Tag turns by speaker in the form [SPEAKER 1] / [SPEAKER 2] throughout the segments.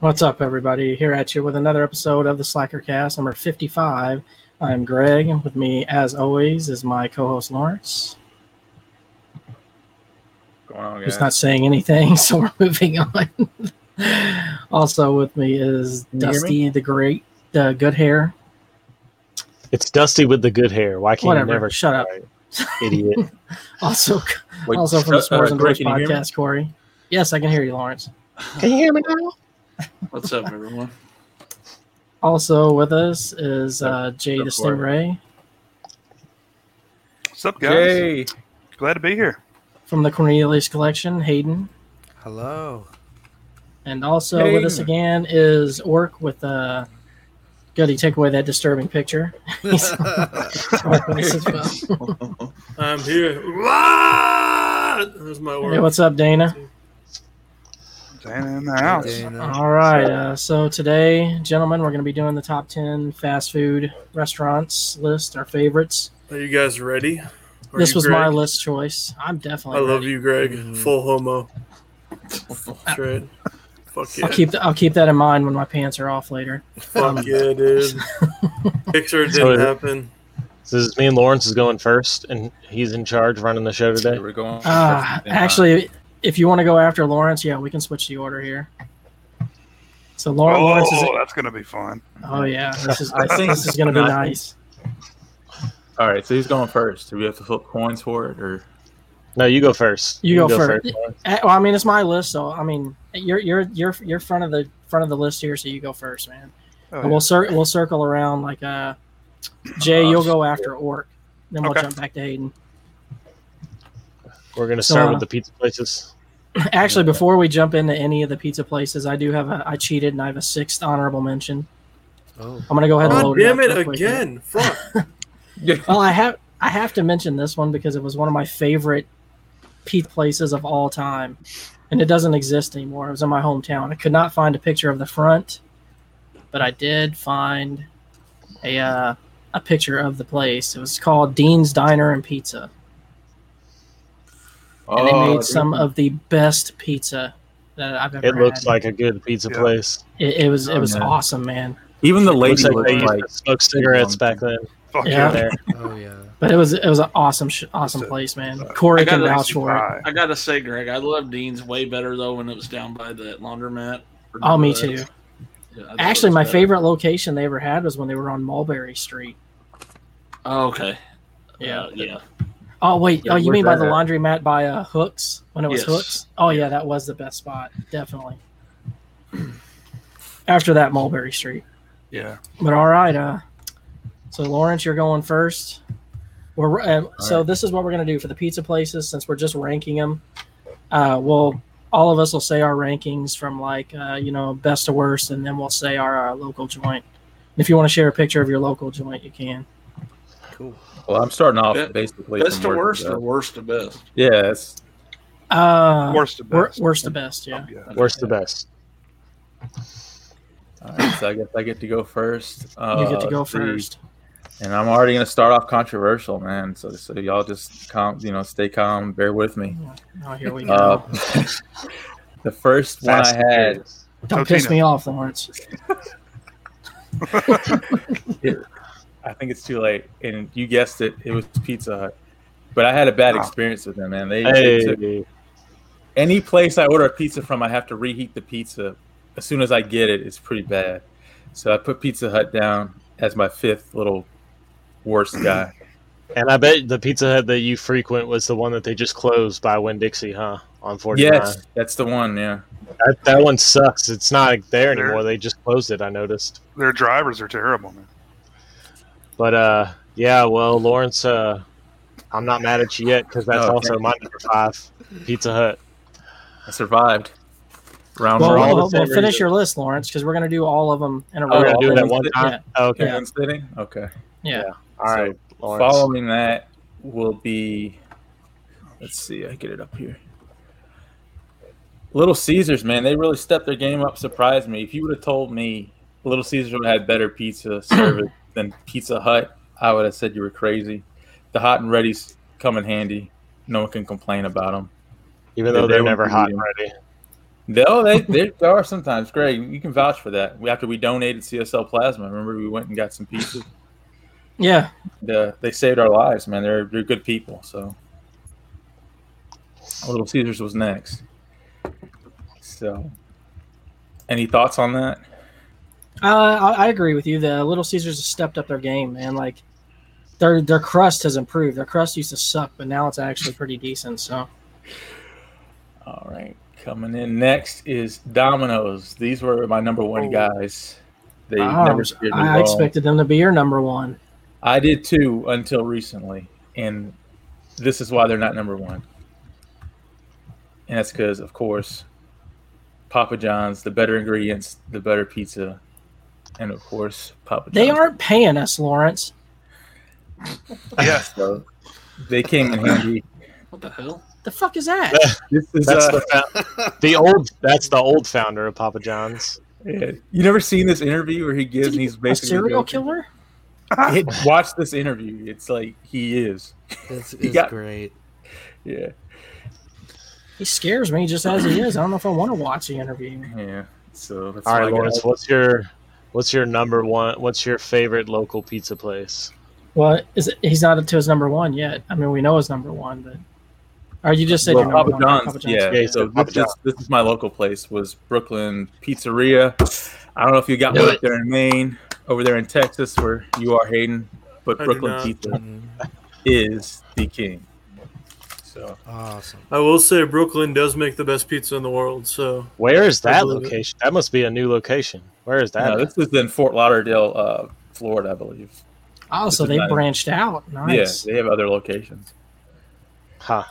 [SPEAKER 1] What's up, everybody? Here at you with another episode of the Slacker Cast, number 55. I'm Greg. and With me, as always, is my co host Lawrence,
[SPEAKER 2] going on,
[SPEAKER 1] who's
[SPEAKER 2] guys?
[SPEAKER 1] not saying anything, so we're moving on. also, with me is
[SPEAKER 2] Can you hear me?
[SPEAKER 1] Dusty the Great, the good hair.
[SPEAKER 3] It's Dusty with the good hair. Why can't
[SPEAKER 1] Whatever.
[SPEAKER 3] you never
[SPEAKER 1] Shut up.
[SPEAKER 3] idiot?
[SPEAKER 1] Also,
[SPEAKER 2] Wait,
[SPEAKER 1] also from the
[SPEAKER 2] shut- uh,
[SPEAKER 1] Sports and
[SPEAKER 2] Greg,
[SPEAKER 1] Bros
[SPEAKER 2] can you hear me?
[SPEAKER 1] podcast, Corey. Yes, I can hear you, Lawrence.
[SPEAKER 3] Can you hear me now?
[SPEAKER 4] What's up, everyone?
[SPEAKER 1] Also with us is uh, Jay the
[SPEAKER 2] Go for it.
[SPEAKER 1] Stingray
[SPEAKER 5] What's up, guys?
[SPEAKER 2] Yay!
[SPEAKER 5] Glad to be here.
[SPEAKER 1] from the Cornelius Collection, Hayden.
[SPEAKER 6] Hello.
[SPEAKER 1] And also with us
[SPEAKER 2] Hayden.
[SPEAKER 1] again is Orc with uh Goody, take away that disturbing picture. He's Orc with us as well.
[SPEAKER 4] I'm here. What? There's my
[SPEAKER 1] Hey,
[SPEAKER 4] word.
[SPEAKER 1] what's up, Dana?
[SPEAKER 5] Dana in the house.
[SPEAKER 6] Dana.
[SPEAKER 1] All right. Uh, so today, gentlemen, we're going to be doing the top 10 fast food restaurants list, our favorites.
[SPEAKER 4] Are you guys ready? Are
[SPEAKER 1] this
[SPEAKER 4] you
[SPEAKER 1] was my
[SPEAKER 4] Greg?
[SPEAKER 1] list choice. I'm definitely.
[SPEAKER 4] I love
[SPEAKER 1] ready.
[SPEAKER 4] you, Greg.
[SPEAKER 6] Mhm.
[SPEAKER 4] Full homo. That's right. Fuck yeah.
[SPEAKER 1] I'll keep, I'll keep that in mind when my pants are off later.
[SPEAKER 4] Fuck yeah, dude. Picture
[SPEAKER 3] So
[SPEAKER 4] didn't
[SPEAKER 3] is it-
[SPEAKER 4] happen.
[SPEAKER 3] So this is me and Lawrence is going first, and he's in charge running the show today.
[SPEAKER 2] We're going.
[SPEAKER 1] Uh, actually, if you want to go after Lawrence, yeah, we can switch the order here. So Law-
[SPEAKER 5] Oh,
[SPEAKER 1] Lawrence is.
[SPEAKER 5] that's gonna be fun.
[SPEAKER 1] Oh yeah, this is.
[SPEAKER 2] I think-
[SPEAKER 1] this is going to be
[SPEAKER 2] I think-
[SPEAKER 1] nice.
[SPEAKER 2] all right. So he's going first. Do we have to flip coins for it, or
[SPEAKER 3] No, you go first.
[SPEAKER 1] You go first.
[SPEAKER 3] Lawrence.
[SPEAKER 1] Eh, Well, I mean, it's my list, so I mean, you're you're you're you're front of the front of the list here, so you go first, man.
[SPEAKER 5] Oh,
[SPEAKER 1] And we'll cir- we'll circle around like uh, Jay, you'll go after Orc, then we'll
[SPEAKER 5] Uh, Okay.
[SPEAKER 1] jump back to Hayden.
[SPEAKER 3] We're gonna
[SPEAKER 1] So,
[SPEAKER 3] start
[SPEAKER 1] uh,
[SPEAKER 3] with the pizza places.
[SPEAKER 1] Actually, before we jump into any of the pizza places, I do have a I cheated and I have a sixth honorable mention.
[SPEAKER 6] Oh.
[SPEAKER 1] I'm gonna go ahead and
[SPEAKER 4] God
[SPEAKER 1] load
[SPEAKER 4] damn
[SPEAKER 1] it, up
[SPEAKER 4] it
[SPEAKER 1] real quick here.
[SPEAKER 4] again. Fuck.
[SPEAKER 1] Well, I have I have to mention this one because it was one of my favorite pizza places of all time, and it doesn't exist anymore. It was in my hometown. I could not find a picture of the front, but I did find a uh, a picture of the place. It was called Dean's Diner and Pizza, and they made
[SPEAKER 2] Oh, dude.
[SPEAKER 1] some of the best pizza that I've ever.
[SPEAKER 3] It looks
[SPEAKER 1] had.
[SPEAKER 3] like a good pizza
[SPEAKER 5] Yeah.
[SPEAKER 3] place.
[SPEAKER 1] it, it was it
[SPEAKER 2] Oh,
[SPEAKER 1] was
[SPEAKER 2] man.
[SPEAKER 1] awesome, man.
[SPEAKER 2] even the lady
[SPEAKER 3] Looks
[SPEAKER 2] looked
[SPEAKER 3] like they used
[SPEAKER 2] like
[SPEAKER 3] to smoke cigarettes back then.
[SPEAKER 5] Fuck
[SPEAKER 1] Yeah.
[SPEAKER 3] There.
[SPEAKER 6] Oh yeah.
[SPEAKER 1] But it was it was an awesome sh- awesome
[SPEAKER 5] It's a-
[SPEAKER 1] place, man.
[SPEAKER 5] it's a-
[SPEAKER 1] Corey
[SPEAKER 4] I
[SPEAKER 1] can
[SPEAKER 4] gotta
[SPEAKER 1] vouch for it.
[SPEAKER 5] Pie.
[SPEAKER 4] I gotta say, Greg, I love Dean's way better though when it was down by that laundromat.
[SPEAKER 1] Oh, me too.
[SPEAKER 4] Yeah, I thought
[SPEAKER 1] Actually,
[SPEAKER 4] it was
[SPEAKER 1] my
[SPEAKER 4] better.
[SPEAKER 1] favorite location they ever had was when they were on Mulberry Street.
[SPEAKER 4] Oh, okay.
[SPEAKER 1] Yeah.
[SPEAKER 4] Uh, yeah.
[SPEAKER 1] Oh wait,
[SPEAKER 2] Yeah,
[SPEAKER 1] oh you
[SPEAKER 2] where's
[SPEAKER 1] mean by
[SPEAKER 2] that
[SPEAKER 1] the
[SPEAKER 2] at?
[SPEAKER 1] laundromat by uh, Hooks when it was
[SPEAKER 4] Yes.
[SPEAKER 1] Hooks? Oh yeah, that was the best spot, definitely. After that, Mulberry Street.
[SPEAKER 5] Yeah.
[SPEAKER 1] But all right, uh, so Lawrence, you're going first. We're uh, so
[SPEAKER 2] right.
[SPEAKER 1] this is what we're gonna do for the pizza places since we're just ranking them. Uh, we'll all of us will say our rankings from like uh, you know best to worst, and then we'll say our, uh local joint. If you want to share a picture of your local joint, you can.
[SPEAKER 6] Cool.
[SPEAKER 2] Well, I'm starting off
[SPEAKER 4] Best-
[SPEAKER 2] basically
[SPEAKER 4] Best to
[SPEAKER 2] from
[SPEAKER 4] worst
[SPEAKER 2] go.
[SPEAKER 4] or worst to best?
[SPEAKER 2] Yeah, that's
[SPEAKER 1] Uh,
[SPEAKER 5] Worst of
[SPEAKER 1] wor-
[SPEAKER 5] best.
[SPEAKER 1] worst to best, yeah.
[SPEAKER 5] Yeah.
[SPEAKER 3] Worst the best.
[SPEAKER 2] all right. So I guess I get to go first. Uh,
[SPEAKER 1] you get to go
[SPEAKER 2] let's see.
[SPEAKER 1] first.
[SPEAKER 2] And I'm already gonna start off controversial, man. So so y'all just calm, you know, stay calm, bear with me.
[SPEAKER 1] Oh, here we go.
[SPEAKER 2] Uh, the first one I had
[SPEAKER 1] Don't piss
[SPEAKER 5] Totino.
[SPEAKER 1] me off, Lawrence.
[SPEAKER 2] I think it's too late. And you guessed it, it was Pizza Hut. But I had a bad
[SPEAKER 5] Wow.
[SPEAKER 2] experience with them, man. They, they took-
[SPEAKER 3] Hey,
[SPEAKER 2] any place I order a pizza from, I have to reheat the pizza. As soon as I get it, it's pretty bad. So I put Pizza Hut down as my fifth little worst guy.
[SPEAKER 3] and I bet the Pizza Hut that you frequent was the one that they just closed by Winn Dixie, huh? On 49.
[SPEAKER 2] yes, that's the one. Yeah,
[SPEAKER 3] That, that one sucks. It's not there
[SPEAKER 5] There-
[SPEAKER 3] anymore. They just closed it. I noticed.
[SPEAKER 5] Their drivers are terrible, man.
[SPEAKER 3] But uh, yeah. Well, Lawrence, uh, I'm not mad at you yet because that's
[SPEAKER 2] Oh, okay.
[SPEAKER 3] also my number five, Pizza Hut.
[SPEAKER 2] I survived. Round
[SPEAKER 1] Well,
[SPEAKER 3] for
[SPEAKER 2] one.
[SPEAKER 3] all
[SPEAKER 1] well,
[SPEAKER 3] the
[SPEAKER 1] well,
[SPEAKER 3] same
[SPEAKER 1] finish
[SPEAKER 3] reasons.
[SPEAKER 1] your list, Lawrence, because we're going to do all of them
[SPEAKER 2] Oh,
[SPEAKER 1] in a row.
[SPEAKER 3] We're gonna do it
[SPEAKER 2] then
[SPEAKER 3] at one
[SPEAKER 2] we-
[SPEAKER 3] time. Okay.
[SPEAKER 1] yeah.
[SPEAKER 2] One sitting. Okay.
[SPEAKER 1] Yeah.
[SPEAKER 3] All right. Lawrence.
[SPEAKER 2] Following that will be, let's see, I get it up here. Little Caesars, man, they really stepped their game up. Surprised me. If you would have told me Little Caesars would have had better pizza service than Pizza Hut, I would have said you were crazy. The hot and ready's come in handy. No one can complain about them.
[SPEAKER 3] Even though
[SPEAKER 2] They
[SPEAKER 3] they're
[SPEAKER 2] won't
[SPEAKER 3] never
[SPEAKER 2] be
[SPEAKER 3] hot
[SPEAKER 2] eating.
[SPEAKER 3] and ready.
[SPEAKER 2] No, they, they are sometimes. Greg, you can vouch for that. We, after we donated CSL plasma, remember we went and got some pieces.
[SPEAKER 1] Yeah.
[SPEAKER 2] The, they saved our lives, man. They're they're good people. So, Little Caesars was next. So, any thoughts on that?
[SPEAKER 1] Uh, I, I agree with you. The Little Caesars has stepped up their game, man. Like their their crust has improved. Their crust used to suck, but now it's actually pretty decent. So
[SPEAKER 2] All right, coming in next is Domino's. These were my number one
[SPEAKER 6] Oh.
[SPEAKER 2] guys. They
[SPEAKER 1] Wow.
[SPEAKER 2] never scared me
[SPEAKER 1] Ah, I
[SPEAKER 2] wrong.
[SPEAKER 1] expected them to be your number one.
[SPEAKER 2] I did too until recently, and this is why they're not number one. And that's because, of course, Papa John's, the better ingredients, the better pizza, and of course, Papa John's.
[SPEAKER 1] They aren't paying us, Lawrence.
[SPEAKER 5] Yeah.
[SPEAKER 2] So they came in handy.
[SPEAKER 4] What the hell?
[SPEAKER 1] The fuck is that?
[SPEAKER 2] This is,
[SPEAKER 3] That's
[SPEAKER 2] uh,
[SPEAKER 3] the found- the old that's the old founder of Papa John's.
[SPEAKER 2] yeah. you never seen this interview where he gives and he's
[SPEAKER 1] A
[SPEAKER 2] basically
[SPEAKER 1] serial
[SPEAKER 2] joking?
[SPEAKER 1] killer?
[SPEAKER 2] It- watch this interview. It's like he is.
[SPEAKER 6] It's,
[SPEAKER 2] You
[SPEAKER 6] it's
[SPEAKER 2] got-
[SPEAKER 6] great.
[SPEAKER 2] Yeah.
[SPEAKER 1] He scares me just as he is. I don't know if I want to watch the interview.
[SPEAKER 2] Yeah. So that's
[SPEAKER 3] All
[SPEAKER 2] my
[SPEAKER 3] right,
[SPEAKER 2] guy.
[SPEAKER 3] Lawrence, what's your what's your number one? What's your favorite local pizza place?
[SPEAKER 1] Well, is it, he's not up to his number one yet. I mean, we know his number one, but or you just said
[SPEAKER 2] Well,
[SPEAKER 1] your number
[SPEAKER 2] Papa
[SPEAKER 1] one,
[SPEAKER 2] John's,
[SPEAKER 1] Papa
[SPEAKER 2] yeah.
[SPEAKER 3] Yeah, he
[SPEAKER 2] so
[SPEAKER 3] said Papa
[SPEAKER 2] this is, this is my local place was Brooklyn Pizzeria. I don't know if you got
[SPEAKER 3] Do
[SPEAKER 2] one
[SPEAKER 3] it.
[SPEAKER 2] up there in Maine, over there in Texas where you are Hayden, but
[SPEAKER 7] I do
[SPEAKER 2] Brooklyn
[SPEAKER 7] not. Mm-hmm.
[SPEAKER 2] Pizza
[SPEAKER 6] Mm,
[SPEAKER 2] is the king. So
[SPEAKER 6] Awesome.
[SPEAKER 7] I will say Brooklyn does make the best pizza in the world. So
[SPEAKER 3] Where is that
[SPEAKER 7] believe it.
[SPEAKER 3] location? That must be a new location. Where is that?
[SPEAKER 2] no, this is in Fort Lauderdale, uh, Florida, I believe.
[SPEAKER 1] Oh, so
[SPEAKER 2] This is
[SPEAKER 1] they
[SPEAKER 2] nice.
[SPEAKER 1] branched out. Nice.
[SPEAKER 2] Yeah, they have other locations.
[SPEAKER 3] huh.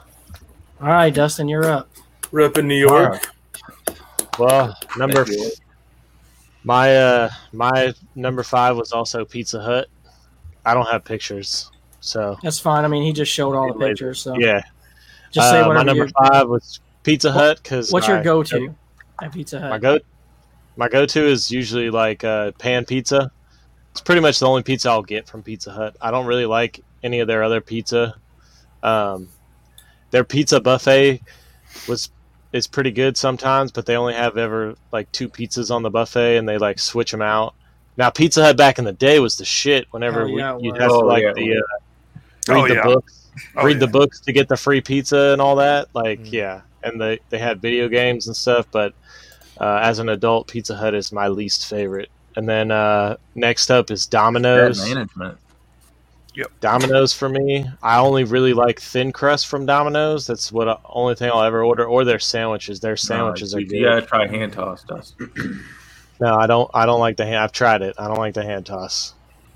[SPEAKER 1] All right, Dustin, you're up.
[SPEAKER 7] rep in New York.
[SPEAKER 3] Well, number
[SPEAKER 2] Thank you.
[SPEAKER 3] my uh my number five was also Pizza Hut. I don't have pictures, so
[SPEAKER 1] That's fine. I mean, he just showed all the
[SPEAKER 3] Later.
[SPEAKER 1] pictures, so
[SPEAKER 3] yeah.
[SPEAKER 1] just say
[SPEAKER 3] Uh, my
[SPEAKER 1] whatever.
[SPEAKER 3] number
[SPEAKER 1] your-
[SPEAKER 3] five was Pizza Hut because
[SPEAKER 1] what's your go-to at Pizza
[SPEAKER 3] My
[SPEAKER 1] Hut?
[SPEAKER 3] go my go to is usually like uh, pan pizza. It's pretty much the only pizza I'll get from Pizza Hut. I don't really like any of their other pizza. Um, their pizza buffet was is pretty good sometimes, but they only have ever like two pizzas on the buffet, and they like switch them out. Now Pizza Hut back in the day was the shit. Whenever
[SPEAKER 1] Oh,
[SPEAKER 3] we-
[SPEAKER 1] yeah, it
[SPEAKER 3] you'd
[SPEAKER 1] was.
[SPEAKER 3] have to
[SPEAKER 2] Oh,
[SPEAKER 3] like
[SPEAKER 2] yeah, it
[SPEAKER 3] the uh,
[SPEAKER 5] Oh,
[SPEAKER 3] read the
[SPEAKER 5] yeah.
[SPEAKER 3] books
[SPEAKER 5] Oh,
[SPEAKER 3] read
[SPEAKER 5] yeah.
[SPEAKER 3] the books to get the free pizza and all that. Like,
[SPEAKER 6] Mm.
[SPEAKER 3] yeah, and they they had video games and stuff. But uh, as an adult, Pizza Hut is my least favorite. And then uh, next up is
[SPEAKER 2] Bad
[SPEAKER 3] Domino's.
[SPEAKER 2] management.
[SPEAKER 3] Domino's for me. I only really like thin crust from Domino's. That's what I, only thing I'll ever order. Or their sandwiches. Their sandwiches
[SPEAKER 2] No,
[SPEAKER 3] are
[SPEAKER 2] you,
[SPEAKER 3] good.
[SPEAKER 2] you gotta try hand toss dust.
[SPEAKER 3] No, I don't. I don't like the hand. I've tried it. I don't like the hand toss.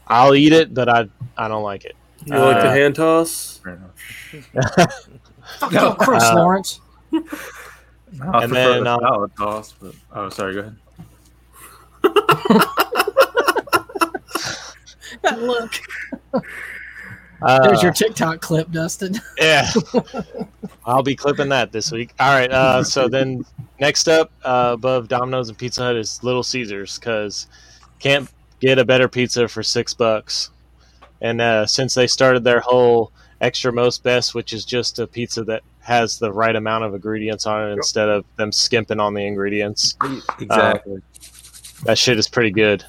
[SPEAKER 3] I'll eat it, but I I don't like it.
[SPEAKER 7] You like
[SPEAKER 3] Uh,
[SPEAKER 7] the hand toss?
[SPEAKER 2] Fair enough.
[SPEAKER 1] Fuck your Oh, Chris
[SPEAKER 3] Uh,
[SPEAKER 1] Lawrence.
[SPEAKER 2] I
[SPEAKER 3] And
[SPEAKER 2] prefer
[SPEAKER 3] then,
[SPEAKER 2] the
[SPEAKER 3] um,
[SPEAKER 2] salad toss, but oh sorry, go ahead.
[SPEAKER 1] That look.
[SPEAKER 3] Uh,
[SPEAKER 1] There's your TikTok clip, Dustin.
[SPEAKER 3] Yeah. I'll be clipping that this week. All right. Uh, so then next up uh, above Domino's and Pizza Hut is Little Caesars because can't get a better pizza for six bucks. And uh, since they started their whole extra most best, which is just a pizza that has the right amount of ingredients on it instead of them skimping on the ingredients,
[SPEAKER 2] Exactly.
[SPEAKER 3] Um, that shit is pretty good.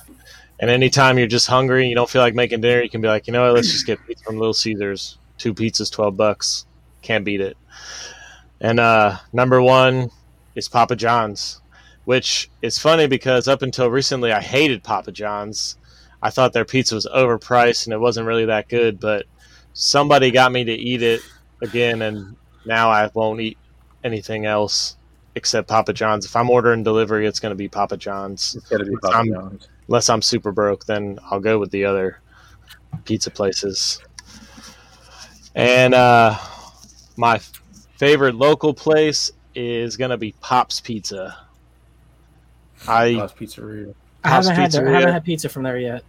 [SPEAKER 3] And anytime you're just hungry and you don't feel like making dinner, you can be like, you know what, let's just get pizza from Little Caesars. Two pizzas, twelve bucks. Can't beat it. And uh, number one is Papa John's, which is funny because up until recently I hated Papa John's. I thought their pizza was overpriced and it wasn't really that good, but somebody got me to eat it again, and now I won't eat anything else except Papa John's. If I'm ordering delivery, it's going to be Papa John's
[SPEAKER 2] It's gotta be
[SPEAKER 3] Um,
[SPEAKER 2] Papa John's.
[SPEAKER 3] unless I'm super broke, then I'll go with the other pizza places. And uh, my f- favorite local place is gonna be Pop's Pizza. I
[SPEAKER 2] Pop's Pizzeria.
[SPEAKER 1] I
[SPEAKER 3] House
[SPEAKER 1] haven't had their, I
[SPEAKER 3] Pizzeria.
[SPEAKER 1] haven't had pizza from there yet.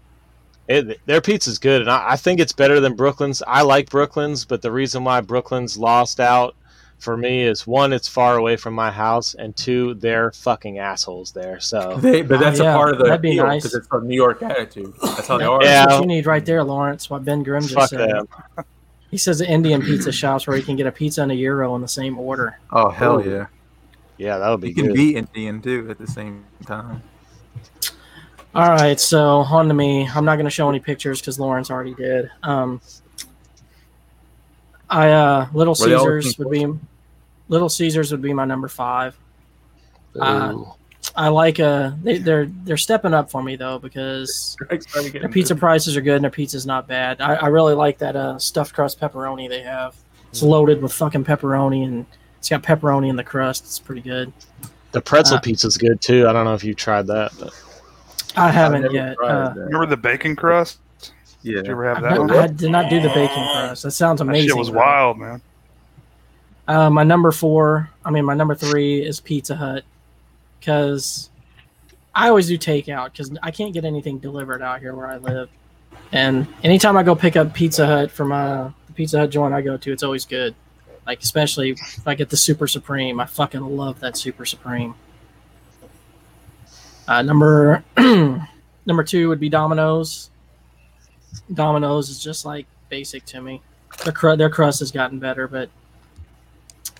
[SPEAKER 3] it, their pizza's good, and I, I think it's better than Brooklyn's. I like Brooklyn's, but the reason why Brooklyn's lost out for me is one, it's far away from my house, and two, they're fucking assholes there. So
[SPEAKER 2] They,
[SPEAKER 1] Oh,
[SPEAKER 2] but that's
[SPEAKER 1] yeah,
[SPEAKER 2] a part of the
[SPEAKER 1] that'd be
[SPEAKER 2] appeal,
[SPEAKER 1] nice.
[SPEAKER 2] 'cause it's a New York attitude. That's how Oh, they are.
[SPEAKER 3] Yeah.
[SPEAKER 1] That's what you need right there, Lawrence. What Ben Grimm just
[SPEAKER 3] fuck
[SPEAKER 1] said.
[SPEAKER 3] them.
[SPEAKER 1] He says the Indian pizza shops where you can get a pizza and a euro in the same order.
[SPEAKER 2] Oh hell yeah!
[SPEAKER 3] Yeah, that would be
[SPEAKER 2] You can
[SPEAKER 3] good.
[SPEAKER 2] be and DN two at the same time.
[SPEAKER 1] All right, so on to me. I'm not going to show any pictures because Lawrence already did. Um, I uh, Little
[SPEAKER 2] Were they all
[SPEAKER 1] Caesars
[SPEAKER 2] pink
[SPEAKER 1] would be Little Caesars would be my number five. uh,
[SPEAKER 3] Ooh.
[SPEAKER 1] I like uh they, they're they're stepping up for me though because their pizza prices are good and their pizza's not bad. I, I really like that uh stuffed crust pepperoni they have. It's
[SPEAKER 2] Mm-hmm.
[SPEAKER 1] loaded with fucking pepperoni and it's got pepperoni in the crust. It's pretty good.
[SPEAKER 3] the pretzel
[SPEAKER 1] uh,
[SPEAKER 3] pizza's good too. I don't know if you tried that, but
[SPEAKER 1] I haven't
[SPEAKER 2] never
[SPEAKER 1] yet.
[SPEAKER 2] tried
[SPEAKER 1] Uh,
[SPEAKER 2] that.
[SPEAKER 5] Remember the bacon crust?
[SPEAKER 2] Yeah,
[SPEAKER 5] Did you ever have
[SPEAKER 1] I,
[SPEAKER 5] that one?
[SPEAKER 1] I did not do the bacon crust. That sounds
[SPEAKER 5] That
[SPEAKER 1] amazing.
[SPEAKER 5] shit was
[SPEAKER 1] though.
[SPEAKER 5] wild, man.
[SPEAKER 1] Uh, my number four, I mean, my number three is Pizza Hut because I always do takeout because I can't get anything delivered out here where I live. And anytime I go pick up Pizza Hut from uh, the Pizza Hut joint I go to, it's always good. Like, especially if I get the Super Supreme. I fucking love that Super Supreme. Uh, number number two would be Domino's. Domino's is just like basic to me. Their, cru- their crust has gotten better, but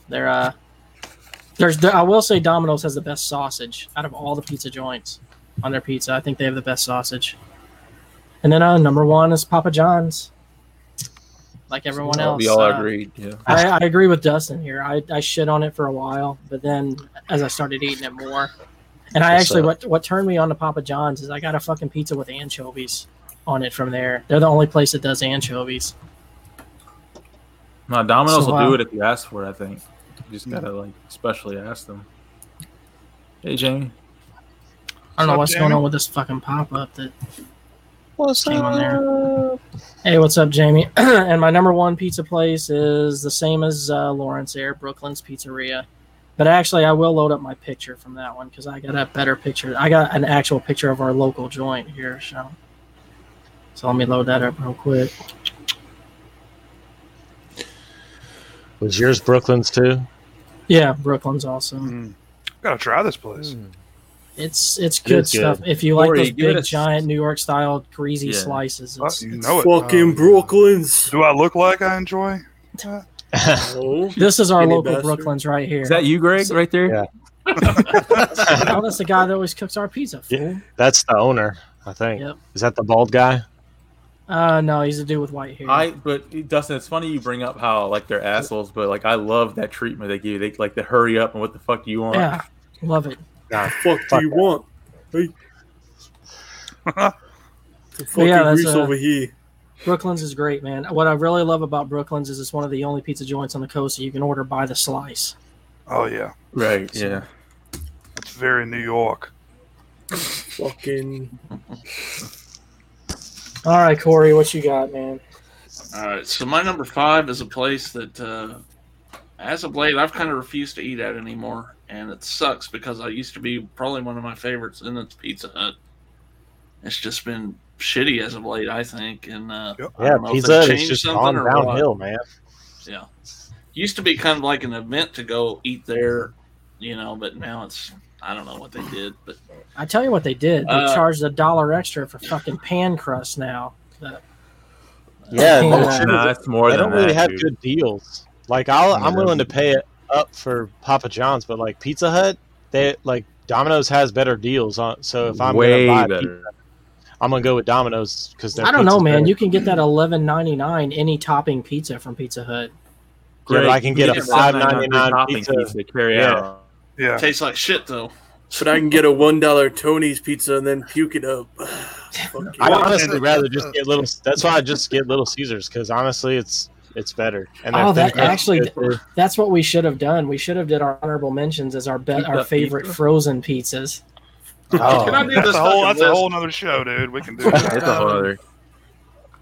[SPEAKER 1] they're uh, there's there, I will say Domino's has the best sausage out of all the pizza joints on their pizza. I think they have the best sausage. And then uh, number one is Papa John's. Like everyone else,
[SPEAKER 2] we all
[SPEAKER 1] uh,
[SPEAKER 2] agreed. Yeah,
[SPEAKER 1] I, I agree with Dustin here. I, I shit on it for a while, but then as I started eating it more, and I
[SPEAKER 3] What's
[SPEAKER 1] actually
[SPEAKER 3] up?
[SPEAKER 1] what what turned me on to Papa John's is I got a fucking pizza with anchovies on it from there. They're the only place that does anchovies.
[SPEAKER 2] no, Domino's
[SPEAKER 1] So,
[SPEAKER 2] will
[SPEAKER 1] uh, Mm.
[SPEAKER 2] do it if you ask for it. I think you just gotta like especially ask them. Hey Jamie,
[SPEAKER 1] I don't know
[SPEAKER 5] Sup,
[SPEAKER 1] what's going
[SPEAKER 5] Jamie?
[SPEAKER 1] on with this fucking pop up that
[SPEAKER 3] what's
[SPEAKER 1] came on there. Hey, what's up, Jamie? and my number one pizza place is the same as uh, Lawrence Air, Brooklyn's Pizzeria. But actually, I will load up my picture from that one because I got a better picture. I got an actual picture of our local joint here. So, so let me load that up real quick.
[SPEAKER 3] Was yours Brooklyn's too?
[SPEAKER 1] Yeah, Brooklyn's awesome.
[SPEAKER 5] Mm. Gotta try this place.
[SPEAKER 1] Mm,
[SPEAKER 2] Mm-hmm.
[SPEAKER 1] It's it's
[SPEAKER 3] It
[SPEAKER 1] good
[SPEAKER 3] is good.
[SPEAKER 1] stuff. If you like
[SPEAKER 2] Corey,
[SPEAKER 1] those
[SPEAKER 2] give it
[SPEAKER 1] big,
[SPEAKER 2] a-
[SPEAKER 1] giant New York style greasy
[SPEAKER 2] Yeah.
[SPEAKER 1] slices,
[SPEAKER 5] Well,
[SPEAKER 1] it's,
[SPEAKER 5] you
[SPEAKER 1] it's-
[SPEAKER 5] know it.
[SPEAKER 7] Fucking
[SPEAKER 6] Oh.
[SPEAKER 7] Brooklyn's.
[SPEAKER 5] Do I look like I enjoy?
[SPEAKER 7] No.
[SPEAKER 1] this is our
[SPEAKER 7] Any
[SPEAKER 1] local
[SPEAKER 7] bastard.
[SPEAKER 1] Brooklyn's right here.
[SPEAKER 2] is that you, Greg, right there?
[SPEAKER 3] Yeah.
[SPEAKER 1] oh, that's the guy that always cooks our pizza.
[SPEAKER 3] Yeah. That's the owner, I think.
[SPEAKER 1] Yep.
[SPEAKER 3] Is that the bald guy?
[SPEAKER 1] Uh, no, he's a dude with white hair.
[SPEAKER 2] I but Dustin, it's funny you bring up how like they're assholes, but like I love that treatment they give. you. They like the hurry up and what the fuck do you want?
[SPEAKER 1] yeah, love it.
[SPEAKER 7] fuck do you want? Hey. the fucking
[SPEAKER 1] yeah, that's,
[SPEAKER 7] grease
[SPEAKER 1] uh,
[SPEAKER 7] over here.
[SPEAKER 1] Brooklyn's is great, man. What I really love about Brooklyn's is it's one of the only pizza joints on the coast that you can order by the slice.
[SPEAKER 5] Oh yeah,
[SPEAKER 2] Right. Yeah.
[SPEAKER 5] it's very New York.
[SPEAKER 7] Fucking.
[SPEAKER 1] All right, Corey, what you got, man?
[SPEAKER 4] All right, so my number five is a place that, uh, as of late, I've kind of refused to eat at anymore, and it sucks because I used to be probably one of my favorites, and it's Pizza Hut. It's just been shitty as of late, I think, and uh,
[SPEAKER 5] Yep.
[SPEAKER 4] I
[SPEAKER 3] Yeah,
[SPEAKER 4] don't know if they
[SPEAKER 3] pizza
[SPEAKER 4] changed
[SPEAKER 3] is just
[SPEAKER 4] something
[SPEAKER 3] on
[SPEAKER 4] or what.
[SPEAKER 3] downhill, man.
[SPEAKER 4] yeah, used to be kind of like an event to go eat there, you know, but now it's I don't know what they did, but
[SPEAKER 1] I tell you what they did. They
[SPEAKER 4] Uh,
[SPEAKER 1] charged a dollar extra for fucking pan crust now.
[SPEAKER 3] Yeah,
[SPEAKER 1] Oh,
[SPEAKER 3] they're-
[SPEAKER 1] yeah.
[SPEAKER 2] Nah, it's more
[SPEAKER 3] they
[SPEAKER 2] than
[SPEAKER 3] don't really
[SPEAKER 2] that,
[SPEAKER 3] have
[SPEAKER 2] dude.
[SPEAKER 3] good deals. Like I'll, I'm
[SPEAKER 2] Yeah.
[SPEAKER 3] willing to pay it up for Papa John's, but like Pizza Hut, they like Domino's has better deals on. So if I'm
[SPEAKER 2] way
[SPEAKER 3] gonna buy
[SPEAKER 2] better.
[SPEAKER 3] Pizza, I'm gonna go with Domino's because they're.
[SPEAKER 1] I don't know, man. You can get that eleven ninety nine any topping pizza from Pizza Hut.
[SPEAKER 3] Yeah, but I
[SPEAKER 2] Greg,
[SPEAKER 3] can
[SPEAKER 2] you
[SPEAKER 3] get a
[SPEAKER 2] $7.99
[SPEAKER 3] $5.99
[SPEAKER 2] topping
[SPEAKER 3] pizza.
[SPEAKER 2] to carry
[SPEAKER 3] Yeah.
[SPEAKER 2] out.
[SPEAKER 5] Yeah,
[SPEAKER 4] tastes like shit though.
[SPEAKER 7] But I can get a one dollar Tony's pizza and then puke it up. Fuck
[SPEAKER 3] I
[SPEAKER 7] yeah.
[SPEAKER 5] Well,
[SPEAKER 3] honestly
[SPEAKER 5] and-
[SPEAKER 3] rather just get little. That's why I just get Little Caesars because honestly, it's it's better. And their
[SPEAKER 1] Oh,
[SPEAKER 3] thin
[SPEAKER 1] that
[SPEAKER 3] crust is
[SPEAKER 1] actually-
[SPEAKER 3] good too.
[SPEAKER 1] That's what we should have done. We should have did our honorable mentions as our be-
[SPEAKER 2] Pizza,
[SPEAKER 1] our favorite
[SPEAKER 2] pizza?
[SPEAKER 1] frozen pizzas.
[SPEAKER 3] Oh,
[SPEAKER 4] Can I do
[SPEAKER 5] that's
[SPEAKER 4] this
[SPEAKER 5] a whole
[SPEAKER 4] fucking
[SPEAKER 5] that's a
[SPEAKER 4] list?
[SPEAKER 5] whole other show, dude. We can do that.
[SPEAKER 2] It's a whole other.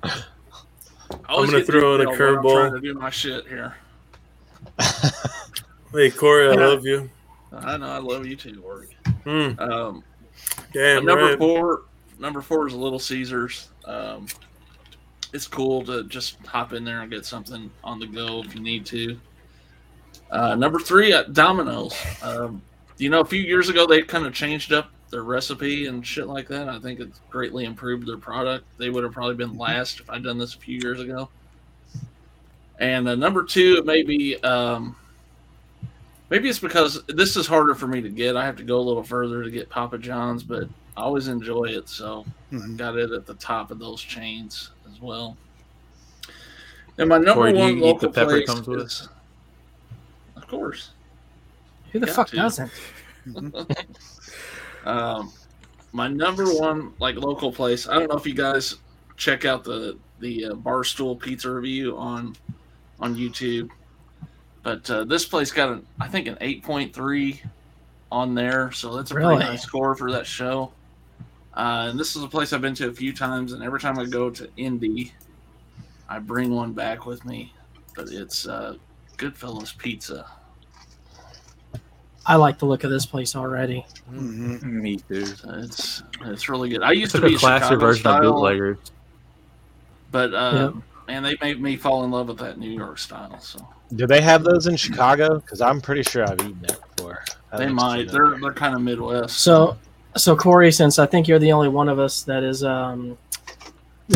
[SPEAKER 4] I always
[SPEAKER 7] gonna
[SPEAKER 4] get
[SPEAKER 7] throw in a
[SPEAKER 4] derailed when I'm
[SPEAKER 7] curveball.
[SPEAKER 4] trying to do my shit here.
[SPEAKER 7] Hey Corey, I love you.
[SPEAKER 4] I know I love you too, Org.
[SPEAKER 7] Mm,
[SPEAKER 4] Um,
[SPEAKER 7] damn
[SPEAKER 4] number
[SPEAKER 7] right.
[SPEAKER 4] four, number four is Little Caesars. Um, it's cool to just hop in there and get something on the go if you need to. Uh, number three, uh, Domino's. Um, you know, a few years ago they kind of changed up their recipe and shit like that. I think it's greatly improved their product. They would have probably been last if I'd done this a few years ago. And uh, number two, it may be um, Maybe it's because this is harder for me to get. I have to go a little further to get Papa John's, but I always enjoy it. So
[SPEAKER 5] Mhm.
[SPEAKER 4] got it at the top of those chains as well. And my number
[SPEAKER 2] Corey, do you
[SPEAKER 4] one
[SPEAKER 2] eat the
[SPEAKER 4] local
[SPEAKER 2] pepper it
[SPEAKER 4] place
[SPEAKER 2] comes with?
[SPEAKER 4] is- of course.
[SPEAKER 1] Who the
[SPEAKER 4] Got
[SPEAKER 1] fuck
[SPEAKER 4] to.
[SPEAKER 1] doesn't?
[SPEAKER 4] Um, my number one like local place. I don't know if you guys check out the the uh, Barstool Pizza review on on YouTube, but uh, this place got an I think an eight point three on there, so that's a
[SPEAKER 1] Really?
[SPEAKER 4] pretty nice score for that show. Uh, and this is a place I've been to a few times, and every time I go to Indy, I bring one back with me. But it's uh, Goodfellas Pizza.
[SPEAKER 1] I like the look of this place already.
[SPEAKER 5] Mhm.
[SPEAKER 2] Me too.
[SPEAKER 4] So it's it's really good. I used
[SPEAKER 2] It's
[SPEAKER 4] to
[SPEAKER 2] like
[SPEAKER 4] be
[SPEAKER 2] a
[SPEAKER 4] a
[SPEAKER 2] classier
[SPEAKER 4] Chicago
[SPEAKER 2] version
[SPEAKER 4] style,
[SPEAKER 2] of bootlegger.
[SPEAKER 4] but uh, man, they made me fall in love with that New York style. So
[SPEAKER 3] Do they have those in Chicago? Because I'm pretty sure I've eaten that before. That
[SPEAKER 4] they
[SPEAKER 3] looks
[SPEAKER 4] might.
[SPEAKER 3] good.
[SPEAKER 4] They're they're kind of Midwest.
[SPEAKER 1] So, so Corey, since I think you're the only one of us that is um,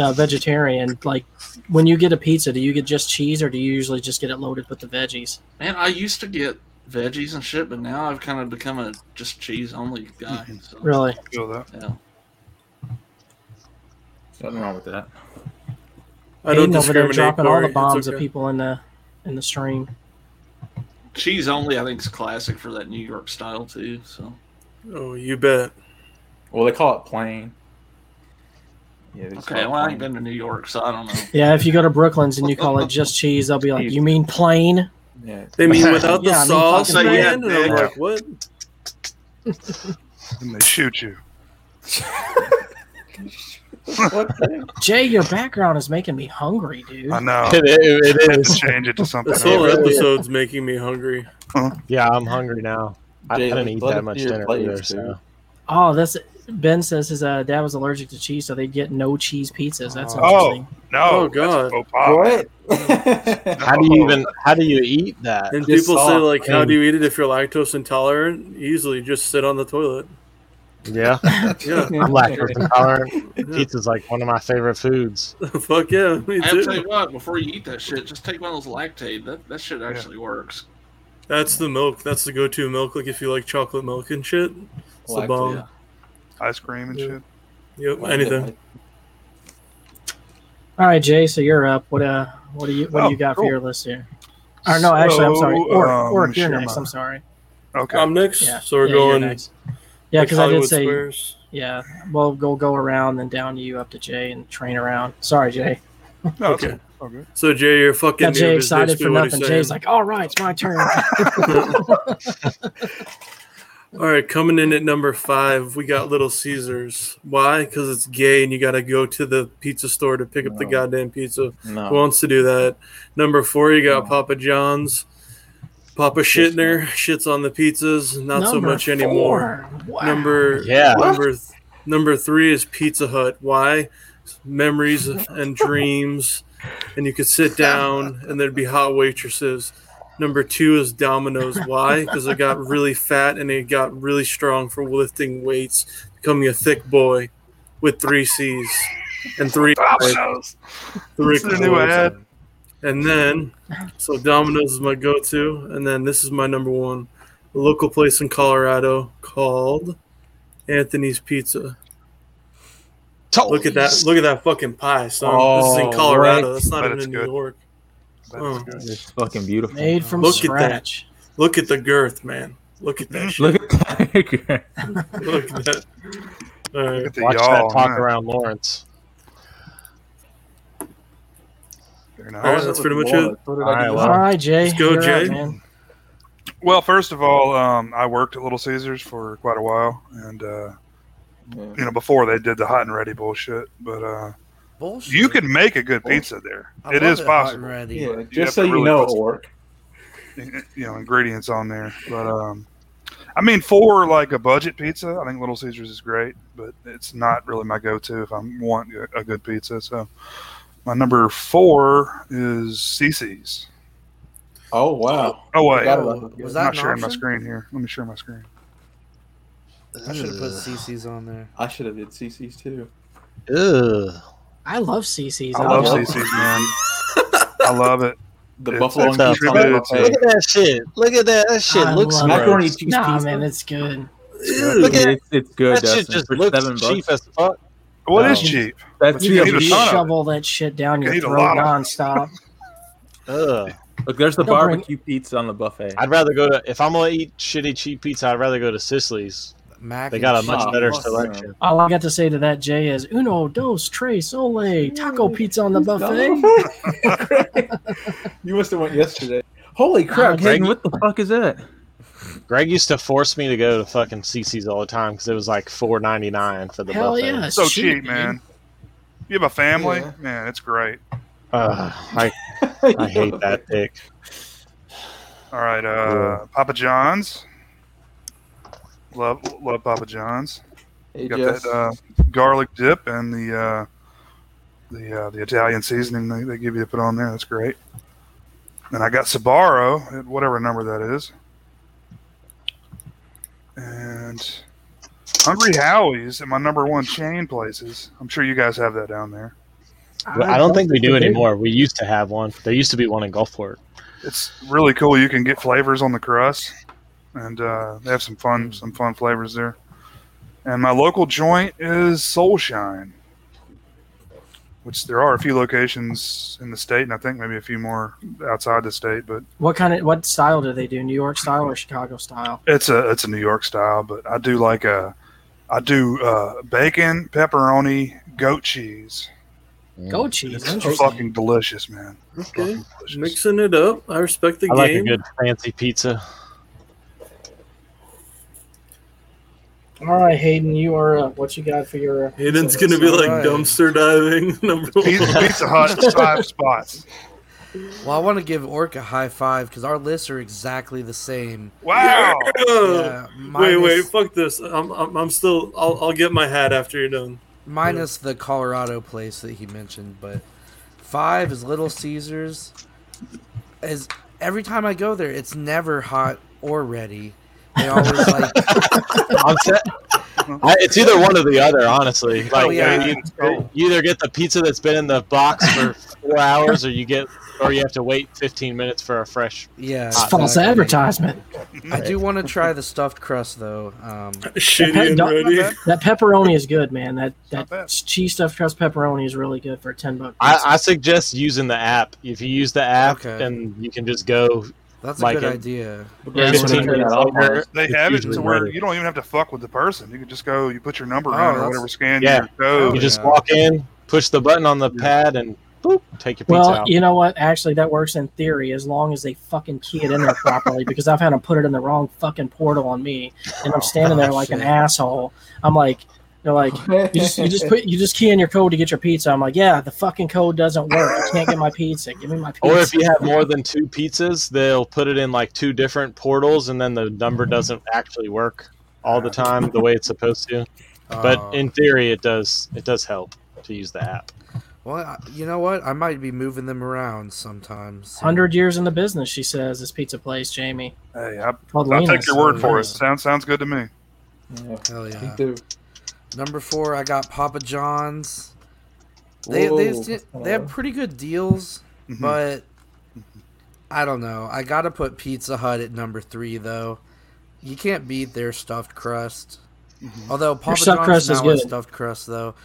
[SPEAKER 1] uh, vegetarian, like when you get a pizza, do you get just cheese, or do you usually just get it loaded with the veggies?
[SPEAKER 4] man, I used to get veggies and shit, but now I've kind of become a just cheese only guy. So,
[SPEAKER 1] Really?
[SPEAKER 5] Feel that.
[SPEAKER 4] Yeah.
[SPEAKER 2] Nothing wrong with that.
[SPEAKER 7] I don't
[SPEAKER 1] Aiden over there
[SPEAKER 7] discriminate.
[SPEAKER 1] dropping all
[SPEAKER 7] Corey.
[SPEAKER 1] the
[SPEAKER 7] It's
[SPEAKER 1] bombs
[SPEAKER 7] okay.
[SPEAKER 1] of people in the in the stream.
[SPEAKER 4] Cheese only, I think, is classic for that New York style too. So
[SPEAKER 7] Oh, you bet.
[SPEAKER 2] Well, they call it plain. Yeah. they just
[SPEAKER 4] okay,
[SPEAKER 2] call
[SPEAKER 4] well,
[SPEAKER 2] it
[SPEAKER 4] I ain't
[SPEAKER 2] plain.
[SPEAKER 4] been to New York, so I don't know.
[SPEAKER 1] Yeah, if you go to Brooklyn's and you call it just cheese, they'll be like, "You mean plain?"
[SPEAKER 2] Yeah.
[SPEAKER 7] They mean without the
[SPEAKER 1] Yeah, I mean,
[SPEAKER 7] sauce,
[SPEAKER 4] fucking
[SPEAKER 7] man?
[SPEAKER 4] yeah,
[SPEAKER 7] And I'm
[SPEAKER 4] dick.
[SPEAKER 7] like, what?
[SPEAKER 5] And they shoot you.
[SPEAKER 1] Jay, your background is making me hungry, dude.
[SPEAKER 5] I know.
[SPEAKER 3] It, it- it
[SPEAKER 5] Just
[SPEAKER 3] is.
[SPEAKER 5] change it to something
[SPEAKER 7] This
[SPEAKER 5] else.
[SPEAKER 7] whole
[SPEAKER 3] Yeah, really.
[SPEAKER 7] episode's making me hungry.
[SPEAKER 3] Yeah, I'm hungry now. I
[SPEAKER 2] Jay,
[SPEAKER 3] didn't
[SPEAKER 2] let-
[SPEAKER 3] eat
[SPEAKER 2] let
[SPEAKER 3] that
[SPEAKER 2] it
[SPEAKER 3] much
[SPEAKER 2] be your
[SPEAKER 3] dinner
[SPEAKER 2] plate,
[SPEAKER 3] either.
[SPEAKER 2] dude.
[SPEAKER 3] So.
[SPEAKER 1] Oh, that's Ben says his uh, dad was allergic to cheese, so they get no cheese pizzas. That's
[SPEAKER 5] Oh.
[SPEAKER 1] interesting.
[SPEAKER 5] No.
[SPEAKER 7] Oh,
[SPEAKER 5] that's
[SPEAKER 7] God.
[SPEAKER 5] faux pas. No.
[SPEAKER 3] How do you even? How do you eat that?
[SPEAKER 7] And
[SPEAKER 2] Just
[SPEAKER 7] people say,
[SPEAKER 2] sauce,
[SPEAKER 7] like, how
[SPEAKER 3] man.
[SPEAKER 7] do you eat it if you're lactose intolerant? Easily just sit on the toilet.
[SPEAKER 3] Yeah,
[SPEAKER 7] Yeah.
[SPEAKER 3] I'm lactose intolerant.
[SPEAKER 7] yeah.
[SPEAKER 3] Pizza's like one of my favorite foods.
[SPEAKER 7] Fuck yeah. Me
[SPEAKER 4] I have to tell
[SPEAKER 7] too.
[SPEAKER 4] you what, before you eat that shit, just take one of those lactate. That that shit actually works.
[SPEAKER 7] That's the milk. That's the go to milk. Like, if you like chocolate milk and shit. It's the
[SPEAKER 2] Lactate.
[SPEAKER 7] bomb.
[SPEAKER 5] Oh, Ice cream and
[SPEAKER 7] Yeah.
[SPEAKER 5] shit.
[SPEAKER 7] Yep. Anything.
[SPEAKER 1] All right, Jay, so you're up. What uh, what do you what
[SPEAKER 5] Oh,
[SPEAKER 1] do you got
[SPEAKER 5] cool.
[SPEAKER 1] for your list here? Or no, actually, I'm sorry.
[SPEAKER 5] So,
[SPEAKER 1] Or
[SPEAKER 5] um,
[SPEAKER 1] or you're
[SPEAKER 5] share
[SPEAKER 1] next.
[SPEAKER 5] mine.
[SPEAKER 1] I'm sorry.
[SPEAKER 5] Okay.
[SPEAKER 7] I'm next.
[SPEAKER 1] Yeah.
[SPEAKER 7] So we're
[SPEAKER 1] yeah,
[SPEAKER 7] going.
[SPEAKER 1] Yeah,
[SPEAKER 7] like,
[SPEAKER 1] because I
[SPEAKER 7] Hollywood
[SPEAKER 1] did say
[SPEAKER 7] Squares.
[SPEAKER 1] yeah. Well, go go around, then down to you, up to Jay, and train around. Sorry, Jay.
[SPEAKER 5] no,
[SPEAKER 7] okay.
[SPEAKER 5] okay. Oh, Okay.
[SPEAKER 7] So Jay, you're fucking.
[SPEAKER 1] Got Jay
[SPEAKER 7] nervous.
[SPEAKER 1] excited
[SPEAKER 7] Basically
[SPEAKER 1] for
[SPEAKER 7] what he's
[SPEAKER 1] nothing. Jay's
[SPEAKER 7] saying.
[SPEAKER 1] like, all right, it's my turn.
[SPEAKER 7] All right, coming in at number five, we got Little Caesars. Why? Because it's gay, and you got to go to the pizza store to pick up the
[SPEAKER 2] No.
[SPEAKER 7] goddamn pizza.
[SPEAKER 2] No.
[SPEAKER 7] Who wants to do that? Number four, you got Papa John's. Papa Shitner shits on the pizzas, not so
[SPEAKER 1] Number
[SPEAKER 7] much anymore.
[SPEAKER 1] four. Wow.
[SPEAKER 7] Number
[SPEAKER 3] Yeah.
[SPEAKER 7] number th- number three is Pizza Hut. Why? Memories and dreams, and you could sit down, and there'd be hot waitresses. Number two is Domino's. Why? Because I got really fat and it got really strong for lifting weights, becoming a thick boy with three C's and three
[SPEAKER 5] Dominoes.
[SPEAKER 7] three
[SPEAKER 5] That's their new
[SPEAKER 7] C's.
[SPEAKER 5] ad.
[SPEAKER 7] And then, so Domino's is my go to. And then this is my number one a local place in Colorado called Anthony's Pizza. Look at that. Look at that fucking pie, son. this is
[SPEAKER 2] Oh,
[SPEAKER 7] in Colorado.
[SPEAKER 2] right.
[SPEAKER 7] That's not
[SPEAKER 5] But
[SPEAKER 7] even
[SPEAKER 5] it's
[SPEAKER 7] in
[SPEAKER 5] good.
[SPEAKER 7] New York.
[SPEAKER 5] That's good.
[SPEAKER 2] It's fucking beautiful.
[SPEAKER 1] Made from
[SPEAKER 7] Look at that.
[SPEAKER 1] scratch.
[SPEAKER 7] Look at the girth, man. Look at that shit.
[SPEAKER 2] Look at that.
[SPEAKER 7] Look at that. All
[SPEAKER 5] Look
[SPEAKER 7] right.
[SPEAKER 5] at the
[SPEAKER 3] Watch that
[SPEAKER 5] y'all.
[SPEAKER 3] talk
[SPEAKER 5] huh?
[SPEAKER 3] around Lawrence.
[SPEAKER 5] Very
[SPEAKER 7] All
[SPEAKER 4] Oh,
[SPEAKER 5] nice.
[SPEAKER 7] right, that's pretty much it.
[SPEAKER 3] All right,
[SPEAKER 1] All
[SPEAKER 3] well,
[SPEAKER 1] right, Jay.
[SPEAKER 7] Let's go,
[SPEAKER 1] you're up,
[SPEAKER 7] Jay.
[SPEAKER 1] man.
[SPEAKER 5] Well, first of all, um, I worked at Little Caesars for quite a while, and uh,
[SPEAKER 2] Yeah.
[SPEAKER 5] you know before they did the hot and ready bullshit, but uh,
[SPEAKER 6] Bullshit.
[SPEAKER 5] you can make a good pizza there.
[SPEAKER 6] I
[SPEAKER 5] it
[SPEAKER 6] love
[SPEAKER 5] is
[SPEAKER 6] it hot and
[SPEAKER 5] possible.
[SPEAKER 6] ready.
[SPEAKER 2] Yeah, just
[SPEAKER 5] You have
[SPEAKER 2] so
[SPEAKER 5] to
[SPEAKER 2] you
[SPEAKER 5] really
[SPEAKER 2] know,
[SPEAKER 5] put-
[SPEAKER 2] it'll work.
[SPEAKER 5] you know ingredients on there. But um, I mean, for like a budget pizza, I think Little Caesars is great, but it's not really my go-to if I want a good pizza. So my number four is CC's.
[SPEAKER 2] Oh wow!
[SPEAKER 5] Oh wait,
[SPEAKER 2] Forgot
[SPEAKER 5] I'm
[SPEAKER 2] about it.
[SPEAKER 6] Was that
[SPEAKER 5] not
[SPEAKER 6] an
[SPEAKER 5] sharing my
[SPEAKER 6] option?
[SPEAKER 5] screen here. Let me share my screen.
[SPEAKER 6] I should have put
[SPEAKER 3] Ugh.
[SPEAKER 6] CC's on there.
[SPEAKER 2] I should have did CC's too.
[SPEAKER 3] Ugh.
[SPEAKER 1] I love CC's.
[SPEAKER 5] I love
[SPEAKER 1] don't know.
[SPEAKER 5] CC's, man. I love it.
[SPEAKER 2] the
[SPEAKER 5] It's
[SPEAKER 2] buffalo and
[SPEAKER 3] tough.
[SPEAKER 2] cheese on the
[SPEAKER 5] Look
[SPEAKER 2] buffalo.
[SPEAKER 3] Look at that shit. Look at that. That shit
[SPEAKER 1] I
[SPEAKER 3] looks.
[SPEAKER 1] love it.
[SPEAKER 3] Gross.
[SPEAKER 2] macaroni and cheese
[SPEAKER 1] Nah,
[SPEAKER 2] pizza.
[SPEAKER 1] man, it's good.
[SPEAKER 7] Ew.
[SPEAKER 3] Look at-
[SPEAKER 2] it's, it's good.
[SPEAKER 3] That shit
[SPEAKER 2] Dustin,
[SPEAKER 3] just
[SPEAKER 2] for seven
[SPEAKER 3] looks
[SPEAKER 2] bucks.
[SPEAKER 3] cheap as fuck.
[SPEAKER 5] Well, it is
[SPEAKER 1] No.
[SPEAKER 5] cheap.
[SPEAKER 2] That's
[SPEAKER 5] You
[SPEAKER 2] cheap.
[SPEAKER 5] can
[SPEAKER 1] You
[SPEAKER 5] eat a ton of it.
[SPEAKER 1] shovel that shit down your
[SPEAKER 5] You eat a
[SPEAKER 1] throat
[SPEAKER 5] lot of it.
[SPEAKER 1] nonstop.
[SPEAKER 3] Ugh.
[SPEAKER 2] Look, there's the
[SPEAKER 1] They'll bring-
[SPEAKER 2] barbecue pizza on the buffet.
[SPEAKER 3] I'd rather go to if I'm gonna eat shitty cheap pizza. I'd rather go to Sicily's.
[SPEAKER 6] Mac
[SPEAKER 3] They
[SPEAKER 6] and
[SPEAKER 3] got a
[SPEAKER 6] cheese.
[SPEAKER 3] much better
[SPEAKER 2] awesome.
[SPEAKER 3] selection.
[SPEAKER 1] All I got to say to that, Jay, is uno, dos, tres, ole, taco pizza on the buffet.
[SPEAKER 2] you must have went yesterday. Holy crap,
[SPEAKER 1] Greg,
[SPEAKER 2] Hayden, what the fuck is that?
[SPEAKER 3] Greg used to force me to go to fucking CC's all the time because it was like four ninety nine for the
[SPEAKER 1] Hell
[SPEAKER 3] buffet.
[SPEAKER 1] yeah, it's
[SPEAKER 5] so cheap, man. You have a family,
[SPEAKER 2] Yeah.
[SPEAKER 5] man. It's great.
[SPEAKER 3] Ugh, I, I hate that dick.
[SPEAKER 5] All right, uh, Papa John's. Love, love Papa John's.
[SPEAKER 8] Hey,
[SPEAKER 5] You got
[SPEAKER 8] Jess.
[SPEAKER 5] that uh, garlic dip and the uh, the uh, the Italian seasoning they, they give you to put on there. That's great. And I got Sabaro at whatever number that is. And Hungry Howie's at my number one chain places. I'm sure you guys have that down there.
[SPEAKER 3] But I don't think we do anymore. We used to have one. There used to be one in Gulfport.
[SPEAKER 5] It's really cool. You can get flavors on the crust, and uh, they have some fun some fun flavors there. And my local joint is Soulshine, which there are a few locations in the state, and I think maybe a few more outside the state. But
[SPEAKER 1] What kind of what style do they do? New York style or Chicago style?
[SPEAKER 5] it's a it's a New York style. But I do like a I do uh, bacon, pepperoni, goat cheese.
[SPEAKER 1] Goat cheese.
[SPEAKER 5] It's
[SPEAKER 1] Interesting.
[SPEAKER 5] fucking delicious, man.
[SPEAKER 7] Okay.
[SPEAKER 5] Fucking delicious.
[SPEAKER 7] Mixing it up. I respect the
[SPEAKER 3] I
[SPEAKER 7] game.
[SPEAKER 3] like a good fancy pizza.
[SPEAKER 1] All right, Hayden, you are up. What you got for your? Uh,
[SPEAKER 7] Hayden's gonna be like
[SPEAKER 6] Alright.
[SPEAKER 7] dumpster diving number
[SPEAKER 5] Pizza,
[SPEAKER 7] one.
[SPEAKER 5] Pizza Hut is five spots.
[SPEAKER 6] Well, I want to give Orc a high five because our lists are exactly the same.
[SPEAKER 5] Wow.
[SPEAKER 6] Yeah,
[SPEAKER 7] Oh, Wait, wait,
[SPEAKER 6] minus-
[SPEAKER 7] fuck this. I'm, I'm, I'm still. I'll, I'll get my hat after you're done.
[SPEAKER 6] minus the Colorado place that he mentioned, but five is Little Caesars. Is every time I go there, it's never hot or ready. They always like
[SPEAKER 3] I'm sa- I, it's either one or the other, honestly. Like,
[SPEAKER 6] Oh, yeah.
[SPEAKER 3] you, you either get the pizza that's been in the box for four hours, or you get, or you have to wait 15 minutes for a fresh.
[SPEAKER 6] yeah.
[SPEAKER 1] It's false
[SPEAKER 6] exactly.
[SPEAKER 1] advertisement.
[SPEAKER 6] I do want to try the stuffed crust though. Um,
[SPEAKER 7] Shitty and
[SPEAKER 1] Not
[SPEAKER 7] ready.
[SPEAKER 5] bad.
[SPEAKER 1] That pepperoni is good, man. That that
[SPEAKER 5] not bad.
[SPEAKER 1] cheese stuffed crust pepperoni is really good for a ten buck.
[SPEAKER 3] I, I suggest using the app. If you use the app,
[SPEAKER 6] Okay.
[SPEAKER 3] then you can just go.
[SPEAKER 6] that's a
[SPEAKER 3] Like
[SPEAKER 6] good
[SPEAKER 3] it.
[SPEAKER 6] idea.
[SPEAKER 1] Yeah, that's what I
[SPEAKER 3] 15
[SPEAKER 1] heard.
[SPEAKER 3] minutes later,
[SPEAKER 5] They
[SPEAKER 3] it's
[SPEAKER 5] have it
[SPEAKER 3] usually
[SPEAKER 5] to where
[SPEAKER 3] ready.
[SPEAKER 5] you don't even have to fuck with the person. You can just go, you put your number
[SPEAKER 6] Oh,
[SPEAKER 5] in or
[SPEAKER 6] that's-
[SPEAKER 5] whatever, scan
[SPEAKER 3] Yeah.
[SPEAKER 5] your code.
[SPEAKER 1] Oh,
[SPEAKER 3] you just
[SPEAKER 6] yeah.
[SPEAKER 3] walk in, push the button on the pad, and boop, take your pizza
[SPEAKER 1] Well,
[SPEAKER 3] out.
[SPEAKER 1] you know what? Actually, that works in theory as long as they fucking key it in there properly. Because I've had them put it in the wrong fucking portal on me, and I'm standing there
[SPEAKER 6] Oh,
[SPEAKER 1] like an
[SPEAKER 6] shit.
[SPEAKER 1] asshole. I'm like, they're like, you just you just put you just key in your code to get your pizza. I'm like, yeah, the fucking code doesn't work. I can't get my pizza. Give me my pizza.
[SPEAKER 3] Or if you have more than two pizzas, they'll put it in like two different portals, and then the number
[SPEAKER 1] Mm-hmm.
[SPEAKER 3] doesn't actually work all the time the way it's supposed to.
[SPEAKER 6] Uh,
[SPEAKER 1] Oh.
[SPEAKER 3] But in theory, it does it does help to use the app.
[SPEAKER 6] well, I- you know what? I might be moving them around sometimes. so-
[SPEAKER 1] hundred years in the business, she says this pizza place, Jamie.
[SPEAKER 5] Hey, I,
[SPEAKER 1] Called
[SPEAKER 5] I'll
[SPEAKER 1] Lena's.
[SPEAKER 5] take your word for it.
[SPEAKER 6] Yeah.
[SPEAKER 5] Sounds sounds good to me.
[SPEAKER 8] Yeah,
[SPEAKER 6] Hell
[SPEAKER 8] me
[SPEAKER 6] yeah.
[SPEAKER 8] too.
[SPEAKER 6] Number four, I got Papa John's. They they,
[SPEAKER 8] Whoa.
[SPEAKER 6] they have pretty good deals.
[SPEAKER 5] Mhm.
[SPEAKER 6] but I don't know. I gotta put Pizza Hut at number three though. You can't beat their stuffed crust. Although Papa
[SPEAKER 1] stuffed
[SPEAKER 6] John's
[SPEAKER 1] crust
[SPEAKER 6] now
[SPEAKER 1] is
[SPEAKER 6] has
[SPEAKER 1] good.
[SPEAKER 6] stuffed crust though,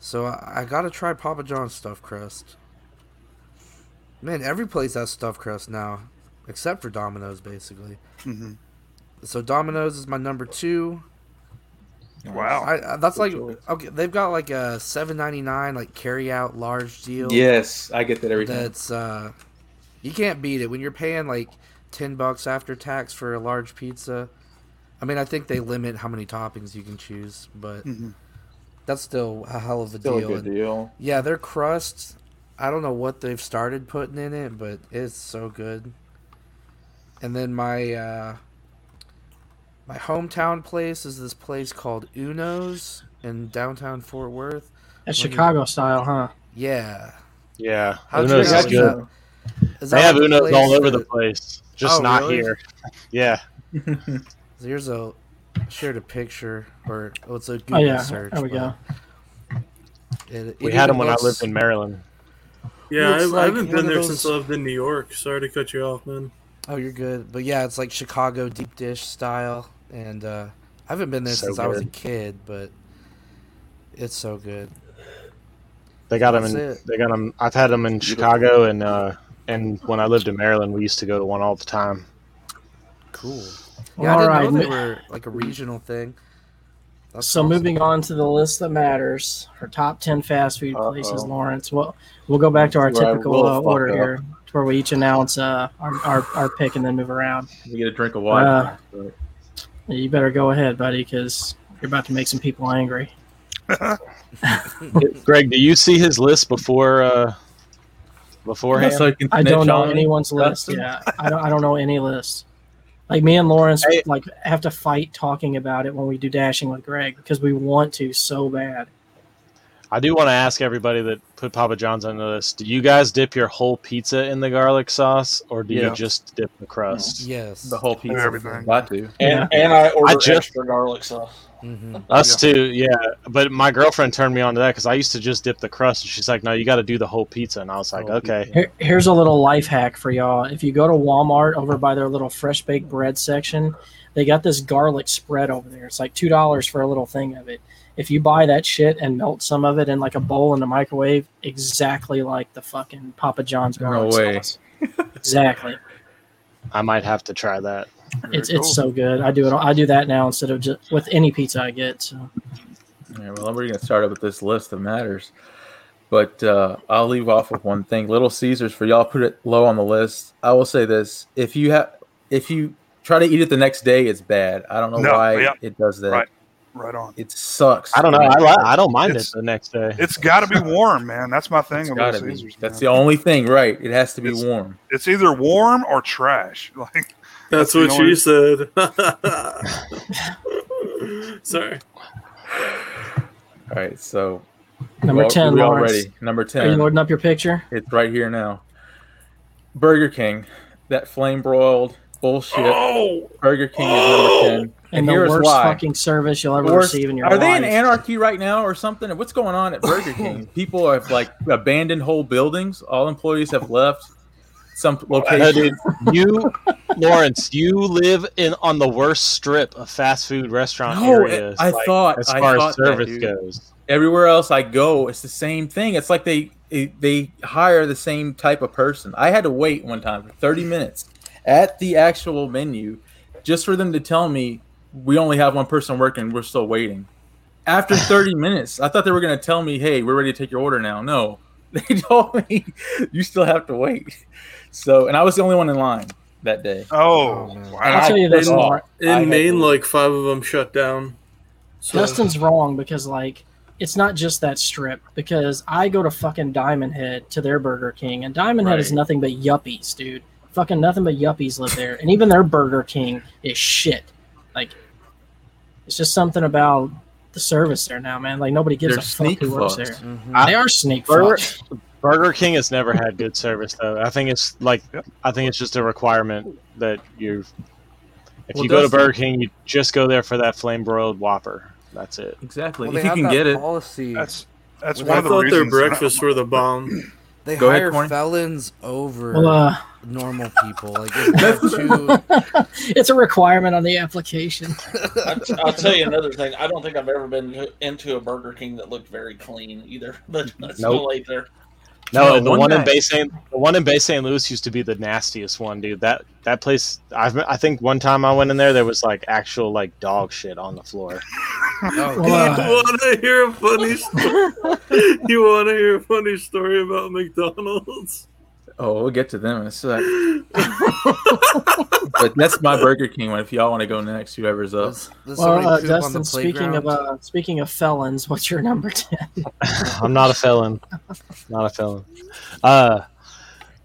[SPEAKER 6] so I, I gotta try Papa John's stuffed crust. Man, every place has stuffed crust now, except for Domino's basically.
[SPEAKER 5] Mhm.
[SPEAKER 6] So Domino's is my number two.
[SPEAKER 5] Wow.
[SPEAKER 6] I, I, that's like
[SPEAKER 2] choice.
[SPEAKER 6] okay, they've got like a seven ninety nine like carry out large deal.
[SPEAKER 2] Yes, I get that every time.
[SPEAKER 6] that's uh you can't beat it when you're paying like 10 bucks after tax for a large pizza i mean i think they limit how many toppings you can choose but
[SPEAKER 5] Mhm.
[SPEAKER 6] that's still a hell of a
[SPEAKER 8] Still a
[SPEAKER 6] deal
[SPEAKER 8] good
[SPEAKER 6] And-
[SPEAKER 8] deal.
[SPEAKER 6] yeah their crust i don't know what they've started putting in it but it's so good and then my uh my hometown place is this place called uno's in downtown fort worth
[SPEAKER 1] That's Chicago style, huh?
[SPEAKER 6] yeah
[SPEAKER 3] Yeah,
[SPEAKER 6] How'd you
[SPEAKER 3] Uno's
[SPEAKER 6] know
[SPEAKER 3] is
[SPEAKER 6] that?
[SPEAKER 3] good.
[SPEAKER 6] Is
[SPEAKER 3] They have
[SPEAKER 6] like a
[SPEAKER 3] Uno's all
[SPEAKER 6] place
[SPEAKER 3] over the
[SPEAKER 6] that-
[SPEAKER 3] place, just
[SPEAKER 6] Oh,
[SPEAKER 3] not
[SPEAKER 6] really?
[SPEAKER 3] here. Yeah,
[SPEAKER 6] So here's a I shared a picture or oh, it's a Google
[SPEAKER 1] Oh yeah,
[SPEAKER 6] search.
[SPEAKER 1] there we go.
[SPEAKER 6] but It,
[SPEAKER 3] we had them when I lived in Maryland.
[SPEAKER 7] Yeah, I,
[SPEAKER 6] Looks like
[SPEAKER 7] I haven't
[SPEAKER 6] one of
[SPEAKER 7] been there
[SPEAKER 6] those-
[SPEAKER 7] since I lived in New York. Sorry to cut you off, man.
[SPEAKER 6] Oh, you're good. But yeah, it's like Chicago deep dish style, and uh, I haven't been there
[SPEAKER 3] So
[SPEAKER 6] since I was a
[SPEAKER 3] good.
[SPEAKER 6] kid, but it's so good.
[SPEAKER 3] They got them.
[SPEAKER 6] That's
[SPEAKER 3] In,
[SPEAKER 6] it.
[SPEAKER 3] They got 'em- I've had them in Chicago and uh, and when I lived in Maryland, we used to go to one all the time.
[SPEAKER 6] Cool.
[SPEAKER 1] All
[SPEAKER 6] Yeah,
[SPEAKER 1] right.
[SPEAKER 6] I didn't know they
[SPEAKER 1] mo-
[SPEAKER 6] were like a regional thing. That's
[SPEAKER 1] so
[SPEAKER 6] awesome.
[SPEAKER 1] moving on to the list that matters, our top ten fast food places,
[SPEAKER 2] Uh-oh.
[SPEAKER 1] Lawrence. Well, we'll go back to our
[SPEAKER 2] That's where I
[SPEAKER 1] typical
[SPEAKER 2] will
[SPEAKER 1] uh,
[SPEAKER 2] fuck
[SPEAKER 1] order
[SPEAKER 2] up.
[SPEAKER 1] here, to where we each announce uh, our, our our pick and then move around. Uh,
[SPEAKER 2] You get a drink of water.
[SPEAKER 1] You better go ahead, buddy, because you're about to make some people angry.
[SPEAKER 3] Greg, do you see his list before uh, beforehand?
[SPEAKER 2] so you can
[SPEAKER 1] I
[SPEAKER 2] snitch
[SPEAKER 1] don't know
[SPEAKER 2] on him.
[SPEAKER 1] anyone's list.
[SPEAKER 2] Dustin?
[SPEAKER 1] Yeah, I don't. I don't know any list. Like me and Lawrence,
[SPEAKER 3] Hey.
[SPEAKER 1] like have to fight talking about it when we do dashing with Greg because we want to so bad.
[SPEAKER 3] I do want to ask everybody that put Papa John's on the list: Do you guys dip your whole pizza in the garlic sauce, or do
[SPEAKER 2] Yeah.
[SPEAKER 3] you just dip the crust?
[SPEAKER 6] Yes.
[SPEAKER 2] The whole pizza.
[SPEAKER 5] Everything.
[SPEAKER 2] Got to.
[SPEAKER 1] Yeah.
[SPEAKER 4] And, and I order
[SPEAKER 3] I just-
[SPEAKER 4] extra garlic sauce.
[SPEAKER 6] hmm
[SPEAKER 3] Us too, yeah. But my girlfriend turned me on to that because I used to just dip the crust, and she's like, "No, you got to do the whole pizza." And I was like,
[SPEAKER 2] Whole
[SPEAKER 3] "Okay."
[SPEAKER 1] Here, here's a little life hack for y'all. If you go to Walmart over by their little fresh baked bread section, they got this garlic spread over there. It's like two dollars for a little thing of it. If you buy that shit and melt some of it in like a bowl in the microwave, exactly like the fucking Papa John's
[SPEAKER 2] No
[SPEAKER 1] garlic
[SPEAKER 2] way.
[SPEAKER 1] sauce. exactly.
[SPEAKER 3] I might have to try that.
[SPEAKER 1] It's it's so good. I do it. I do that now instead of just with any pizza I get. So
[SPEAKER 2] All right, well, we're going to start up with this list of matters, but uh, I'll leave off with one thing. Little Caesars for y'all put it low on the list. I will say this: if you have, if you try to eat it the next day, it's bad. I don't know
[SPEAKER 5] No,
[SPEAKER 2] why
[SPEAKER 5] yep.
[SPEAKER 2] it does that.
[SPEAKER 5] Right. Right on.
[SPEAKER 2] It sucks.
[SPEAKER 3] I don't know. I li- I don't mind
[SPEAKER 5] It's-
[SPEAKER 3] it the next day.
[SPEAKER 5] It's got to be warm, man. That's my thing
[SPEAKER 2] It's
[SPEAKER 5] with
[SPEAKER 2] gotta
[SPEAKER 5] Little
[SPEAKER 2] be.
[SPEAKER 5] Caesars.
[SPEAKER 2] That's the
[SPEAKER 5] man.
[SPEAKER 2] only thing, right? It has to be
[SPEAKER 5] It's-
[SPEAKER 2] warm.
[SPEAKER 5] It's either warm or trash. Like
[SPEAKER 7] That's
[SPEAKER 5] You
[SPEAKER 7] what
[SPEAKER 5] know
[SPEAKER 7] she said. Sorry.
[SPEAKER 2] All right, so
[SPEAKER 1] number
[SPEAKER 2] well,
[SPEAKER 1] ten,
[SPEAKER 2] we all
[SPEAKER 1] Lawrence.
[SPEAKER 2] ready. Number
[SPEAKER 1] Are you
[SPEAKER 2] ten.
[SPEAKER 1] loading up your picture?
[SPEAKER 2] It's right here now. Burger King, that flame broiled bullshit.
[SPEAKER 7] Oh,
[SPEAKER 2] Burger King is number ten.
[SPEAKER 1] And,
[SPEAKER 2] And
[SPEAKER 1] the
[SPEAKER 2] here's
[SPEAKER 1] worst
[SPEAKER 2] why.
[SPEAKER 1] fucking service you'll ever
[SPEAKER 2] Worst-
[SPEAKER 1] receive in your
[SPEAKER 2] are
[SPEAKER 1] life.
[SPEAKER 2] they in anarchy right now or something? What's going on at Burger King? People have like abandoned whole buildings. All employees have left some
[SPEAKER 3] No,
[SPEAKER 2] location.
[SPEAKER 3] dude, you, Lawrence, you live in on the worst strip of fast food restaurant
[SPEAKER 2] No,
[SPEAKER 3] areas.
[SPEAKER 2] I
[SPEAKER 3] like,
[SPEAKER 2] thought
[SPEAKER 3] as
[SPEAKER 2] I
[SPEAKER 3] far as
[SPEAKER 2] thought that,
[SPEAKER 3] service
[SPEAKER 2] dude.
[SPEAKER 3] goes.
[SPEAKER 2] Everywhere else I go, it's the same thing. It's like they they hire the same type of person. I had to wait one time for thirty minutes at the actual menu just for them to tell me we only have one person working. We're still waiting. After 30 minutes, I thought they were going to tell me, "Hey, we're ready to take your order now." No, they told me you still have to wait. So, and I was the only one in line that day.
[SPEAKER 5] oh,
[SPEAKER 6] Oh, man.
[SPEAKER 1] I'll
[SPEAKER 5] wow.
[SPEAKER 1] tell you this,
[SPEAKER 2] Oh.
[SPEAKER 1] Lawrence.
[SPEAKER 2] I
[SPEAKER 7] in
[SPEAKER 2] had
[SPEAKER 7] Maine,
[SPEAKER 2] to-
[SPEAKER 7] like five of them shut down. So,
[SPEAKER 1] Justin's wrong because like it's not just that strip because I go to fucking Diamond Head to their Burger King and Diamond Head is
[SPEAKER 2] Right.
[SPEAKER 1] nothing but yuppies, dude. Fucking nothing but yuppies live there, and even their Burger King is shit. Like it's just something about the service there now, man. Like nobody gives
[SPEAKER 2] They're
[SPEAKER 1] a fuck who
[SPEAKER 2] sneak
[SPEAKER 1] works
[SPEAKER 2] fucks.
[SPEAKER 1] there.
[SPEAKER 6] Mhm.
[SPEAKER 3] I-
[SPEAKER 1] they are sneak
[SPEAKER 3] Burger-
[SPEAKER 1] fucks.
[SPEAKER 3] Burger King has never had good service though. I think it's like
[SPEAKER 5] Yep.
[SPEAKER 3] I think it's just a requirement that you if
[SPEAKER 2] Well,
[SPEAKER 3] you go to
[SPEAKER 2] Dustin-
[SPEAKER 3] Burger King, you just go there for that flame broiled Whopper. That's it.
[SPEAKER 2] Exactly.
[SPEAKER 6] Well, they
[SPEAKER 2] if you
[SPEAKER 6] have
[SPEAKER 2] can
[SPEAKER 6] that
[SPEAKER 2] get it,
[SPEAKER 6] policy.
[SPEAKER 5] That's that's
[SPEAKER 6] Well,
[SPEAKER 5] one
[SPEAKER 7] I
[SPEAKER 5] of the
[SPEAKER 7] thought their
[SPEAKER 5] reasons.
[SPEAKER 7] breakfasts were the bomb.
[SPEAKER 6] They
[SPEAKER 2] Go ahead,
[SPEAKER 6] hire
[SPEAKER 2] Corny.
[SPEAKER 6] felons over
[SPEAKER 1] Well, uh,
[SPEAKER 6] normal people. Like it's not too.
[SPEAKER 1] it's a requirement on the application.
[SPEAKER 4] I, I'll tell you another thing. I don't think I've ever been into a Burger King that looked very clean either. But that's
[SPEAKER 3] Nope.
[SPEAKER 4] no late there.
[SPEAKER 3] No,
[SPEAKER 2] Yeah,
[SPEAKER 3] the
[SPEAKER 2] one
[SPEAKER 3] one, in
[SPEAKER 2] night.
[SPEAKER 3] Bay St. the one in Bay St. Louis used to be the nastiest one, dude. That that place I've I think one time I went in there there was like actual like dog shit on the floor.
[SPEAKER 1] Well,
[SPEAKER 6] Oh,
[SPEAKER 1] uh,
[SPEAKER 6] God.
[SPEAKER 7] you want to hear a funny? Story? you want to hear a funny story about McDonald's?
[SPEAKER 2] oh, we'll get to them. in a sec. but that's my Burger King one. If y'all want to go next, whoever's up.
[SPEAKER 6] Does- does somebody
[SPEAKER 1] Well, uh,
[SPEAKER 6] poop on the
[SPEAKER 1] Dustin, speaking of
[SPEAKER 6] playground?
[SPEAKER 1] uh, speaking of felons, what's your number ten?
[SPEAKER 3] I'm not a felon. Not a felon. Uh,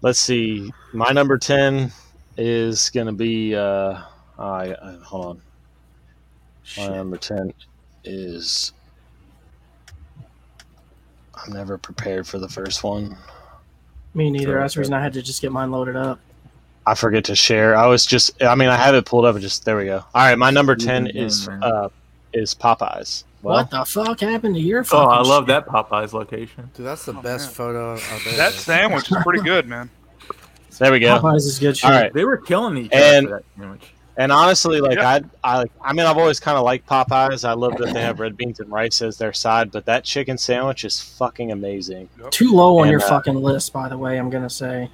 [SPEAKER 3] let's see. My number ten is gonna be. Uh, I, I hold on. My number ten is. I'm never prepared for the first one.
[SPEAKER 1] Me neither.
[SPEAKER 2] Sure,
[SPEAKER 1] That's the
[SPEAKER 2] sure.
[SPEAKER 1] reason I had to just get mine loaded up.
[SPEAKER 3] I forget to share. I was just. I mean, I have it pulled up. and Just there we go. All right, my number
[SPEAKER 2] You
[SPEAKER 3] ten
[SPEAKER 2] can go,
[SPEAKER 3] is
[SPEAKER 2] man.
[SPEAKER 3] uh, is Popeyes. Well,
[SPEAKER 1] what the fuck happened to your
[SPEAKER 2] Oh,
[SPEAKER 1] fucking
[SPEAKER 2] I love
[SPEAKER 1] shit?
[SPEAKER 2] that Popeyes location.
[SPEAKER 6] Dude, that's the
[SPEAKER 5] Oh,
[SPEAKER 6] best
[SPEAKER 5] man.
[SPEAKER 6] photo I've ever.
[SPEAKER 5] That sandwich is pretty good, man.
[SPEAKER 3] there we go.
[SPEAKER 1] Popeyes is good shit.
[SPEAKER 3] All right.
[SPEAKER 2] They were killing each
[SPEAKER 3] And-
[SPEAKER 2] other for that sandwich.
[SPEAKER 3] And honestly, like
[SPEAKER 5] Yeah.
[SPEAKER 3] I, I, like, I mean, I've always kind of liked Popeyes. I love that they have red beans and rice as their side, but that chicken sandwich is fucking amazing.
[SPEAKER 1] Too low on
[SPEAKER 3] And,
[SPEAKER 1] your
[SPEAKER 3] uh,
[SPEAKER 1] fucking list, by the way. I'm gonna say.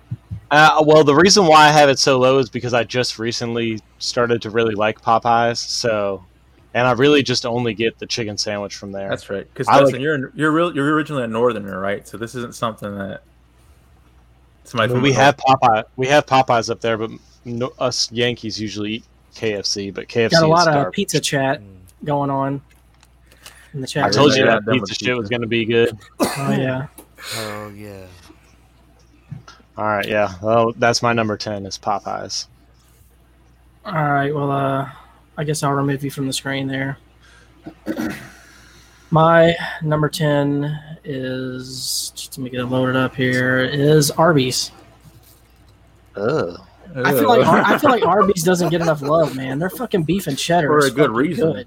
[SPEAKER 3] Uh, well, the reason why I have it so low is because I just recently started to really like Popeyes. So, and I really just only get the chicken sandwich from there.
[SPEAKER 2] That's right. Because
[SPEAKER 3] I like-
[SPEAKER 2] Dustin, you're you're real, you're originally a northerner, right? So this isn't something that
[SPEAKER 3] I
[SPEAKER 2] somebody.
[SPEAKER 3] mean,
[SPEAKER 2] from
[SPEAKER 3] we
[SPEAKER 2] the-
[SPEAKER 3] have Popeye, we have Popeyes up there, but no, us Yankees usually eat KFC. But KFC
[SPEAKER 1] Got a lot
[SPEAKER 3] is
[SPEAKER 1] of
[SPEAKER 3] garbage.
[SPEAKER 1] pizza chat
[SPEAKER 6] Mm.
[SPEAKER 1] going on in the chat.
[SPEAKER 3] I told you
[SPEAKER 2] Yeah,
[SPEAKER 3] that
[SPEAKER 2] that
[SPEAKER 3] pizza
[SPEAKER 2] was
[SPEAKER 3] shit
[SPEAKER 2] pizza.
[SPEAKER 3] was going to be good.
[SPEAKER 1] Oh yeah.
[SPEAKER 6] Oh yeah.
[SPEAKER 3] All right, yeah. Well, that's my number ten is Popeyes.
[SPEAKER 1] All right. Well, uh, I guess I'll remove you from the screen there. My number ten is just let me get it loaded up here. Is Arby's.
[SPEAKER 3] Ugh.
[SPEAKER 1] I feel like Ar-
[SPEAKER 2] Ugh.
[SPEAKER 1] I feel like Arby's doesn't get enough love, man. They're fucking beef and cheddar
[SPEAKER 2] For a
[SPEAKER 1] is
[SPEAKER 2] good
[SPEAKER 1] fucking
[SPEAKER 2] reason.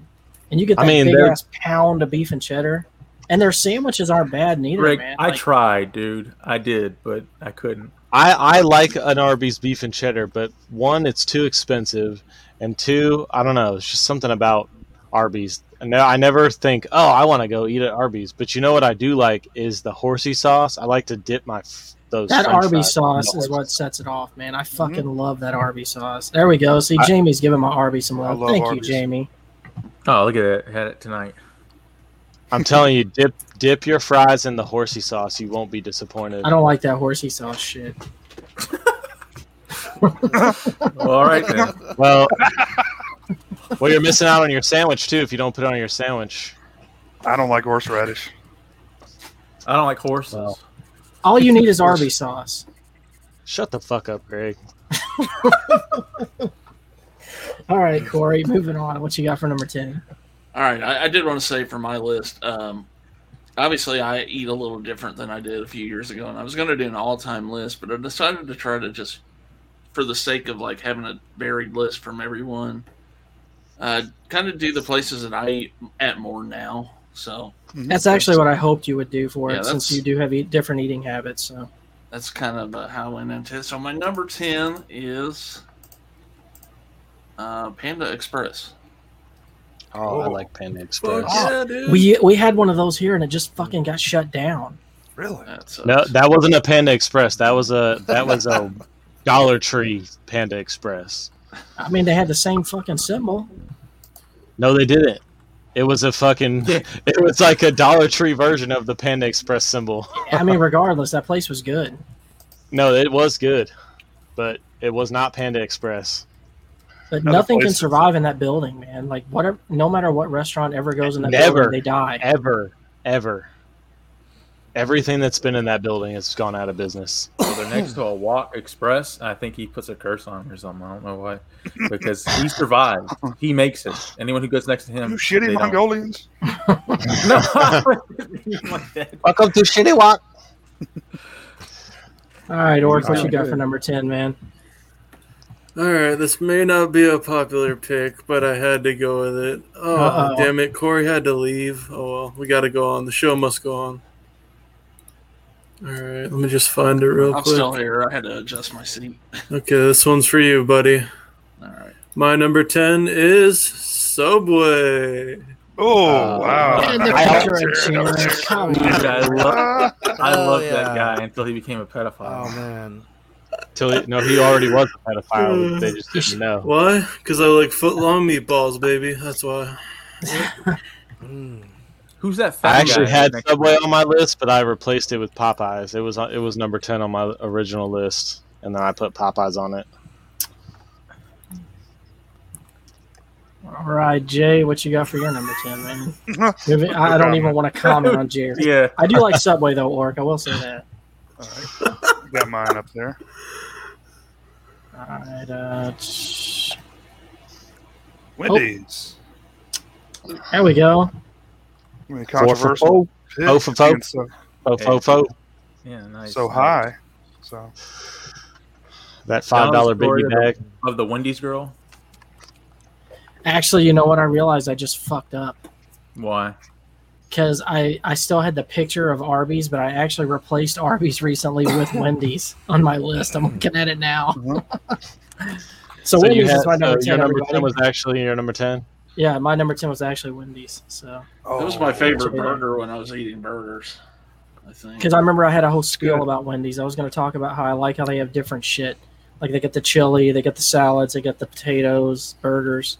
[SPEAKER 1] and you get
[SPEAKER 3] I
[SPEAKER 1] that
[SPEAKER 3] mean,
[SPEAKER 1] big
[SPEAKER 3] they're-
[SPEAKER 1] ass pound of beef and cheddar, and their sandwiches aren't bad neither,
[SPEAKER 2] Rick,
[SPEAKER 1] man.
[SPEAKER 2] I
[SPEAKER 1] Like,
[SPEAKER 2] tried, dude. I did, but I couldn't.
[SPEAKER 3] I, I like an Arby's beef and cheddar, but one, it's too expensive, and two, I don't know, it's just something about Arby's. No, I never think, oh, I want to go eat at Arby's. But you know what I do like is the horsey sauce. I like to dip my f- those.
[SPEAKER 1] that
[SPEAKER 3] French
[SPEAKER 1] Arby's
[SPEAKER 3] fries in the
[SPEAKER 1] sauce is
[SPEAKER 3] horsey-
[SPEAKER 1] what sets it off, man. I fucking love that Arby's sauce. There we go. See, Jamie's giving my Arby's some
[SPEAKER 5] I
[SPEAKER 1] love.
[SPEAKER 5] love
[SPEAKER 1] Thank
[SPEAKER 5] Arby's.
[SPEAKER 1] you, Jamie.
[SPEAKER 2] Oh, look at that! Had it tonight.
[SPEAKER 3] I'm telling you, dip dip your fries in the horsey sauce. You won't be disappointed.
[SPEAKER 1] I don't like that horsey sauce shit.
[SPEAKER 2] Well, all right then.
[SPEAKER 3] Well, well, you're missing out on your sandwich too if you don't put it on your sandwich.
[SPEAKER 5] I don't like horseradish.
[SPEAKER 2] I don't like horses.
[SPEAKER 3] Well.
[SPEAKER 1] All you need is Arby's sauce.
[SPEAKER 3] Shut the fuck up, Greg.
[SPEAKER 1] All right, Corey. Moving on. What you got for number ten?
[SPEAKER 4] All right, I, I did want to say for my list, um, obviously I eat a little different than I did a few years ago, and I was going to do an all-time list, but I decided to try to just, for the sake of like having a varied list from everyone, uh, kind of do the places that I eat at more now. So
[SPEAKER 1] That's actually what I hoped you would do for
[SPEAKER 4] Yeah,
[SPEAKER 1] it, since
[SPEAKER 4] that's-
[SPEAKER 1] you do have eat different eating habits. So
[SPEAKER 4] that's kind of uh, how I went into it. So my number ten is uh, Panda Express.
[SPEAKER 3] Oh, I
[SPEAKER 5] Oh.
[SPEAKER 3] like Panda Express.
[SPEAKER 7] Fuck yeah, dude.
[SPEAKER 1] Oh, we we had one of those here, and it just fucking got shut down.
[SPEAKER 5] Really?
[SPEAKER 4] That's uh,
[SPEAKER 3] No, that wasn't a Panda Express. That was a that was a Dollar Tree Panda Express.
[SPEAKER 1] I mean, they had the same fucking symbol.
[SPEAKER 3] No, they didn't. It was a fucking. It was like a Dollar Tree version of the Panda Express symbol.
[SPEAKER 1] I mean, regardless, that place was good.
[SPEAKER 3] No, it was good, but it was not Panda Express.
[SPEAKER 1] But
[SPEAKER 5] Another
[SPEAKER 1] nothing can
[SPEAKER 5] place-
[SPEAKER 1] survive in that building, man. Like whatever, no matter what restaurant ever goes in that
[SPEAKER 3] Never.
[SPEAKER 1] building, they die.
[SPEAKER 3] Ever, ever. Everything that's been in that building has gone out of business.
[SPEAKER 2] Well, they're next to a Walk Express. and I think he puts a curse on him or something. I don't know why, because he survived. He makes it. Anyone who goes next to him,
[SPEAKER 5] You shitty
[SPEAKER 2] they don't.
[SPEAKER 5] Mongolians.
[SPEAKER 2] No, Like that.
[SPEAKER 3] Welcome to Shitty Walk.
[SPEAKER 1] All right, Orc, what
[SPEAKER 2] Yeah.
[SPEAKER 1] you got for number ten, man?
[SPEAKER 7] All right, this may not be a popular pick, but I had to go with it. Oh,
[SPEAKER 1] Uh-oh.
[SPEAKER 7] damn it. Corey had to leave. Oh, well, we got to go on. The show must go on. All right, let me just find it real
[SPEAKER 4] I'm
[SPEAKER 7] quick.
[SPEAKER 4] still here. I had to adjust my seat.
[SPEAKER 7] Okay, this one's for you, buddy.
[SPEAKER 4] All right.
[SPEAKER 7] My number 10 is Subway.
[SPEAKER 5] Oh,
[SPEAKER 3] Uh,
[SPEAKER 5] wow.
[SPEAKER 1] And the
[SPEAKER 3] I
[SPEAKER 1] picture
[SPEAKER 3] hope-
[SPEAKER 1] and chairs. Come
[SPEAKER 2] Dude,
[SPEAKER 1] on.
[SPEAKER 2] I love,
[SPEAKER 5] Ah,
[SPEAKER 3] Oh,
[SPEAKER 2] I
[SPEAKER 6] Hell
[SPEAKER 2] love
[SPEAKER 6] yeah.
[SPEAKER 2] that guy until he became a pedophile.
[SPEAKER 6] Oh man.
[SPEAKER 3] Till he, no, he already was a pedophile. They just didn't know.
[SPEAKER 7] Why? Because I like foot long meatballs, baby. That's why.
[SPEAKER 6] Mm.
[SPEAKER 2] Who's that? Fat
[SPEAKER 3] I actually
[SPEAKER 2] guy
[SPEAKER 3] had
[SPEAKER 2] next to
[SPEAKER 3] Subway
[SPEAKER 2] him?
[SPEAKER 3] on my list, but I replaced it with Popeyes. It was on- it was number ten on my original list, and then I put Popeyes on it.
[SPEAKER 1] All right, Jay, what you got for your number ten, man? Moving- I I don't even want to comment on Jay.
[SPEAKER 2] Yeah,
[SPEAKER 1] I do like Subway though, Orc. I will say that.
[SPEAKER 5] got mine up there.
[SPEAKER 1] All right, uh, tsh-
[SPEAKER 5] Wendy's.
[SPEAKER 3] Oh.
[SPEAKER 1] there we go.
[SPEAKER 5] I
[SPEAKER 3] Four
[SPEAKER 5] mean,
[SPEAKER 3] for
[SPEAKER 5] controversial.
[SPEAKER 3] four,
[SPEAKER 5] pick,
[SPEAKER 3] four for
[SPEAKER 5] being
[SPEAKER 3] four.
[SPEAKER 5] So,
[SPEAKER 3] four for four.
[SPEAKER 2] yeah, nice.
[SPEAKER 5] so high. So
[SPEAKER 3] That five dollar
[SPEAKER 2] story
[SPEAKER 3] biggie bag.
[SPEAKER 2] of the Wendy's girl.
[SPEAKER 1] Actually, you know what? I realized I just fucked up.
[SPEAKER 2] Why?
[SPEAKER 1] because I, I still had the picture of Arby's, but I actually replaced Arby's recently with Wendy's on my list. I'm looking at it now. so,
[SPEAKER 3] you
[SPEAKER 1] Wendy's
[SPEAKER 3] had,
[SPEAKER 1] is my number
[SPEAKER 3] so your
[SPEAKER 1] ten.
[SPEAKER 3] number
[SPEAKER 1] everybody.
[SPEAKER 3] ten was actually your number ten.
[SPEAKER 1] yeah, my number ten was actually Wendy's. So
[SPEAKER 5] Oh,
[SPEAKER 4] It was my favorite
[SPEAKER 1] yeah.
[SPEAKER 4] burger when I was eating burgers. I think.
[SPEAKER 1] because I remember I had a whole spiel
[SPEAKER 5] Good.
[SPEAKER 1] about Wendy's. I was going to talk about how I like how they have different shit. Like they get the chili, they get the salads, they get the potatoes, burgers.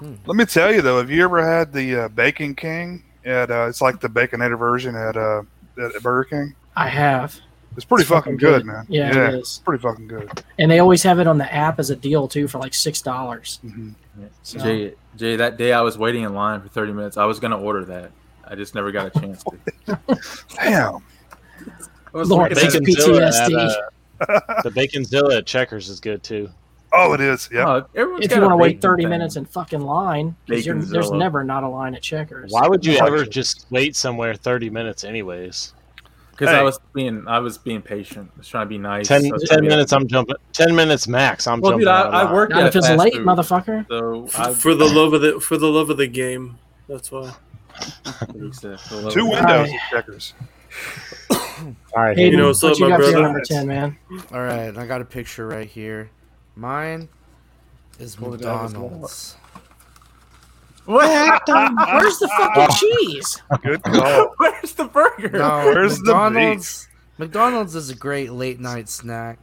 [SPEAKER 5] Let me tell you though, have you ever had the uh, Bacon King? At uh, it's like the Baconator version at uh at at Burger King.
[SPEAKER 1] I have.
[SPEAKER 5] It's pretty
[SPEAKER 1] It's
[SPEAKER 5] fucking,
[SPEAKER 1] fucking
[SPEAKER 5] good,
[SPEAKER 1] good.
[SPEAKER 5] man.
[SPEAKER 1] Yeah,
[SPEAKER 5] yeah,
[SPEAKER 1] it
[SPEAKER 5] it's
[SPEAKER 1] is.
[SPEAKER 5] pretty fucking good.
[SPEAKER 1] And they always have it on the app as a deal too for like six dollars.
[SPEAKER 5] Mhm.
[SPEAKER 1] So,
[SPEAKER 2] Jay, Jay, that day I was waiting in line for 30 minutes. I was going to order that. I just never got a chance to.
[SPEAKER 5] Damn,
[SPEAKER 2] I was
[SPEAKER 1] Lord,
[SPEAKER 2] looking at
[SPEAKER 1] bacon
[SPEAKER 2] it.
[SPEAKER 3] Baconzilla at,
[SPEAKER 1] PTSD.
[SPEAKER 3] uh, the Baconzilla at Checkers is good too.
[SPEAKER 5] oh, it is. Yeah,
[SPEAKER 2] Oh, everyone's
[SPEAKER 1] if
[SPEAKER 2] got
[SPEAKER 1] you
[SPEAKER 2] a
[SPEAKER 1] want to wait
[SPEAKER 2] bacon
[SPEAKER 1] 30
[SPEAKER 2] thing.
[SPEAKER 1] minutes in fucking line 'cause you're- there's
[SPEAKER 2] Baconzilla.
[SPEAKER 1] never not a line at checkers
[SPEAKER 3] Why would you
[SPEAKER 5] Yeah.
[SPEAKER 3] ever just wait somewhere thirty minutes anyways?
[SPEAKER 2] because
[SPEAKER 5] Hey.
[SPEAKER 2] I was being I was being patient. I was trying to be nice.
[SPEAKER 3] Ten,
[SPEAKER 2] I was
[SPEAKER 3] ten
[SPEAKER 2] being-
[SPEAKER 3] minutes, I'm jumping. Ten minutes max, I'm
[SPEAKER 2] Well,
[SPEAKER 3] jumping.
[SPEAKER 2] dude, I,
[SPEAKER 3] out of
[SPEAKER 2] I
[SPEAKER 3] line.
[SPEAKER 2] work
[SPEAKER 1] not
[SPEAKER 2] at
[SPEAKER 1] if it's
[SPEAKER 2] fast
[SPEAKER 1] late
[SPEAKER 2] food,
[SPEAKER 1] motherfucker
[SPEAKER 2] So I
[SPEAKER 7] for the love of the for the love of the game. That's why.
[SPEAKER 3] Oh,
[SPEAKER 5] two
[SPEAKER 2] Two
[SPEAKER 5] windows at checkers.
[SPEAKER 3] All right,
[SPEAKER 1] Hayden,
[SPEAKER 7] You know what's
[SPEAKER 1] what
[SPEAKER 7] up,
[SPEAKER 1] you
[SPEAKER 7] my
[SPEAKER 1] got for your
[SPEAKER 7] brother?
[SPEAKER 1] number 10 man
[SPEAKER 6] All right, I got a picture right here. Mine is
[SPEAKER 2] Well, that was
[SPEAKER 6] McDonald's.
[SPEAKER 2] What?
[SPEAKER 1] where's the fucking cheese
[SPEAKER 5] Good call.
[SPEAKER 2] Where's the burger?
[SPEAKER 6] No,
[SPEAKER 5] Where's the
[SPEAKER 6] McDonald's. McDonald's is a great late night snack.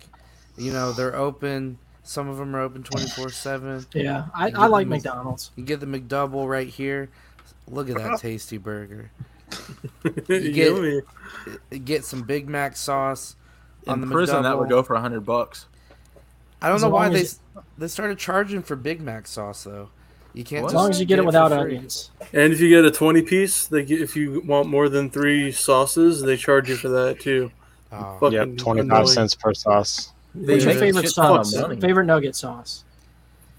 [SPEAKER 6] You know they're open. Some of them are open twenty four seven.
[SPEAKER 1] yeah i, I like mcdonald's
[SPEAKER 6] You get the McDouble right here. Look at
[SPEAKER 3] Uh-huh.
[SPEAKER 6] that tasty burger. get-
[SPEAKER 7] Yummy.
[SPEAKER 6] Get some Big Mac sauce on
[SPEAKER 2] In
[SPEAKER 6] the
[SPEAKER 2] prison,
[SPEAKER 6] McDouble.
[SPEAKER 2] that would go for hundred bucks.
[SPEAKER 6] I don't
[SPEAKER 1] As
[SPEAKER 6] know why
[SPEAKER 1] long
[SPEAKER 6] they
[SPEAKER 1] as-
[SPEAKER 6] they started charging for Big Mac sauce though. You can't
[SPEAKER 2] What?
[SPEAKER 1] as
[SPEAKER 6] just
[SPEAKER 1] long as you get it
[SPEAKER 6] for
[SPEAKER 1] without
[SPEAKER 6] free.
[SPEAKER 1] onions
[SPEAKER 7] And if you get a twenty piece, they get, if you want more than three sauces, they charge you for that too.
[SPEAKER 6] Oh.
[SPEAKER 7] Fucking
[SPEAKER 3] Yep, twenty
[SPEAKER 7] annoying.
[SPEAKER 3] five cents per sauce.
[SPEAKER 1] what's your
[SPEAKER 2] make a
[SPEAKER 1] favorite
[SPEAKER 2] shit ton of
[SPEAKER 1] sauce
[SPEAKER 2] money.
[SPEAKER 1] favorite nugget sauce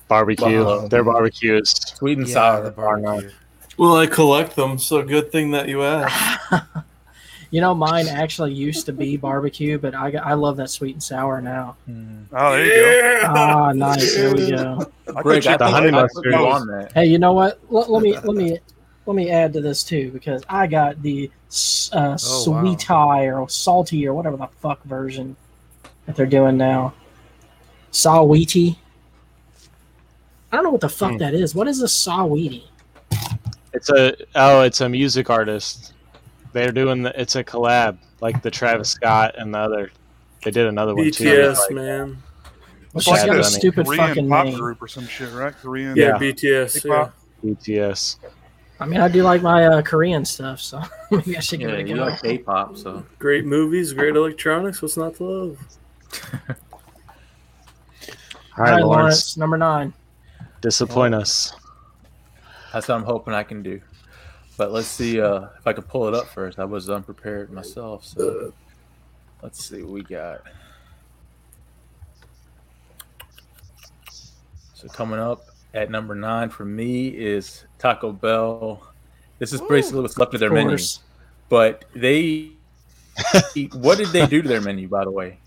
[SPEAKER 3] Barbecue.
[SPEAKER 2] Wow.
[SPEAKER 3] Their barbecue is
[SPEAKER 2] Sweet and
[SPEAKER 6] Yeah,
[SPEAKER 2] sour.
[SPEAKER 6] the barbecue.
[SPEAKER 7] Well, I collect them, so good thing that you asked.
[SPEAKER 1] you know mine actually used to be barbecue but i, got- I love that sweet and sour now
[SPEAKER 2] Mm.
[SPEAKER 5] Oh, there you
[SPEAKER 1] ah nice here we go
[SPEAKER 5] go. I
[SPEAKER 2] Greg,
[SPEAKER 5] could
[SPEAKER 2] I
[SPEAKER 5] check
[SPEAKER 3] the
[SPEAKER 2] think
[SPEAKER 3] honey
[SPEAKER 2] I put
[SPEAKER 3] mustard.
[SPEAKER 2] you on that.
[SPEAKER 1] hey you know what let, let me let me let me add to this too because i got the s-
[SPEAKER 5] Oh,
[SPEAKER 1] uh, sweet high or salty or whatever the fuck version that they're doing now saweetie i don't know what the fuck
[SPEAKER 3] Hmm.
[SPEAKER 1] that is what is a saweetie
[SPEAKER 3] It's a oh, it's a music artist. They're doing the, it's a collab like the Travis Scott and the other. They did another one too.
[SPEAKER 7] BTS,
[SPEAKER 3] like-
[SPEAKER 7] man.
[SPEAKER 1] well,
[SPEAKER 5] It's
[SPEAKER 1] she's
[SPEAKER 5] like
[SPEAKER 1] got a
[SPEAKER 5] this
[SPEAKER 1] stupid
[SPEAKER 5] Korean
[SPEAKER 1] fucking
[SPEAKER 5] pop
[SPEAKER 1] name
[SPEAKER 5] group or some shit, right? Korean.
[SPEAKER 3] Yeah.
[SPEAKER 7] Yeah, BTS. Yeah.
[SPEAKER 5] K-pop.
[SPEAKER 3] BTS.
[SPEAKER 1] i mean i do like my uh, korean stuff so maybe i should give
[SPEAKER 2] Yeah,
[SPEAKER 1] it a
[SPEAKER 2] you
[SPEAKER 1] go
[SPEAKER 2] like K-pop, so
[SPEAKER 7] Great movies, great electronics. What's not to love?
[SPEAKER 3] All right, Lawrence,
[SPEAKER 1] number nine
[SPEAKER 3] disappoint us.
[SPEAKER 2] that's what I'm hoping I can do. But let's see uh, if I can pull it up first. I was unprepared myself, so let's see what we got. So coming up at number nine for me is Taco Bell. This is basically what's left of their
[SPEAKER 1] Of
[SPEAKER 2] menu.
[SPEAKER 1] course.
[SPEAKER 2] But they, what did they do to their menu? By the way,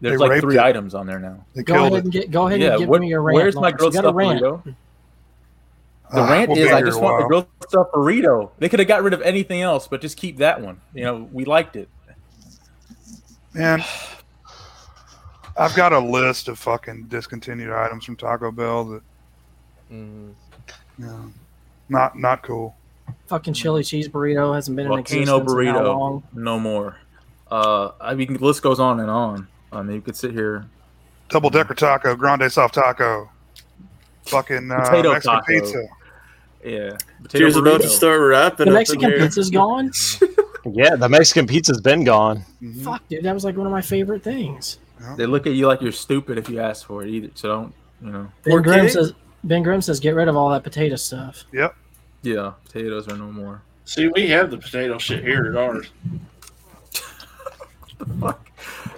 [SPEAKER 2] there's
[SPEAKER 5] They
[SPEAKER 2] like
[SPEAKER 5] raped
[SPEAKER 2] three
[SPEAKER 5] it.
[SPEAKER 2] items on there now.
[SPEAKER 5] They
[SPEAKER 1] go
[SPEAKER 5] killed
[SPEAKER 1] ahead
[SPEAKER 5] it.
[SPEAKER 1] and get go ahead
[SPEAKER 2] yeah,
[SPEAKER 1] and give
[SPEAKER 2] what-
[SPEAKER 1] me your rant
[SPEAKER 2] where's my
[SPEAKER 1] Lawrence. You
[SPEAKER 2] grilled
[SPEAKER 1] got a
[SPEAKER 2] stuff
[SPEAKER 1] rant.
[SPEAKER 2] burrito? The
[SPEAKER 5] Ah,
[SPEAKER 2] rant
[SPEAKER 5] we'll be
[SPEAKER 2] is I
[SPEAKER 5] here
[SPEAKER 2] just
[SPEAKER 5] a
[SPEAKER 2] want the
[SPEAKER 5] while.
[SPEAKER 2] grilled stuff burrito. They could have got rid of anything else, but just keep that one. You know, we liked it.
[SPEAKER 5] Man, I've got a list of fucking discontinued items from Taco Bell that,
[SPEAKER 6] Mhm.
[SPEAKER 5] you know, not not cool.
[SPEAKER 1] fucking chili cheese burrito hasn't been in
[SPEAKER 2] Volcano
[SPEAKER 1] existence in how
[SPEAKER 2] burrito.
[SPEAKER 1] long?
[SPEAKER 2] No more. Uh, I mean, the list goes on and on. I mean, you could sit here.
[SPEAKER 5] Double
[SPEAKER 2] Mm-hmm.
[SPEAKER 5] decker taco, grande soft taco, fucking uh,
[SPEAKER 2] Potato
[SPEAKER 5] Mexican
[SPEAKER 2] taco.
[SPEAKER 5] pizza.
[SPEAKER 2] Yeah, potato
[SPEAKER 7] Here's about to
[SPEAKER 2] burrito.
[SPEAKER 7] start rapping.
[SPEAKER 1] The
[SPEAKER 7] up
[SPEAKER 1] Mexican
[SPEAKER 7] in here.
[SPEAKER 1] pizza's gone.
[SPEAKER 2] Mm-hmm.
[SPEAKER 3] Yeah, the Mexican pizza's been gone.
[SPEAKER 5] Mhm.
[SPEAKER 1] Fuck, dude, that was like one of my favorite things.
[SPEAKER 2] They look at you like you're stupid if you ask for it either. So don't, you know.
[SPEAKER 1] Ben
[SPEAKER 7] Pork
[SPEAKER 1] Grimm
[SPEAKER 7] cake?
[SPEAKER 1] says. Ben Grimm says, "Get rid of all that potato stuff."
[SPEAKER 2] Yeah, potatoes are no more.
[SPEAKER 4] See, we have the potato shit here at ours.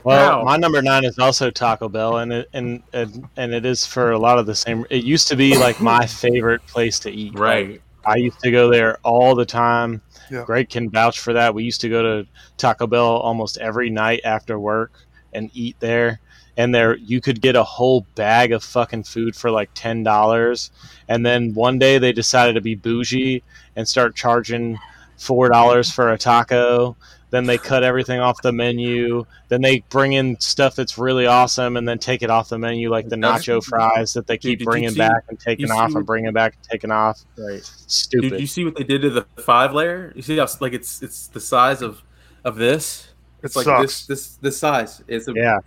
[SPEAKER 3] Well,
[SPEAKER 2] Wow.
[SPEAKER 3] my number nine is also Taco Bell, and it, and and and it is for a lot of the same. It used to be like my favorite place to eat.
[SPEAKER 2] Right.
[SPEAKER 3] I used to go there all the time.
[SPEAKER 5] Yeah.
[SPEAKER 3] Greg can vouch for that. We used to go to Taco Bell almost every night after work and eat there. and there you could get a whole bag of fucking food for like ten dollars. And then one day they decided to be bougie and start charging four dollars for a taco. Then they cut everything off the menu. Then they bring in stuff that's really awesome, and then take it off the menu, like the
[SPEAKER 2] That's-
[SPEAKER 3] nacho fries that they
[SPEAKER 2] Dude,
[SPEAKER 3] keep
[SPEAKER 2] did you
[SPEAKER 3] bringing
[SPEAKER 2] see-
[SPEAKER 3] back and taking
[SPEAKER 2] you
[SPEAKER 3] off
[SPEAKER 2] see-
[SPEAKER 3] and bringing back and taking off.
[SPEAKER 2] Right.
[SPEAKER 3] Stupid.
[SPEAKER 2] Dude, you see what they did to the five layer? You see how like it's it's the size of of this.
[SPEAKER 5] It
[SPEAKER 2] It's like this
[SPEAKER 5] sucks.
[SPEAKER 2] this this size. It's a
[SPEAKER 3] yeah,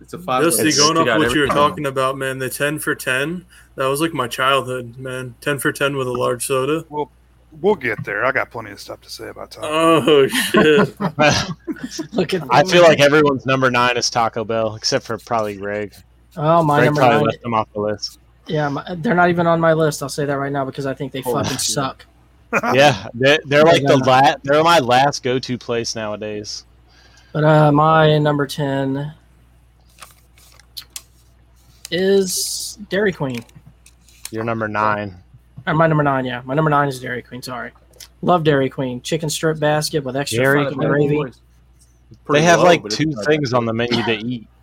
[SPEAKER 2] it's a five.
[SPEAKER 7] Just
[SPEAKER 3] It's-
[SPEAKER 7] going
[SPEAKER 2] They
[SPEAKER 7] up
[SPEAKER 2] got
[SPEAKER 7] what you were
[SPEAKER 2] everything.
[SPEAKER 7] talking about, man. The ten for ten. That was like my childhood, man. Ten for ten with a large soda.
[SPEAKER 5] We'll get there. I got plenty of stuff to say about
[SPEAKER 2] Uh,
[SPEAKER 5] Taco.
[SPEAKER 7] Oh shit!
[SPEAKER 1] Look at
[SPEAKER 3] I feel like everyone's number nine is Taco Bell, except for probably Greg.
[SPEAKER 1] oh my
[SPEAKER 3] Greg
[SPEAKER 1] number
[SPEAKER 3] probably
[SPEAKER 1] nine.
[SPEAKER 3] left them off the list.
[SPEAKER 1] Yeah, my, they're not even on my list. I'll say that right now because I think they
[SPEAKER 2] Holy
[SPEAKER 1] fucking
[SPEAKER 2] shit.
[SPEAKER 1] suck. Ah.
[SPEAKER 3] yeah, they're, they're like the
[SPEAKER 1] Yeah.
[SPEAKER 3] la- they're my last go to place nowadays.
[SPEAKER 1] But uh, my number ten is Dairy Queen.
[SPEAKER 3] You're number nine.
[SPEAKER 1] Or my number nine, yeah, my number nine is Dairy Queen. Sorry, love Dairy Queen chicken strip basket with extra
[SPEAKER 3] Dairy
[SPEAKER 1] freaking
[SPEAKER 2] Five layer
[SPEAKER 1] gravy.
[SPEAKER 2] boards. It's pretty
[SPEAKER 3] they have
[SPEAKER 2] low,
[SPEAKER 3] like
[SPEAKER 2] but it's
[SPEAKER 3] two
[SPEAKER 2] not bad.
[SPEAKER 3] things on the menu to eat.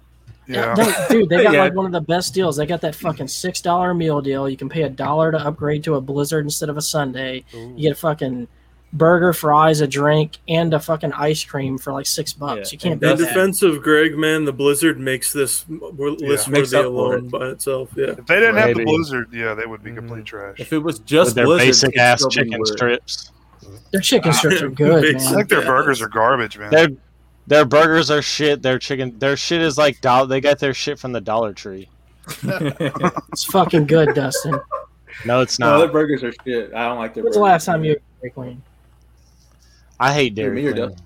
[SPEAKER 5] Yeah.
[SPEAKER 1] No, dude, they got
[SPEAKER 2] Yeah.
[SPEAKER 1] like one of the best deals. They got that fucking six dollar meal deal. You can pay a dollar to upgrade to a blizzard instead of a sundae. You get a fucking burger, fries, a drink, and a fucking ice cream for like six bucks.
[SPEAKER 2] Yeah,
[SPEAKER 1] You can't
[SPEAKER 2] and
[SPEAKER 1] beat
[SPEAKER 7] In
[SPEAKER 1] that.
[SPEAKER 2] that's-
[SPEAKER 7] defense of Greg, man, the Blizzard makes this m- list
[SPEAKER 2] Makes
[SPEAKER 7] worthy
[SPEAKER 2] up for
[SPEAKER 7] alone by itself. Yeah.
[SPEAKER 5] If they didn't have the
[SPEAKER 3] Maybe.
[SPEAKER 5] blizzard, yeah, they would be
[SPEAKER 1] Mm-hmm.
[SPEAKER 5] complete trash.
[SPEAKER 2] If it was
[SPEAKER 3] With
[SPEAKER 2] just
[SPEAKER 3] their
[SPEAKER 2] Blizzard,
[SPEAKER 3] basic
[SPEAKER 2] it'd
[SPEAKER 3] ass
[SPEAKER 2] still be
[SPEAKER 3] chicken
[SPEAKER 2] weird.
[SPEAKER 3] strips.
[SPEAKER 1] Their chicken strips are good,
[SPEAKER 5] I
[SPEAKER 1] man.
[SPEAKER 5] think their
[SPEAKER 7] Yeah.
[SPEAKER 5] burgers are garbage, man.
[SPEAKER 3] Their their burgers are shit. Their chicken their shit is like dollar. They got their shit from the Dollar Tree.
[SPEAKER 1] It's fucking good, Dustin.
[SPEAKER 3] No, it's
[SPEAKER 2] no, their
[SPEAKER 3] not.
[SPEAKER 2] burgers are shit. I don't like their.
[SPEAKER 1] When's the
[SPEAKER 2] burgers.
[SPEAKER 1] last time you ate Dairy Queen?
[SPEAKER 3] I hate
[SPEAKER 2] Yeah, me
[SPEAKER 3] Dairy
[SPEAKER 2] or
[SPEAKER 3] Queen.
[SPEAKER 2] Dustin.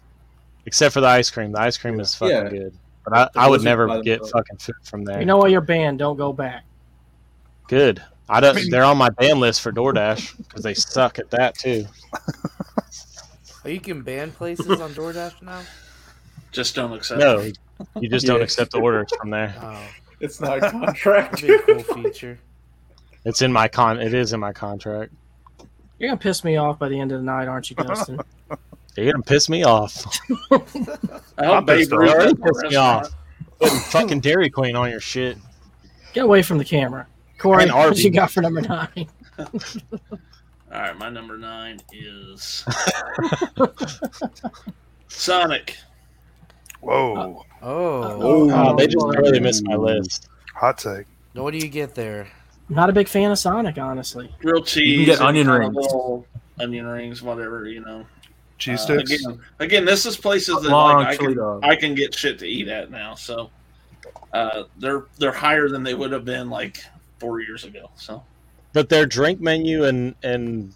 [SPEAKER 3] Except for the ice cream. The ice cream is fucking
[SPEAKER 2] Yeah.
[SPEAKER 3] good. But
[SPEAKER 2] The
[SPEAKER 3] I, I would
[SPEAKER 2] Blizzard
[SPEAKER 3] never
[SPEAKER 2] by
[SPEAKER 3] get
[SPEAKER 2] themselves.
[SPEAKER 3] fucking food from there.
[SPEAKER 1] You know what? You're banned. Don't go back.
[SPEAKER 3] Good. I don't. They're on my ban list for DoorDash because they suck at that too.
[SPEAKER 6] Oh, you can ban places on DoorDash now.
[SPEAKER 4] Just don't accept.
[SPEAKER 3] No, you just don't
[SPEAKER 2] Yeah.
[SPEAKER 3] accept the orders from there.
[SPEAKER 6] Oh,
[SPEAKER 2] It's not a contract.
[SPEAKER 6] that'd be a cool feature.
[SPEAKER 3] It's in my con. It is in my contract.
[SPEAKER 1] You're gonna piss me off by the end of the night, aren't you, Dustin?
[SPEAKER 3] You're gonna piss me off.
[SPEAKER 4] I hope
[SPEAKER 5] I'm
[SPEAKER 4] Babe
[SPEAKER 5] pissed off.
[SPEAKER 4] Ruth
[SPEAKER 5] Already
[SPEAKER 4] doesn't
[SPEAKER 3] pissed me
[SPEAKER 4] restaurant.
[SPEAKER 3] Putting fucking Dairy Queen on your shit.
[SPEAKER 1] Get away from the camera, Corey.
[SPEAKER 3] And
[SPEAKER 1] What
[SPEAKER 3] Arby's.
[SPEAKER 1] you got for number nine?
[SPEAKER 4] All right, my number nine is Sonic.
[SPEAKER 5] Whoa,
[SPEAKER 6] Oh,
[SPEAKER 3] Oh, they just
[SPEAKER 1] Lord.
[SPEAKER 3] really missed my list.
[SPEAKER 5] hot take.
[SPEAKER 6] now what do you get there?
[SPEAKER 1] I'm not a big fan of Sonic, honestly.
[SPEAKER 4] grilled cheese,
[SPEAKER 2] You can get
[SPEAKER 4] and
[SPEAKER 2] onion
[SPEAKER 4] kinda
[SPEAKER 2] rings.
[SPEAKER 4] little onion rings, whatever you know.
[SPEAKER 5] Cheese
[SPEAKER 4] Uh,
[SPEAKER 5] sticks.
[SPEAKER 4] again, again, this is places that
[SPEAKER 2] Long
[SPEAKER 4] like, I
[SPEAKER 2] chili
[SPEAKER 4] can
[SPEAKER 2] dog.
[SPEAKER 4] I can get shit to eat at now. So uh, they're they're higher than they would have been like four years ago. So
[SPEAKER 3] But their drink menu and and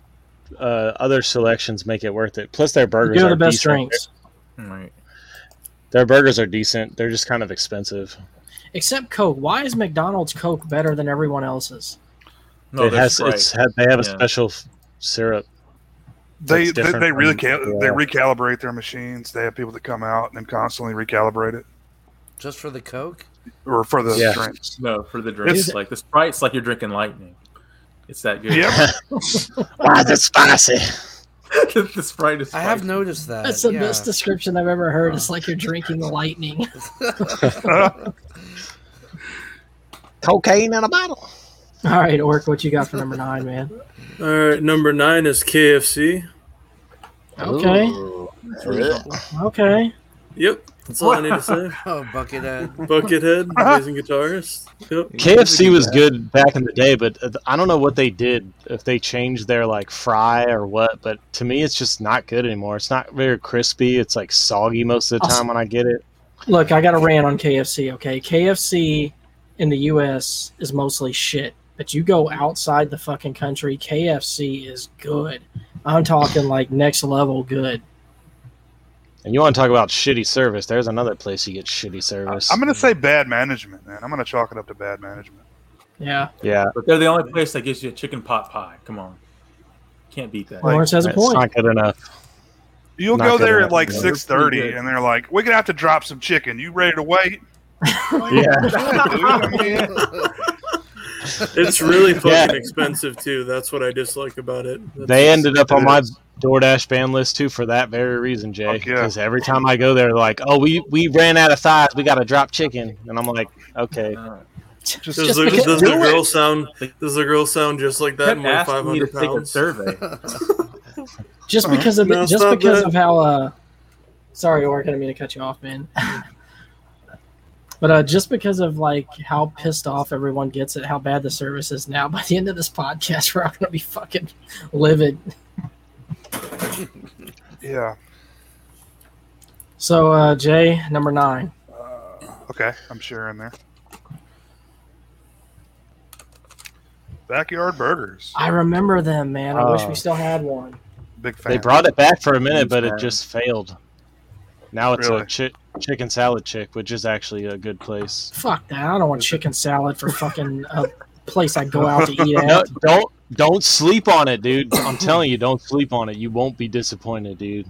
[SPEAKER 3] uh, other selections make it worth it. Plus their burgers
[SPEAKER 1] You
[SPEAKER 3] are
[SPEAKER 1] are the best
[SPEAKER 3] decent.
[SPEAKER 1] drinks,
[SPEAKER 2] Right.
[SPEAKER 3] Their burgers are decent. They're just kind of expensive.
[SPEAKER 1] except Coke. Why is McDonald's Coke better than everyone else's?
[SPEAKER 2] No,
[SPEAKER 3] it
[SPEAKER 2] they're
[SPEAKER 3] has.
[SPEAKER 2] Sprite.
[SPEAKER 3] It's had, they have a
[SPEAKER 2] Yeah.
[SPEAKER 3] special f- syrup.
[SPEAKER 5] They,
[SPEAKER 3] that's
[SPEAKER 5] they
[SPEAKER 3] different
[SPEAKER 5] they really
[SPEAKER 3] from-
[SPEAKER 5] cal-
[SPEAKER 3] yeah.
[SPEAKER 5] they recalibrate their machines. They have people that come out and constantly recalibrate it,
[SPEAKER 6] Just for the Coke?
[SPEAKER 5] or for the
[SPEAKER 3] Yeah.
[SPEAKER 5] drinks.
[SPEAKER 2] No, for the drinks.
[SPEAKER 1] It's-
[SPEAKER 2] like the Sprite's like you're drinking lightning. It's that good.
[SPEAKER 5] Yep.
[SPEAKER 3] Wow, that's spicy.
[SPEAKER 2] the Sprite is
[SPEAKER 6] I
[SPEAKER 2] spicy.
[SPEAKER 6] have noticed that.
[SPEAKER 1] That's the
[SPEAKER 6] Uh, yeah.
[SPEAKER 1] best description I've ever heard. It's like you're drinking lightning.
[SPEAKER 3] Cocaine in a bottle.
[SPEAKER 1] All right, Orc, what you got for number nine, man?
[SPEAKER 7] All right, number nine is KFC.
[SPEAKER 1] Okay, okay.
[SPEAKER 7] Yep, that's all I need to say.
[SPEAKER 6] Oh, buckethead.
[SPEAKER 7] Buckethead, amazing guitarist. Yep.
[SPEAKER 3] KFC was good back in the day, but uh, I don't know what they did if they changed their like fry or what. But to me, it's just not good anymore. It's not very crispy. It's like soggy most of the time when I get it.
[SPEAKER 1] Look, I got a rant on KFC. Okay, KFC in the U.S. is mostly shit, but you go outside the fucking country, KFC is good. I'm talking like next level good.
[SPEAKER 3] And you want to talk about shitty service? There's another place you get shitty service.
[SPEAKER 5] I'm gonna say bad management, man. I'm gonna chalk it up to bad management.
[SPEAKER 1] Yeah,
[SPEAKER 3] yeah,
[SPEAKER 2] But they're the only place that gives you a chicken pot pie. Come on, can't beat that.
[SPEAKER 1] Lawrence has a
[SPEAKER 3] it's
[SPEAKER 1] point.
[SPEAKER 3] not good enough.
[SPEAKER 5] You'll
[SPEAKER 3] Not
[SPEAKER 5] go
[SPEAKER 3] gonna
[SPEAKER 5] there at
[SPEAKER 3] happen,
[SPEAKER 5] like
[SPEAKER 3] yeah.
[SPEAKER 5] six thirty,
[SPEAKER 2] Pretty good.
[SPEAKER 5] and they're like, "We're gonna have to drop some chicken. You ready to wait?"
[SPEAKER 3] Yeah,
[SPEAKER 5] Yeah, dude, I mean,
[SPEAKER 7] It's really fucking
[SPEAKER 3] Yeah.
[SPEAKER 7] expensive too. That's what I dislike about it. That's
[SPEAKER 3] They
[SPEAKER 7] just-
[SPEAKER 3] ended up on
[SPEAKER 5] it
[SPEAKER 3] my
[SPEAKER 5] is.
[SPEAKER 3] DoorDash ban list too for that very reason, Jay.
[SPEAKER 5] Fuck yeah.
[SPEAKER 3] Because every time I go there, they're like, "Oh, we we ran out of thighs. We got to drop chicken." And I'm like, "Okay,
[SPEAKER 2] Uh,
[SPEAKER 5] Just,
[SPEAKER 7] Does
[SPEAKER 1] Just
[SPEAKER 7] the,
[SPEAKER 1] because-
[SPEAKER 7] does the
[SPEAKER 1] Do
[SPEAKER 7] girl sound? Does the girl sound just like that?
[SPEAKER 2] Pep
[SPEAKER 7] in
[SPEAKER 2] asked
[SPEAKER 7] five
[SPEAKER 2] me to
[SPEAKER 7] hundred
[SPEAKER 2] take a
[SPEAKER 7] pounds.
[SPEAKER 2] survey.
[SPEAKER 1] just
[SPEAKER 5] Uh-huh.
[SPEAKER 1] because of
[SPEAKER 7] No, it's
[SPEAKER 1] just
[SPEAKER 7] not
[SPEAKER 1] because
[SPEAKER 7] bad.
[SPEAKER 1] of how uh sorry or i didn't mean to cut you off man but uh just because of like how pissed off everyone gets at how bad the service is now by the end of this podcast we're all gonna be fucking livid
[SPEAKER 5] yeah.
[SPEAKER 1] so uh jay number nine
[SPEAKER 5] Uh, okay, I'm sharing there. Backyard burgers.
[SPEAKER 1] i remember them man i wish
[SPEAKER 3] Oh.
[SPEAKER 1] we still had one
[SPEAKER 5] Big fan.
[SPEAKER 3] they brought it back for a minute,
[SPEAKER 2] Huge
[SPEAKER 3] but it
[SPEAKER 2] fan.
[SPEAKER 3] just failed. Now it's
[SPEAKER 5] Really?
[SPEAKER 3] a chi- chicken salad chick, which is actually a good place.
[SPEAKER 1] fuck that i don't want chicken salad for fucking a place i go out to eat at
[SPEAKER 3] No, don't don't sleep on it, dude. I'm telling you, don't sleep on it. You won't be disappointed, dude.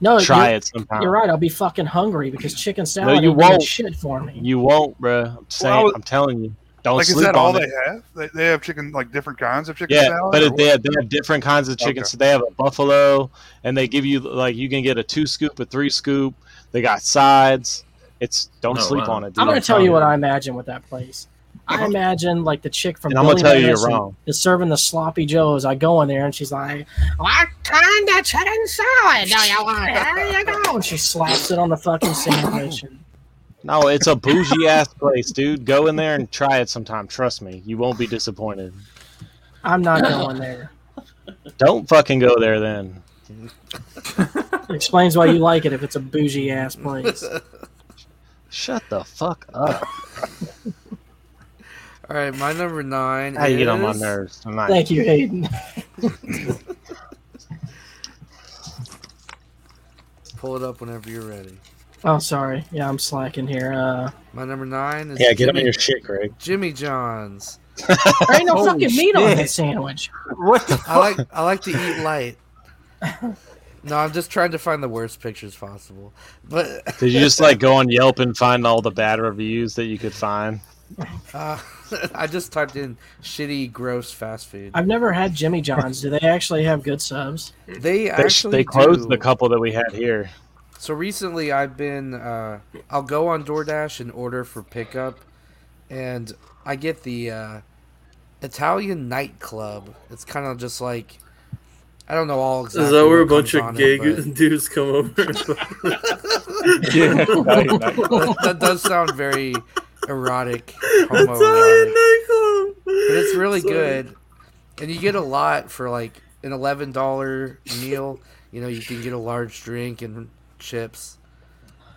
[SPEAKER 1] no
[SPEAKER 3] Try
[SPEAKER 1] you're,
[SPEAKER 3] it sometime.
[SPEAKER 1] you're right i'll be fucking hungry because chicken salad
[SPEAKER 3] you
[SPEAKER 1] ain't doing
[SPEAKER 3] won't.
[SPEAKER 1] shit for me
[SPEAKER 3] You won't, bruh. I'm saying,
[SPEAKER 5] was-
[SPEAKER 3] I'm telling you, don't
[SPEAKER 5] Like, is
[SPEAKER 3] sleep
[SPEAKER 5] that
[SPEAKER 3] on
[SPEAKER 5] all
[SPEAKER 3] it.
[SPEAKER 5] they have? They, they have chicken, like different kinds of chicken
[SPEAKER 3] Yeah,
[SPEAKER 5] salad.
[SPEAKER 3] but
[SPEAKER 5] or
[SPEAKER 3] it, they have, they have different kinds of chicken.
[SPEAKER 5] Okay.
[SPEAKER 3] So they have a buffalo, and they give you like you can get a two scoop, a three scoop. They got sides. It's don't
[SPEAKER 2] Oh,
[SPEAKER 3] sleep
[SPEAKER 2] wow.
[SPEAKER 3] on it. Dude.
[SPEAKER 1] I'm gonna
[SPEAKER 3] I'm
[SPEAKER 1] tell you
[SPEAKER 3] telling
[SPEAKER 1] what I imagine with that place. I imagine like the chick from
[SPEAKER 3] And I'm gonna
[SPEAKER 1] Billy
[SPEAKER 3] tell you you're
[SPEAKER 1] Madison
[SPEAKER 3] wrong.
[SPEAKER 1] is serving the sloppy joes. I go in there and she's like, "What kind of chicken salad do you want? Here you go." And she slaps it on the fucking sandwich. And
[SPEAKER 3] No, it's a bougie ass place, dude. Go in there and try it sometime. Trust me, you won't be disappointed.
[SPEAKER 1] I'm not going there.
[SPEAKER 3] Don't fucking go there then.
[SPEAKER 1] It explains why you like it if it's a bougie ass place.
[SPEAKER 3] Shut the fuck up.
[SPEAKER 6] All right, my number nine.
[SPEAKER 3] How you get on my
[SPEAKER 6] is-
[SPEAKER 3] nerves tonight?
[SPEAKER 1] Thank you, Hayden.
[SPEAKER 6] Pull it up whenever you're ready.
[SPEAKER 1] Oh, sorry. Yeah, I'm slacking here. Uh,
[SPEAKER 6] My number nine is
[SPEAKER 3] Yeah, get
[SPEAKER 6] Jimmy,
[SPEAKER 3] on your shit, Greg.
[SPEAKER 6] Jimmy John's.
[SPEAKER 1] there ain't no
[SPEAKER 2] Oh,
[SPEAKER 1] fucking meat on
[SPEAKER 2] shit.
[SPEAKER 1] that sandwich.
[SPEAKER 2] What the
[SPEAKER 6] I like I like to eat light. No, I'm just trying to find the worst pictures possible. But
[SPEAKER 3] Did you just like go on Yelp and find all the bad reviews that you could find?
[SPEAKER 6] uh, I just typed in shitty, gross fast food.
[SPEAKER 1] I've never had Jimmy John's. Do they actually have good subs?
[SPEAKER 6] They
[SPEAKER 3] They, sh-
[SPEAKER 6] actually
[SPEAKER 3] they closed
[SPEAKER 6] do.
[SPEAKER 3] the couple that we had here.
[SPEAKER 6] So recently, I've been uh, I'll go on DoorDash and order for pickup, and I get the uh, Italian nightclub. It's kind of just like I don't know all exactly.
[SPEAKER 7] Is that where a
[SPEAKER 6] what
[SPEAKER 7] bunch
[SPEAKER 6] comes
[SPEAKER 7] of
[SPEAKER 6] on
[SPEAKER 7] gay
[SPEAKER 6] it, but
[SPEAKER 7] dudes come over?
[SPEAKER 2] Yeah. Night, night.
[SPEAKER 6] that, that does sound very erotic,
[SPEAKER 7] That's all
[SPEAKER 6] homoerotic,
[SPEAKER 7] nightclub.
[SPEAKER 6] but it's really
[SPEAKER 7] Sorry.
[SPEAKER 6] good, and you get a lot for like an eleven dollar meal. You know, you can get a large drink and chips,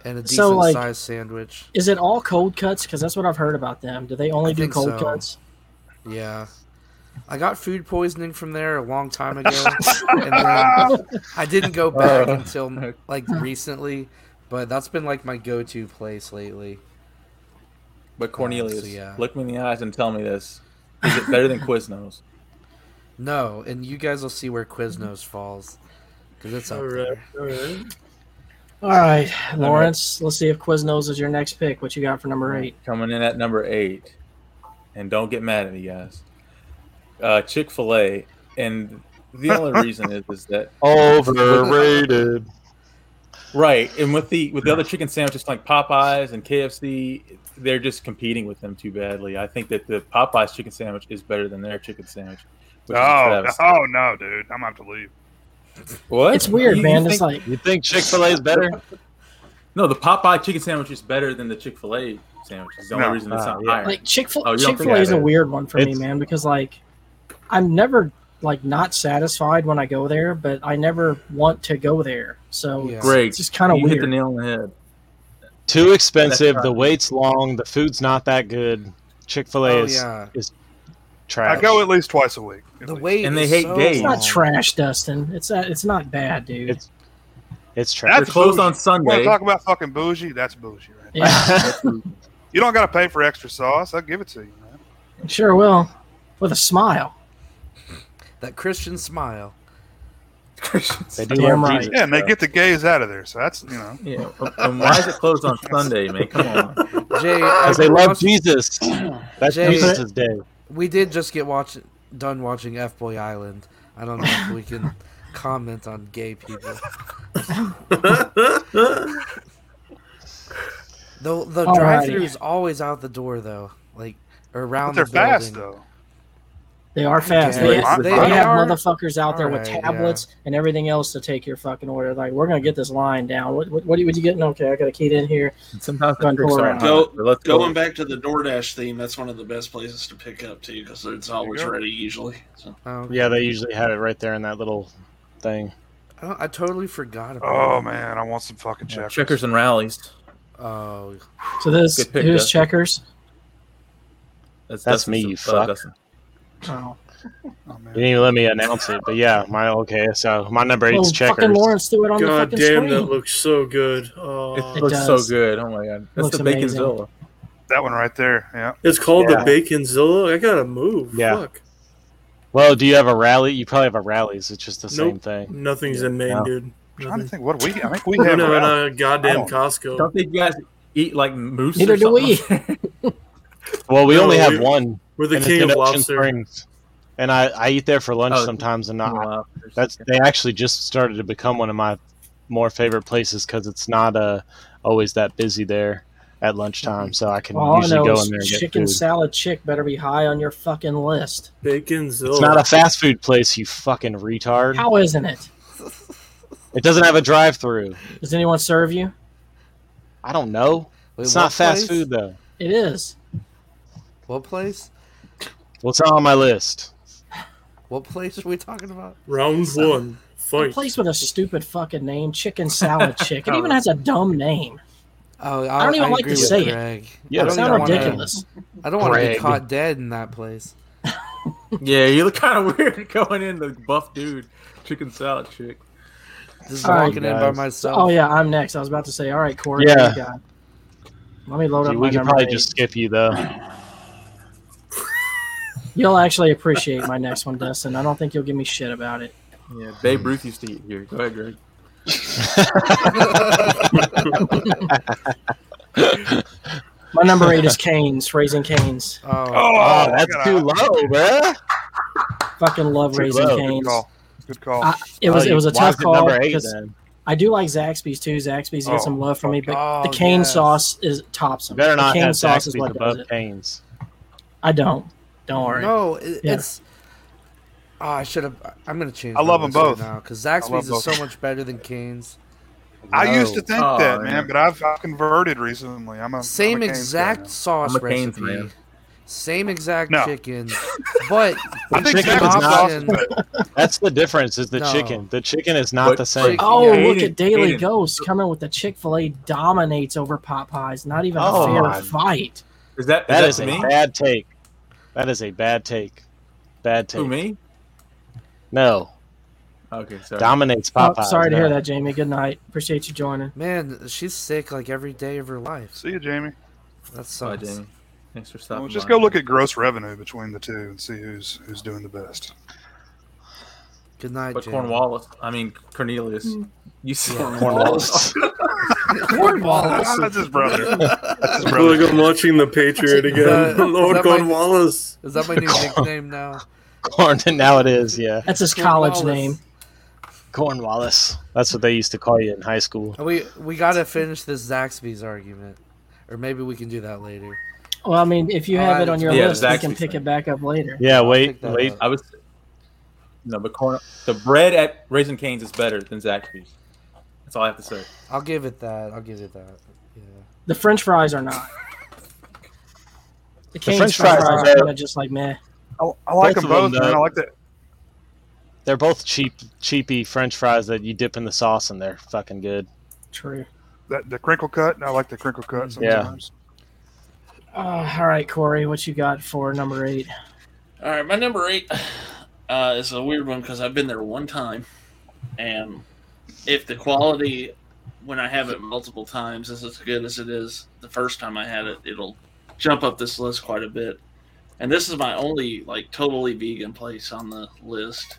[SPEAKER 6] and a decent
[SPEAKER 1] So, like-
[SPEAKER 6] sized sandwich.
[SPEAKER 1] Is it all cold cuts? Because that's what I've heard about them. Do they only
[SPEAKER 6] I
[SPEAKER 1] do
[SPEAKER 6] think
[SPEAKER 1] cold
[SPEAKER 6] so.
[SPEAKER 1] cuts?
[SPEAKER 6] Yeah. I got food poisoning from there a long time ago. and then I didn't go back
[SPEAKER 2] Uh.
[SPEAKER 6] until like recently, but that's been like my go to place lately.
[SPEAKER 3] Oh,
[SPEAKER 2] But Cornelius,
[SPEAKER 6] so yeah.
[SPEAKER 2] look me in the eyes and tell me this: Is it better than Quiznos?
[SPEAKER 6] No, and you guys will see where Quiznos falls. Because it's up
[SPEAKER 7] All right,
[SPEAKER 6] there.
[SPEAKER 7] all right.
[SPEAKER 1] All right, Lawrence. Let's see if Quiznos is your next pick. What you got for number eight?
[SPEAKER 2] Coming in at number eight, and don't get mad at me, guys. Uh, Chick Fil A, and the only reason is is that
[SPEAKER 3] Overrated.
[SPEAKER 2] right, and with the with the other chicken sandwiches like Popeyes and KFC, they're just competing with them too badly. I think that the Popeyes chicken sandwich is better than their chicken sandwich. which is a
[SPEAKER 5] Oh,
[SPEAKER 2] travesty.
[SPEAKER 5] oh no, dude! I'm gonna have to leave.
[SPEAKER 2] what?
[SPEAKER 1] It's weird,
[SPEAKER 2] You- you
[SPEAKER 1] man.
[SPEAKER 2] think-
[SPEAKER 1] It's like
[SPEAKER 3] You think Chick Fil A is better?
[SPEAKER 2] no, the Popeye chicken sandwich is better than the Chick Fil A sandwich. It's the only
[SPEAKER 5] No.
[SPEAKER 2] reason it's
[SPEAKER 3] Ah,
[SPEAKER 2] not
[SPEAKER 3] yeah.
[SPEAKER 2] higher.
[SPEAKER 1] like Chick Fil
[SPEAKER 2] Oh, you don't
[SPEAKER 1] Chick
[SPEAKER 2] think
[SPEAKER 1] Fil A is
[SPEAKER 2] that
[SPEAKER 1] a
[SPEAKER 2] is.
[SPEAKER 1] weird one for me,
[SPEAKER 3] It's-
[SPEAKER 1] man, because like I'm never like not satisfied when I go there, but I never want to go there. So
[SPEAKER 6] Yeah.
[SPEAKER 1] it's-
[SPEAKER 2] Greg,
[SPEAKER 1] it's just kind of
[SPEAKER 2] you hit the
[SPEAKER 1] weird.
[SPEAKER 2] nail on the head.
[SPEAKER 3] Too expensive.
[SPEAKER 2] That's
[SPEAKER 3] The wait's long. The food's not that good. Chick Fil A
[SPEAKER 6] Oh,
[SPEAKER 3] is
[SPEAKER 6] yeah.
[SPEAKER 3] trash.
[SPEAKER 5] I go at least twice a week. at
[SPEAKER 6] The
[SPEAKER 5] least.
[SPEAKER 6] wait
[SPEAKER 2] And they
[SPEAKER 6] is
[SPEAKER 2] hate
[SPEAKER 6] so
[SPEAKER 2] gays.
[SPEAKER 1] It's not
[SPEAKER 6] long.
[SPEAKER 1] trash, Dustin. It's not, it's not bad, dude.
[SPEAKER 3] It's- it's
[SPEAKER 2] They're
[SPEAKER 3] trash.
[SPEAKER 5] That's
[SPEAKER 2] closed
[SPEAKER 5] bougie.
[SPEAKER 2] on
[SPEAKER 5] Want
[SPEAKER 2] Sunday.
[SPEAKER 5] to talk about fucking bougie? That's bougie, right?
[SPEAKER 1] yeah,
[SPEAKER 5] You don't gotta pay for extra sauce. I'll give it to you, man.
[SPEAKER 1] sure will, with a smile.
[SPEAKER 6] That Christian smile.
[SPEAKER 3] They do
[SPEAKER 1] Damn
[SPEAKER 3] love
[SPEAKER 1] right.
[SPEAKER 3] Jesus,
[SPEAKER 5] Yeah, and they
[SPEAKER 3] though.
[SPEAKER 5] get the gays out of there, so that's you know.
[SPEAKER 2] Yeah, and why is it closed on Sunday, man? Come on.
[SPEAKER 6] Jay, I
[SPEAKER 3] Because they love
[SPEAKER 6] must-
[SPEAKER 3] Jesus. That's
[SPEAKER 6] Jay-
[SPEAKER 3] Jesus' day.
[SPEAKER 6] we did just get watch done watching F Boy Island. I don't know if we can comment on gay people. The the
[SPEAKER 1] Alrighty.
[SPEAKER 6] drive through is always out the door though, like
[SPEAKER 5] But
[SPEAKER 6] around.
[SPEAKER 5] they're
[SPEAKER 6] the
[SPEAKER 5] fast
[SPEAKER 6] building.
[SPEAKER 5] though.
[SPEAKER 1] They are fast.
[SPEAKER 6] Yeah,
[SPEAKER 1] They,
[SPEAKER 5] they are-
[SPEAKER 1] they
[SPEAKER 5] they
[SPEAKER 1] have
[SPEAKER 6] are-
[SPEAKER 1] motherfuckers out there with
[SPEAKER 6] Alright,
[SPEAKER 1] tablets and everything else to take your fucking order. Like, we're gonna get this line down. What what, what are you getting? Okay, I got a key in here.
[SPEAKER 2] Sometimes the
[SPEAKER 1] Gun
[SPEAKER 2] tricks
[SPEAKER 1] pull
[SPEAKER 2] are
[SPEAKER 1] around.
[SPEAKER 2] hot, but let's go.
[SPEAKER 4] Going back to the DoorDash theme, that's one of the best places to pick up too because it's always
[SPEAKER 5] go.
[SPEAKER 4] ready usually. So
[SPEAKER 6] Oh,
[SPEAKER 3] Yeah, they usually have it right there in that little thing.
[SPEAKER 6] I, don't- I totally forgot about.
[SPEAKER 5] Oh man, I want some fucking
[SPEAKER 2] Yeah,
[SPEAKER 5] checkers.
[SPEAKER 2] checkers and rallies.
[SPEAKER 6] it. Oh,
[SPEAKER 1] So this
[SPEAKER 2] Good pick,
[SPEAKER 1] who's
[SPEAKER 2] Dustin.
[SPEAKER 1] checkers?
[SPEAKER 2] That's,
[SPEAKER 3] That's me,
[SPEAKER 2] Dustin's-
[SPEAKER 3] you
[SPEAKER 2] uh,
[SPEAKER 3] fuck.
[SPEAKER 2] Dustin.
[SPEAKER 1] Oh,
[SPEAKER 5] Oh, man.
[SPEAKER 3] You didn't even let me announce it, but yeah, my okay. So my number eight's
[SPEAKER 1] oh
[SPEAKER 3] checkers.
[SPEAKER 1] fucking Lawrence threw it on
[SPEAKER 7] God
[SPEAKER 1] the fucking
[SPEAKER 7] damn,
[SPEAKER 1] screen.
[SPEAKER 7] that looks so good. Oh,
[SPEAKER 2] It looks
[SPEAKER 1] does.
[SPEAKER 2] so good. Oh my god, that's
[SPEAKER 1] Looks
[SPEAKER 2] the
[SPEAKER 1] amazing.
[SPEAKER 2] Baconzilla.
[SPEAKER 5] That one right there. Yeah.
[SPEAKER 7] it's called
[SPEAKER 3] Yeah.
[SPEAKER 7] the Baconzilla. I gotta move.
[SPEAKER 3] Yeah.
[SPEAKER 7] Fuck.
[SPEAKER 3] Well, do you have a rally? You probably have a rallies. It's just the same
[SPEAKER 7] Nope.
[SPEAKER 3] thing.
[SPEAKER 7] Nothing's in Maine,
[SPEAKER 3] No.
[SPEAKER 7] dude.
[SPEAKER 5] I'm trying to
[SPEAKER 7] Nothing.
[SPEAKER 5] think what we. I think we
[SPEAKER 7] We
[SPEAKER 5] have.
[SPEAKER 7] don't have
[SPEAKER 5] around-
[SPEAKER 7] a goddamn
[SPEAKER 5] Oh.
[SPEAKER 7] Costco.
[SPEAKER 2] Don't think you guys eat like moose.
[SPEAKER 1] Neither
[SPEAKER 2] or
[SPEAKER 1] do we.
[SPEAKER 2] something?
[SPEAKER 3] Well, we
[SPEAKER 7] No,
[SPEAKER 3] only have
[SPEAKER 7] we-
[SPEAKER 3] one.
[SPEAKER 7] We're the
[SPEAKER 3] and
[SPEAKER 7] king
[SPEAKER 3] it's in
[SPEAKER 7] of
[SPEAKER 3] Ocean
[SPEAKER 7] lobster.
[SPEAKER 3] Springs. And I, I eat there for lunch
[SPEAKER 2] Oh.
[SPEAKER 3] sometimes, and I,
[SPEAKER 2] Uh,
[SPEAKER 3] that's they actually just started to become one of my more favorite places because it's not uh, always that busy there at lunchtime, so I can
[SPEAKER 1] All Oh, I
[SPEAKER 3] usually
[SPEAKER 1] know
[SPEAKER 3] go in there
[SPEAKER 1] is
[SPEAKER 3] and get
[SPEAKER 1] chicken
[SPEAKER 3] food.
[SPEAKER 1] salad chick better be high on your fucking list.
[SPEAKER 7] Baconzilla.
[SPEAKER 3] It's not a fast food place, you fucking retard.
[SPEAKER 1] How isn't it?
[SPEAKER 3] It doesn't have a drive-through.
[SPEAKER 1] Does anyone serve you?
[SPEAKER 3] I don't know.
[SPEAKER 6] wait,
[SPEAKER 3] it's
[SPEAKER 6] what
[SPEAKER 3] not fast
[SPEAKER 6] place?
[SPEAKER 3] food though.
[SPEAKER 1] It is.
[SPEAKER 6] What place?
[SPEAKER 3] What's on my list?
[SPEAKER 6] What place are we talking about?
[SPEAKER 7] Round one.
[SPEAKER 1] A
[SPEAKER 7] Fight.
[SPEAKER 1] place with a stupid fucking name, chicken salad chick. It even has a dumb name.
[SPEAKER 6] Oh,
[SPEAKER 1] I don't even like to
[SPEAKER 6] agree with
[SPEAKER 1] say it.
[SPEAKER 6] Greg.
[SPEAKER 3] Yeah,
[SPEAKER 6] I
[SPEAKER 1] It
[SPEAKER 6] don't
[SPEAKER 1] sounds
[SPEAKER 6] even wanna-
[SPEAKER 1] ridiculous.
[SPEAKER 6] I don't want to be
[SPEAKER 3] Greg.
[SPEAKER 6] caught dead in that place.
[SPEAKER 2] yeah, you look kind of weird going in the buff dude, chicken salad chick.
[SPEAKER 6] Just
[SPEAKER 1] All right,
[SPEAKER 6] walking in by
[SPEAKER 3] guys.
[SPEAKER 6] myself.
[SPEAKER 1] Oh yeah, I'm next. I was about to say, all right, Corey.
[SPEAKER 3] Yeah.
[SPEAKER 1] you got it. Let me load up
[SPEAKER 3] Gee,
[SPEAKER 1] my
[SPEAKER 3] we could
[SPEAKER 1] number
[SPEAKER 3] probably
[SPEAKER 1] eight.
[SPEAKER 3] just skip you though.
[SPEAKER 1] You'll actually appreciate my next one, Dustin. I don't think you'll give me shit about it.
[SPEAKER 2] Yeah, Babe Ruth used to eat here. Go ahead, Greg.
[SPEAKER 1] My number eight is Canes, Raising Canes.
[SPEAKER 5] Oh,
[SPEAKER 6] Oh,
[SPEAKER 3] Oh,
[SPEAKER 5] my
[SPEAKER 3] that's
[SPEAKER 5] God.
[SPEAKER 3] too low, bruh.
[SPEAKER 1] Fucking love
[SPEAKER 3] Too
[SPEAKER 1] Raising
[SPEAKER 3] low.
[SPEAKER 5] Good
[SPEAKER 1] Canes.
[SPEAKER 5] call. Good call.
[SPEAKER 1] I, it was
[SPEAKER 3] Oh,
[SPEAKER 1] it was a
[SPEAKER 3] why
[SPEAKER 1] tough
[SPEAKER 3] is it
[SPEAKER 1] call
[SPEAKER 3] number eight,
[SPEAKER 1] because
[SPEAKER 3] then?
[SPEAKER 1] I do like Zaxby's too. Zaxby's
[SPEAKER 5] Oh,
[SPEAKER 1] gets some love from me, but
[SPEAKER 6] fuck.
[SPEAKER 1] the
[SPEAKER 6] Oh,
[SPEAKER 1] cane
[SPEAKER 6] yes.
[SPEAKER 1] sauce is tops
[SPEAKER 3] You
[SPEAKER 1] them.
[SPEAKER 3] better
[SPEAKER 1] the
[SPEAKER 3] not
[SPEAKER 1] cane
[SPEAKER 3] have
[SPEAKER 1] sauce is
[SPEAKER 3] Zaxby's
[SPEAKER 1] what does
[SPEAKER 3] above
[SPEAKER 1] it.
[SPEAKER 3] Canes.
[SPEAKER 1] I don't. Don't worry.
[SPEAKER 6] no, it,
[SPEAKER 1] Yeah.
[SPEAKER 6] it's. Oh, I should have. I'm gonna change.
[SPEAKER 5] I
[SPEAKER 6] my
[SPEAKER 5] love 'em
[SPEAKER 6] list right
[SPEAKER 5] both.
[SPEAKER 6] now because
[SPEAKER 5] I love
[SPEAKER 6] Zaxby's is so
[SPEAKER 5] both.
[SPEAKER 6] much better than Canes.
[SPEAKER 5] I used to think
[SPEAKER 2] Oh,
[SPEAKER 5] that,
[SPEAKER 2] man.
[SPEAKER 5] man, but I've, I've converted recently. I'm a I'm
[SPEAKER 6] Same
[SPEAKER 5] a Cane's
[SPEAKER 6] exact sauce
[SPEAKER 2] I'm a Cane's
[SPEAKER 6] recipe.
[SPEAKER 2] man.
[SPEAKER 6] Same exact
[SPEAKER 5] No.
[SPEAKER 6] chicken, but
[SPEAKER 5] guy now. I think
[SPEAKER 3] Chicken
[SPEAKER 5] exact
[SPEAKER 3] is not-
[SPEAKER 5] sauce,
[SPEAKER 6] option.
[SPEAKER 5] but
[SPEAKER 3] That's the difference. Is the
[SPEAKER 6] No.
[SPEAKER 3] chicken? The chicken is not
[SPEAKER 2] But-
[SPEAKER 3] the same.
[SPEAKER 6] but-
[SPEAKER 1] Oh,
[SPEAKER 6] Yeah.
[SPEAKER 1] look
[SPEAKER 2] Hayden-
[SPEAKER 1] at Daily
[SPEAKER 2] Hayden.
[SPEAKER 1] Ghost coming with the Chick Fil A dominates over Popeyes. Not even
[SPEAKER 3] Oh,
[SPEAKER 1] a fair
[SPEAKER 3] my.
[SPEAKER 1] fight.
[SPEAKER 2] Is that
[SPEAKER 3] that
[SPEAKER 2] is
[SPEAKER 3] is
[SPEAKER 2] that
[SPEAKER 3] a
[SPEAKER 2] me?
[SPEAKER 3] bad take. That is a bad take. Bad take.
[SPEAKER 2] Who me?
[SPEAKER 3] No,
[SPEAKER 2] Okay, sorry.
[SPEAKER 3] dominates
[SPEAKER 1] Oh,
[SPEAKER 3] Popeyes.
[SPEAKER 1] sorry to
[SPEAKER 3] no.
[SPEAKER 1] hear that, Jamie. Good night. Appreciate you joining.
[SPEAKER 6] Man, she's sick like every day of her life.
[SPEAKER 5] see you, Jamie.
[SPEAKER 1] Oh,
[SPEAKER 6] That
[SPEAKER 2] Bye,
[SPEAKER 6] sucks.
[SPEAKER 2] Jamie. Thanks for stopping.
[SPEAKER 5] Well, just
[SPEAKER 2] by.
[SPEAKER 5] go look at gross revenue between the two and see who's who's doing the best.
[SPEAKER 6] Good night,
[SPEAKER 2] But
[SPEAKER 6] Jamie.
[SPEAKER 2] Cornwallis, I mean Cornelius,
[SPEAKER 5] Hmm.
[SPEAKER 2] you see
[SPEAKER 3] Cornwallis.
[SPEAKER 5] Ah, That's his brother. That's his
[SPEAKER 7] I feel
[SPEAKER 5] brother.
[SPEAKER 7] like I'm watching The Patriot again.
[SPEAKER 6] Uh,
[SPEAKER 7] Lord
[SPEAKER 6] is that my-
[SPEAKER 7] Cornwallis.
[SPEAKER 6] Is that my new nickname now?
[SPEAKER 3] Corn. Now it is. Yeah,
[SPEAKER 1] That's his college
[SPEAKER 6] Cornwallis.
[SPEAKER 1] name.
[SPEAKER 3] Cornwallis. That's what they used to call you in high school.
[SPEAKER 6] We we gotta finish this Zaxby's argument, or maybe we can do that later.
[SPEAKER 1] Well, I mean, if you have
[SPEAKER 6] Oh,
[SPEAKER 1] it on your
[SPEAKER 2] yeah,
[SPEAKER 1] list, we can
[SPEAKER 2] Zaxby's
[SPEAKER 1] pick
[SPEAKER 2] name.
[SPEAKER 1] it back up later.
[SPEAKER 3] Yeah.
[SPEAKER 6] pick
[SPEAKER 3] Wait.
[SPEAKER 6] that
[SPEAKER 3] Wait.
[SPEAKER 6] up.
[SPEAKER 2] I was no, but corn the bread at Raisin Cane's is better than Zaxby's. That's all I have to say.
[SPEAKER 6] I'll give it that. I'll give it that. Yeah.
[SPEAKER 1] The French fries are not. The, Cane's
[SPEAKER 3] French
[SPEAKER 1] French
[SPEAKER 3] fries
[SPEAKER 1] fries,
[SPEAKER 3] are
[SPEAKER 1] are
[SPEAKER 3] better.
[SPEAKER 1] kind of just like meh.
[SPEAKER 5] I, I like
[SPEAKER 3] Both
[SPEAKER 5] them
[SPEAKER 3] of them,
[SPEAKER 5] both, man.
[SPEAKER 3] though.
[SPEAKER 5] I like that.
[SPEAKER 3] They're both cheap, cheapy French fries that you dip in the sauce, and they're fucking good.
[SPEAKER 1] True.
[SPEAKER 5] That the crinkle cut. I like the crinkle cut
[SPEAKER 3] Yeah.
[SPEAKER 5] sometimes.
[SPEAKER 1] Uh, all right, Corey, what you got for number eight?
[SPEAKER 4] all right, my number eight uh, is a weird one because I've been there one time, and if the quality when I have it multiple times is as good as it is the first time I had it, it'll jump up this list quite a bit. And this is my only like totally vegan place on the list.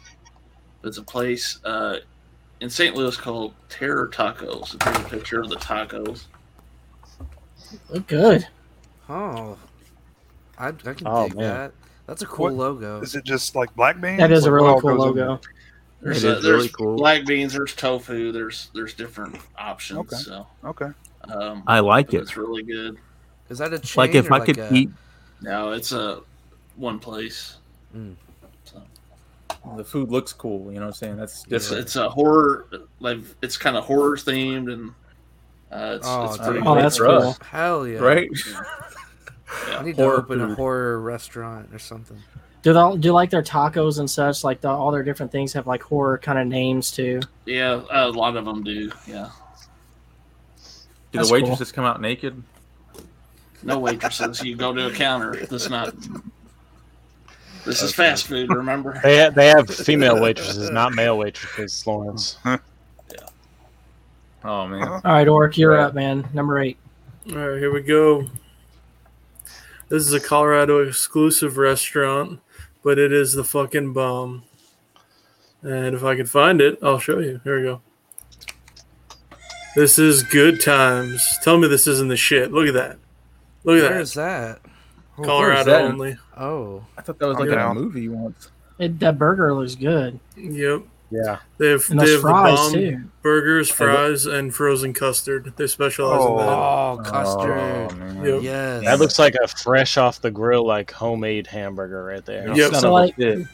[SPEAKER 4] It's a place uh, in St. Louis called Terror Tacos. If you a picture of the tacos,
[SPEAKER 1] Look good.
[SPEAKER 6] Oh, I, I can
[SPEAKER 3] Oh,
[SPEAKER 6] take
[SPEAKER 3] man.
[SPEAKER 8] Oh,
[SPEAKER 6] that. That's a cool
[SPEAKER 5] What
[SPEAKER 6] logo.
[SPEAKER 5] Is it just like black beans?
[SPEAKER 1] That is
[SPEAKER 5] Like,
[SPEAKER 1] a
[SPEAKER 5] what
[SPEAKER 1] really
[SPEAKER 5] all
[SPEAKER 1] cool
[SPEAKER 5] goes in
[SPEAKER 1] logo.
[SPEAKER 4] There's,
[SPEAKER 8] It
[SPEAKER 4] uh,
[SPEAKER 8] is
[SPEAKER 4] there's
[SPEAKER 8] really cool.
[SPEAKER 4] black beans. There's tofu. There's there's different options.
[SPEAKER 5] Okay.
[SPEAKER 4] So
[SPEAKER 5] there? Okay.
[SPEAKER 4] um,
[SPEAKER 8] I like
[SPEAKER 4] but
[SPEAKER 8] it.
[SPEAKER 4] it's really good.
[SPEAKER 6] Is that a chain?
[SPEAKER 8] Like if
[SPEAKER 6] or
[SPEAKER 8] I could
[SPEAKER 6] a-
[SPEAKER 8] eat,
[SPEAKER 4] No, it's a one place.
[SPEAKER 2] The food looks cool. You know what I'm saying? That's
[SPEAKER 4] It's
[SPEAKER 2] different.
[SPEAKER 4] it's a horror. Like it's kind of horror themed and. Uh, it's,
[SPEAKER 6] Oh,
[SPEAKER 4] it's pretty
[SPEAKER 6] dude.
[SPEAKER 4] cool.
[SPEAKER 1] Oh, that's
[SPEAKER 2] for
[SPEAKER 1] cool.
[SPEAKER 2] us.
[SPEAKER 6] Hell yeah!
[SPEAKER 2] Right?
[SPEAKER 6] I need
[SPEAKER 2] Horror
[SPEAKER 6] to open a
[SPEAKER 2] food.
[SPEAKER 6] horror restaurant or something.
[SPEAKER 1] Do they all, do you like their tacos and such? Like the, all their different things have like horror kind of names too.
[SPEAKER 4] Yeah, a lot of them do. Yeah,
[SPEAKER 2] Do
[SPEAKER 1] That's
[SPEAKER 2] the
[SPEAKER 1] cool.
[SPEAKER 2] waitresses come out naked?
[SPEAKER 4] no waitresses. you go to a counter. That's not. This is fast food. Remember?
[SPEAKER 3] They have, they have female waitresses, not male waitresses, Lawrence.
[SPEAKER 2] Oh man.
[SPEAKER 1] All right, Orc, you're
[SPEAKER 2] Yeah.
[SPEAKER 1] up, man. Number eight.
[SPEAKER 7] All right, here we go. This is a Colorado exclusive restaurant, but it is the fucking bomb. And if I can find it, I'll show you. Here we go. This is good times. Tell me this isn't the shit. Look at that. Look at
[SPEAKER 6] Where
[SPEAKER 7] that.
[SPEAKER 6] is that?
[SPEAKER 7] Colorado
[SPEAKER 2] that?
[SPEAKER 7] only.
[SPEAKER 6] Oh,
[SPEAKER 2] I thought that was
[SPEAKER 5] I'm
[SPEAKER 2] like in a
[SPEAKER 5] down.
[SPEAKER 2] movie once.
[SPEAKER 1] It, that burger looks good.
[SPEAKER 7] Yep.
[SPEAKER 3] Yeah.
[SPEAKER 7] They have,
[SPEAKER 1] And
[SPEAKER 7] they
[SPEAKER 1] those
[SPEAKER 7] have the
[SPEAKER 1] fries,
[SPEAKER 7] bomb
[SPEAKER 1] too.
[SPEAKER 7] burgers, fries, and frozen custard. They specialize
[SPEAKER 6] oh,
[SPEAKER 2] Oh,
[SPEAKER 6] custard.
[SPEAKER 2] man.
[SPEAKER 7] Yep.
[SPEAKER 6] Yes.
[SPEAKER 3] That looks like a fresh off the grill, like homemade hamburger right there.
[SPEAKER 7] Yep.
[SPEAKER 2] Son
[SPEAKER 1] So,
[SPEAKER 2] of a
[SPEAKER 1] like-
[SPEAKER 2] bitch.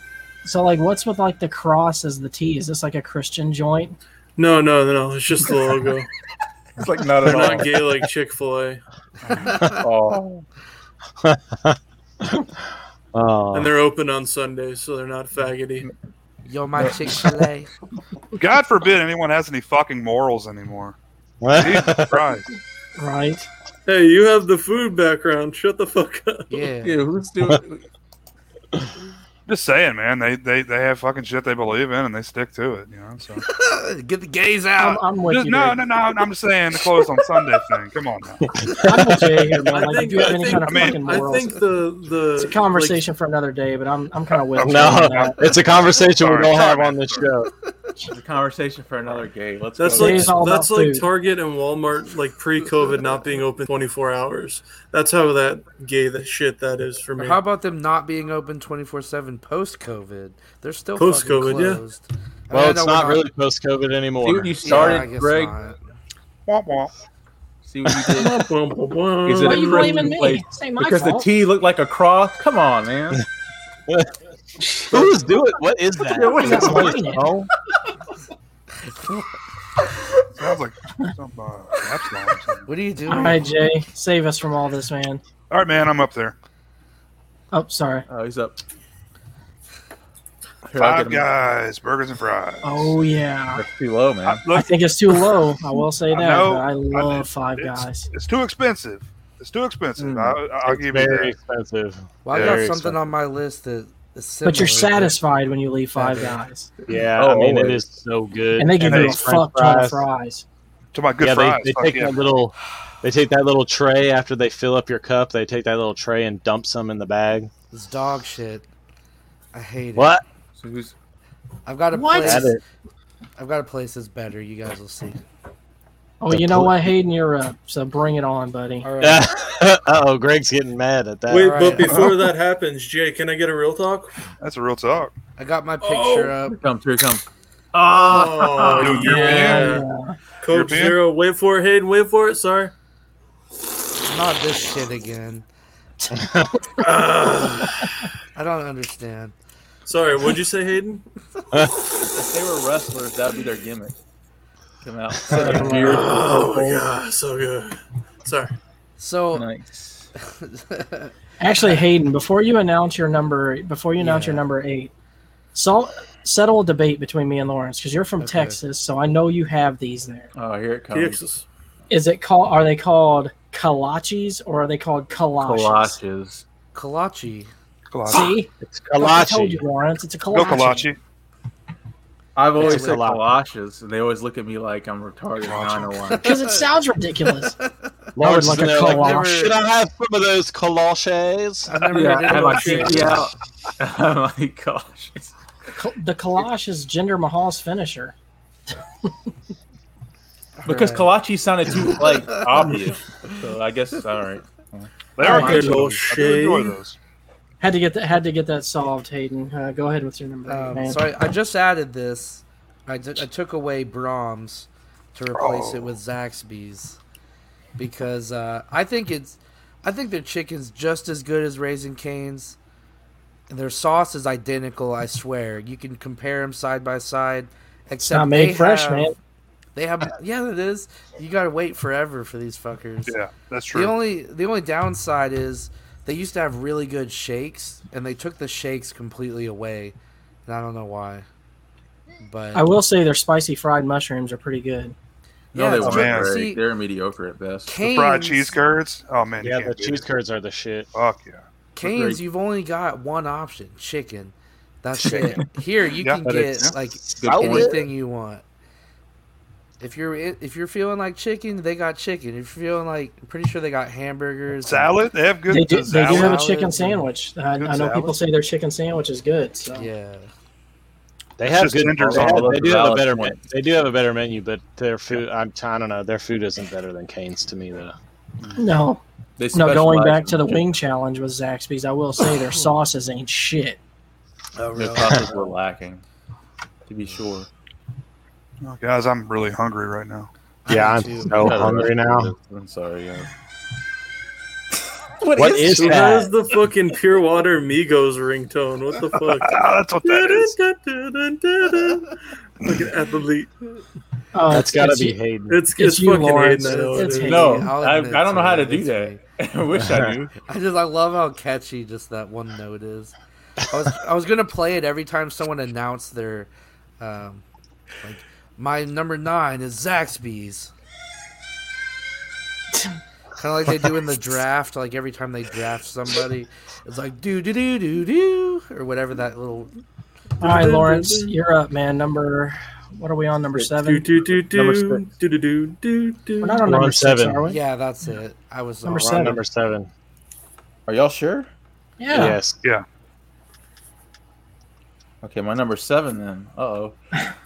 [SPEAKER 1] So like, what's with like the cross as the T? Is this like a Christian joint?
[SPEAKER 7] in that. No, no, no, no. It's just the logo.
[SPEAKER 5] It's like not
[SPEAKER 7] They're
[SPEAKER 5] at
[SPEAKER 7] not
[SPEAKER 5] all.
[SPEAKER 7] gay like Chick fil A.
[SPEAKER 2] Oh,
[SPEAKER 3] Oh,
[SPEAKER 7] And they're open on Sundays, so they're not faggoty.
[SPEAKER 6] Yo, my Chick Fil A.
[SPEAKER 5] God forbid anyone has any fucking morals anymore. Jesus Christ.
[SPEAKER 1] Right.
[SPEAKER 7] Hey, you have the food background. Shut the fuck up.
[SPEAKER 6] Yeah.
[SPEAKER 2] yeah. Who's doing?
[SPEAKER 5] Just saying, man. They, they they have fucking shit they believe in and they stick to it. You know. So
[SPEAKER 6] Get the gays
[SPEAKER 1] I'm,
[SPEAKER 6] out.
[SPEAKER 1] I'm with
[SPEAKER 5] Just-
[SPEAKER 1] you.
[SPEAKER 5] no,
[SPEAKER 1] dude.
[SPEAKER 5] no, no. I'm just saying the closed on Sunday thing. Come on now.
[SPEAKER 1] I'm with Jay here, man.
[SPEAKER 7] I
[SPEAKER 1] Like, if
[SPEAKER 7] think-
[SPEAKER 1] you have
[SPEAKER 7] I
[SPEAKER 1] any
[SPEAKER 7] think-
[SPEAKER 1] kind of
[SPEAKER 5] I mean,
[SPEAKER 1] fucking
[SPEAKER 7] I
[SPEAKER 1] morals,
[SPEAKER 7] think the the
[SPEAKER 1] it's a conversation for another day. But I'm I'm kind of with you.
[SPEAKER 3] Oh, no,
[SPEAKER 1] on that.
[SPEAKER 3] it's a conversation we
[SPEAKER 5] Sorry,
[SPEAKER 3] don't have
[SPEAKER 5] sorry,
[SPEAKER 3] on this show.
[SPEAKER 2] It's a conversation for another game. Let's
[SPEAKER 7] Like, that's
[SPEAKER 2] go.
[SPEAKER 1] It
[SPEAKER 7] like
[SPEAKER 1] is all about
[SPEAKER 7] that's like
[SPEAKER 1] food.
[SPEAKER 7] Target and Walmart, like pre-COVID, not being open 24 hours. That's how that gay that shit that is for
[SPEAKER 6] Or
[SPEAKER 7] me.
[SPEAKER 6] How about them not being open 24 7 post COVID? They're still
[SPEAKER 7] Post-COVID,
[SPEAKER 6] post-COVID,
[SPEAKER 7] yeah.
[SPEAKER 6] yeah. closed. I mean, I
[SPEAKER 3] Well, it's
[SPEAKER 6] know
[SPEAKER 3] not
[SPEAKER 6] we're
[SPEAKER 3] really post COVID
[SPEAKER 2] See what
[SPEAKER 3] anymore.
[SPEAKER 2] you
[SPEAKER 6] Yeah, I
[SPEAKER 2] started,
[SPEAKER 6] guess
[SPEAKER 2] Greg.
[SPEAKER 6] not.
[SPEAKER 5] Womp womp.
[SPEAKER 2] See what you did.
[SPEAKER 7] Womp, womp, womp.
[SPEAKER 2] Is it
[SPEAKER 1] Why
[SPEAKER 2] a
[SPEAKER 1] are you
[SPEAKER 2] Christian
[SPEAKER 1] blaming me?
[SPEAKER 2] place?
[SPEAKER 1] This ain't my
[SPEAKER 2] because the
[SPEAKER 1] fault.
[SPEAKER 2] T looked like a cross. Come on, man.
[SPEAKER 3] Who is doing? What is that?
[SPEAKER 2] what is
[SPEAKER 3] Is that
[SPEAKER 2] that?
[SPEAKER 3] somebody's phone?
[SPEAKER 5] Sounds like some uh, rap song or something.
[SPEAKER 6] What are you doing?
[SPEAKER 1] all right, Jay, save us from all this, man.
[SPEAKER 5] All right, man. I'm up there.
[SPEAKER 1] Oh, sorry.
[SPEAKER 2] Oh, he's up. Here, I'll
[SPEAKER 5] Five
[SPEAKER 2] get him.
[SPEAKER 5] guys, burgers and fries.
[SPEAKER 1] Oh yeah.
[SPEAKER 2] That's too low, man.
[SPEAKER 5] I-
[SPEAKER 1] I
[SPEAKER 5] look,
[SPEAKER 1] think it's too low. I will say
[SPEAKER 5] I
[SPEAKER 1] that.
[SPEAKER 5] know.
[SPEAKER 1] but I love
[SPEAKER 5] it's-
[SPEAKER 1] Five
[SPEAKER 5] it's-
[SPEAKER 1] Guys.
[SPEAKER 5] it's too expensive. It's too expensive.
[SPEAKER 2] Mm.
[SPEAKER 5] I, I'll give you
[SPEAKER 3] Very
[SPEAKER 5] that.
[SPEAKER 3] expensive.
[SPEAKER 6] Well, I
[SPEAKER 5] Yeah.
[SPEAKER 6] got
[SPEAKER 3] Very
[SPEAKER 6] something on my list that is similar.
[SPEAKER 1] But you're satisfied when you leave Five
[SPEAKER 6] Okay.
[SPEAKER 1] Guys,
[SPEAKER 3] Yeah,
[SPEAKER 2] Oh,
[SPEAKER 3] I mean it
[SPEAKER 2] always.
[SPEAKER 3] is so good.
[SPEAKER 1] and they give
[SPEAKER 5] And
[SPEAKER 1] you a
[SPEAKER 5] they-
[SPEAKER 1] fuck ton of fries.
[SPEAKER 5] To my good
[SPEAKER 3] yeah,
[SPEAKER 5] fries.
[SPEAKER 3] they, they
[SPEAKER 5] fuck
[SPEAKER 3] take
[SPEAKER 5] yeah.
[SPEAKER 3] that little, they take that little tray after they fill up your cup. They take that little tray and dump some in the bag.
[SPEAKER 6] It's dog shit. I hate it.
[SPEAKER 3] What?
[SPEAKER 2] So who's
[SPEAKER 6] I've got a
[SPEAKER 1] What?
[SPEAKER 6] place.
[SPEAKER 3] That is-
[SPEAKER 6] I've got a place that's better. You guys will see.
[SPEAKER 1] Oh, you know what, Hayden, you're up. So bring it on, buddy.
[SPEAKER 6] All right.
[SPEAKER 3] Yeah. oh, Greg's getting mad at that.
[SPEAKER 7] Wait,
[SPEAKER 6] Alright.
[SPEAKER 7] but before that happens, Jay, can I get a real talk?
[SPEAKER 5] That's a real talk.
[SPEAKER 6] I got my picture up.
[SPEAKER 2] here comes? Here comes.
[SPEAKER 7] Oh,
[SPEAKER 5] Dude,
[SPEAKER 7] yeah.
[SPEAKER 1] Yeah.
[SPEAKER 7] Coke
[SPEAKER 5] European?
[SPEAKER 7] Zero. Wait for it, Hayden. Wait for it. Sorry.
[SPEAKER 6] Not this shit again. I don't understand.
[SPEAKER 7] Ah. Sorry. What'd you say, Hayden?
[SPEAKER 2] If they were wrestlers, that'd be their gimmick. Come out.
[SPEAKER 7] Oh my god, so good. Sorry.
[SPEAKER 6] So
[SPEAKER 2] nice.
[SPEAKER 1] Actually, Hayden, before you announce your number, before you announce your
[SPEAKER 6] Yeah.
[SPEAKER 1] number eight, so settle a debate between me and Lawrence because you're from
[SPEAKER 6] Okay.
[SPEAKER 1] Texas, so I know you have these there.
[SPEAKER 2] Oh, here it
[SPEAKER 1] Um,
[SPEAKER 2] comes.
[SPEAKER 7] Texas.
[SPEAKER 1] Is it called? Are they called kolaches or are they called kolaches?
[SPEAKER 2] Kolaches.
[SPEAKER 6] kolache.
[SPEAKER 5] Kolache.
[SPEAKER 1] See,
[SPEAKER 3] It's
[SPEAKER 1] I told you,
[SPEAKER 3] kolache.
[SPEAKER 1] Lawrence. It's a
[SPEAKER 5] Go
[SPEAKER 1] kolache.
[SPEAKER 5] kolache.
[SPEAKER 2] I've always
[SPEAKER 3] It's
[SPEAKER 2] said
[SPEAKER 3] kolache.
[SPEAKER 2] kolaches, and they always look at me like I'm retarded. and I know why.
[SPEAKER 1] Because it sounds ridiculous.
[SPEAKER 3] Lawrence
[SPEAKER 1] like
[SPEAKER 3] is
[SPEAKER 1] a
[SPEAKER 3] there like,
[SPEAKER 1] kolache.
[SPEAKER 3] should I have some of those kolaches?
[SPEAKER 6] I've never
[SPEAKER 2] Uh, Yeah,
[SPEAKER 6] heard
[SPEAKER 2] I had
[SPEAKER 6] anyone
[SPEAKER 2] my
[SPEAKER 6] say
[SPEAKER 2] pinky out. I'm like, gosh.
[SPEAKER 1] Col- the kolache is Jinder Mahal's finisher.
[SPEAKER 2] Because
[SPEAKER 6] Alright.
[SPEAKER 2] kolache sounded too like obvious. So I guess all right.
[SPEAKER 5] They are
[SPEAKER 1] Oh,
[SPEAKER 5] good.
[SPEAKER 7] good old
[SPEAKER 5] though. I do enjoy
[SPEAKER 7] shade.
[SPEAKER 5] those.
[SPEAKER 1] Had to get that. Had to get that solved, Hayden. Uh, go ahead with your number. eight,
[SPEAKER 6] Um,
[SPEAKER 1] man.
[SPEAKER 6] so I, I just added this. I d- I took away Brahms to replace it with Zaxby's because uh, I think it's I think their chicken's just as good as Raising Cane's. And their sauce is identical. I swear you can compare them side by side. Except
[SPEAKER 1] not made
[SPEAKER 6] they
[SPEAKER 1] fresh,
[SPEAKER 6] have-
[SPEAKER 1] man.
[SPEAKER 6] They have yeah, it is. You gotta wait forever for these fuckers.
[SPEAKER 5] Yeah, that's true.
[SPEAKER 6] The only the only downside is they used to have really good shakes, and they took the shakes completely away, and I don't know why. But
[SPEAKER 1] I will say their spicy fried mushrooms are pretty good.
[SPEAKER 2] No,
[SPEAKER 6] Yeah,
[SPEAKER 2] they
[SPEAKER 6] it's
[SPEAKER 2] weren't.
[SPEAKER 5] man.
[SPEAKER 2] Greg.
[SPEAKER 6] See-
[SPEAKER 2] They're mediocre at best.
[SPEAKER 5] the fried
[SPEAKER 6] Cane's-
[SPEAKER 5] cheese curds. Oh man, you
[SPEAKER 3] Yeah,
[SPEAKER 5] can't
[SPEAKER 3] the
[SPEAKER 5] beat
[SPEAKER 3] cheese
[SPEAKER 5] it.
[SPEAKER 3] curds are the shit.
[SPEAKER 5] Fuck yeah.
[SPEAKER 6] Canes,
[SPEAKER 2] great.
[SPEAKER 6] you've only got one option: chicken. That's it. Here you
[SPEAKER 5] Yeah,
[SPEAKER 6] can
[SPEAKER 3] but
[SPEAKER 6] get
[SPEAKER 3] it's-
[SPEAKER 6] like
[SPEAKER 2] Good
[SPEAKER 3] I
[SPEAKER 2] point.
[SPEAKER 3] would-
[SPEAKER 6] anything you want. If you're i- if you're feeling like chicken, they got chicken. If you're feeling like, I'm pretty sure they got hamburgers. and-
[SPEAKER 5] Salad? They have good
[SPEAKER 1] They do, they do
[SPEAKER 5] salad.
[SPEAKER 1] have a
[SPEAKER 6] Salad
[SPEAKER 1] chicken
[SPEAKER 6] and-
[SPEAKER 1] sandwich. I, I
[SPEAKER 5] Good
[SPEAKER 1] know people
[SPEAKER 5] salad.
[SPEAKER 1] say their chicken sandwich is good. So
[SPEAKER 6] Yeah,
[SPEAKER 3] They
[SPEAKER 5] It's
[SPEAKER 3] have
[SPEAKER 5] just
[SPEAKER 3] good.
[SPEAKER 5] tenders
[SPEAKER 3] They,
[SPEAKER 5] on
[SPEAKER 3] have-
[SPEAKER 2] the
[SPEAKER 3] they do have a
[SPEAKER 2] salad
[SPEAKER 3] better.
[SPEAKER 2] point.
[SPEAKER 3] men- They do have a better menu, but their food. I'm. I don't know. Their food isn't better than Cane's to me though.
[SPEAKER 1] no,
[SPEAKER 2] They
[SPEAKER 1] no. Going
[SPEAKER 2] specialize
[SPEAKER 1] back
[SPEAKER 2] in
[SPEAKER 1] to the
[SPEAKER 2] chicken.
[SPEAKER 1] wing challenge with Zaxby's, I will say their sauces ain't shit.
[SPEAKER 6] oh
[SPEAKER 2] Their
[SPEAKER 6] really?
[SPEAKER 2] sauces were lacking, to be sure.
[SPEAKER 5] Oh, guys, I'm really hungry right now.
[SPEAKER 3] Yeah,
[SPEAKER 6] am
[SPEAKER 3] I'm
[SPEAKER 6] too.
[SPEAKER 3] so hungry now.
[SPEAKER 2] I'm sorry. Yeah.
[SPEAKER 3] What is
[SPEAKER 7] Who has
[SPEAKER 3] that?
[SPEAKER 7] the fucking pure water Migos ringtone? What the fuck?
[SPEAKER 5] Ah, that's what that is.
[SPEAKER 7] Fucking athlete.
[SPEAKER 1] Oh,
[SPEAKER 3] That's gotta
[SPEAKER 1] it's-
[SPEAKER 3] be Hayden.
[SPEAKER 7] It's, it's,
[SPEAKER 1] It's you,
[SPEAKER 7] fucking
[SPEAKER 1] Lawrence.
[SPEAKER 7] Hayden. I know
[SPEAKER 1] It's
[SPEAKER 7] it is.
[SPEAKER 1] Hayden.
[SPEAKER 2] No,
[SPEAKER 6] I'll
[SPEAKER 2] I, I
[SPEAKER 6] admit
[SPEAKER 2] don't know how to
[SPEAKER 6] it's
[SPEAKER 2] do that. I wish I knew.
[SPEAKER 6] I just I love how catchy just that one note is. I was I was gonna play it every time someone announced their, um, like my number nine is Zaxby's. Kind of like they do in the draft, like every time they draft somebody, it's like do do do do do or whatever that little.
[SPEAKER 1] All right, Lawrence, you're up, man. Number, what are we on? Number
[SPEAKER 7] Do
[SPEAKER 1] seven.
[SPEAKER 7] do do do
[SPEAKER 2] Number
[SPEAKER 7] do
[SPEAKER 2] six.
[SPEAKER 7] do do do do.
[SPEAKER 1] We're not on
[SPEAKER 3] We're
[SPEAKER 1] number
[SPEAKER 3] on
[SPEAKER 1] six,
[SPEAKER 3] seven.
[SPEAKER 1] are we?
[SPEAKER 6] Yeah, that's it. I was
[SPEAKER 1] Number
[SPEAKER 6] off.
[SPEAKER 1] seven.
[SPEAKER 3] Number seven.
[SPEAKER 2] Are y'all sure?
[SPEAKER 1] Yeah.
[SPEAKER 3] Yes.
[SPEAKER 2] Okay, my number seven then. Uh oh,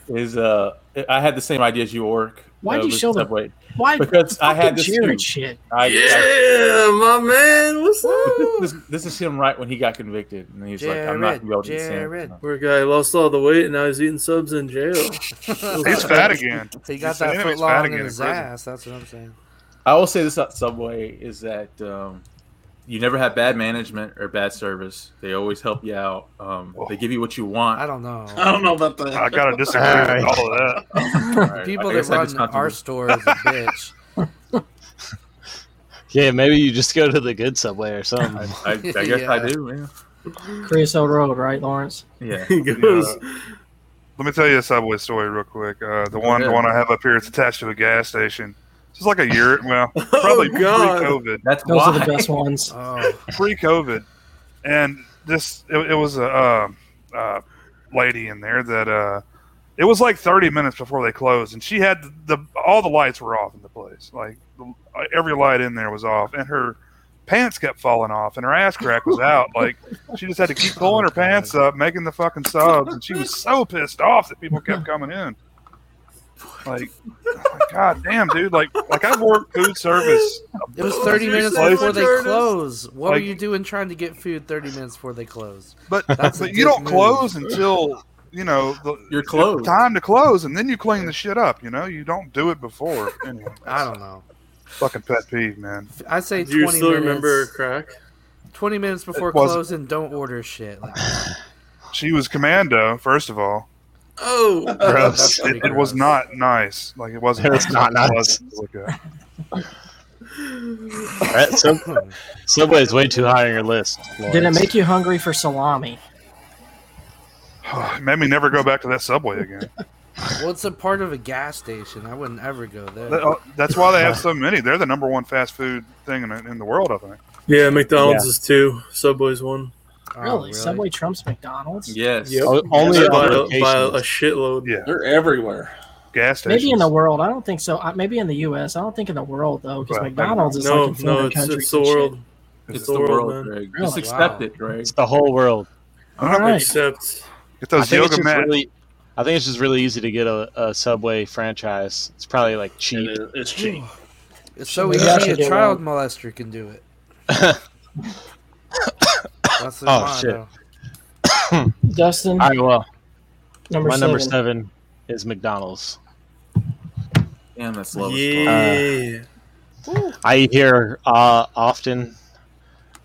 [SPEAKER 2] is uh, I had the same idea as you, Orc.
[SPEAKER 1] Why'd
[SPEAKER 2] uh,
[SPEAKER 1] you
[SPEAKER 2] with
[SPEAKER 1] show the-
[SPEAKER 2] Subway.
[SPEAKER 1] Why?
[SPEAKER 2] Because I
[SPEAKER 1] fucking
[SPEAKER 2] had this
[SPEAKER 1] Jared
[SPEAKER 2] too.
[SPEAKER 1] shit.
[SPEAKER 2] I, I,
[SPEAKER 7] Yeah, my man. What's
[SPEAKER 2] but
[SPEAKER 7] up?
[SPEAKER 2] this, this is him right when he got convicted, and he's like, "I'm not gonna be able to
[SPEAKER 6] Jared,
[SPEAKER 2] Jared.
[SPEAKER 6] Jared.
[SPEAKER 7] Poor guy lost all the weight and now he's eating subs in jail.
[SPEAKER 5] He's fat again.
[SPEAKER 6] He got
[SPEAKER 5] He's
[SPEAKER 6] that
[SPEAKER 5] saying
[SPEAKER 6] foot
[SPEAKER 5] he's fat
[SPEAKER 6] long in
[SPEAKER 5] again in
[SPEAKER 6] his
[SPEAKER 5] prison.
[SPEAKER 6] ass. That's what I'm saying.
[SPEAKER 2] I will say this about Subway is that um, you never have bad management or bad service. They always help you out. Um,
[SPEAKER 5] Oh.
[SPEAKER 2] They give you what you want.
[SPEAKER 6] I don't know.
[SPEAKER 4] I don't know about that.
[SPEAKER 5] I gotta disagree with all of that.
[SPEAKER 2] All right,
[SPEAKER 6] People
[SPEAKER 2] I
[SPEAKER 6] that
[SPEAKER 2] guess I
[SPEAKER 6] run
[SPEAKER 2] just have to
[SPEAKER 6] our
[SPEAKER 2] do-
[SPEAKER 6] store is a bitch.
[SPEAKER 3] Yeah, maybe you just go to the good subway or something.
[SPEAKER 2] I, I, I guess
[SPEAKER 6] Yeah.
[SPEAKER 2] I do.
[SPEAKER 1] Creosote Road, right, Lawrence?
[SPEAKER 2] Yeah. yeah.
[SPEAKER 7] He goes,
[SPEAKER 5] Let me tell you a subway story real quick. Uh, the one, the
[SPEAKER 2] ahead.
[SPEAKER 5] one I have up here, it's attached to a gas station. It's just like a year, well, probably
[SPEAKER 7] Oh, God.
[SPEAKER 5] pre-COVID.
[SPEAKER 2] That's
[SPEAKER 1] Those
[SPEAKER 2] why.
[SPEAKER 1] are the best ones.
[SPEAKER 6] Oh,
[SPEAKER 5] pre-COVID, and this it, it was a uh, uh, lady in there that uh, it was like 30 minutes before they closed, and she had the all the lights were off in the place, like the, every light in there was off, and her pants kept falling off, and her ass crack was out. Like she just had to keep pulling her pants up, making the fucking subs, and she was so pissed off that people kept coming in. Like, oh god damn, dude! Like, like I've worked food service
[SPEAKER 6] it was 30
[SPEAKER 5] These
[SPEAKER 6] minutes
[SPEAKER 5] places-
[SPEAKER 6] before they close. What were
[SPEAKER 5] Like-
[SPEAKER 6] you doing trying to get food 30 minutes before they closed?
[SPEAKER 5] But
[SPEAKER 6] That's a
[SPEAKER 5] but you don't
[SPEAKER 6] dick move.
[SPEAKER 5] close until you know the,
[SPEAKER 2] You're closed.
[SPEAKER 5] time to close, and then you clean the shit up. You know, you don't do it before. Anyway,
[SPEAKER 6] I don't know.
[SPEAKER 5] fucking pet peeve, man.
[SPEAKER 6] I say
[SPEAKER 7] Do you
[SPEAKER 6] 20
[SPEAKER 7] still
[SPEAKER 6] minutes.
[SPEAKER 7] remember crack?
[SPEAKER 6] 20 minutes before
[SPEAKER 5] It wasn't-
[SPEAKER 6] closing, don't order shit. Like,
[SPEAKER 5] She was commando, first of all.
[SPEAKER 7] Oh,
[SPEAKER 6] Gross.
[SPEAKER 5] It, it was not nice. Like it wasn't.
[SPEAKER 3] It's not nice.
[SPEAKER 5] pleasant to look at.
[SPEAKER 3] That sub- subway is way too high on your list. Lawrence.
[SPEAKER 1] Did it make you hungry for salami?
[SPEAKER 5] it made me never go back to that subway again.
[SPEAKER 6] well, it's a part of a gas station. I wouldn't ever go
[SPEAKER 5] That-
[SPEAKER 6] there. Oh,
[SPEAKER 5] uh, that's why they have so many. They're the number one fast food thing in, in the world, I think.
[SPEAKER 7] yeah. McDonald's is two. Subway's one.
[SPEAKER 6] Oh,
[SPEAKER 1] Really? Subway trumps McDonald's?
[SPEAKER 2] Yes.
[SPEAKER 7] Yep.
[SPEAKER 3] O- only
[SPEAKER 7] By,
[SPEAKER 3] on
[SPEAKER 7] by
[SPEAKER 3] locations.
[SPEAKER 7] a shitload.
[SPEAKER 5] Yeah,
[SPEAKER 4] They're everywhere.
[SPEAKER 5] gas station.
[SPEAKER 1] Maybe in the world. I don't think so. I, maybe in the U.S. I don't think in the world though, because
[SPEAKER 5] Well,
[SPEAKER 1] McDonald's is
[SPEAKER 7] No,
[SPEAKER 1] like in
[SPEAKER 7] no,
[SPEAKER 1] foreign
[SPEAKER 7] it's,
[SPEAKER 1] countries.
[SPEAKER 7] it's the
[SPEAKER 1] and shit.
[SPEAKER 7] world.
[SPEAKER 2] It's
[SPEAKER 7] the
[SPEAKER 2] the
[SPEAKER 7] world,
[SPEAKER 2] world,
[SPEAKER 7] man.
[SPEAKER 2] Greg.
[SPEAKER 1] Really?
[SPEAKER 2] Just accept
[SPEAKER 6] Wow.
[SPEAKER 2] it, Greg.
[SPEAKER 3] It's the whole world.
[SPEAKER 1] All right.
[SPEAKER 7] Except
[SPEAKER 5] Get
[SPEAKER 3] I
[SPEAKER 5] those
[SPEAKER 3] think, it's
[SPEAKER 5] yoga
[SPEAKER 3] just
[SPEAKER 5] mats.
[SPEAKER 3] really, I think it's just really easy to get a, a subway franchise. It's probably like
[SPEAKER 4] It
[SPEAKER 3] cheap.
[SPEAKER 4] is, it's cheap.
[SPEAKER 6] It's so
[SPEAKER 1] Yeah, I
[SPEAKER 6] easy.
[SPEAKER 1] should
[SPEAKER 6] A
[SPEAKER 1] get
[SPEAKER 6] child molester can do it. That's the
[SPEAKER 3] Oh,
[SPEAKER 6] motto.
[SPEAKER 3] shit.
[SPEAKER 1] Dustin,
[SPEAKER 3] All right, well,
[SPEAKER 1] number,
[SPEAKER 3] my
[SPEAKER 1] seven.
[SPEAKER 3] number seven is McDonald's.
[SPEAKER 2] Damn, that's low. as fuck.
[SPEAKER 7] Yeah.
[SPEAKER 6] uh,
[SPEAKER 3] I eat here uh, often.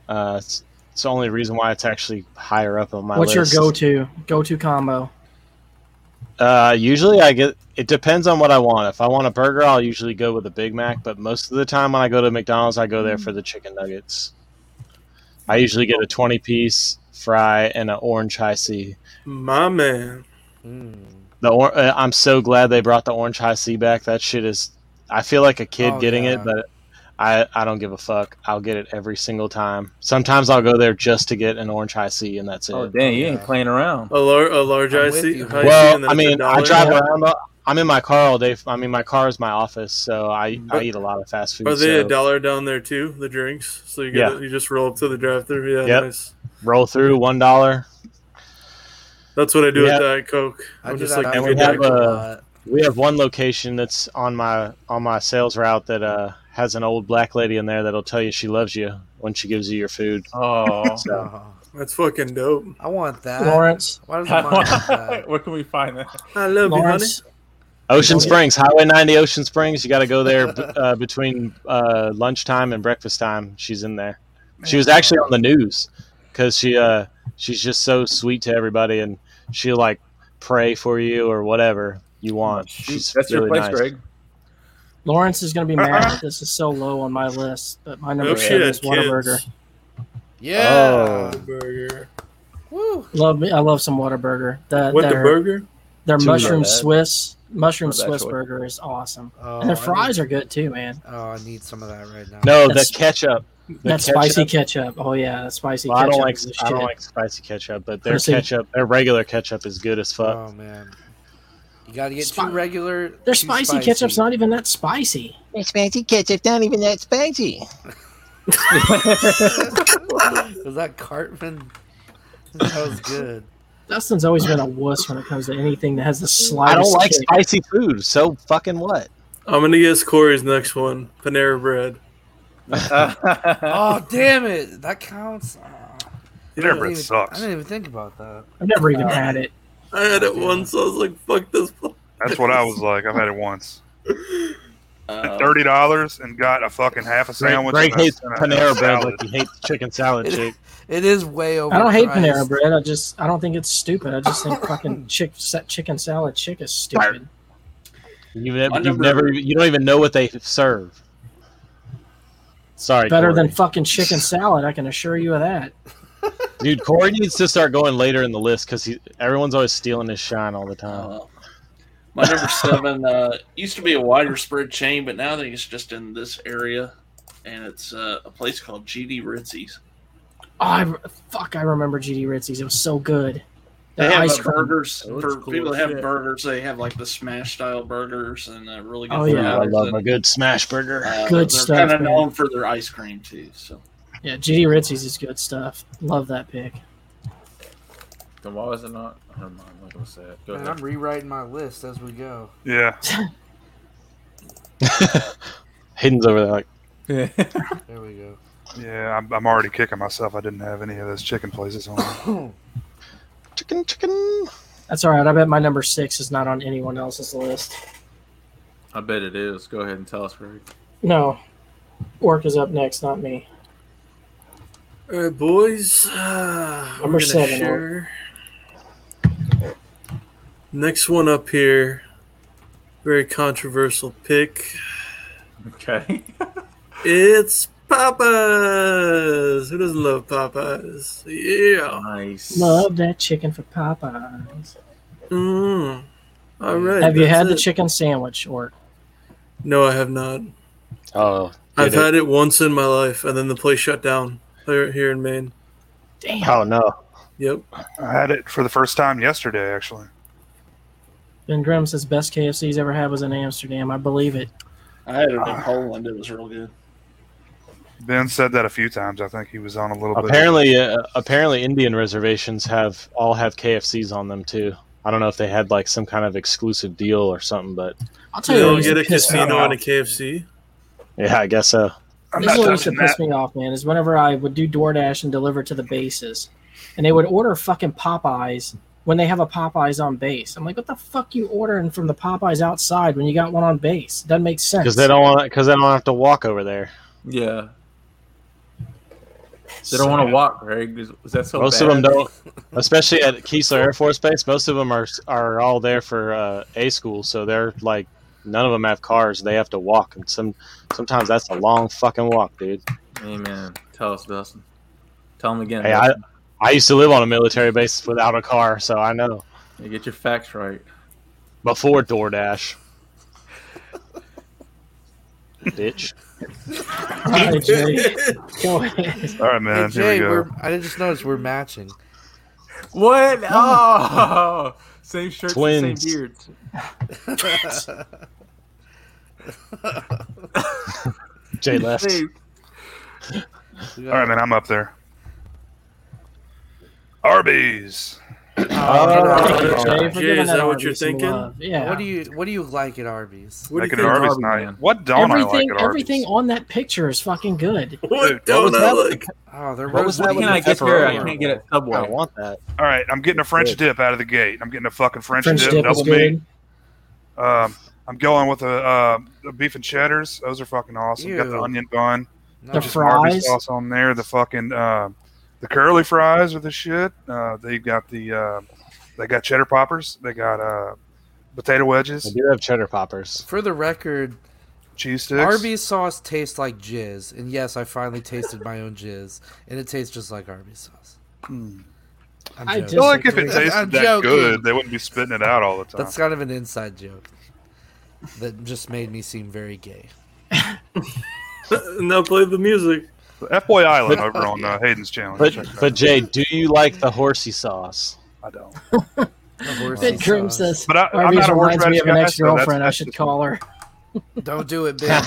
[SPEAKER 3] Uh, it's, it's the only reason why it's actually higher up on my
[SPEAKER 1] What's
[SPEAKER 3] list.
[SPEAKER 1] your go-to go-to combo?
[SPEAKER 3] Uh, usually I get it depends on what I want. If I want a burger, I'll usually go with a Big Mac, but most of the time when I go to McDonald's, I go
[SPEAKER 6] Mm.
[SPEAKER 3] there for the chicken nuggets. I usually get a 20 piece fry and an orange high C.
[SPEAKER 7] My man.
[SPEAKER 6] Mm.
[SPEAKER 3] The or- uh, I'm so glad they brought the orange high C back. That shit is I feel like a kid
[SPEAKER 6] Oh,
[SPEAKER 3] getting
[SPEAKER 6] yeah.
[SPEAKER 3] it, but I I don't give a fuck. I'll get it every single time. Sometimes I'll go there just to get an orange high C and that's it.
[SPEAKER 2] Oh damn, you ain't playing around.
[SPEAKER 7] A, lar- a large
[SPEAKER 6] I'm
[SPEAKER 7] i
[SPEAKER 6] with
[SPEAKER 7] see.
[SPEAKER 6] you,
[SPEAKER 7] I
[SPEAKER 6] man.
[SPEAKER 7] see, and
[SPEAKER 3] Well,
[SPEAKER 7] then
[SPEAKER 3] I
[SPEAKER 7] it's a
[SPEAKER 3] mean, I
[SPEAKER 7] dollar.
[SPEAKER 3] drive around. a- I'm in my car all day. I mean, my car is my office, so I, I
[SPEAKER 7] But-
[SPEAKER 3] eat a lot of fast food.
[SPEAKER 7] Are they a
[SPEAKER 3] so
[SPEAKER 7] dollar down there too? The drinks, so you get
[SPEAKER 3] Yeah.
[SPEAKER 7] you just roll up to the drive-through. Yeah,
[SPEAKER 3] Yep.
[SPEAKER 7] nice.
[SPEAKER 3] roll through one dollar.
[SPEAKER 7] That's what I do
[SPEAKER 3] Yeah.
[SPEAKER 7] with Diet Coke.
[SPEAKER 6] I
[SPEAKER 7] I'm
[SPEAKER 6] do
[SPEAKER 7] just
[SPEAKER 6] that
[SPEAKER 7] like,
[SPEAKER 6] out
[SPEAKER 3] we
[SPEAKER 6] in
[SPEAKER 7] good
[SPEAKER 3] have
[SPEAKER 7] Diet
[SPEAKER 6] Denver
[SPEAKER 7] Coke.
[SPEAKER 3] a-
[SPEAKER 6] lot.
[SPEAKER 3] We have one location that's on my on my sales route that uh, has an old black lady in there that'll tell you she loves you when she gives you your food.
[SPEAKER 2] Oh,
[SPEAKER 3] So
[SPEAKER 6] Oh,
[SPEAKER 7] that's fucking dope.
[SPEAKER 6] I want
[SPEAKER 3] Uh,
[SPEAKER 6] that.
[SPEAKER 1] Lawrence,
[SPEAKER 6] Why does mine have that?
[SPEAKER 2] where can we find that?
[SPEAKER 7] I love Oh,
[SPEAKER 1] Lawrence,
[SPEAKER 3] Ocean
[SPEAKER 1] Okay.
[SPEAKER 3] Springs, Highway 90, Ocean Springs. You got to go there b- uh, between uh, lunchtime and breakfast time. She's in there. She was actually on the news because she uh, she's just so sweet to everybody, and she'll like pray for you or whatever you want. Oh, She's
[SPEAKER 2] That's your
[SPEAKER 3] really
[SPEAKER 2] place,
[SPEAKER 3] nice.
[SPEAKER 2] Greg.
[SPEAKER 1] Lawrence is going to be mad. that this is so low on my list, but my
[SPEAKER 7] honey.
[SPEAKER 1] number
[SPEAKER 7] Uh-huh. Oh
[SPEAKER 1] seven
[SPEAKER 7] shit,
[SPEAKER 1] is
[SPEAKER 7] kids.
[SPEAKER 1] Whataburger.
[SPEAKER 6] Yeah.
[SPEAKER 7] Burger.
[SPEAKER 6] Woo.
[SPEAKER 1] Love me, I love some Whataburger. That
[SPEAKER 7] What the
[SPEAKER 1] their,
[SPEAKER 7] burger?
[SPEAKER 1] their
[SPEAKER 2] Too
[SPEAKER 1] mushroom
[SPEAKER 2] bad.
[SPEAKER 1] Swiss mushroom
[SPEAKER 2] Not a bad
[SPEAKER 1] Swiss
[SPEAKER 2] choice.
[SPEAKER 1] burger is awesome,
[SPEAKER 6] Oh,
[SPEAKER 1] and their
[SPEAKER 6] I
[SPEAKER 1] fries
[SPEAKER 6] need-
[SPEAKER 1] are good too, man.
[SPEAKER 6] oh, I need some of that right now.
[SPEAKER 3] No,
[SPEAKER 1] That's-
[SPEAKER 3] the ketchup. The
[SPEAKER 1] that
[SPEAKER 3] ketchup-
[SPEAKER 1] spicy ketchup. Oh yeah, that spicy
[SPEAKER 3] Well, I
[SPEAKER 1] ketchup.
[SPEAKER 3] don't like
[SPEAKER 1] is the
[SPEAKER 3] I don't
[SPEAKER 1] shit.
[SPEAKER 3] like spicy ketchup, but their
[SPEAKER 1] Proceed.
[SPEAKER 3] ketchup, their regular ketchup, is good as fuck.
[SPEAKER 6] Oh man. You gotta get
[SPEAKER 1] Spi-
[SPEAKER 6] two regular.
[SPEAKER 1] Their
[SPEAKER 6] two
[SPEAKER 1] spicy, ketchup's not even that spicy.
[SPEAKER 8] Spicy ketchup, not even that spicy.
[SPEAKER 6] Was that Cartman? That was good.
[SPEAKER 1] Dustin's always been a wuss when it comes to anything that has the
[SPEAKER 3] I
[SPEAKER 1] slightest.
[SPEAKER 3] don't like
[SPEAKER 1] kick.
[SPEAKER 3] spicy food, so fucking what?
[SPEAKER 7] I'm gonna guess Corey's next one. Panera Bread.
[SPEAKER 6] Oh damn it! That counts. Ah, I
[SPEAKER 5] Panera
[SPEAKER 6] didn't
[SPEAKER 5] Bread
[SPEAKER 6] even- I
[SPEAKER 5] sucks.
[SPEAKER 6] didn't even think about that.
[SPEAKER 1] I've never even had it.
[SPEAKER 7] I had it once. I was like, fuck this. fu-
[SPEAKER 5] That's what I was like. I've had it once.
[SPEAKER 4] Uh,
[SPEAKER 5] Spent Thirty dollars and got a fucking half a
[SPEAKER 3] Greg,
[SPEAKER 5] sandwich.
[SPEAKER 3] Greg
[SPEAKER 5] and a-
[SPEAKER 3] hates
[SPEAKER 5] and a-
[SPEAKER 3] Panera
[SPEAKER 5] a
[SPEAKER 3] Bread
[SPEAKER 5] salad.
[SPEAKER 3] like he hates chicken salad. Chick.
[SPEAKER 6] It is way over.
[SPEAKER 1] I don't hate Panera Bread. I just I don't think it's stupid. I just think fucking chick sa- chicken salad chick is stupid.
[SPEAKER 3] You've,
[SPEAKER 4] My
[SPEAKER 3] never, you've
[SPEAKER 4] number-
[SPEAKER 3] never, you don't even know what they serve. Sorry,
[SPEAKER 1] Better than
[SPEAKER 3] Corey.
[SPEAKER 1] fucking chicken salad. I can assure you of that.
[SPEAKER 3] dude. Corey needs to start going later in the list because everyone's always stealing his shine all the time.
[SPEAKER 4] uh, my number seven uh, used to be a wider spread chain, but now I think it's just in this area, and it's uh, a place called GD Ritzy's.
[SPEAKER 1] Oh, I, re- fuck! I remember GD Ritzy's. It was so good.
[SPEAKER 4] They
[SPEAKER 1] That
[SPEAKER 4] have
[SPEAKER 1] ice
[SPEAKER 4] uh,
[SPEAKER 1] cream.
[SPEAKER 4] burgers
[SPEAKER 2] That looks
[SPEAKER 4] for
[SPEAKER 2] cool
[SPEAKER 4] people
[SPEAKER 2] as
[SPEAKER 4] that have
[SPEAKER 2] shit.
[SPEAKER 4] burgers. They have like the smash style burgers and uh, really good.
[SPEAKER 1] Oh,
[SPEAKER 4] fries
[SPEAKER 1] yeah.
[SPEAKER 3] I love
[SPEAKER 4] and,
[SPEAKER 3] a good smash burger.
[SPEAKER 4] uh,
[SPEAKER 1] Good
[SPEAKER 4] They're
[SPEAKER 1] stuff,
[SPEAKER 4] kind of
[SPEAKER 1] man.
[SPEAKER 4] known for their ice cream too. So
[SPEAKER 1] Yeah, GD Ritzy's is good stuff. Love that pick.
[SPEAKER 2] Then why is it not? Never mind, I'm not gonna say it. Go
[SPEAKER 6] Man, I'm
[SPEAKER 2] ahead.
[SPEAKER 6] rewriting my list as we go.
[SPEAKER 5] Yeah,
[SPEAKER 3] Hayden's over there like,
[SPEAKER 6] There we go.
[SPEAKER 5] yeah. I'm, I'm already kicking myself. I didn't have any of those chicken places on. there.
[SPEAKER 3] chicken, chicken.
[SPEAKER 1] That's all right. I bet my number six is not on anyone else's list.
[SPEAKER 2] I bet it is. Go ahead and tell us, Greg.
[SPEAKER 1] No, Orc is up next, not me.
[SPEAKER 7] All right, boys. Uh, we're
[SPEAKER 1] Number
[SPEAKER 7] gonna
[SPEAKER 1] seven.
[SPEAKER 7] share. Next one up here. Very controversial pick.
[SPEAKER 2] Okay.
[SPEAKER 7] It's Popeyes. Who doesn't love Popeyes? Yeah.
[SPEAKER 2] nice.
[SPEAKER 1] Love that chicken for Popeyes.
[SPEAKER 7] Mm. All right.
[SPEAKER 1] Have you
[SPEAKER 7] that's
[SPEAKER 1] had the
[SPEAKER 7] it.
[SPEAKER 1] chicken sandwich, Orc?
[SPEAKER 7] No, I have not.
[SPEAKER 3] Oh,
[SPEAKER 7] I've
[SPEAKER 3] I've
[SPEAKER 7] had it once in my life, and then the place shut down here, here in Maine.
[SPEAKER 1] Damn,
[SPEAKER 3] oh no.
[SPEAKER 7] Yep.
[SPEAKER 5] I had it for the first time yesterday, actually.
[SPEAKER 1] Ben Grimm says best KFC he's ever had was in Amsterdam. I believe it.
[SPEAKER 4] I had it in Poland. It was real good.
[SPEAKER 5] Ben said that a few times. I think he was on a little bit.
[SPEAKER 3] Apparently, uh, apparently, Indian reservations have all have KFCs on them too. I don't know if they had like some kind of exclusive deal or something, but
[SPEAKER 1] I'll tell
[SPEAKER 7] You
[SPEAKER 1] you. what
[SPEAKER 7] don't
[SPEAKER 1] he's
[SPEAKER 7] get a
[SPEAKER 1] pissed me
[SPEAKER 7] casino
[SPEAKER 1] off.
[SPEAKER 7] and a KFC.
[SPEAKER 3] yeah, I guess so.
[SPEAKER 5] I'm
[SPEAKER 1] this is
[SPEAKER 5] not
[SPEAKER 1] what used to
[SPEAKER 5] touching that.
[SPEAKER 1] piss me off, man. Is whenever I would do DoorDash and deliver to the bases, and they would order fucking Popeyes when they have a Popeyes on base. I'm like, what the fuck you ordering from the Popeyes outside when you got one on base? Doesn't make sense.
[SPEAKER 3] because they don't want because they don't have to walk over there.
[SPEAKER 2] Yeah. They don't want to walk, Greg. Is, is that so
[SPEAKER 3] most
[SPEAKER 2] bad?
[SPEAKER 3] of them don't, especially at Keesler Air Force Base. Most of them are are all there for uh, A school, so they're like none of them have cars. They have to walk, and some sometimes that's a long fucking walk, dude.
[SPEAKER 2] Amen. Tell us, Dustin. Tell them again.
[SPEAKER 3] Hey, I
[SPEAKER 2] Dustin.
[SPEAKER 3] I used to live on a military base without a car, so I know.
[SPEAKER 2] You get your facts right.
[SPEAKER 3] Before DoorDash, bitch.
[SPEAKER 1] All right, Jay, go ahead.
[SPEAKER 5] All right, man.
[SPEAKER 6] hey,
[SPEAKER 5] here
[SPEAKER 6] Jay,
[SPEAKER 5] we go.
[SPEAKER 6] we're, I just noticed we're matching.
[SPEAKER 2] What? Oh, same shirts, and
[SPEAKER 3] Twins.
[SPEAKER 2] same beards.
[SPEAKER 3] Jay left.
[SPEAKER 2] Hey,
[SPEAKER 5] All right, man. I'm up there. Arby's.
[SPEAKER 6] Oh,
[SPEAKER 1] Thank you, Jay,
[SPEAKER 7] Oh,
[SPEAKER 1] for
[SPEAKER 7] Jay,
[SPEAKER 1] giving
[SPEAKER 7] is that what
[SPEAKER 1] Arby's
[SPEAKER 7] you're
[SPEAKER 1] some
[SPEAKER 7] thinking?
[SPEAKER 1] love. Yeah.
[SPEAKER 6] What do you What do you like at Arby's?
[SPEAKER 7] What do you
[SPEAKER 5] Make it
[SPEAKER 7] think,
[SPEAKER 5] an Arby's
[SPEAKER 7] Harvey?
[SPEAKER 5] night.
[SPEAKER 2] man?
[SPEAKER 5] What don't I like
[SPEAKER 1] everything,
[SPEAKER 5] at Arby's?
[SPEAKER 1] everything on that picture is fucking good.
[SPEAKER 7] What
[SPEAKER 5] Dude, what was
[SPEAKER 7] don't I
[SPEAKER 5] that?
[SPEAKER 7] like?
[SPEAKER 6] Oh, they're
[SPEAKER 3] What was
[SPEAKER 2] What
[SPEAKER 3] that
[SPEAKER 2] can
[SPEAKER 3] with
[SPEAKER 2] I
[SPEAKER 3] the
[SPEAKER 2] get there? I
[SPEAKER 3] pepperoni?
[SPEAKER 2] can't get at
[SPEAKER 3] I
[SPEAKER 2] Subway.
[SPEAKER 3] want that.
[SPEAKER 5] All right, I'm getting a French dip out of the gate. I'm getting a fucking French,
[SPEAKER 1] French
[SPEAKER 5] dip,
[SPEAKER 1] dip is
[SPEAKER 5] double meat.
[SPEAKER 1] good.
[SPEAKER 5] Um, I'm going with a uh, the beef and cheddars. Those are fucking awesome. Got the
[SPEAKER 6] Ew.
[SPEAKER 5] onion bun,
[SPEAKER 6] No,
[SPEAKER 1] The
[SPEAKER 5] just
[SPEAKER 1] fr- fries?
[SPEAKER 5] Arby's sauce on there. The fucking uh, the curly fries are the shit. Uh, they've got the uh, they got cheddar poppers. They got uh, potato
[SPEAKER 3] I
[SPEAKER 5] wedges,
[SPEAKER 3] do have cheddar poppers.
[SPEAKER 6] for the record,
[SPEAKER 5] cheese sticks.
[SPEAKER 6] Arby's sauce tastes like jizz, and yes, I finally tasted my own jizz, and it tastes just like Arby's sauce.
[SPEAKER 5] Hmm.
[SPEAKER 6] I'm
[SPEAKER 1] I
[SPEAKER 6] joking.
[SPEAKER 5] I feel like if it
[SPEAKER 1] Disagree.
[SPEAKER 5] tasted
[SPEAKER 6] I'm
[SPEAKER 5] that
[SPEAKER 6] joking.
[SPEAKER 5] good, they wouldn't be spitting it out all the time.
[SPEAKER 6] That's kind of an inside joke that just made me seem very gay.
[SPEAKER 7] now play the music.
[SPEAKER 5] F Boy Island over on uh, Hayden's channel.
[SPEAKER 3] But
[SPEAKER 5] Check it out.
[SPEAKER 3] but Jay, do you like the horsey sauce?
[SPEAKER 5] I don't.
[SPEAKER 6] The horsey
[SPEAKER 1] That Grim
[SPEAKER 6] sauce.
[SPEAKER 1] says,
[SPEAKER 5] But I, I'm
[SPEAKER 1] Arby's
[SPEAKER 5] not a
[SPEAKER 1] reminds me
[SPEAKER 5] horseradish
[SPEAKER 1] of an
[SPEAKER 5] guy.
[SPEAKER 1] ex
[SPEAKER 5] so that's-
[SPEAKER 1] girlfriend. I
[SPEAKER 5] that's
[SPEAKER 1] should
[SPEAKER 5] just-
[SPEAKER 1] call her.
[SPEAKER 6] "Don't do it, Ben.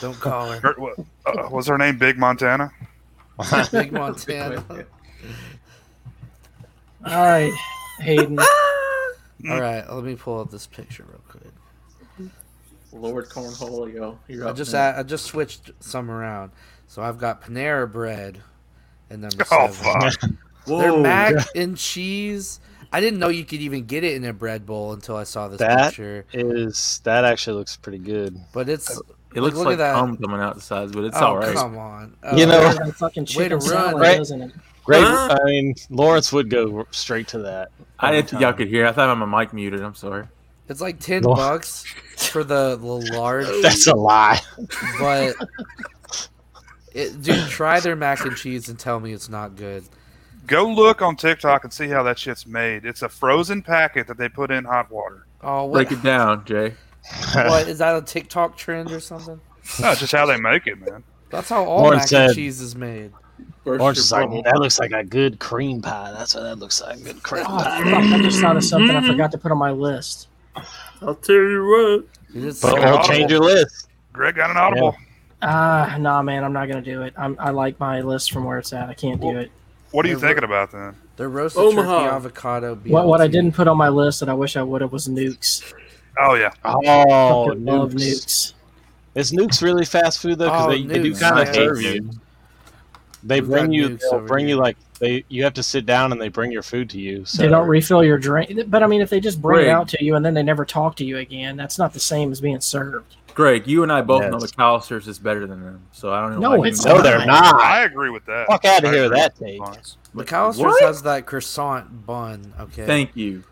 [SPEAKER 6] Don't call her."
[SPEAKER 5] Her- what- uh, was her name Big Montana?
[SPEAKER 6] Big Montana.
[SPEAKER 1] All right, Hayden.
[SPEAKER 6] All right, let me pull up this picture real quick.
[SPEAKER 2] Lord Cornholio, you're
[SPEAKER 6] I
[SPEAKER 2] up.
[SPEAKER 6] just
[SPEAKER 2] now.
[SPEAKER 6] I, I just switched some around, so I've got Panera Bread, and number
[SPEAKER 5] Oh
[SPEAKER 6] seven.
[SPEAKER 5] fuck!
[SPEAKER 6] Their
[SPEAKER 7] Whoa,
[SPEAKER 6] mac and cheese. I didn't know you could even get it in a bread bowl until I saw this
[SPEAKER 3] That-
[SPEAKER 6] picture.
[SPEAKER 3] Is that actually looks pretty good?
[SPEAKER 6] But it's
[SPEAKER 2] it looks
[SPEAKER 6] look at
[SPEAKER 2] like
[SPEAKER 6] that.
[SPEAKER 2] cum coming out the sides, but it's
[SPEAKER 6] oh
[SPEAKER 2] all right.
[SPEAKER 6] come on. Uh,
[SPEAKER 3] You know-
[SPEAKER 1] Better than fucking
[SPEAKER 6] Way
[SPEAKER 1] chicken
[SPEAKER 6] to run,
[SPEAKER 1] salad,
[SPEAKER 3] right?
[SPEAKER 1] isn't it?
[SPEAKER 3] Great.
[SPEAKER 7] Huh?
[SPEAKER 3] I mean, Lawrence would go straight to that.
[SPEAKER 2] I didn't think y'all
[SPEAKER 3] Time.
[SPEAKER 2] could hear. I thought my mic muted. I'm sorry.
[SPEAKER 6] it's like ten
[SPEAKER 3] Lord.
[SPEAKER 6] bucks for the, the large,
[SPEAKER 3] That's a lie.
[SPEAKER 6] but it, dude, try their mac and cheese and tell me it's not good.
[SPEAKER 5] Go look on TikTok and see how that shit's made. It's a frozen packet that they put in hot water.
[SPEAKER 6] Oh, what,
[SPEAKER 2] Break it down, Jay.
[SPEAKER 6] what is that a TikTok trend or something?
[SPEAKER 5] No, it's just how they make it, man.
[SPEAKER 6] That's how all
[SPEAKER 3] Lauren
[SPEAKER 6] mac
[SPEAKER 3] said-
[SPEAKER 6] and cheese is made.
[SPEAKER 3] Lawrence is like, that looks like a good cream pie. That's what that looks like. Good cream
[SPEAKER 1] Oh, fuck,
[SPEAKER 3] pie.
[SPEAKER 1] I just thought of something
[SPEAKER 6] Mm-hmm.
[SPEAKER 1] I forgot to put on my list.
[SPEAKER 7] I'll tell you
[SPEAKER 6] Dude, it's
[SPEAKER 3] But
[SPEAKER 5] Fucking
[SPEAKER 3] we'll
[SPEAKER 5] awful.
[SPEAKER 3] change your list.
[SPEAKER 5] Greg got an audible.
[SPEAKER 1] Ah, nah, man, I'm not gonna do it. I'm, I like my list from where it's at. I can't do it.
[SPEAKER 5] What are you
[SPEAKER 6] Never-
[SPEAKER 5] thinking about then?
[SPEAKER 6] They're roasted
[SPEAKER 7] Omaha.
[SPEAKER 6] turkey avocado. BLT.
[SPEAKER 1] What, what I didn't put on my list that I wish I would have was nukes.
[SPEAKER 5] Oh yeah,
[SPEAKER 3] Oh,
[SPEAKER 1] Fucking love nukes.
[SPEAKER 3] nukes. Is nukes really fast food though? Because
[SPEAKER 6] Oh,
[SPEAKER 3] they, they do
[SPEAKER 6] nukes,
[SPEAKER 3] kind of
[SPEAKER 2] yeah.
[SPEAKER 3] serve you. They
[SPEAKER 6] We've
[SPEAKER 3] bring
[SPEAKER 6] got
[SPEAKER 3] you.
[SPEAKER 6] nukes
[SPEAKER 3] They'll
[SPEAKER 6] over
[SPEAKER 3] bring you
[SPEAKER 6] here.
[SPEAKER 3] like they. You have to sit down and they bring your food to you. So
[SPEAKER 1] They don't refill your drink. But I mean, if they just bring
[SPEAKER 2] Right.
[SPEAKER 1] it out to you and then they never talk to you again, that's not the same as being served.
[SPEAKER 2] Greg, you and I both know
[SPEAKER 3] Yes.
[SPEAKER 2] McAllister's is better than them, so I don't know.
[SPEAKER 1] No,
[SPEAKER 2] why you
[SPEAKER 1] it's
[SPEAKER 2] know
[SPEAKER 3] no, they're not.
[SPEAKER 5] I agree with that.
[SPEAKER 3] Fuck outta
[SPEAKER 5] I
[SPEAKER 3] here with
[SPEAKER 5] agree
[SPEAKER 3] that
[SPEAKER 5] with
[SPEAKER 3] take.
[SPEAKER 5] Lawrence.
[SPEAKER 6] McAllister's
[SPEAKER 2] What?
[SPEAKER 6] has that croissant bun. Okay,
[SPEAKER 2] Thank you.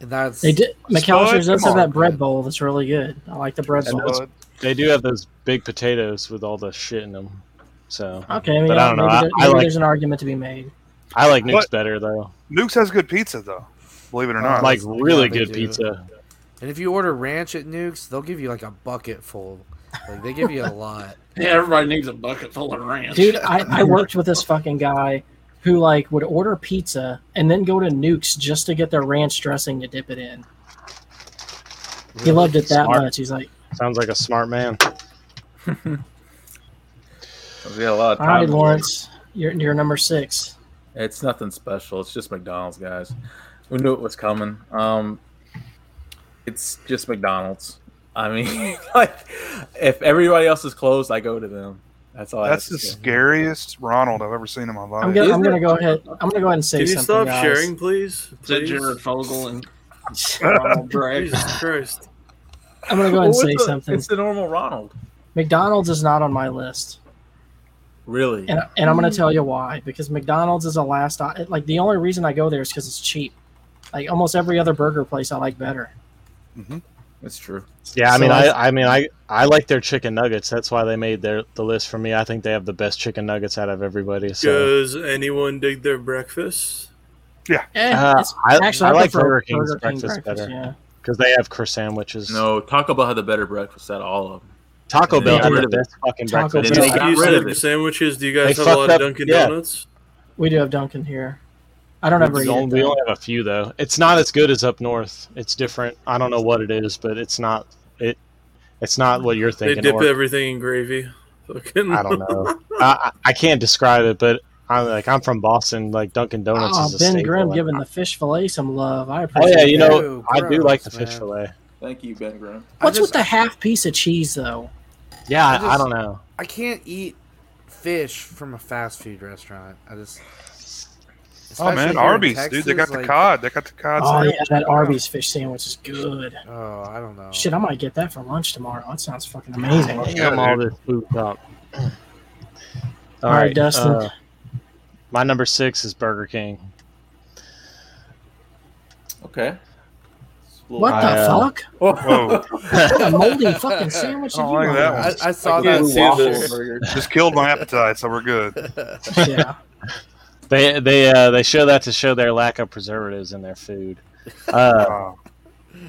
[SPEAKER 6] and that's
[SPEAKER 1] They did. McAllister's does have
[SPEAKER 5] come on,
[SPEAKER 1] that bread
[SPEAKER 6] man.
[SPEAKER 1] bowl that's really good. I like the bread
[SPEAKER 3] And
[SPEAKER 1] bowl.
[SPEAKER 3] those-
[SPEAKER 5] Bud.
[SPEAKER 3] They do have those big potatoes with all the shit in them. So
[SPEAKER 1] Okay, I mean,
[SPEAKER 3] But I don't know.
[SPEAKER 1] maybe,
[SPEAKER 3] I-
[SPEAKER 1] there-
[SPEAKER 3] I
[SPEAKER 1] maybe
[SPEAKER 3] like-
[SPEAKER 1] there's an argument to be made.
[SPEAKER 3] I like nukes
[SPEAKER 5] What?
[SPEAKER 3] better though.
[SPEAKER 5] Nukes has good pizza though. Believe it or not,
[SPEAKER 3] like
[SPEAKER 6] Yeah,
[SPEAKER 3] really
[SPEAKER 6] they
[SPEAKER 3] good
[SPEAKER 6] do.
[SPEAKER 3] pizza.
[SPEAKER 6] And if you order ranch at Nukes, they'll give you like a bucket full. Like they give you a lot.
[SPEAKER 4] Yeah, everybody needs a bucket full of ranch.
[SPEAKER 1] dude I, I worked with this fucking guy who like would order pizza and then go to nukes just to get their ranch dressing to dip it in he loved it that
[SPEAKER 3] Smart.
[SPEAKER 1] much he's like
[SPEAKER 3] Sounds like a smart man.
[SPEAKER 2] We got a lot of
[SPEAKER 1] all
[SPEAKER 2] time.
[SPEAKER 1] right lawrence you're, you're number six
[SPEAKER 2] It's nothing special. It's just McDonald's, guys. We knew it was coming. Um, it's just McDonald's. I mean, like, if everybody else is closed, I go to them. That's all.
[SPEAKER 5] That's
[SPEAKER 2] I
[SPEAKER 5] the
[SPEAKER 2] have to say.
[SPEAKER 5] scariest Ronald I've ever seen in my life.
[SPEAKER 1] I'm gonna, I'm
[SPEAKER 7] Isn't
[SPEAKER 1] gonna
[SPEAKER 7] it-
[SPEAKER 1] go ahead. I'm gonna go ahead and say
[SPEAKER 7] Can you
[SPEAKER 1] something.
[SPEAKER 7] stop
[SPEAKER 1] guys.
[SPEAKER 7] sharing, please?
[SPEAKER 4] Said
[SPEAKER 7] Please.
[SPEAKER 4] Jared Fogle and Ronald Drake.
[SPEAKER 7] Jesus Christ.
[SPEAKER 1] I'm gonna go ahead and
[SPEAKER 2] Well,
[SPEAKER 1] say
[SPEAKER 2] it's the-
[SPEAKER 1] something.
[SPEAKER 2] It's the normal Ronald.
[SPEAKER 1] McDonald's is not on my list,
[SPEAKER 2] Really?
[SPEAKER 1] and and I'm gonna tell you why. Because McDonald's is a last o- it- like the only reason I go there is because it's cheap. Like almost every other burger place, I like better.
[SPEAKER 2] That's true.
[SPEAKER 3] Yeah, I
[SPEAKER 1] So
[SPEAKER 3] mean,
[SPEAKER 1] I-
[SPEAKER 3] I, I mean, I, I like their chicken nuggets. That's why they made their the list for me. I think they have the best chicken nuggets out of everybody. So Uh,
[SPEAKER 7] Does anyone dig their breakfast?
[SPEAKER 1] Eh,
[SPEAKER 3] Uh,
[SPEAKER 1] it's-
[SPEAKER 3] I,
[SPEAKER 1] actually,
[SPEAKER 3] I,
[SPEAKER 1] I,
[SPEAKER 3] like
[SPEAKER 1] prefer
[SPEAKER 3] Burger King's
[SPEAKER 1] Burger King
[SPEAKER 3] breakfast, better
[SPEAKER 1] Yeah,
[SPEAKER 3] because they have croissant sandwiches.
[SPEAKER 2] No, Taco Bell had the better breakfast out of all of them.
[SPEAKER 3] Taco
[SPEAKER 2] They
[SPEAKER 3] Bell
[SPEAKER 2] got
[SPEAKER 3] had
[SPEAKER 2] rid
[SPEAKER 3] the
[SPEAKER 2] of it.
[SPEAKER 3] best fucking
[SPEAKER 1] Taco
[SPEAKER 3] breakfast.
[SPEAKER 1] Bell-
[SPEAKER 2] They got
[SPEAKER 7] you
[SPEAKER 2] rid
[SPEAKER 7] said
[SPEAKER 2] of it.
[SPEAKER 7] sandwiches. Do you
[SPEAKER 3] They
[SPEAKER 7] guys have a
[SPEAKER 3] fucked
[SPEAKER 7] lot of
[SPEAKER 3] up-
[SPEAKER 7] Dunkin'
[SPEAKER 3] yeah.
[SPEAKER 7] Donuts?
[SPEAKER 1] we do have Dunkin' here. I don't ever
[SPEAKER 3] We
[SPEAKER 1] eat
[SPEAKER 3] only, we
[SPEAKER 1] it.
[SPEAKER 3] only have a few though. It's not as good as up north. It's different. I don't know what it is, but it's not it. It's not what you're
[SPEAKER 7] They
[SPEAKER 3] thinking.
[SPEAKER 7] dip
[SPEAKER 3] or-
[SPEAKER 7] everything in gravy. Fucking.
[SPEAKER 3] I don't know. I, I I can't describe it, but I'm like I'm from Boston. Like Dunkin' Donuts
[SPEAKER 1] Oh,
[SPEAKER 3] is a
[SPEAKER 1] Ben
[SPEAKER 3] staple,
[SPEAKER 1] Grimm
[SPEAKER 3] and
[SPEAKER 1] giving the fish fillet some love. I
[SPEAKER 3] Oh
[SPEAKER 1] appreciate.
[SPEAKER 3] yeah, you know
[SPEAKER 6] Ew,
[SPEAKER 3] I do like the
[SPEAKER 6] gross,
[SPEAKER 3] fish
[SPEAKER 6] man.
[SPEAKER 3] fillet.
[SPEAKER 2] Thank you, Ben Grimm.
[SPEAKER 1] it. What's
[SPEAKER 6] I
[SPEAKER 1] with
[SPEAKER 6] just-
[SPEAKER 1] the half piece of cheese though?
[SPEAKER 3] Yeah,
[SPEAKER 6] I
[SPEAKER 3] I, I
[SPEAKER 6] just-
[SPEAKER 3] don't know.
[SPEAKER 6] I can't eat fish from a fast food restaurant. I just.
[SPEAKER 5] oh
[SPEAKER 6] Especially here
[SPEAKER 5] man,
[SPEAKER 6] in
[SPEAKER 5] Arby's,
[SPEAKER 6] Texas,
[SPEAKER 5] dude, they got the
[SPEAKER 6] like-
[SPEAKER 5] cod. They got the cod.
[SPEAKER 1] Oh
[SPEAKER 5] sandwich.
[SPEAKER 1] yeah, that
[SPEAKER 3] uh,
[SPEAKER 1] Arby's fish sandwich is good.
[SPEAKER 6] Oh, I don't know.
[SPEAKER 1] Shit, I might get that for lunch tomorrow. That sounds fucking amazing.
[SPEAKER 5] Yeah,
[SPEAKER 3] Damn, all
[SPEAKER 5] dude.
[SPEAKER 3] this food talk.
[SPEAKER 1] All right, Dustin.
[SPEAKER 3] uh, my number six is Burger King.
[SPEAKER 2] Okay.
[SPEAKER 1] What the
[SPEAKER 3] I, uh,
[SPEAKER 1] fuck?
[SPEAKER 5] Whoa,
[SPEAKER 1] What a moldy fucking sandwich.
[SPEAKER 5] I
[SPEAKER 1] did
[SPEAKER 5] don't
[SPEAKER 1] you
[SPEAKER 5] like
[SPEAKER 1] want?
[SPEAKER 5] that
[SPEAKER 6] I, I saw
[SPEAKER 4] Like
[SPEAKER 6] that
[SPEAKER 4] blue waffle
[SPEAKER 6] sandwich.
[SPEAKER 4] burger.
[SPEAKER 5] just killed my appetite, so we're good.
[SPEAKER 1] Yeah.
[SPEAKER 3] They they uh, they show that to show their lack of preservatives in their food. Uh,
[SPEAKER 5] Wow.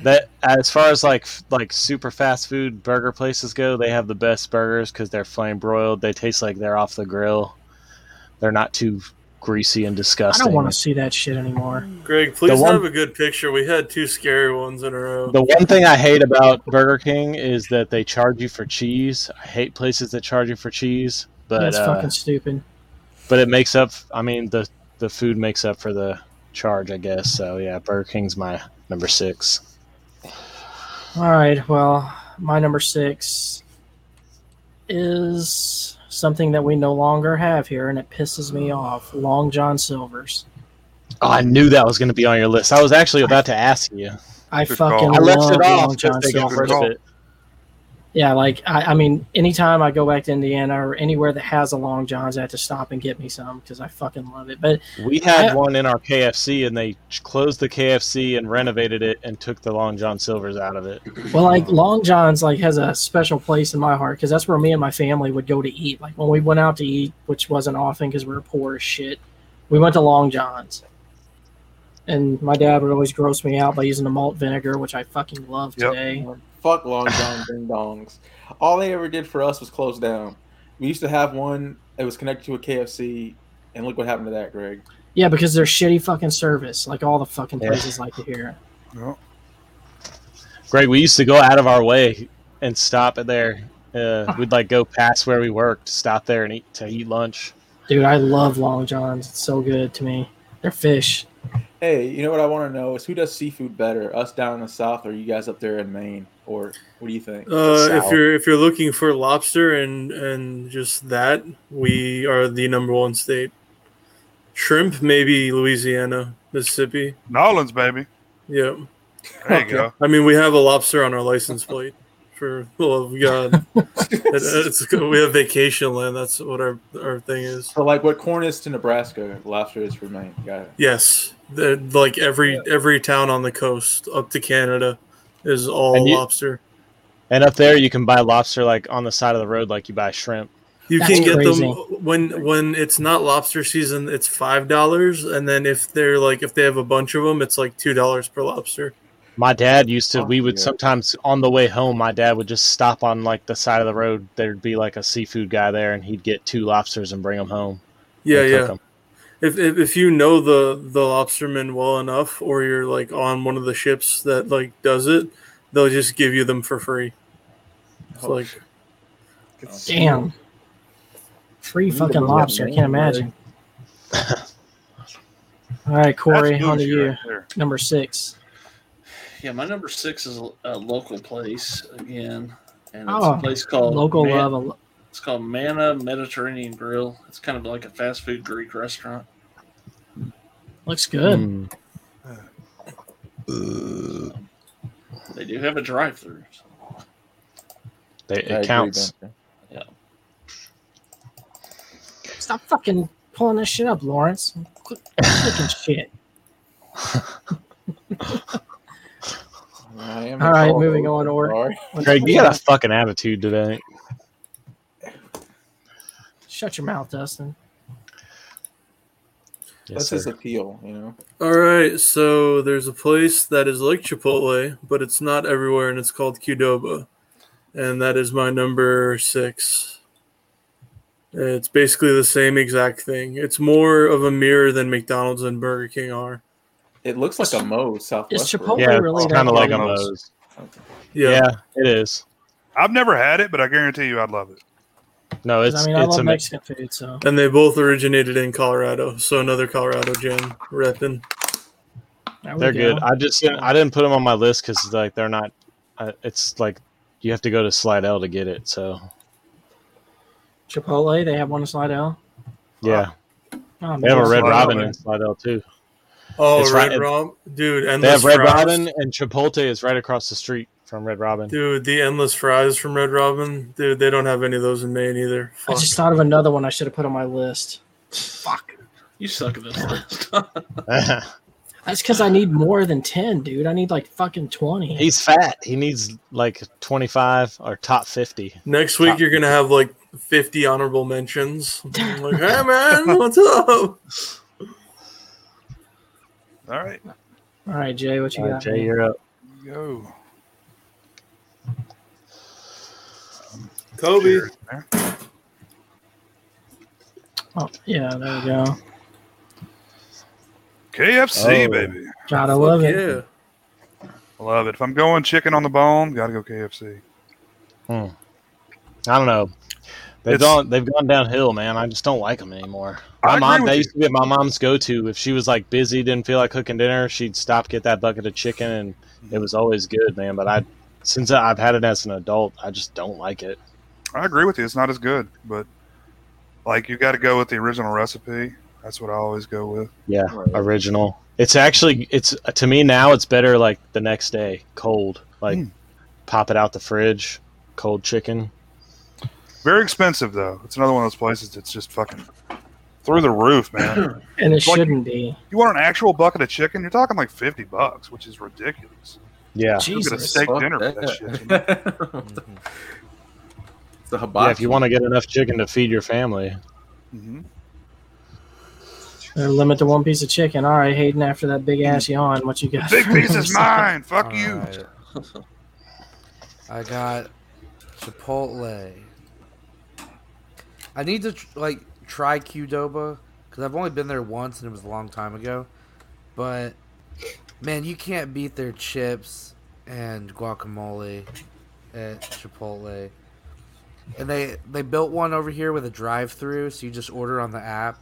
[SPEAKER 3] that as far as like f- like super fast food burger places go, they have the best burgers because they're flame broiled. They taste like they're off the grill. They're not too greasy and
[SPEAKER 1] I
[SPEAKER 3] disgusting.
[SPEAKER 1] don't want to see that shit anymore.
[SPEAKER 7] Greg, please
[SPEAKER 3] one-
[SPEAKER 7] have a good picture. We had two scary ones in a row.
[SPEAKER 3] The one thing I hate about Burger King is that they charge you for cheese. I hate places that charge you for cheese, but
[SPEAKER 1] That's
[SPEAKER 3] uh,
[SPEAKER 1] fucking stupid.
[SPEAKER 3] but it makes up. I mean, the the food makes up for the charge, I guess. So yeah, Burger King's my number six.
[SPEAKER 1] All right. Well, my number six is something that we no longer have here, and it pisses me off. Long John Silver's.
[SPEAKER 3] Oh, I knew that was going to be on your list. I was actually about to ask you.
[SPEAKER 1] I
[SPEAKER 5] Good
[SPEAKER 1] fucking
[SPEAKER 5] call.
[SPEAKER 3] I left
[SPEAKER 1] love
[SPEAKER 3] it off
[SPEAKER 1] Long
[SPEAKER 3] because
[SPEAKER 1] John
[SPEAKER 3] they got
[SPEAKER 1] Silver's.
[SPEAKER 3] rid of it.
[SPEAKER 1] Yeah, like I, I mean, anytime I go back to Indiana or anywhere that has a Long John's, I have to stop and get me some because I fucking love it. But
[SPEAKER 3] We had
[SPEAKER 1] I-
[SPEAKER 3] one in our KFC, and they ch- closed the KFC and renovated it and took the Long John Silver's out of it.
[SPEAKER 1] Well, like Long John's, like has a special place in my heart because that's where me and my family would go to eat. Like when we went out to eat, which wasn't often because we were poor as shit, we went to Long John's, and my dad would always gross me out by using the malt vinegar, which I fucking love
[SPEAKER 5] Yep.
[SPEAKER 1] today.
[SPEAKER 2] Fuck Long John Ding Dongs. All they ever did for us was close down. We used to have one that was connected to a KFC, and look what happened to that, Greg.
[SPEAKER 1] Yeah, because they're shitty fucking service, like all the fucking
[SPEAKER 3] Yeah.
[SPEAKER 1] places like to hear.
[SPEAKER 5] Well,
[SPEAKER 3] Greg, we used to go out of our way and stop at there. Uh, we'd like go past where we worked, stop there and eat to eat lunch.
[SPEAKER 1] Dude, I love Long John's. It's so good to me. They're fish.
[SPEAKER 2] Hey, you know what I want to know is who does seafood better, us down in the south, or you guys up there in Maine, or what do you think?
[SPEAKER 7] Uh, if
[SPEAKER 3] Salad.
[SPEAKER 7] you're if you're looking for lobster and and just that, we are the number one state. Shrimp, maybe Louisiana, Mississippi.
[SPEAKER 5] Nolans, baby.
[SPEAKER 7] Yep.
[SPEAKER 5] There you go.
[SPEAKER 7] I mean, we have a lobster on our license plate. For the love of God, It- it's- we have vacation land. That's what our our thing is.
[SPEAKER 2] So, like, what corn is to Nebraska, lobster is for Maine. Got it.
[SPEAKER 7] Yes, They're- like every every town on the coast up to Canada is all
[SPEAKER 3] And you-
[SPEAKER 7] lobster.
[SPEAKER 3] And up there, you can buy lobster like on the side of the road, like you buy shrimp.
[SPEAKER 7] You
[SPEAKER 1] That's
[SPEAKER 7] can get
[SPEAKER 1] crazy.
[SPEAKER 7] them when when it's not lobster season. It's five dollars, and then if they're like if they have a bunch of them, it's like two dollars per lobster.
[SPEAKER 3] My dad used
[SPEAKER 1] Oh,
[SPEAKER 3] to. We would
[SPEAKER 2] Yeah.
[SPEAKER 3] sometimes on the way home. My dad would just stop on like the side of the road. There'd be like a seafood guy there, and he'd get two lobsters and bring them home.
[SPEAKER 7] Yeah,
[SPEAKER 3] and cook
[SPEAKER 7] yeah.
[SPEAKER 3] 'em.
[SPEAKER 7] If, if if you know the the lobsterman well enough, or you're like on one of the ships that like does it, they'll just give you them for free. It's like
[SPEAKER 1] Damn. Free fucking lobster. I can't imagine. All right, Corey,
[SPEAKER 5] That's
[SPEAKER 1] on to
[SPEAKER 5] bougie
[SPEAKER 1] you.
[SPEAKER 5] right there.
[SPEAKER 1] Number six.
[SPEAKER 4] Yeah, my number six is a, a local place again, and it's
[SPEAKER 1] Oh,
[SPEAKER 4] a place called
[SPEAKER 1] Local
[SPEAKER 4] Man-
[SPEAKER 1] love. al-
[SPEAKER 4] It's called Mana Mediterranean Grill. It's kind of like a fast food Greek restaurant.
[SPEAKER 1] Looks good.
[SPEAKER 3] Mm.
[SPEAKER 4] They do have a drive-through. so-
[SPEAKER 3] They,
[SPEAKER 2] I
[SPEAKER 3] it
[SPEAKER 2] agree,
[SPEAKER 3] counts.
[SPEAKER 2] Ben.
[SPEAKER 1] Stop fucking pulling this shit up, Lawrence. Quit clicking shit.
[SPEAKER 2] I am
[SPEAKER 1] All right,
[SPEAKER 2] involved.
[SPEAKER 1] moving on, or-
[SPEAKER 2] Sorry.
[SPEAKER 3] Greg, you got a fucking attitude today.
[SPEAKER 1] Shut your mouth, Dustin.
[SPEAKER 2] That's
[SPEAKER 3] Yes,
[SPEAKER 2] his
[SPEAKER 3] sir.
[SPEAKER 2] appeal, you know.
[SPEAKER 7] All right, so there's a place that is like Chipotle, but it's not everywhere, and it's called Qdoba, and that is my number six. It's basically the same exact thing. It's more of a mirror than McDonald's and Burger King are.
[SPEAKER 2] It looks like a Moe's Southwest.
[SPEAKER 1] Chipotle
[SPEAKER 2] Grill.
[SPEAKER 1] They
[SPEAKER 3] yeah,
[SPEAKER 1] really
[SPEAKER 3] it's kind of
[SPEAKER 1] don't
[SPEAKER 3] like a
[SPEAKER 5] like those.
[SPEAKER 3] Moe's.
[SPEAKER 7] Yeah,
[SPEAKER 3] yeah, it is.
[SPEAKER 5] I've never had it, but I guarantee you I'd love it.
[SPEAKER 3] No,
[SPEAKER 1] 'Cause,
[SPEAKER 3] it's
[SPEAKER 1] I mean, I
[SPEAKER 3] it's
[SPEAKER 1] love
[SPEAKER 3] a mix.
[SPEAKER 1] Mexican food, so
[SPEAKER 7] and they both originated in Colorado, so another Colorado gem repping.
[SPEAKER 1] there we
[SPEAKER 3] They're
[SPEAKER 1] go.
[SPEAKER 3] good. I just didn't, I didn't put them on my list because like they're not. Uh, it's like you have to go to Slidell to get it. So
[SPEAKER 1] Chipotle, they have one in Slidell.
[SPEAKER 3] yeah,
[SPEAKER 1] Oh,
[SPEAKER 3] they have a
[SPEAKER 1] man.
[SPEAKER 3] Red
[SPEAKER 5] Slidell,
[SPEAKER 3] Robin
[SPEAKER 5] man.
[SPEAKER 3] in Slidell too.
[SPEAKER 7] Oh,
[SPEAKER 3] It's
[SPEAKER 7] Red
[SPEAKER 3] right-
[SPEAKER 7] Rob, dude,
[SPEAKER 3] They
[SPEAKER 7] endless
[SPEAKER 3] have Red
[SPEAKER 7] fries.
[SPEAKER 3] Robin and Chipotle is right across the street from Red Robin.
[SPEAKER 7] Dude, the endless fries from Red Robin, dude, they don't have any of those in Maine either.
[SPEAKER 1] I
[SPEAKER 7] Fuck.
[SPEAKER 1] just thought of another one I should have put on my list.
[SPEAKER 4] You suck at this. list.
[SPEAKER 1] That's because I need more than ten, dude. I need like fucking twenty.
[SPEAKER 3] He's fat. He needs like 25 or top 50.
[SPEAKER 7] Next week, you're gonna have like 50 honorable mentions. I'm like, hey man, what's up?
[SPEAKER 5] All right,
[SPEAKER 1] All right, Jay, what you
[SPEAKER 3] Uh,
[SPEAKER 1] got?
[SPEAKER 3] Jay, you're up.
[SPEAKER 5] go.
[SPEAKER 7] Kobe.
[SPEAKER 5] Sure.
[SPEAKER 1] Oh, yeah, there you go.
[SPEAKER 5] KFC,
[SPEAKER 3] Oh.
[SPEAKER 5] baby.
[SPEAKER 1] God, I love it.
[SPEAKER 7] Yeah.
[SPEAKER 5] Love it. If I'm going chicken on the bone, gotta go KFC.
[SPEAKER 3] I don't know. They've
[SPEAKER 5] It's-
[SPEAKER 3] gone. They've gone downhill, man. I just don't like them anymore.
[SPEAKER 5] I
[SPEAKER 3] My
[SPEAKER 5] agree
[SPEAKER 3] mom.
[SPEAKER 5] with
[SPEAKER 3] They
[SPEAKER 5] you.
[SPEAKER 3] used to be my mom's go-to. If she was like busy, didn't feel like cooking dinner, she'd stop get that bucket of chicken, and it was always good, man. But I, since I- I've had it as an adult, I just don't like it.
[SPEAKER 5] I agree with you. It's not as good, but like you got to go with the original recipe. That's what I always go with.
[SPEAKER 3] Yeah,
[SPEAKER 2] Right.
[SPEAKER 3] original. It's actually it's to me now. It's better like the next day, cold. Like
[SPEAKER 5] Mm.
[SPEAKER 3] pop it out the fridge, cold chicken.
[SPEAKER 5] Very expensive though. It's another one of those places that's just fucking through the roof, man.
[SPEAKER 1] And it
[SPEAKER 5] Like-
[SPEAKER 1] shouldn't be.
[SPEAKER 5] you want an actual bucket of chicken? You're talking like fifty bucks, which is ridiculous.
[SPEAKER 3] Yeah.
[SPEAKER 5] You get a
[SPEAKER 1] Jesus.
[SPEAKER 5] steak
[SPEAKER 2] Fuck
[SPEAKER 5] dinner with that shit. you know?
[SPEAKER 2] that.
[SPEAKER 6] Mm.
[SPEAKER 2] it's a hibachi.
[SPEAKER 3] Yeah, if you want to get enough chicken to feed your family,
[SPEAKER 5] Mhm.
[SPEAKER 1] They're limit to one piece of chicken. All right, Hayden, after that big ass yawn, what you got?
[SPEAKER 5] Big piece is mine. Fuck
[SPEAKER 6] All
[SPEAKER 5] you.
[SPEAKER 6] right. I got Chipotle. I need to tr- like try Qdoba because I've only been there once and it was a long time ago. But man, you can't beat their chips and guacamole at Chipotle. And they they built one over here with a drive-through, so you just order on the app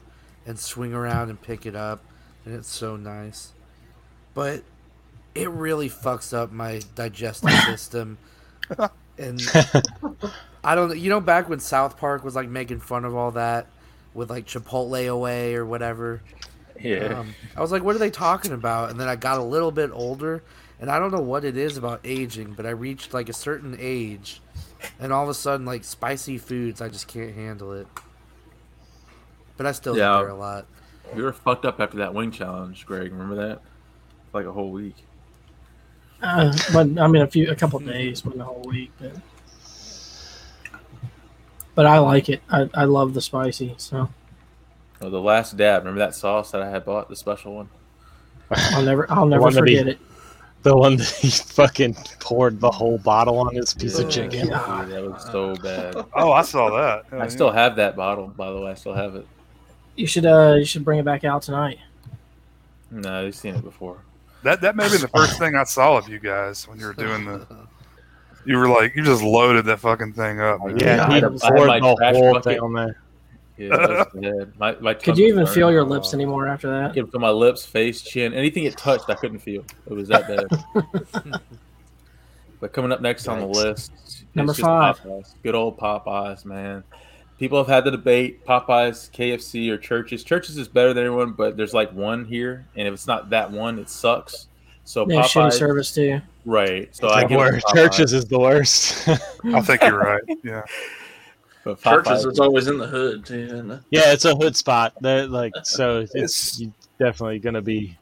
[SPEAKER 6] and swing around and pick it up, and it's so nice. But it really fucks up my digestive system. And I don't you know back when South Park was like making fun of all that with like Chipotle away or whatever.
[SPEAKER 2] yeah.
[SPEAKER 6] Um, I was like, what are they talking about? And then I got a little bit older, and I don't know what it is about aging, but I reached like a certain age, and all of a sudden, like spicy foods, I just can't handle it. But I still
[SPEAKER 2] Yeah.
[SPEAKER 6] eat there a lot.
[SPEAKER 2] we were fucked up after that wing challenge, Greg. Remember that? Like a whole week.
[SPEAKER 1] Uh, but I mean, a few, a couple days, but the whole week. But, but I like it. I, I love the spicy. So
[SPEAKER 2] Oh, the last dab. Remember that sauce that I had bought, the special one?
[SPEAKER 1] I'll never, I'll never
[SPEAKER 3] Wanna be-
[SPEAKER 1] forget it.
[SPEAKER 3] the one that he fucking poured the whole bottle on his piece of chicken.
[SPEAKER 2] Dude, that was so bad.
[SPEAKER 5] Oh, I saw that. Hell yeah.
[SPEAKER 2] I still have that bottle, by the way. I still have it.
[SPEAKER 1] You should, uh, you should bring it back out tonight.
[SPEAKER 2] No, you've seen it before.
[SPEAKER 5] that that may be the first thing I saw of you guys when you were doing the. You were like you just loaded that fucking thing up. man.
[SPEAKER 3] Yeah,
[SPEAKER 2] I
[SPEAKER 3] he
[SPEAKER 2] had a- I had
[SPEAKER 3] poured
[SPEAKER 2] my
[SPEAKER 3] the
[SPEAKER 2] trash
[SPEAKER 3] whole
[SPEAKER 2] bucket.
[SPEAKER 3] thing on there.
[SPEAKER 2] Yeah, that's bad. my, my
[SPEAKER 1] Could
[SPEAKER 2] tongue
[SPEAKER 1] you
[SPEAKER 2] was
[SPEAKER 1] even
[SPEAKER 2] burning.
[SPEAKER 1] feel your lips anymore after that?
[SPEAKER 2] It was on my lips, face, chin, anything it touched, I couldn't feel. It was that bad. but coming up next on the
[SPEAKER 3] Yikes.
[SPEAKER 2] list, it's
[SPEAKER 1] Number
[SPEAKER 2] just
[SPEAKER 1] five.
[SPEAKER 2] Popeyes. Good old Popeyes, man. People have had the debate: Popeyes, KFC, or Churches. Churches is better than everyone, but there's like one here, and if it's not that one, it sucks. So
[SPEAKER 1] Yeah, shitty
[SPEAKER 2] Popeyes,
[SPEAKER 1] service too.
[SPEAKER 2] right? So
[SPEAKER 3] It's
[SPEAKER 2] I
[SPEAKER 3] the
[SPEAKER 2] give it
[SPEAKER 3] worst.
[SPEAKER 2] to Popeyes,
[SPEAKER 3] Churches is the worst.
[SPEAKER 5] I think you're right. Yeah.
[SPEAKER 2] but Popeyes
[SPEAKER 4] Churches is always in the hood too. Isn't it?
[SPEAKER 3] yeah, it's a hood spot. They're like so. It's,
[SPEAKER 5] It's-
[SPEAKER 3] you definitely gonna be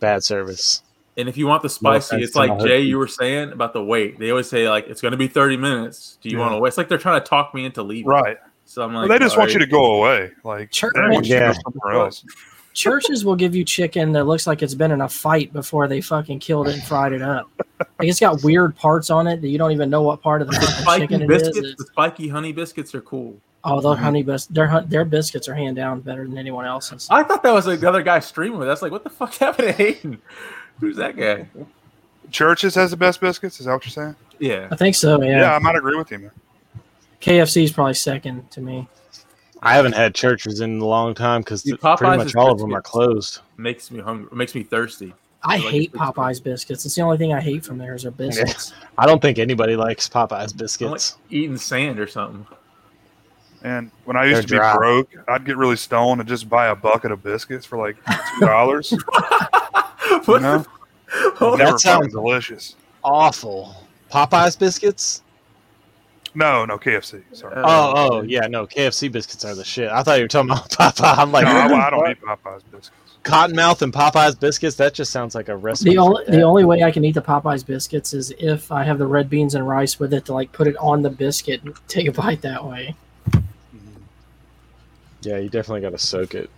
[SPEAKER 3] bad service.
[SPEAKER 2] And if you want the spicy,
[SPEAKER 3] offense
[SPEAKER 2] it's
[SPEAKER 3] to
[SPEAKER 2] like
[SPEAKER 3] my
[SPEAKER 2] Jay,
[SPEAKER 3] husband.
[SPEAKER 2] you were saying about the wait. They always say like it's going to be thirty minutes. Do you
[SPEAKER 5] Yeah.
[SPEAKER 2] want to wait? It's like they're trying to talk me into leaving.
[SPEAKER 5] Right.
[SPEAKER 2] So I'm
[SPEAKER 5] Well,
[SPEAKER 2] like,
[SPEAKER 5] they just want you
[SPEAKER 2] alright.
[SPEAKER 5] to go away. Like
[SPEAKER 1] Church.
[SPEAKER 5] they want you
[SPEAKER 3] Yeah.
[SPEAKER 5] to go somewhere else.
[SPEAKER 1] Churches will give you chicken that looks like it's been in a fight before they fucking killed it and fried it up. Like it's got weird parts on it that you don't even know what part of the
[SPEAKER 2] The
[SPEAKER 1] fucking
[SPEAKER 2] spiky
[SPEAKER 1] chicken it is.
[SPEAKER 2] biscuits, the spiky honey biscuits are cool.
[SPEAKER 1] Oh, their
[SPEAKER 3] Uh-huh.
[SPEAKER 1] honey bis- their hun- their biscuits are hand down better than anyone else's.
[SPEAKER 2] I thought that was like the other guy streaming with. That's like, what the fuck happened to Hayden? Who's that guy?
[SPEAKER 5] Churches has the best biscuits. Is that what you're saying?
[SPEAKER 2] Yeah,
[SPEAKER 1] I think so.
[SPEAKER 5] Yeah,
[SPEAKER 1] Yeah.
[SPEAKER 5] I might agree with you, man.
[SPEAKER 1] KFC is probably second to me.
[SPEAKER 3] I haven't had churches in a long time because
[SPEAKER 2] Dude,
[SPEAKER 3] pretty
[SPEAKER 2] Popeyes
[SPEAKER 3] much
[SPEAKER 2] is
[SPEAKER 3] all of
[SPEAKER 2] pretty
[SPEAKER 3] them
[SPEAKER 2] good.
[SPEAKER 3] are closed.
[SPEAKER 2] makes me hungry. Makes me thirsty.
[SPEAKER 1] I
[SPEAKER 2] Like
[SPEAKER 1] hate
[SPEAKER 2] the biscuits.
[SPEAKER 1] Popeyes biscuits. It's the only thing I hate from there is their biscuits.
[SPEAKER 3] I don't think anybody likes Popeyes
[SPEAKER 2] I'm like
[SPEAKER 3] biscuits.
[SPEAKER 2] eating sand or something.
[SPEAKER 5] And when I
[SPEAKER 3] They're
[SPEAKER 5] used to be
[SPEAKER 3] dry.
[SPEAKER 5] broke, I'd get really stoned and just buy a bucket of biscuits for like two dollars.
[SPEAKER 2] what?
[SPEAKER 5] No.
[SPEAKER 2] the- Hold
[SPEAKER 5] they
[SPEAKER 2] on.
[SPEAKER 5] were
[SPEAKER 3] sounds-
[SPEAKER 5] fucking delicious.
[SPEAKER 3] Awful. Popeyes biscuits?
[SPEAKER 5] No, no KFC. Sorry.
[SPEAKER 2] Uh,
[SPEAKER 3] Oh, oh, yeah, no. KFC biscuits are the shit. I thought you were talking about Popeye. I'm like,
[SPEAKER 5] no, I, I don't eat Popeyes biscuits.
[SPEAKER 3] Cottonmouth and Popeyes biscuits. That just sounds like a recipe.
[SPEAKER 1] The
[SPEAKER 3] for
[SPEAKER 1] only the
[SPEAKER 3] death.
[SPEAKER 1] only way I can eat the Popeyes biscuits is if I have the red beans and rice with it to like put it on the biscuit and take a bite that way.
[SPEAKER 3] yeah, you definitely got to soak it.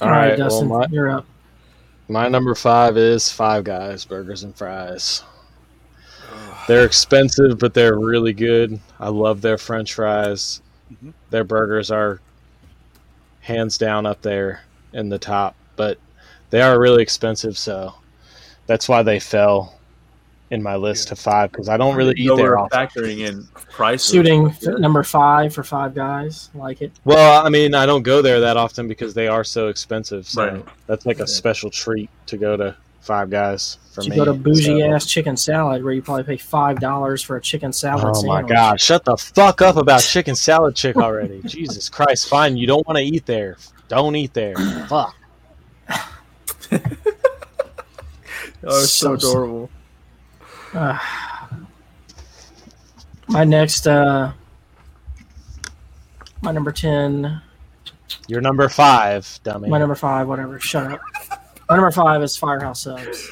[SPEAKER 1] All right,
[SPEAKER 3] well,
[SPEAKER 1] Dustin,
[SPEAKER 3] my,
[SPEAKER 1] you're up.
[SPEAKER 3] my number five is Five Guys burgers and fries. They're expensive, but they're really good. I love their French fries.
[SPEAKER 5] Mhm.
[SPEAKER 3] Their burgers are hands down up there in the top, but they are really expensive, so that's why they fell in my list to five because I don't really eat
[SPEAKER 2] So
[SPEAKER 3] there
[SPEAKER 2] we're
[SPEAKER 3] often.
[SPEAKER 2] factoring in price.
[SPEAKER 1] Shooting f- number five for five guys. Like it.
[SPEAKER 3] Well, I mean, I don't go there that often because they are so expensive. So
[SPEAKER 2] Right.
[SPEAKER 3] that's like a
[SPEAKER 2] Yeah.
[SPEAKER 3] special treat to go to Five Guys for
[SPEAKER 1] You
[SPEAKER 3] me.
[SPEAKER 1] go to bougie
[SPEAKER 3] So-
[SPEAKER 1] ass chicken salad where you probably pay five dollars for a chicken salad.
[SPEAKER 3] Oh my
[SPEAKER 1] sandwich.
[SPEAKER 3] god! Shut the fuck up about chicken salad chick already. Jesus Christ! Fine, you don't want to eat there. Don't eat there. Fuck.
[SPEAKER 2] Oh, it's so
[SPEAKER 1] So-
[SPEAKER 2] adorable.
[SPEAKER 1] Uh, my next, uh, my number ten,
[SPEAKER 3] You're number five, dummy.
[SPEAKER 1] my number five, whatever. Shut up. My number five is Firehouse Subs.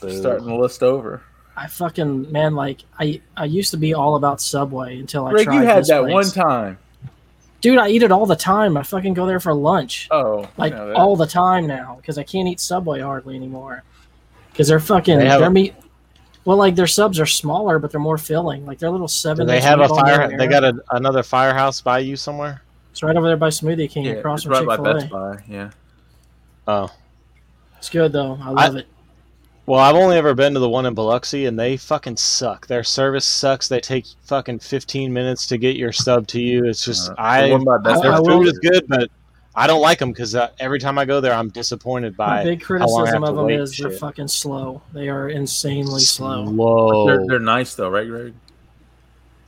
[SPEAKER 3] Boo.
[SPEAKER 2] Starting the list over.
[SPEAKER 1] I fucking man, like I I used to be all about Subway until I
[SPEAKER 2] Greg,
[SPEAKER 1] tried
[SPEAKER 2] you had
[SPEAKER 1] this
[SPEAKER 2] that
[SPEAKER 1] place.
[SPEAKER 2] one time.
[SPEAKER 1] Dude, I eat it all the time. I fucking go there for lunch
[SPEAKER 2] Oh, I
[SPEAKER 1] like
[SPEAKER 2] know that.
[SPEAKER 1] all the time now because I can't eat Subway hardly anymore because they're fucking
[SPEAKER 3] They have
[SPEAKER 1] their
[SPEAKER 3] a-
[SPEAKER 1] meat. Well, like their subs are smaller, but they're more filling. Like their little
[SPEAKER 3] Do
[SPEAKER 1] seven.
[SPEAKER 3] they
[SPEAKER 1] inch
[SPEAKER 3] have a
[SPEAKER 1] meatball
[SPEAKER 3] fire.
[SPEAKER 1] down there.
[SPEAKER 3] They got a, another firehouse by you somewhere.
[SPEAKER 1] It's right over there by Smoothie King,
[SPEAKER 2] Yeah,
[SPEAKER 1] across
[SPEAKER 2] it's
[SPEAKER 1] from
[SPEAKER 2] right
[SPEAKER 1] Chick
[SPEAKER 2] by
[SPEAKER 1] Fil
[SPEAKER 2] Best
[SPEAKER 1] A.
[SPEAKER 2] Buy. Yeah.
[SPEAKER 3] Oh.
[SPEAKER 1] It's good though. I love it.
[SPEAKER 3] Well, I've only ever been to the one in Biloxi, and they fucking suck. Their service sucks. They take fucking fifteen minutes to get your stub to you. It's just
[SPEAKER 2] Uh,
[SPEAKER 3] I.
[SPEAKER 2] the one by Best
[SPEAKER 1] I-
[SPEAKER 3] their
[SPEAKER 2] Buy.
[SPEAKER 3] food is good, but I don't like them because uh, every time I go there, I'm disappointed
[SPEAKER 1] My
[SPEAKER 3] by
[SPEAKER 1] big
[SPEAKER 3] how long I have
[SPEAKER 1] criticism
[SPEAKER 3] to
[SPEAKER 1] of them
[SPEAKER 3] wait
[SPEAKER 1] is
[SPEAKER 3] and
[SPEAKER 1] they're
[SPEAKER 3] shit.
[SPEAKER 1] fucking slow. They are insanely slow.
[SPEAKER 5] Oh.
[SPEAKER 3] Slow.
[SPEAKER 2] They're, they're nice though, right, Greg?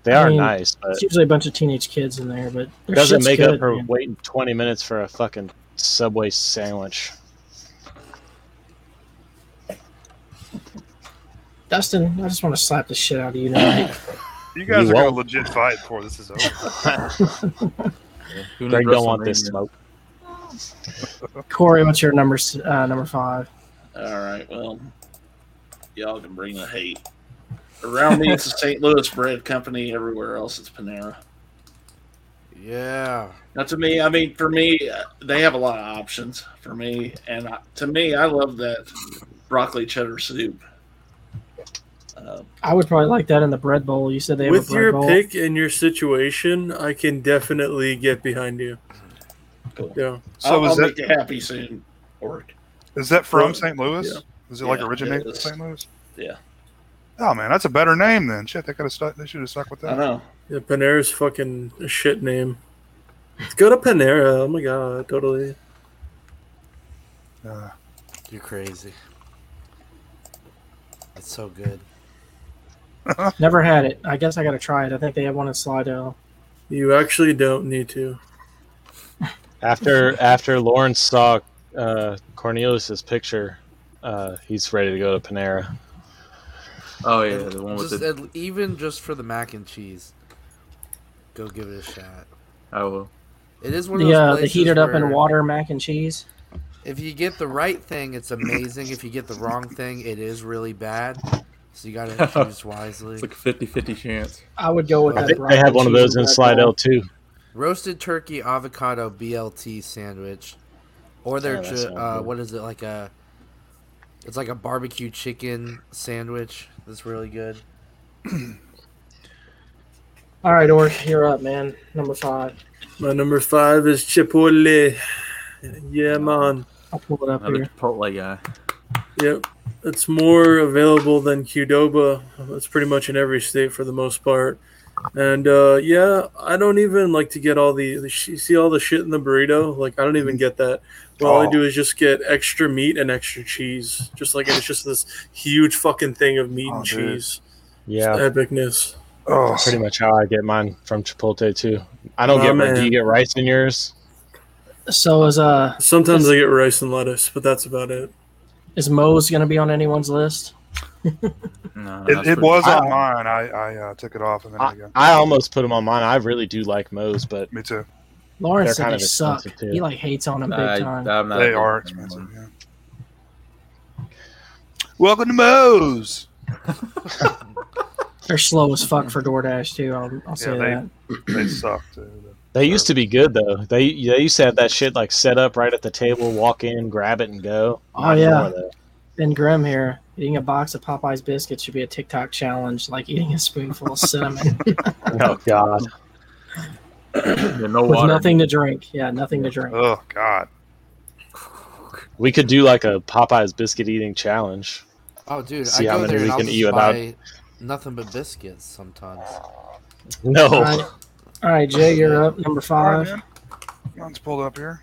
[SPEAKER 3] They are
[SPEAKER 1] I mean,
[SPEAKER 3] nice, but
[SPEAKER 1] It's usually a bunch of teenage kids in there, but
[SPEAKER 3] it
[SPEAKER 1] their
[SPEAKER 3] doesn't
[SPEAKER 1] shit's
[SPEAKER 3] make
[SPEAKER 1] good,
[SPEAKER 3] up for
[SPEAKER 1] man.
[SPEAKER 3] waiting 20 minutes for a fucking Subway sandwich.
[SPEAKER 1] Dustin, I just want to slap the shit out of you tonight.
[SPEAKER 5] You guys
[SPEAKER 3] You
[SPEAKER 5] are going
[SPEAKER 3] won't.
[SPEAKER 5] to legit fight before this is over.
[SPEAKER 2] Who
[SPEAKER 3] Greg
[SPEAKER 2] needs
[SPEAKER 3] don't want this
[SPEAKER 2] WrestleMania?
[SPEAKER 3] smoke.
[SPEAKER 1] Corey, what's your number s- uh, number five?
[SPEAKER 4] All right, well, y'all can bring the hate. Around me, it's the St. Louis Bread Company. Everywhere else, it's Panera.
[SPEAKER 6] Yeah.
[SPEAKER 4] Now, to me, I mean, for me, uh, they have a lot of options for me, and I, to me, I love that broccoli cheddar soup. Uh,
[SPEAKER 1] I would probably like that in the bread bowl. You said they have a
[SPEAKER 7] With
[SPEAKER 1] bread
[SPEAKER 7] your
[SPEAKER 1] bowl.
[SPEAKER 7] pick and your situation, I can definitely get behind you.
[SPEAKER 4] Cool.
[SPEAKER 7] Yeah.
[SPEAKER 5] So
[SPEAKER 4] I'll,
[SPEAKER 5] is
[SPEAKER 4] I'll
[SPEAKER 5] that
[SPEAKER 4] make you happy soon. Or
[SPEAKER 5] is that from
[SPEAKER 4] Yeah.
[SPEAKER 5] St. Louis? Is it like
[SPEAKER 4] Yeah, it
[SPEAKER 5] originated from
[SPEAKER 4] is.
[SPEAKER 5] St. Louis?
[SPEAKER 4] Yeah.
[SPEAKER 5] Oh man, that's a better name then. Shit, they could have stuck. They should have stuck with
[SPEAKER 4] I
[SPEAKER 5] that.
[SPEAKER 4] know.
[SPEAKER 7] yeah Panera's fucking a shit name. Let's go to Panera. Oh my god, totally.
[SPEAKER 5] Uh,
[SPEAKER 6] You're crazy. It's so good.
[SPEAKER 1] Never had it. I guess I got to try it. I think they have one in Slidell.
[SPEAKER 7] You actually don't need to.
[SPEAKER 3] After after Lawrence saw uh, Cornelius's picture, uh, he's ready to go to Panera.
[SPEAKER 2] Oh yeah, the one with
[SPEAKER 6] just,
[SPEAKER 2] the.
[SPEAKER 6] at- even just for the mac and cheese, go give it a shot.
[SPEAKER 2] I will.
[SPEAKER 6] It is one of those
[SPEAKER 1] The, uh, the
[SPEAKER 6] places
[SPEAKER 1] heated up in
[SPEAKER 6] where
[SPEAKER 1] water mac and cheese.
[SPEAKER 6] If you get the right thing, it's amazing. if you get the wrong thing, it is really bad. So you gotta choose wisely.
[SPEAKER 2] It's like a 50-50 chance.
[SPEAKER 1] I would go with
[SPEAKER 6] I
[SPEAKER 1] that.
[SPEAKER 3] I think they
[SPEAKER 1] Brian
[SPEAKER 3] had one of
[SPEAKER 1] cheese
[SPEAKER 3] those in
[SPEAKER 1] with that
[SPEAKER 3] Slidell
[SPEAKER 1] dog.
[SPEAKER 3] too.
[SPEAKER 6] Roasted turkey avocado BLT sandwich, or they're
[SPEAKER 3] Oh, that
[SPEAKER 6] ju-
[SPEAKER 3] sounds
[SPEAKER 6] uh,
[SPEAKER 3] good.
[SPEAKER 6] what is it like a? It's like a barbecue chicken sandwich. That's really good.
[SPEAKER 1] All right, Orc, you're up, man. Number five.
[SPEAKER 7] My number five is Chipotle. Yeah, man.
[SPEAKER 1] I'll pull it up
[SPEAKER 2] Another
[SPEAKER 1] here.
[SPEAKER 2] Chipotle guy.
[SPEAKER 7] Yep. It's more available than Qdoba. It's pretty much in every state for the most part. And uh, yeah, I don't even like to get all the, the sh- you see all the shit in the burrito. Like I don't even get that. What all I
[SPEAKER 5] Oh.
[SPEAKER 7] do is just get extra meat and extra cheese. Just like it's just this huge fucking thing of meat
[SPEAKER 5] Oh,
[SPEAKER 7] and
[SPEAKER 5] dude.
[SPEAKER 7] cheese.
[SPEAKER 3] Yeah,
[SPEAKER 7] Epicness.
[SPEAKER 5] oh,
[SPEAKER 3] pretty much how I get mine from Chipotle too. I don't
[SPEAKER 7] Oh,
[SPEAKER 3] get. rice.
[SPEAKER 7] man.
[SPEAKER 3] Do you get rice in yours?
[SPEAKER 1] So is uh
[SPEAKER 7] Sometimes I get rice and lettuce, but that's about it.
[SPEAKER 1] is Moe's gonna be on anyone's list?
[SPEAKER 2] No, that's
[SPEAKER 5] it, it
[SPEAKER 2] pretty-
[SPEAKER 5] was
[SPEAKER 3] I-
[SPEAKER 5] on mine. I, I uh, took it off and then I
[SPEAKER 3] I,
[SPEAKER 5] got
[SPEAKER 3] I almost put them on mine. I really do like Moe's, but
[SPEAKER 5] me too.
[SPEAKER 1] Lawrence
[SPEAKER 3] They're
[SPEAKER 1] said
[SPEAKER 3] kind
[SPEAKER 1] they
[SPEAKER 3] of
[SPEAKER 1] suck.
[SPEAKER 3] expensive, too.
[SPEAKER 1] He like hates on them big
[SPEAKER 2] I,
[SPEAKER 1] time.
[SPEAKER 2] I'm not a
[SPEAKER 5] They
[SPEAKER 2] big
[SPEAKER 5] are
[SPEAKER 2] fan of
[SPEAKER 5] expensive.
[SPEAKER 2] them.
[SPEAKER 5] Yeah. Welcome to Moe's.
[SPEAKER 1] They're slow as fuck for DoorDash too. I'll, I'll say
[SPEAKER 5] they-
[SPEAKER 1] that.
[SPEAKER 5] They suck too.
[SPEAKER 3] They used to be good though. They they used to have that shit like set up right at the table, walk in, grab it, and go.
[SPEAKER 1] Oh,
[SPEAKER 3] Not
[SPEAKER 1] yeah.
[SPEAKER 3] more, though.
[SPEAKER 1] Ben Grimm here eating a box of Popeyes biscuits should be a TikTok challenge, like eating a spoonful of cinnamon
[SPEAKER 3] Oh god.
[SPEAKER 2] Yeah, no
[SPEAKER 1] with
[SPEAKER 2] water.
[SPEAKER 1] nothing to drink. Yeah, nothing to drink.
[SPEAKER 5] Oh God.
[SPEAKER 3] We could do like a Popeyes biscuit eating challenge.
[SPEAKER 6] Oh, dude,
[SPEAKER 3] See
[SPEAKER 6] I
[SPEAKER 3] how
[SPEAKER 6] go
[SPEAKER 3] many
[SPEAKER 6] there
[SPEAKER 3] we
[SPEAKER 6] and I'll
[SPEAKER 3] can
[SPEAKER 6] just
[SPEAKER 3] eat without-
[SPEAKER 6] buy nothing but biscuits sometimes.
[SPEAKER 3] No.
[SPEAKER 1] All right, all right, Jay, you're up. Number
[SPEAKER 5] All
[SPEAKER 1] five.
[SPEAKER 5] right, man. Mine's pulled up here.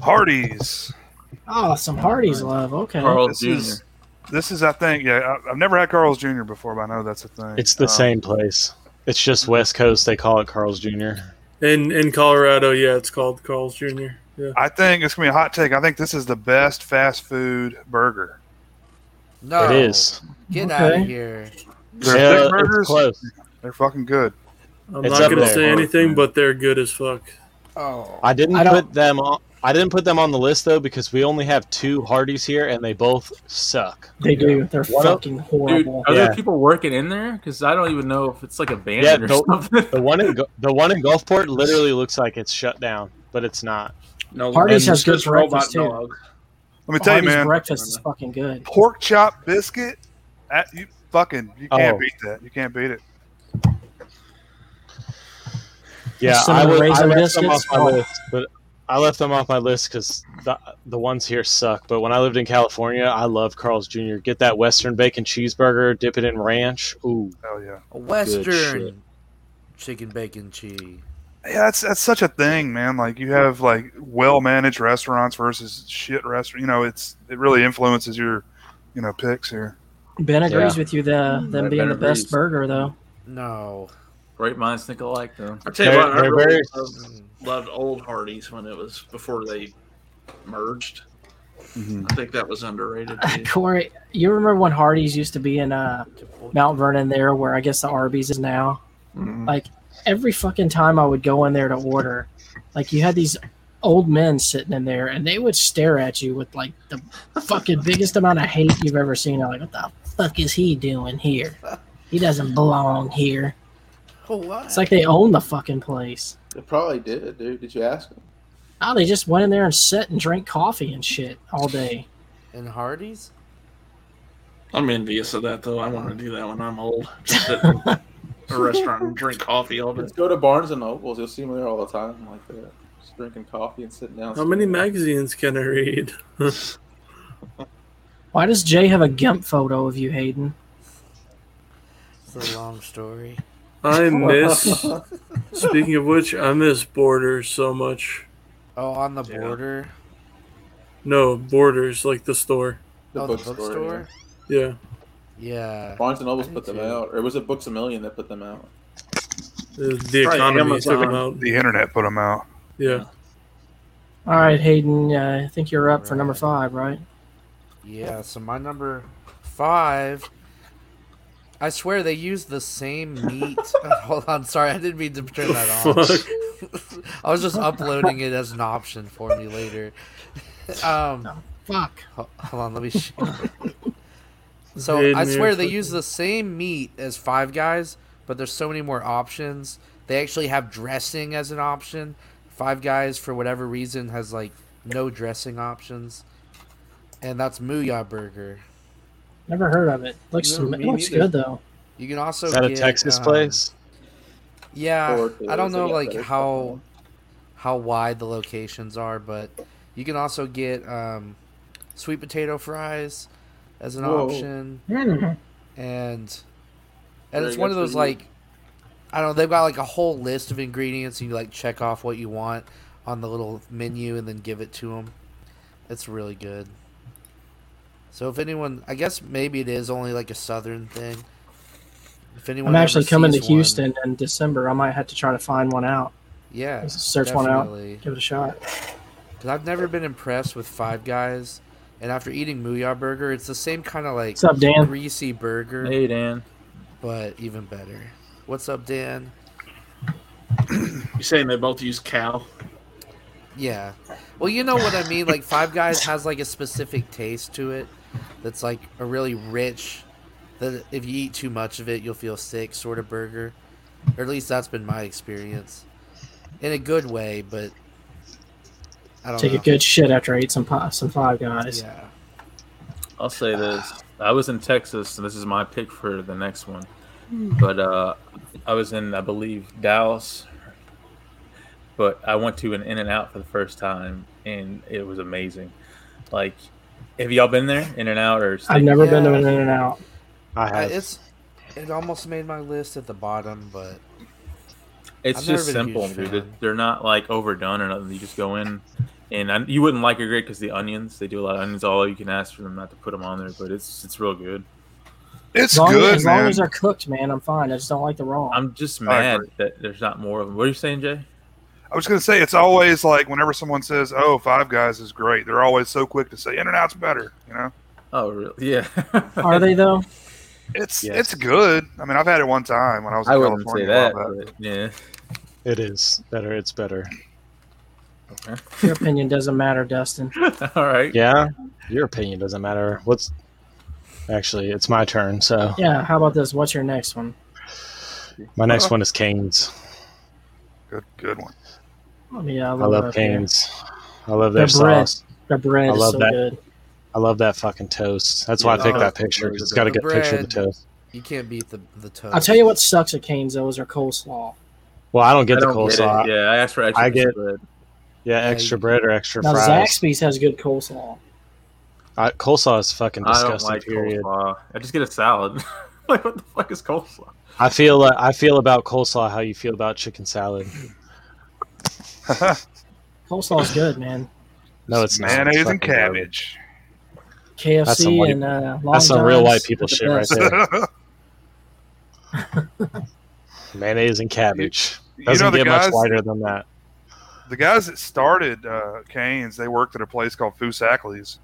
[SPEAKER 5] Hardee's.
[SPEAKER 1] Oh, some Hardee's love. Okay.
[SPEAKER 2] Carl
[SPEAKER 5] This
[SPEAKER 2] Jr.
[SPEAKER 5] is- This is, I think, yeah. I, I've never had Carl's Jr. before, but I know that's a thing.
[SPEAKER 3] It's the
[SPEAKER 5] Um,
[SPEAKER 3] same place. It's just West Coast. They call it Carl's Jr.
[SPEAKER 7] In in Colorado, yeah, it's called Carl's Jr. Yeah.
[SPEAKER 5] I think it's gonna be a hot take. I think this is the best fast food burger.
[SPEAKER 6] No,
[SPEAKER 3] It is.
[SPEAKER 6] Get out of
[SPEAKER 1] Okay.
[SPEAKER 6] here.
[SPEAKER 5] Their
[SPEAKER 3] Yeah,
[SPEAKER 5] Oh. thick
[SPEAKER 3] it's
[SPEAKER 5] burgers,
[SPEAKER 3] close.
[SPEAKER 5] they're fucking good.
[SPEAKER 7] I'm
[SPEAKER 3] It's
[SPEAKER 7] not
[SPEAKER 3] up
[SPEAKER 7] gonna
[SPEAKER 3] there.
[SPEAKER 7] say anything, but they're good as fuck.
[SPEAKER 6] Oh,
[SPEAKER 3] I didn't
[SPEAKER 1] I don't-
[SPEAKER 3] put them on. I didn't put them on the list though because we only have two Hardys here and they both suck.
[SPEAKER 1] They do. They're
[SPEAKER 3] What up?
[SPEAKER 1] fucking
[SPEAKER 2] Dude,
[SPEAKER 1] horrible.
[SPEAKER 2] are there
[SPEAKER 3] Yeah.
[SPEAKER 2] people working in there? Because I don't even know if it's like a bandit
[SPEAKER 3] Yeah,
[SPEAKER 2] or
[SPEAKER 3] no-
[SPEAKER 2] something.
[SPEAKER 3] The one in Gu- the one in Gulfport literally looks like it's shut down, but it's not.
[SPEAKER 4] No,
[SPEAKER 1] Hardee's
[SPEAKER 4] Hardy's
[SPEAKER 1] has good breakfast, too.
[SPEAKER 5] Let me tell
[SPEAKER 1] Hardee's
[SPEAKER 5] you, man.
[SPEAKER 1] breakfast is fucking good.
[SPEAKER 5] Pork chop biscuit. That, you fucking, you can't
[SPEAKER 3] Oh.
[SPEAKER 5] beat that. You can't beat it.
[SPEAKER 3] Yeah,
[SPEAKER 1] Some of
[SPEAKER 3] I,
[SPEAKER 1] the
[SPEAKER 3] would, I
[SPEAKER 1] raisin
[SPEAKER 3] left them off
[SPEAKER 1] biscuits?
[SPEAKER 3] my
[SPEAKER 1] Oh.
[SPEAKER 3] list, but I left them off my list because the the ones here suck. But when I lived in California, I loved Carl's Jr. Get that Western bacon cheeseburger, dip it in ranch. Ooh,
[SPEAKER 5] Hell yeah.
[SPEAKER 6] a
[SPEAKER 3] shit.
[SPEAKER 6] Western chicken bacon cheese.
[SPEAKER 5] Yeah, that's that's such a thing, man. Like you have like well managed restaurants versus shit restaurant. You know, it's it really influences your, you know, picks here.
[SPEAKER 1] Ben agrees with you. The them
[SPEAKER 2] Ben-
[SPEAKER 1] being
[SPEAKER 2] Ben
[SPEAKER 1] the best
[SPEAKER 2] agrees.
[SPEAKER 1] burger though.
[SPEAKER 6] No.
[SPEAKER 2] Great minds think alike, though.
[SPEAKER 4] I tell you
[SPEAKER 3] They're-
[SPEAKER 4] what, I
[SPEAKER 3] they're
[SPEAKER 4] really
[SPEAKER 3] very-
[SPEAKER 4] loved, loved old Hardee's when it was before they merged. I think that was underrated. Too.
[SPEAKER 1] Corey, you remember when Hardee's used to be in uh, Mount Vernon there, where I guess the Arby's is now?
[SPEAKER 5] Mhm.
[SPEAKER 1] Like every fucking time I would go in there to order, like you had these old men sitting in there, and they would stare at you with like the fucking biggest amount of hate you've ever seen. I'm like, what the fuck is he doing here? He doesn't belong here.
[SPEAKER 6] Oh, what?
[SPEAKER 1] It's like they own the fucking place.
[SPEAKER 9] They probably did, dude. Did you ask them?
[SPEAKER 1] Oh, they just went in there and sat and drank coffee and shit all day.
[SPEAKER 6] and Hardee's?
[SPEAKER 4] I'm envious of that though. I want to do that when I'm old. Just sit in a restaurant and drink coffee all day.
[SPEAKER 9] Let's go to Barnes and Nobles. You'll see them there all the time, like
[SPEAKER 2] uh,
[SPEAKER 9] that, just drinking coffee and sitting down.
[SPEAKER 7] How many magazines can I read?
[SPEAKER 1] Why does Jay have a GIMP photo of you, Hayden?
[SPEAKER 6] It's a long story.
[SPEAKER 7] I miss. speaking of which, I miss Borders so much.
[SPEAKER 6] Oh, on the border.
[SPEAKER 7] No, Borders like the store.
[SPEAKER 9] The
[SPEAKER 6] oh,
[SPEAKER 9] bookstore.
[SPEAKER 6] the bookstore.
[SPEAKER 7] Yeah,
[SPEAKER 6] Yeah.
[SPEAKER 9] Barnes and Nobles
[SPEAKER 6] Me
[SPEAKER 9] put them
[SPEAKER 6] too.
[SPEAKER 9] out, or was it Books a Million that put them out?
[SPEAKER 7] the, the
[SPEAKER 4] Right,
[SPEAKER 7] economy took them
[SPEAKER 4] Amazon.
[SPEAKER 7] out.
[SPEAKER 5] The internet put them out.
[SPEAKER 7] Yeah,
[SPEAKER 1] All right, Hayden. Uh, I think you're up for number five, right?
[SPEAKER 6] Yeah, so my number five. I swear they use the same meat. Hold on, sorry, I didn't mean to turn that on.
[SPEAKER 7] Fuck.
[SPEAKER 6] I was just uploading it as an option for me later. Um,
[SPEAKER 1] Fuck.
[SPEAKER 6] ho- hold on, let me. Sh- so
[SPEAKER 7] Hayden,
[SPEAKER 6] I
[SPEAKER 7] you're
[SPEAKER 6] swear they
[SPEAKER 7] fucking-
[SPEAKER 6] use the same meat as Five Guys, but there's so many more options. They actually have dressing as an option. Five Guys, for whatever reason, has like no dressing options, and that's Mooyah Burger.
[SPEAKER 1] Never heard of it. Looks
[SPEAKER 9] No,
[SPEAKER 1] it
[SPEAKER 9] me
[SPEAKER 1] looks
[SPEAKER 9] neither.
[SPEAKER 1] good though.
[SPEAKER 6] You can also
[SPEAKER 3] Is
[SPEAKER 2] Oh,
[SPEAKER 3] that a
[SPEAKER 6] get,
[SPEAKER 3] Texas
[SPEAKER 6] um,
[SPEAKER 3] place?
[SPEAKER 6] Yeah,
[SPEAKER 9] Or if there's
[SPEAKER 6] I don't know
[SPEAKER 9] any
[SPEAKER 6] like
[SPEAKER 9] other
[SPEAKER 6] how how wide the locations are, but you can also get um, sweet potato fries as an
[SPEAKER 9] Whoa.
[SPEAKER 6] option,
[SPEAKER 1] Mm.
[SPEAKER 6] and and
[SPEAKER 9] Very
[SPEAKER 6] it's one of
[SPEAKER 9] good for
[SPEAKER 6] those
[SPEAKER 9] you.
[SPEAKER 6] like I don't know they've got like a whole list of ingredients and you like check off what you want on the little menu and then give it to them. It's really good. So if anyone, I guess maybe it is only like a southern thing. If anyone,
[SPEAKER 1] I'm
[SPEAKER 6] ever
[SPEAKER 1] actually coming to
[SPEAKER 6] sees one-
[SPEAKER 1] Houston in December. I might have to try to find one out.
[SPEAKER 6] yeah,
[SPEAKER 1] Search one out.
[SPEAKER 6] definitely.
[SPEAKER 1] Give it a shot.
[SPEAKER 6] Because I've never been impressed with Five Guys, and after eating Mooyah Burger, it's the same kind of like
[SPEAKER 1] What's up, Dan?
[SPEAKER 6] greasy burger,
[SPEAKER 2] Hey, Dan.
[SPEAKER 6] but even better. What's up, Dan?
[SPEAKER 4] You saying they both use cow?
[SPEAKER 6] Yeah. Well, you know what I mean. Like Five Guys has like a specific taste to it that's like a really rich. That if you eat too much of it, you'll feel sick sort of burger, or at least that's been my experience, in a good way. But I don't
[SPEAKER 1] Take
[SPEAKER 6] know.
[SPEAKER 1] a good shit after I eat some pie, some Five Guys.
[SPEAKER 6] Uh, Yeah.
[SPEAKER 2] I'll
[SPEAKER 6] Ah.
[SPEAKER 2] say this. I was in Texas, and this is my pick for the next one.
[SPEAKER 6] Hmm.
[SPEAKER 2] But uh, I was in, I believe, Dallas. But I went to an In and Out for the first time, and it was amazing. Like, have y'all been there, In and Out, or
[SPEAKER 1] I've never been to
[SPEAKER 6] Yeah.
[SPEAKER 1] an In and Out.
[SPEAKER 3] I
[SPEAKER 6] I,
[SPEAKER 3] have.
[SPEAKER 6] it's it almost made my list at the bottom, but
[SPEAKER 2] It's
[SPEAKER 6] I've never
[SPEAKER 2] just
[SPEAKER 6] been a huge
[SPEAKER 2] simple, dude.
[SPEAKER 6] fan.
[SPEAKER 2] They're not like overdone or nothing. You just go in, and I, you wouldn't like it great because the onions. They do a lot of onions. All you can ask for them not to put them on there, but it's it's real good.
[SPEAKER 5] It's
[SPEAKER 1] As long,
[SPEAKER 5] good,
[SPEAKER 1] as, long
[SPEAKER 5] man.
[SPEAKER 1] as they're cooked, man, I'm fine. I just don't like the raw.
[SPEAKER 2] I'm just
[SPEAKER 5] I
[SPEAKER 2] mad
[SPEAKER 5] agree.
[SPEAKER 2] that there's not more of them. What are you saying, Jay?
[SPEAKER 5] I was gonna say it's always like whenever someone says, "Oh, Five Guys is great," they're always so quick to say, "In and Out's better." You know,
[SPEAKER 2] Oh, really? Yeah.
[SPEAKER 1] Are they though?
[SPEAKER 5] it's
[SPEAKER 3] Yes.
[SPEAKER 5] it's good. I mean, I've had it one time when I was. In
[SPEAKER 2] I wouldn't say
[SPEAKER 5] California a
[SPEAKER 2] that.
[SPEAKER 5] while back.
[SPEAKER 2] But yeah.
[SPEAKER 3] it is better. It's better.
[SPEAKER 1] Your opinion doesn't matter, Dustin.
[SPEAKER 2] All right.
[SPEAKER 3] Yeah, your opinion doesn't matter. What's actually? It's my turn. So
[SPEAKER 1] Yeah. How about this? What's your next one?
[SPEAKER 3] my next one is Canes.
[SPEAKER 5] Good, good one.
[SPEAKER 1] Let me. Uh,
[SPEAKER 3] I
[SPEAKER 1] load it
[SPEAKER 3] love
[SPEAKER 1] up here.
[SPEAKER 3] Canes. I love their
[SPEAKER 1] Their bread.
[SPEAKER 3] sauce.
[SPEAKER 1] The bread
[SPEAKER 3] I
[SPEAKER 1] is
[SPEAKER 3] love
[SPEAKER 1] so
[SPEAKER 3] that.
[SPEAKER 1] good.
[SPEAKER 3] I love that fucking toast. That's why I
[SPEAKER 2] Yeah,
[SPEAKER 3] picked
[SPEAKER 2] oh,
[SPEAKER 3] that picture. 'cause It's got a
[SPEAKER 6] the
[SPEAKER 3] good picture of the
[SPEAKER 6] bread.
[SPEAKER 3] toast.
[SPEAKER 6] you can't beat the the toast.
[SPEAKER 1] I'll tell you what sucks at Cane's though is their coleslaw.
[SPEAKER 3] Well, I don't get
[SPEAKER 2] I
[SPEAKER 3] the
[SPEAKER 2] don't get
[SPEAKER 3] coleslaw.
[SPEAKER 2] it.
[SPEAKER 3] yeah.
[SPEAKER 2] Yeah, I asked for extra
[SPEAKER 3] I get-
[SPEAKER 2] bread.
[SPEAKER 6] Yeah,
[SPEAKER 3] extra
[SPEAKER 6] you-
[SPEAKER 3] bread or extra
[SPEAKER 1] Now
[SPEAKER 3] fries.
[SPEAKER 1] Zaxby's has good coleslaw.
[SPEAKER 3] I, coleslaw is fucking
[SPEAKER 2] I don't
[SPEAKER 3] disgusting.
[SPEAKER 2] like
[SPEAKER 3] period.
[SPEAKER 2] coleslaw. I just get a salad. like, what the fuck is coleslaw?
[SPEAKER 3] I feel like I feel about coleslaw how you feel about chicken salad.
[SPEAKER 1] Coleslaw's good, man.
[SPEAKER 3] No, it's not. It's
[SPEAKER 5] Mayonnaise and
[SPEAKER 3] fucking garbage.
[SPEAKER 1] KFC
[SPEAKER 5] cabbage.
[SPEAKER 3] That's some white-
[SPEAKER 1] and uh, Long
[SPEAKER 3] That's some real
[SPEAKER 1] John's
[SPEAKER 3] white people
[SPEAKER 1] are the
[SPEAKER 3] shit right
[SPEAKER 1] best.
[SPEAKER 3] there.
[SPEAKER 5] you
[SPEAKER 3] Mayonnaise and cabbage. Doesn't
[SPEAKER 5] know the
[SPEAKER 3] get
[SPEAKER 5] guys.
[SPEAKER 3] much wider than that.
[SPEAKER 5] The guys that started uh, Canes, they worked at a place called Fusackley's,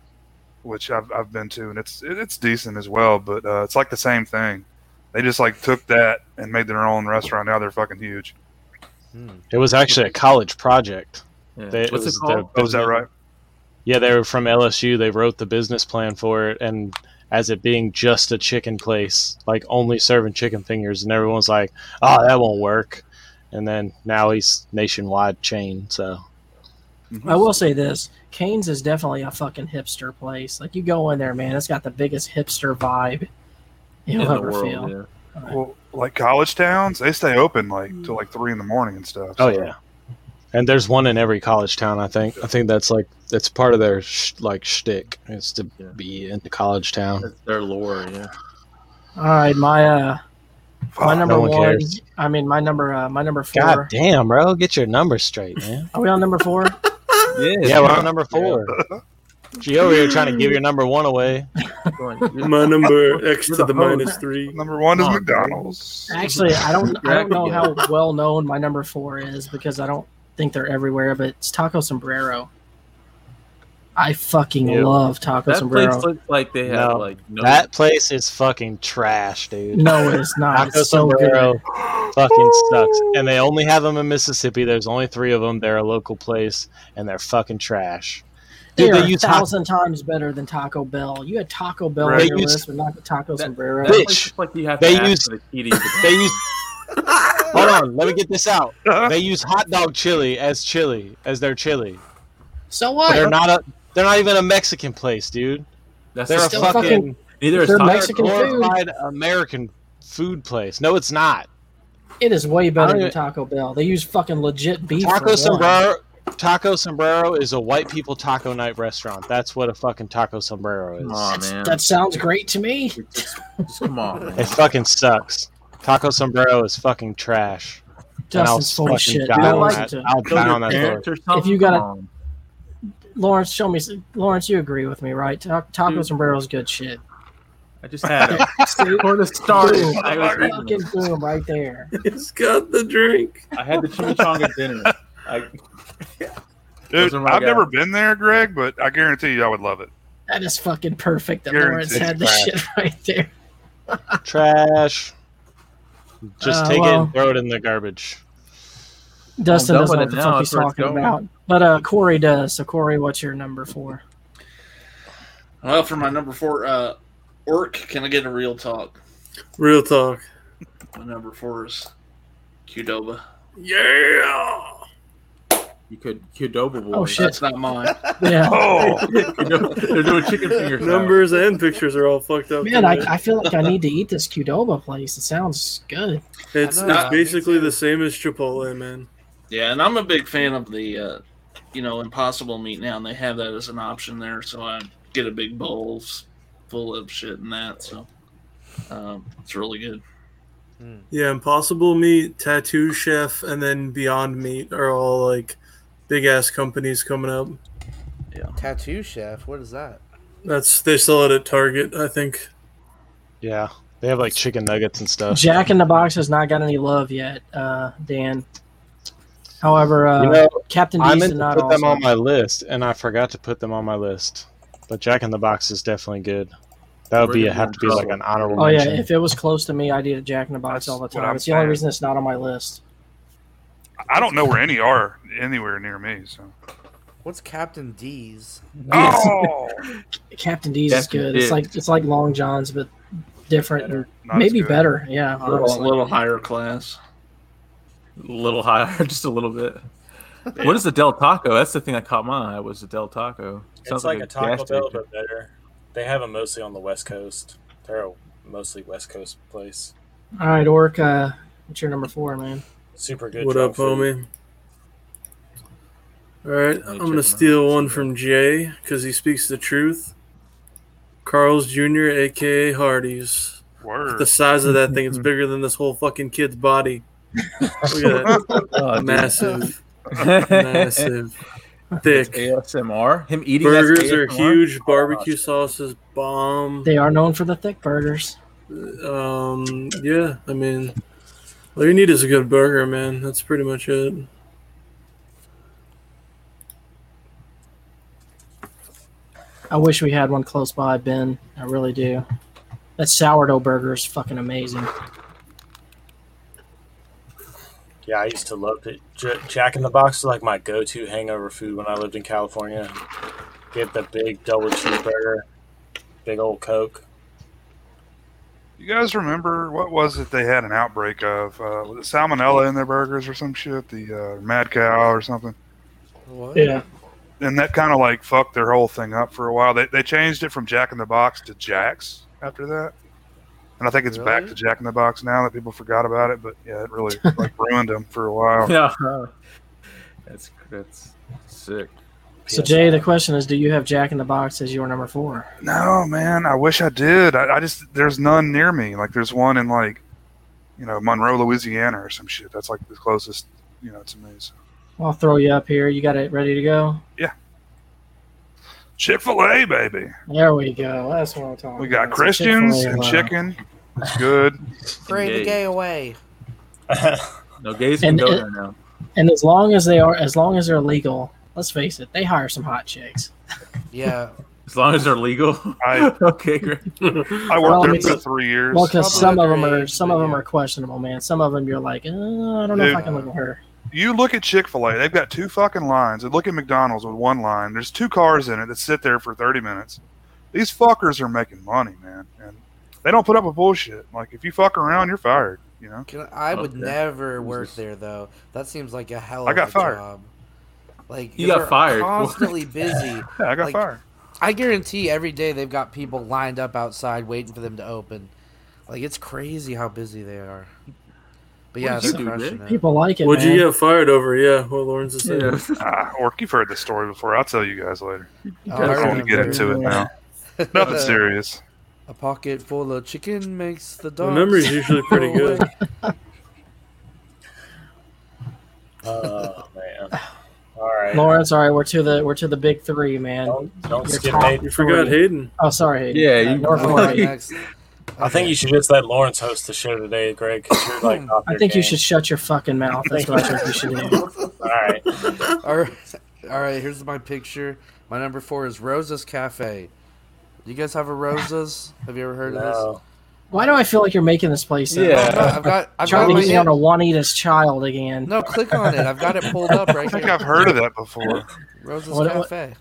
[SPEAKER 5] which I've, I've been to, and it's it, it's decent as well. But uh, it's like the same thing. They just like took that and made their own restaurant. Now they're fucking huge.
[SPEAKER 6] Hmm.
[SPEAKER 3] It was actually a college project.
[SPEAKER 2] Yeah.
[SPEAKER 3] They,
[SPEAKER 2] What's it
[SPEAKER 3] was
[SPEAKER 2] called?
[SPEAKER 5] Oh, is that right?
[SPEAKER 3] Yeah, they were from LSU. They wrote the business plan for it, and as it being just a chicken place, like only serving chicken fingers, and everyone's like, "Oh, that won't work." And then now he's nationwide chain. So
[SPEAKER 1] I will say this: Cane's is definitely a fucking hipster place. Like you go in there, man, it's got the biggest hipster vibe
[SPEAKER 2] in
[SPEAKER 1] you'll
[SPEAKER 2] the
[SPEAKER 1] ever
[SPEAKER 2] world.
[SPEAKER 1] feel.
[SPEAKER 2] yeah.
[SPEAKER 5] Well, like college towns, they stay open like till like three in the morning and stuff.
[SPEAKER 3] Hmm. Oh
[SPEAKER 5] so-
[SPEAKER 3] yeah, and there's one in every college town. I think. I think that's like that's part of their sh- like shtick is to
[SPEAKER 2] Yeah.
[SPEAKER 3] be in the college town.
[SPEAKER 2] That's their lore. Yeah.
[SPEAKER 1] All right, my uh, My number
[SPEAKER 3] Ah, No one
[SPEAKER 1] one.
[SPEAKER 3] cares.
[SPEAKER 1] I mean, my number. Uh, my number four.
[SPEAKER 3] God damn, bro, get your numbers straight, man.
[SPEAKER 1] Are we on number four?
[SPEAKER 3] yeah, we're on number four. You over here trying to give your number one away.
[SPEAKER 7] My number X to the minus three.
[SPEAKER 5] Number one is
[SPEAKER 2] Come on,
[SPEAKER 5] McDonald's.
[SPEAKER 1] Actually, I don't. I don't know
[SPEAKER 2] Yeah.
[SPEAKER 1] how well known my number four is because I don't think they're everywhere. But it's Taco Sombrero. I fucking
[SPEAKER 3] Ew.
[SPEAKER 1] love Taco
[SPEAKER 2] That
[SPEAKER 1] Sombrero.
[SPEAKER 2] place looks like they have
[SPEAKER 3] No.
[SPEAKER 2] like no.
[SPEAKER 3] That place is fucking trash, dude.
[SPEAKER 1] no, it's not.
[SPEAKER 3] Taco
[SPEAKER 1] It's so
[SPEAKER 3] Sombrero
[SPEAKER 1] good.
[SPEAKER 3] fucking sucks. And they only have them in Mississippi. There's only three of them. They're a local place, and they're fucking trash.
[SPEAKER 1] They
[SPEAKER 3] Dude,
[SPEAKER 1] are
[SPEAKER 3] they
[SPEAKER 1] a
[SPEAKER 3] use taco.
[SPEAKER 1] thousand times better than Taco Bell. You had Taco Bell
[SPEAKER 5] Right.
[SPEAKER 1] on
[SPEAKER 5] They
[SPEAKER 1] your
[SPEAKER 3] use-
[SPEAKER 1] list, but not Taco
[SPEAKER 2] That-
[SPEAKER 1] Sombrero.
[SPEAKER 2] that
[SPEAKER 3] Bitch.
[SPEAKER 2] place looks like you have
[SPEAKER 3] They
[SPEAKER 2] to ask
[SPEAKER 3] use-
[SPEAKER 2] for the key to even-
[SPEAKER 3] They use. Hold on, let me get this out. They use hot dog chili as chili as their chili.
[SPEAKER 1] So
[SPEAKER 3] But
[SPEAKER 1] what?
[SPEAKER 3] they're not a. They're not even a Mexican place, dude.
[SPEAKER 2] That's
[SPEAKER 3] They're a
[SPEAKER 2] just
[SPEAKER 1] Still
[SPEAKER 3] fucking,
[SPEAKER 1] fucking-
[SPEAKER 2] neither is
[SPEAKER 1] they're
[SPEAKER 2] Taco Bell.
[SPEAKER 1] Mexican food.
[SPEAKER 3] glorified American food place. No, it's not.
[SPEAKER 1] It is way
[SPEAKER 3] I
[SPEAKER 1] better
[SPEAKER 3] don't
[SPEAKER 1] than
[SPEAKER 3] even-
[SPEAKER 1] Taco Bell. They use fucking legit beef. for
[SPEAKER 3] Taco
[SPEAKER 1] one.
[SPEAKER 3] Sombrero. Taco Sombrero is a white people taco night restaurant. That's what a fucking taco sombrero is.
[SPEAKER 2] Come on, man.
[SPEAKER 1] That sounds great to me.
[SPEAKER 2] Just come on, man.
[SPEAKER 3] It fucking sucks. Taco sombrero is fucking trash. And I'll
[SPEAKER 1] Justin's full of
[SPEAKER 3] fucking
[SPEAKER 1] shit.
[SPEAKER 3] die
[SPEAKER 1] Don't
[SPEAKER 3] on
[SPEAKER 1] listen
[SPEAKER 3] that.
[SPEAKER 1] to him.
[SPEAKER 3] I'll
[SPEAKER 2] Kill
[SPEAKER 3] die
[SPEAKER 2] your
[SPEAKER 3] on that
[SPEAKER 2] parents
[SPEAKER 3] sword.
[SPEAKER 2] or something?
[SPEAKER 1] If you gotta-
[SPEAKER 2] Come on.
[SPEAKER 1] Lawrence, show me. Lawrence, you agree with me, right? Ta- Taco
[SPEAKER 3] Mm.
[SPEAKER 2] Dude.
[SPEAKER 1] Sombrero's good shit.
[SPEAKER 2] I just had it.
[SPEAKER 1] See?
[SPEAKER 2] For the starters, I was eating
[SPEAKER 1] Fucking
[SPEAKER 2] it.
[SPEAKER 1] boom right there.
[SPEAKER 7] It's got the drink.
[SPEAKER 2] I had the chimichanga dinner. I,
[SPEAKER 5] Dude,
[SPEAKER 2] Those are my
[SPEAKER 5] I've
[SPEAKER 2] guys.
[SPEAKER 5] never been there, Greg, but I guarantee you I would love it.
[SPEAKER 1] That is fucking perfect that Lawrence
[SPEAKER 5] Guaranteed
[SPEAKER 1] had the
[SPEAKER 3] crap.
[SPEAKER 1] shit right there.
[SPEAKER 3] Trash. Just
[SPEAKER 1] Uh,
[SPEAKER 3] take it
[SPEAKER 1] well.
[SPEAKER 3] and throw it in the garbage.
[SPEAKER 1] Dustin doesn't know
[SPEAKER 2] I'm done
[SPEAKER 1] what
[SPEAKER 2] with
[SPEAKER 1] the
[SPEAKER 2] it
[SPEAKER 1] fuck
[SPEAKER 2] now.
[SPEAKER 1] he's
[SPEAKER 2] That's where it's
[SPEAKER 1] talking
[SPEAKER 2] going.
[SPEAKER 1] about. But uh, Corey does. So, Corey, what's your number four?
[SPEAKER 4] Well, for my number four, uh, Orc, can I get a real talk?
[SPEAKER 7] Real talk.
[SPEAKER 4] My number four is Qdoba.
[SPEAKER 7] Yeah.
[SPEAKER 2] you could Qdoba boy.
[SPEAKER 1] Oh, shit.
[SPEAKER 4] That's not mine.
[SPEAKER 1] Yeah.
[SPEAKER 5] Oh,
[SPEAKER 2] You know, they're doing chicken fingers. now.
[SPEAKER 7] Numbers and pictures are all fucked
[SPEAKER 5] Oh,
[SPEAKER 7] up.
[SPEAKER 1] Man, I,
[SPEAKER 7] today.
[SPEAKER 1] I feel like I need to eat this Qdoba place. It sounds good.
[SPEAKER 7] it's,
[SPEAKER 6] I know,
[SPEAKER 7] it's
[SPEAKER 6] me
[SPEAKER 7] basically
[SPEAKER 6] too.
[SPEAKER 7] the same as Chipotle, man.
[SPEAKER 4] Yeah, and I'm a big fan of the, uh, you know, Impossible Meat now, and they have that as an option there. So I get a big bowl s- full of shit and that. So um, it's really good.
[SPEAKER 7] Yeah, Impossible Meat, Tattoo Chef, and then Beyond Meat are all like big ass companies coming up.
[SPEAKER 6] Tattoo chef, what is that?
[SPEAKER 7] That's they sell it at Target, I think.
[SPEAKER 3] Yeah. They have like chicken nuggets and stuff.
[SPEAKER 1] Jack in the Box has not got any love yet, uh, Dan. However, uh,
[SPEAKER 3] you know,
[SPEAKER 1] Captain
[SPEAKER 3] I
[SPEAKER 1] D's
[SPEAKER 3] meant
[SPEAKER 1] did
[SPEAKER 3] to
[SPEAKER 1] not
[SPEAKER 3] put them
[SPEAKER 1] also.
[SPEAKER 3] on my list, and I forgot to put them on my list. But Jack in the Box is definitely good. That would
[SPEAKER 2] We're
[SPEAKER 3] be
[SPEAKER 2] gonna
[SPEAKER 3] have
[SPEAKER 2] be
[SPEAKER 3] to
[SPEAKER 2] in
[SPEAKER 3] be like
[SPEAKER 2] trouble.
[SPEAKER 3] an honorable
[SPEAKER 1] Oh yeah,
[SPEAKER 3] mention.
[SPEAKER 1] if it was close to me, I'd eat a Jack in the Box
[SPEAKER 5] That's
[SPEAKER 1] all the
[SPEAKER 5] what
[SPEAKER 1] time.
[SPEAKER 5] I'm
[SPEAKER 1] It's the only
[SPEAKER 5] saying.
[SPEAKER 1] reason it's not on my list.
[SPEAKER 5] I don't know where any are anywhere near me. So.
[SPEAKER 6] What's Captain D's?
[SPEAKER 5] Oh,
[SPEAKER 1] Captain D's is
[SPEAKER 2] Captain
[SPEAKER 1] good.
[SPEAKER 2] D's.
[SPEAKER 1] It's like it's like Long John's, but different and
[SPEAKER 5] Not as
[SPEAKER 1] maybe
[SPEAKER 5] good.
[SPEAKER 1] better. Yeah,
[SPEAKER 4] A little,
[SPEAKER 1] honestly.
[SPEAKER 4] little higher class.
[SPEAKER 2] a little higher, just a little bit. What is the Del Taco? That's the thing that caught my eye was the Del Taco.
[SPEAKER 10] It's like a Taco
[SPEAKER 2] gas station.
[SPEAKER 10] Bell, but better. They have them mostly on the West Coast. They're a mostly West Coast place.
[SPEAKER 1] All right, Orc, uh, what's your number four, man?
[SPEAKER 10] Super good.
[SPEAKER 7] what
[SPEAKER 10] dog
[SPEAKER 7] up, homie?
[SPEAKER 10] food.
[SPEAKER 7] All right, I'm
[SPEAKER 2] check
[SPEAKER 7] gonna
[SPEAKER 2] them
[SPEAKER 7] steal
[SPEAKER 2] out.
[SPEAKER 7] one from Jay because he speaks the truth. Carl's Jr., aka Hardy's.
[SPEAKER 5] Word.
[SPEAKER 7] The size of that thing, it's bigger than this whole fucking kid's body. Look at
[SPEAKER 2] Oh,
[SPEAKER 7] that.
[SPEAKER 2] dude.
[SPEAKER 7] massive, massive, thick.
[SPEAKER 2] ASMR. Him eating that's
[SPEAKER 7] Burgers are
[SPEAKER 2] ASMR?
[SPEAKER 7] huge. Barbecue sauce is bomb.
[SPEAKER 1] They are known for the thick burgers.
[SPEAKER 7] Um, yeah, I mean, all you need is a good burger, man. That's pretty much it.
[SPEAKER 1] I wish we had one close by, Ben. I really do. That sourdough burger is fucking amazing.
[SPEAKER 10] Yeah, I used to love it. J- Jack in the Box is like my go-to hangover food when I lived in California. Get the big double cheeseburger, big old Coke.
[SPEAKER 5] You guys remember what was it they had an outbreak of? Uh, was it salmonella in their burgers or some shit? The uh, mad cow or something?
[SPEAKER 6] What?
[SPEAKER 1] Yeah,
[SPEAKER 5] And that kind of like fucked their whole thing up for a while. They, they changed it from Jack in the Box to Jack's after that. And I think it's back
[SPEAKER 6] Really?
[SPEAKER 5] to Jack in the Box now that people forgot about it. But yeah, it really like ruined them for a while.
[SPEAKER 2] Yeah, that's that's sick.
[SPEAKER 1] So Jay, the question is, do you have Jack in the Box as your number four?
[SPEAKER 5] No, man, I wish I did. I, I just there's none near me. Like there's one in like you know, Monroe, Louisiana, or some shit. That's like the closest, you know, to me. So.
[SPEAKER 1] I'll throw you up here. You got it ready to go?
[SPEAKER 5] Chick Fil A, baby.
[SPEAKER 1] There we go. That's what I'm talking
[SPEAKER 5] We
[SPEAKER 1] about.
[SPEAKER 5] got
[SPEAKER 1] Oh, It's a
[SPEAKER 5] Christians
[SPEAKER 1] Chick-fil-A
[SPEAKER 5] and
[SPEAKER 1] line.
[SPEAKER 5] chicken. It's good.
[SPEAKER 6] Pray the
[SPEAKER 2] Indeed.
[SPEAKER 6] gay away.
[SPEAKER 2] No gays can
[SPEAKER 1] And
[SPEAKER 2] go
[SPEAKER 1] it-
[SPEAKER 2] there now.
[SPEAKER 1] And as long as they are, as long as they're legal, let's face it, they hire some hot chicks.
[SPEAKER 6] Yeah.
[SPEAKER 2] As long as they're legal.
[SPEAKER 5] I-
[SPEAKER 2] okay, great.
[SPEAKER 5] I worked
[SPEAKER 1] Well, I
[SPEAKER 5] there
[SPEAKER 1] mean,
[SPEAKER 5] for three years.
[SPEAKER 1] Well, because
[SPEAKER 6] Some
[SPEAKER 1] some
[SPEAKER 6] of
[SPEAKER 1] of them
[SPEAKER 6] their
[SPEAKER 1] are,
[SPEAKER 6] age,
[SPEAKER 1] some
[SPEAKER 6] but
[SPEAKER 1] of them
[SPEAKER 6] yeah.
[SPEAKER 1] are questionable, man. Some of them you're like, uh, I don't know if I
[SPEAKER 5] Dude.
[SPEAKER 1] can look at her.
[SPEAKER 5] you look at Chick Fil A; they've got two fucking lines. And look at McDonald's with one line. There's two cars in it that sit there for 30 minutes. These fuckers are making money, man, and they don't put up with bullshit. Like if you fuck around, you're fired. You know,
[SPEAKER 6] Can, I would
[SPEAKER 2] Okay.
[SPEAKER 6] never work
[SPEAKER 2] Oh, Jesus.
[SPEAKER 6] there though. That seems like a hell of
[SPEAKER 5] I got
[SPEAKER 6] a
[SPEAKER 5] fired.
[SPEAKER 6] job. Like
[SPEAKER 2] You got
[SPEAKER 6] they're
[SPEAKER 2] fired.
[SPEAKER 6] Constantly busy.
[SPEAKER 5] yeah, I got
[SPEAKER 6] Like-
[SPEAKER 5] fired.
[SPEAKER 6] I guarantee every day they've got people lined up outside waiting for them to open. Like it's crazy how busy they are. But yeah,
[SPEAKER 2] did you
[SPEAKER 6] they're
[SPEAKER 2] do,
[SPEAKER 6] crushing
[SPEAKER 2] Rick?
[SPEAKER 6] it.
[SPEAKER 1] People like it.
[SPEAKER 7] What'd
[SPEAKER 1] man.
[SPEAKER 7] you get fired over? Yeah, what Lawrence is saying.
[SPEAKER 2] Yeah.
[SPEAKER 5] Ah, Orc, you've heard this story before. I'll tell you guys later.
[SPEAKER 6] Oh,
[SPEAKER 5] I don't
[SPEAKER 6] I
[SPEAKER 5] want to get into it now. Nothing serious.
[SPEAKER 6] A pocket full of chicken makes the
[SPEAKER 7] The
[SPEAKER 6] dog.
[SPEAKER 7] memory's usually pretty good.
[SPEAKER 10] Oh man! All right.
[SPEAKER 1] Lawrence, all right, we're to the we're to the big three, man.
[SPEAKER 10] Don't, don't
[SPEAKER 1] Your
[SPEAKER 10] skip
[SPEAKER 1] top
[SPEAKER 10] Hayden.
[SPEAKER 7] You forgot Hayden.
[SPEAKER 1] Oh, sorry.
[SPEAKER 2] Yeah,
[SPEAKER 1] Uh,
[SPEAKER 2] you-
[SPEAKER 1] North
[SPEAKER 6] All
[SPEAKER 1] Florida.
[SPEAKER 6] right, next.
[SPEAKER 10] I think you should just let Lawrence host the show today, Greg. 'cause you're like off
[SPEAKER 1] I
[SPEAKER 10] your
[SPEAKER 1] think you
[SPEAKER 10] game.
[SPEAKER 1] should shut your fucking mouth. That's what I think you should do.
[SPEAKER 10] All right.
[SPEAKER 6] All right, all right. Here's my picture. My number four is Rosa's Cafe. You guys have a Rosa's? Have you ever heard of this?
[SPEAKER 10] No.
[SPEAKER 1] Why do I feel like you're making this place? up?
[SPEAKER 2] Yeah.
[SPEAKER 6] No, I've got. I've got
[SPEAKER 1] Trying to
[SPEAKER 6] my
[SPEAKER 1] get me on
[SPEAKER 6] hand-
[SPEAKER 1] a Juanita's child again.
[SPEAKER 6] No, click on it. I've got it pulled up
[SPEAKER 5] I
[SPEAKER 6] right
[SPEAKER 5] think
[SPEAKER 6] here.
[SPEAKER 5] I've heard of that before.
[SPEAKER 6] Rosa's
[SPEAKER 1] What- what-
[SPEAKER 6] Cafe.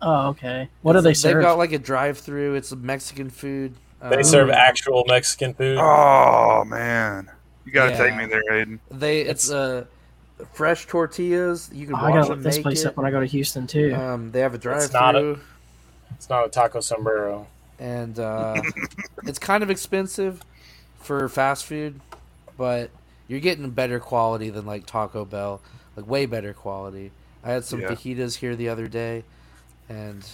[SPEAKER 1] Oh, okay. What do they
[SPEAKER 6] They've
[SPEAKER 1] serve?
[SPEAKER 6] got like a drive-through. It's Mexican food.
[SPEAKER 10] They
[SPEAKER 6] Um,
[SPEAKER 10] serve actual Mexican food.
[SPEAKER 5] Oh man, you got to
[SPEAKER 6] Yeah.
[SPEAKER 5] take me there, Aiden.
[SPEAKER 6] They it's uh, fresh tortillas. You can
[SPEAKER 1] Oh,
[SPEAKER 6] watch
[SPEAKER 1] I gotta
[SPEAKER 6] them
[SPEAKER 1] look this
[SPEAKER 6] make
[SPEAKER 1] place
[SPEAKER 6] it.
[SPEAKER 1] up when I go to Houston too.
[SPEAKER 6] Um, they have a
[SPEAKER 10] It's not a-
[SPEAKER 6] drive-through,
[SPEAKER 10] It's not a taco sombrero.
[SPEAKER 6] and uh, it's kind of expensive for fast food, but you're getting better quality than like Taco Bell, like way better quality. I had some
[SPEAKER 5] Yeah.
[SPEAKER 6] fajitas here the other day, and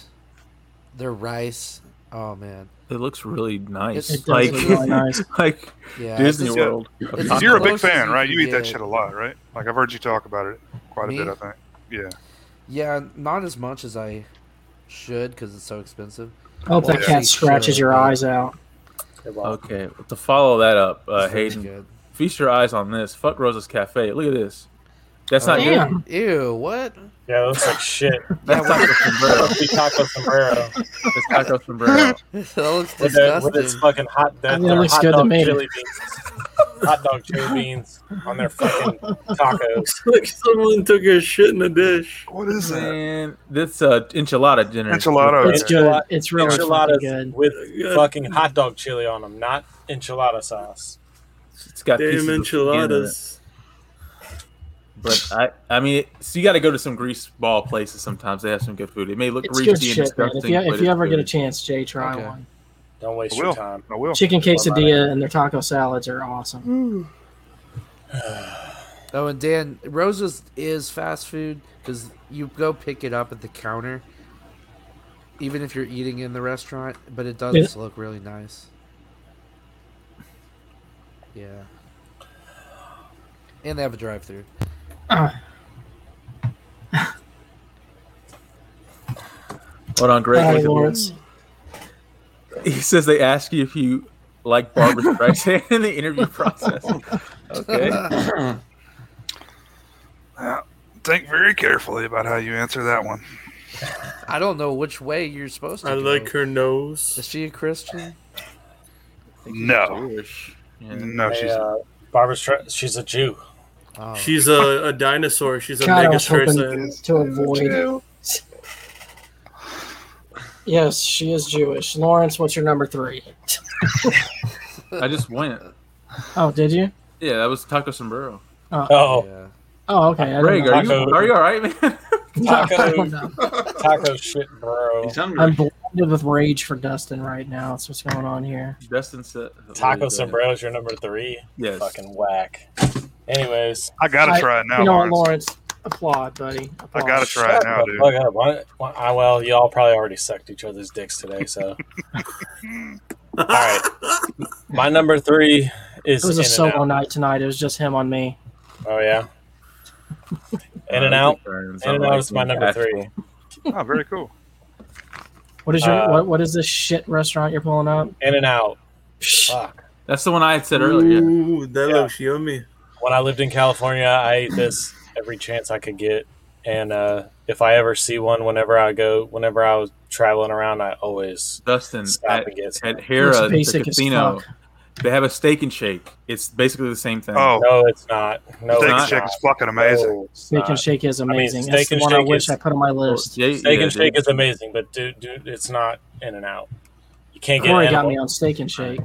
[SPEAKER 6] their rice. Oh man,
[SPEAKER 2] It looks really nice.
[SPEAKER 6] It's-
[SPEAKER 1] it does
[SPEAKER 2] like,
[SPEAKER 1] look really nice.
[SPEAKER 2] like
[SPEAKER 6] yeah,
[SPEAKER 2] Disney
[SPEAKER 6] it's-
[SPEAKER 5] good.
[SPEAKER 2] World.
[SPEAKER 6] It's
[SPEAKER 2] Taco
[SPEAKER 5] You're a
[SPEAKER 2] Bell.
[SPEAKER 5] big
[SPEAKER 6] Closest
[SPEAKER 5] fan,
[SPEAKER 6] you
[SPEAKER 5] right? You
[SPEAKER 6] can
[SPEAKER 5] eat that
[SPEAKER 6] get.
[SPEAKER 5] shit a lot, right? Like I've heard you talk about it quite a
[SPEAKER 6] Me?
[SPEAKER 5] bit. I think. Yeah.
[SPEAKER 6] yeah, not as much as I should because it's so expensive.
[SPEAKER 1] I hope that
[SPEAKER 6] Well,
[SPEAKER 1] cat
[SPEAKER 6] she
[SPEAKER 1] scratches
[SPEAKER 6] should,
[SPEAKER 1] your
[SPEAKER 6] but-
[SPEAKER 1] eyes out.
[SPEAKER 10] Good luck.
[SPEAKER 2] Okay, to follow that up, uh,
[SPEAKER 6] It's really
[SPEAKER 2] Hayden,
[SPEAKER 6] good.
[SPEAKER 2] feast your eyes on this. Fuck Rosa's Cafe. Look at this. That's not good.
[SPEAKER 1] Oh, Damn.
[SPEAKER 6] Oh, Ew, what?
[SPEAKER 10] Yeah, it looks like shit.
[SPEAKER 2] That's taco sombrero.
[SPEAKER 10] Fuck you, taco sombrero
[SPEAKER 2] That's taco sombrero.
[SPEAKER 6] that looks
[SPEAKER 10] with, the, with its
[SPEAKER 6] disgusting.
[SPEAKER 10] fucking hot, their,
[SPEAKER 1] I mean, it
[SPEAKER 10] their
[SPEAKER 1] looks
[SPEAKER 10] hot
[SPEAKER 1] good to
[SPEAKER 10] dog
[SPEAKER 1] me.
[SPEAKER 10] chili beans, hot dog chili beans on their fucking tacos.
[SPEAKER 7] like someone took a shit in a dish.
[SPEAKER 5] What is that?
[SPEAKER 2] Man, this uh, enchilada dinner. is-
[SPEAKER 5] Enchilada.
[SPEAKER 1] It's good. It's really fucking
[SPEAKER 10] enchiladas
[SPEAKER 1] good.
[SPEAKER 10] with
[SPEAKER 7] Yeah.
[SPEAKER 10] fucking hot dog chili on them, not enchilada sauce.
[SPEAKER 2] It's got pieces
[SPEAKER 7] Damn
[SPEAKER 2] of skin in it.
[SPEAKER 7] enchiladas.
[SPEAKER 2] But I, I mean, so you got to go to some grease ball places sometimes. They have some good food. It may look
[SPEAKER 1] It's
[SPEAKER 2] greasy
[SPEAKER 1] good
[SPEAKER 2] and
[SPEAKER 1] shit, man.
[SPEAKER 2] disgusting.
[SPEAKER 1] If you,
[SPEAKER 2] but
[SPEAKER 1] if
[SPEAKER 2] it's
[SPEAKER 1] you ever get a
[SPEAKER 2] good.
[SPEAKER 1] chance, Jay, try
[SPEAKER 6] Okay.
[SPEAKER 1] one.
[SPEAKER 10] Don't waste
[SPEAKER 5] I
[SPEAKER 10] your
[SPEAKER 5] will.
[SPEAKER 10] time.
[SPEAKER 5] I will.
[SPEAKER 1] Chicken
[SPEAKER 2] Well,
[SPEAKER 1] quesadilla and their taco salads are awesome.
[SPEAKER 6] Mm. Oh, and Dan, Rosa's is fast food because you go pick it up at the counter, even if you're eating in the restaurant. But it does
[SPEAKER 1] Yeah.
[SPEAKER 6] look really nice. Yeah. And they have a drive-through.
[SPEAKER 2] Hold on, Greg.
[SPEAKER 1] Hi,
[SPEAKER 2] look at
[SPEAKER 1] Lawrence.
[SPEAKER 2] this. He says they ask you if you like Barbara Streisand in the interview process. Okay.
[SPEAKER 5] Think very carefully about how you answer that one.
[SPEAKER 6] I don't know which way you're supposed to.
[SPEAKER 7] I
[SPEAKER 6] go.
[SPEAKER 7] like her
[SPEAKER 6] Is
[SPEAKER 7] nose.
[SPEAKER 6] she a Christian?
[SPEAKER 5] No.
[SPEAKER 2] Yeah.
[SPEAKER 5] No,
[SPEAKER 10] They,
[SPEAKER 5] she's.
[SPEAKER 10] uh, Barbara, Stre- she's a Jew.
[SPEAKER 6] Oh.
[SPEAKER 7] She's a, a dinosaur. She's a
[SPEAKER 1] God, I
[SPEAKER 7] mega
[SPEAKER 1] was hoping
[SPEAKER 7] Streisand.
[SPEAKER 1] to avoid. Yes, she is Jewish. Lawrence, what's your number three?
[SPEAKER 2] I just went.
[SPEAKER 1] Oh, did you?
[SPEAKER 2] Yeah, that was taco sombrero.
[SPEAKER 10] Oh,
[SPEAKER 6] Yeah.
[SPEAKER 1] Oh, okay. I
[SPEAKER 2] Greg,
[SPEAKER 1] didn't know.
[SPEAKER 2] are you are
[SPEAKER 10] Taco.
[SPEAKER 2] you all right, man?
[SPEAKER 1] I
[SPEAKER 10] Taco,
[SPEAKER 1] don't know.
[SPEAKER 10] taco shit, bro.
[SPEAKER 4] He's hungry.
[SPEAKER 1] I'm blinded with rage for Dustin right now. That's what's going on here.
[SPEAKER 2] Dustin said
[SPEAKER 10] Taco sombrero's your number three.
[SPEAKER 2] Yes.
[SPEAKER 10] Fucking whack. Anyways,
[SPEAKER 5] I gotta
[SPEAKER 1] I-
[SPEAKER 5] try it now,
[SPEAKER 1] you know what,
[SPEAKER 5] Lawrence.
[SPEAKER 1] Lawrence? Applaud, buddy.
[SPEAKER 5] I
[SPEAKER 1] Applaud.
[SPEAKER 5] gotta try it
[SPEAKER 10] shut
[SPEAKER 5] now,
[SPEAKER 10] the
[SPEAKER 5] dude.
[SPEAKER 10] fuck up. Why- why- I,
[SPEAKER 3] ah,
[SPEAKER 10] well, y'all probably already sucked each other's dicks today, so. All right. My number three
[SPEAKER 3] Is
[SPEAKER 1] It was a
[SPEAKER 3] In-N-Out.
[SPEAKER 1] solo night tonight. It was just him on me.
[SPEAKER 3] Oh yeah. In and out. In and out is my number three.
[SPEAKER 5] Oh, very cool.
[SPEAKER 1] What is your
[SPEAKER 3] Uh,
[SPEAKER 1] what, what is this shit restaurant you're pulling up?
[SPEAKER 3] In and out.
[SPEAKER 1] Psh,
[SPEAKER 3] Fuck.
[SPEAKER 2] That's the one I had said earlier.
[SPEAKER 7] Ooh, that
[SPEAKER 3] Yeah.
[SPEAKER 7] looks yummy.
[SPEAKER 3] When I lived in California, I ate this every chance I could get, and uh, if I ever see one, whenever I go, whenever I was traveling around, I always
[SPEAKER 2] Dustin
[SPEAKER 3] Stop
[SPEAKER 2] at,
[SPEAKER 3] and get some.
[SPEAKER 2] at Hera,
[SPEAKER 1] Looks
[SPEAKER 2] the
[SPEAKER 1] basic as
[SPEAKER 2] casino.
[SPEAKER 1] fuck.
[SPEAKER 2] They have a steak and shake. It's basically the same thing.
[SPEAKER 5] Oh,
[SPEAKER 3] No, it's not. No,
[SPEAKER 5] steak and
[SPEAKER 3] it's
[SPEAKER 5] shake
[SPEAKER 3] not.
[SPEAKER 5] is fucking amazing.
[SPEAKER 3] No, it's
[SPEAKER 1] Steak
[SPEAKER 3] not.
[SPEAKER 1] and Shake is
[SPEAKER 3] mean,
[SPEAKER 1] amazing.
[SPEAKER 3] Steak
[SPEAKER 1] That's the
[SPEAKER 3] and
[SPEAKER 1] one I
[SPEAKER 3] Shake
[SPEAKER 1] wish
[SPEAKER 3] is-
[SPEAKER 1] I put on my
[SPEAKER 2] Oh,
[SPEAKER 1] list.
[SPEAKER 2] yeah,
[SPEAKER 3] Steak
[SPEAKER 2] yeah,
[SPEAKER 3] and shake
[SPEAKER 2] dude.
[SPEAKER 3] is amazing, but dude, dude, it's not in and out. You can't get
[SPEAKER 1] Corey
[SPEAKER 3] an
[SPEAKER 1] got
[SPEAKER 3] animal,
[SPEAKER 1] me on Steak and Shake.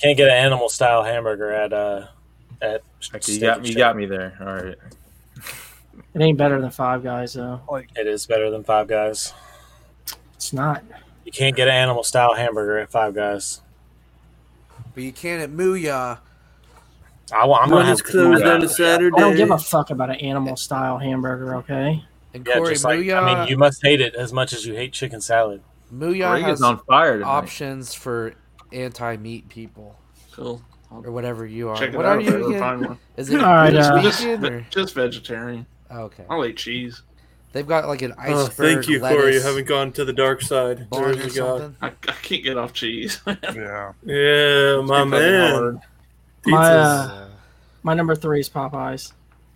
[SPEAKER 3] can't get an animal style hamburger at uh at
[SPEAKER 2] Okay, you
[SPEAKER 3] Steak
[SPEAKER 2] got
[SPEAKER 3] and
[SPEAKER 2] me. You
[SPEAKER 3] Shake.
[SPEAKER 2] got me there. All right.
[SPEAKER 1] It ain't better than Five Guys though.
[SPEAKER 3] It is better than Five Guys.
[SPEAKER 1] It's not.
[SPEAKER 3] You can't get an animal style hamburger at Five Guys.
[SPEAKER 6] But you can't at Mooyah.
[SPEAKER 3] I, wa- I'm gonna
[SPEAKER 7] One
[SPEAKER 3] have
[SPEAKER 7] is
[SPEAKER 3] to
[SPEAKER 7] closed
[SPEAKER 3] do that.
[SPEAKER 7] on a Saturday.
[SPEAKER 1] I don't give a fuck about an animal style hamburger. Okay.
[SPEAKER 6] And
[SPEAKER 3] Yeah,
[SPEAKER 6] Corey,
[SPEAKER 3] just like,
[SPEAKER 6] Mooyah,
[SPEAKER 3] I mean, you must hate it as much as you hate chicken salad.
[SPEAKER 6] Mooyah
[SPEAKER 2] Ring
[SPEAKER 6] has
[SPEAKER 2] is on fire tonight.
[SPEAKER 6] options for anti-meat people
[SPEAKER 4] Cool.
[SPEAKER 6] or whatever you are.
[SPEAKER 4] Check it
[SPEAKER 6] what
[SPEAKER 4] out
[SPEAKER 6] are
[SPEAKER 4] if
[SPEAKER 6] you
[SPEAKER 4] I ever
[SPEAKER 6] again?
[SPEAKER 4] find one.
[SPEAKER 6] Is it
[SPEAKER 1] All right,
[SPEAKER 6] vegan
[SPEAKER 1] uh,
[SPEAKER 4] Just,
[SPEAKER 6] or-
[SPEAKER 4] just vegetarian.
[SPEAKER 6] oh, okay?
[SPEAKER 4] I'll eat cheese.
[SPEAKER 6] They've got like an iceberg
[SPEAKER 7] Oh, thank you,
[SPEAKER 6] lettuce
[SPEAKER 7] Corey. You haven't gone to the dark side.
[SPEAKER 6] bun
[SPEAKER 7] There's
[SPEAKER 6] or
[SPEAKER 7] a God.
[SPEAKER 6] something.
[SPEAKER 4] I, I can't get off cheese.
[SPEAKER 5] Yeah.
[SPEAKER 7] Yeah, my
[SPEAKER 4] fucking
[SPEAKER 7] man.
[SPEAKER 4] hard.
[SPEAKER 1] My,
[SPEAKER 7] Pizzas.
[SPEAKER 1] Uh, My number three is Popeyes.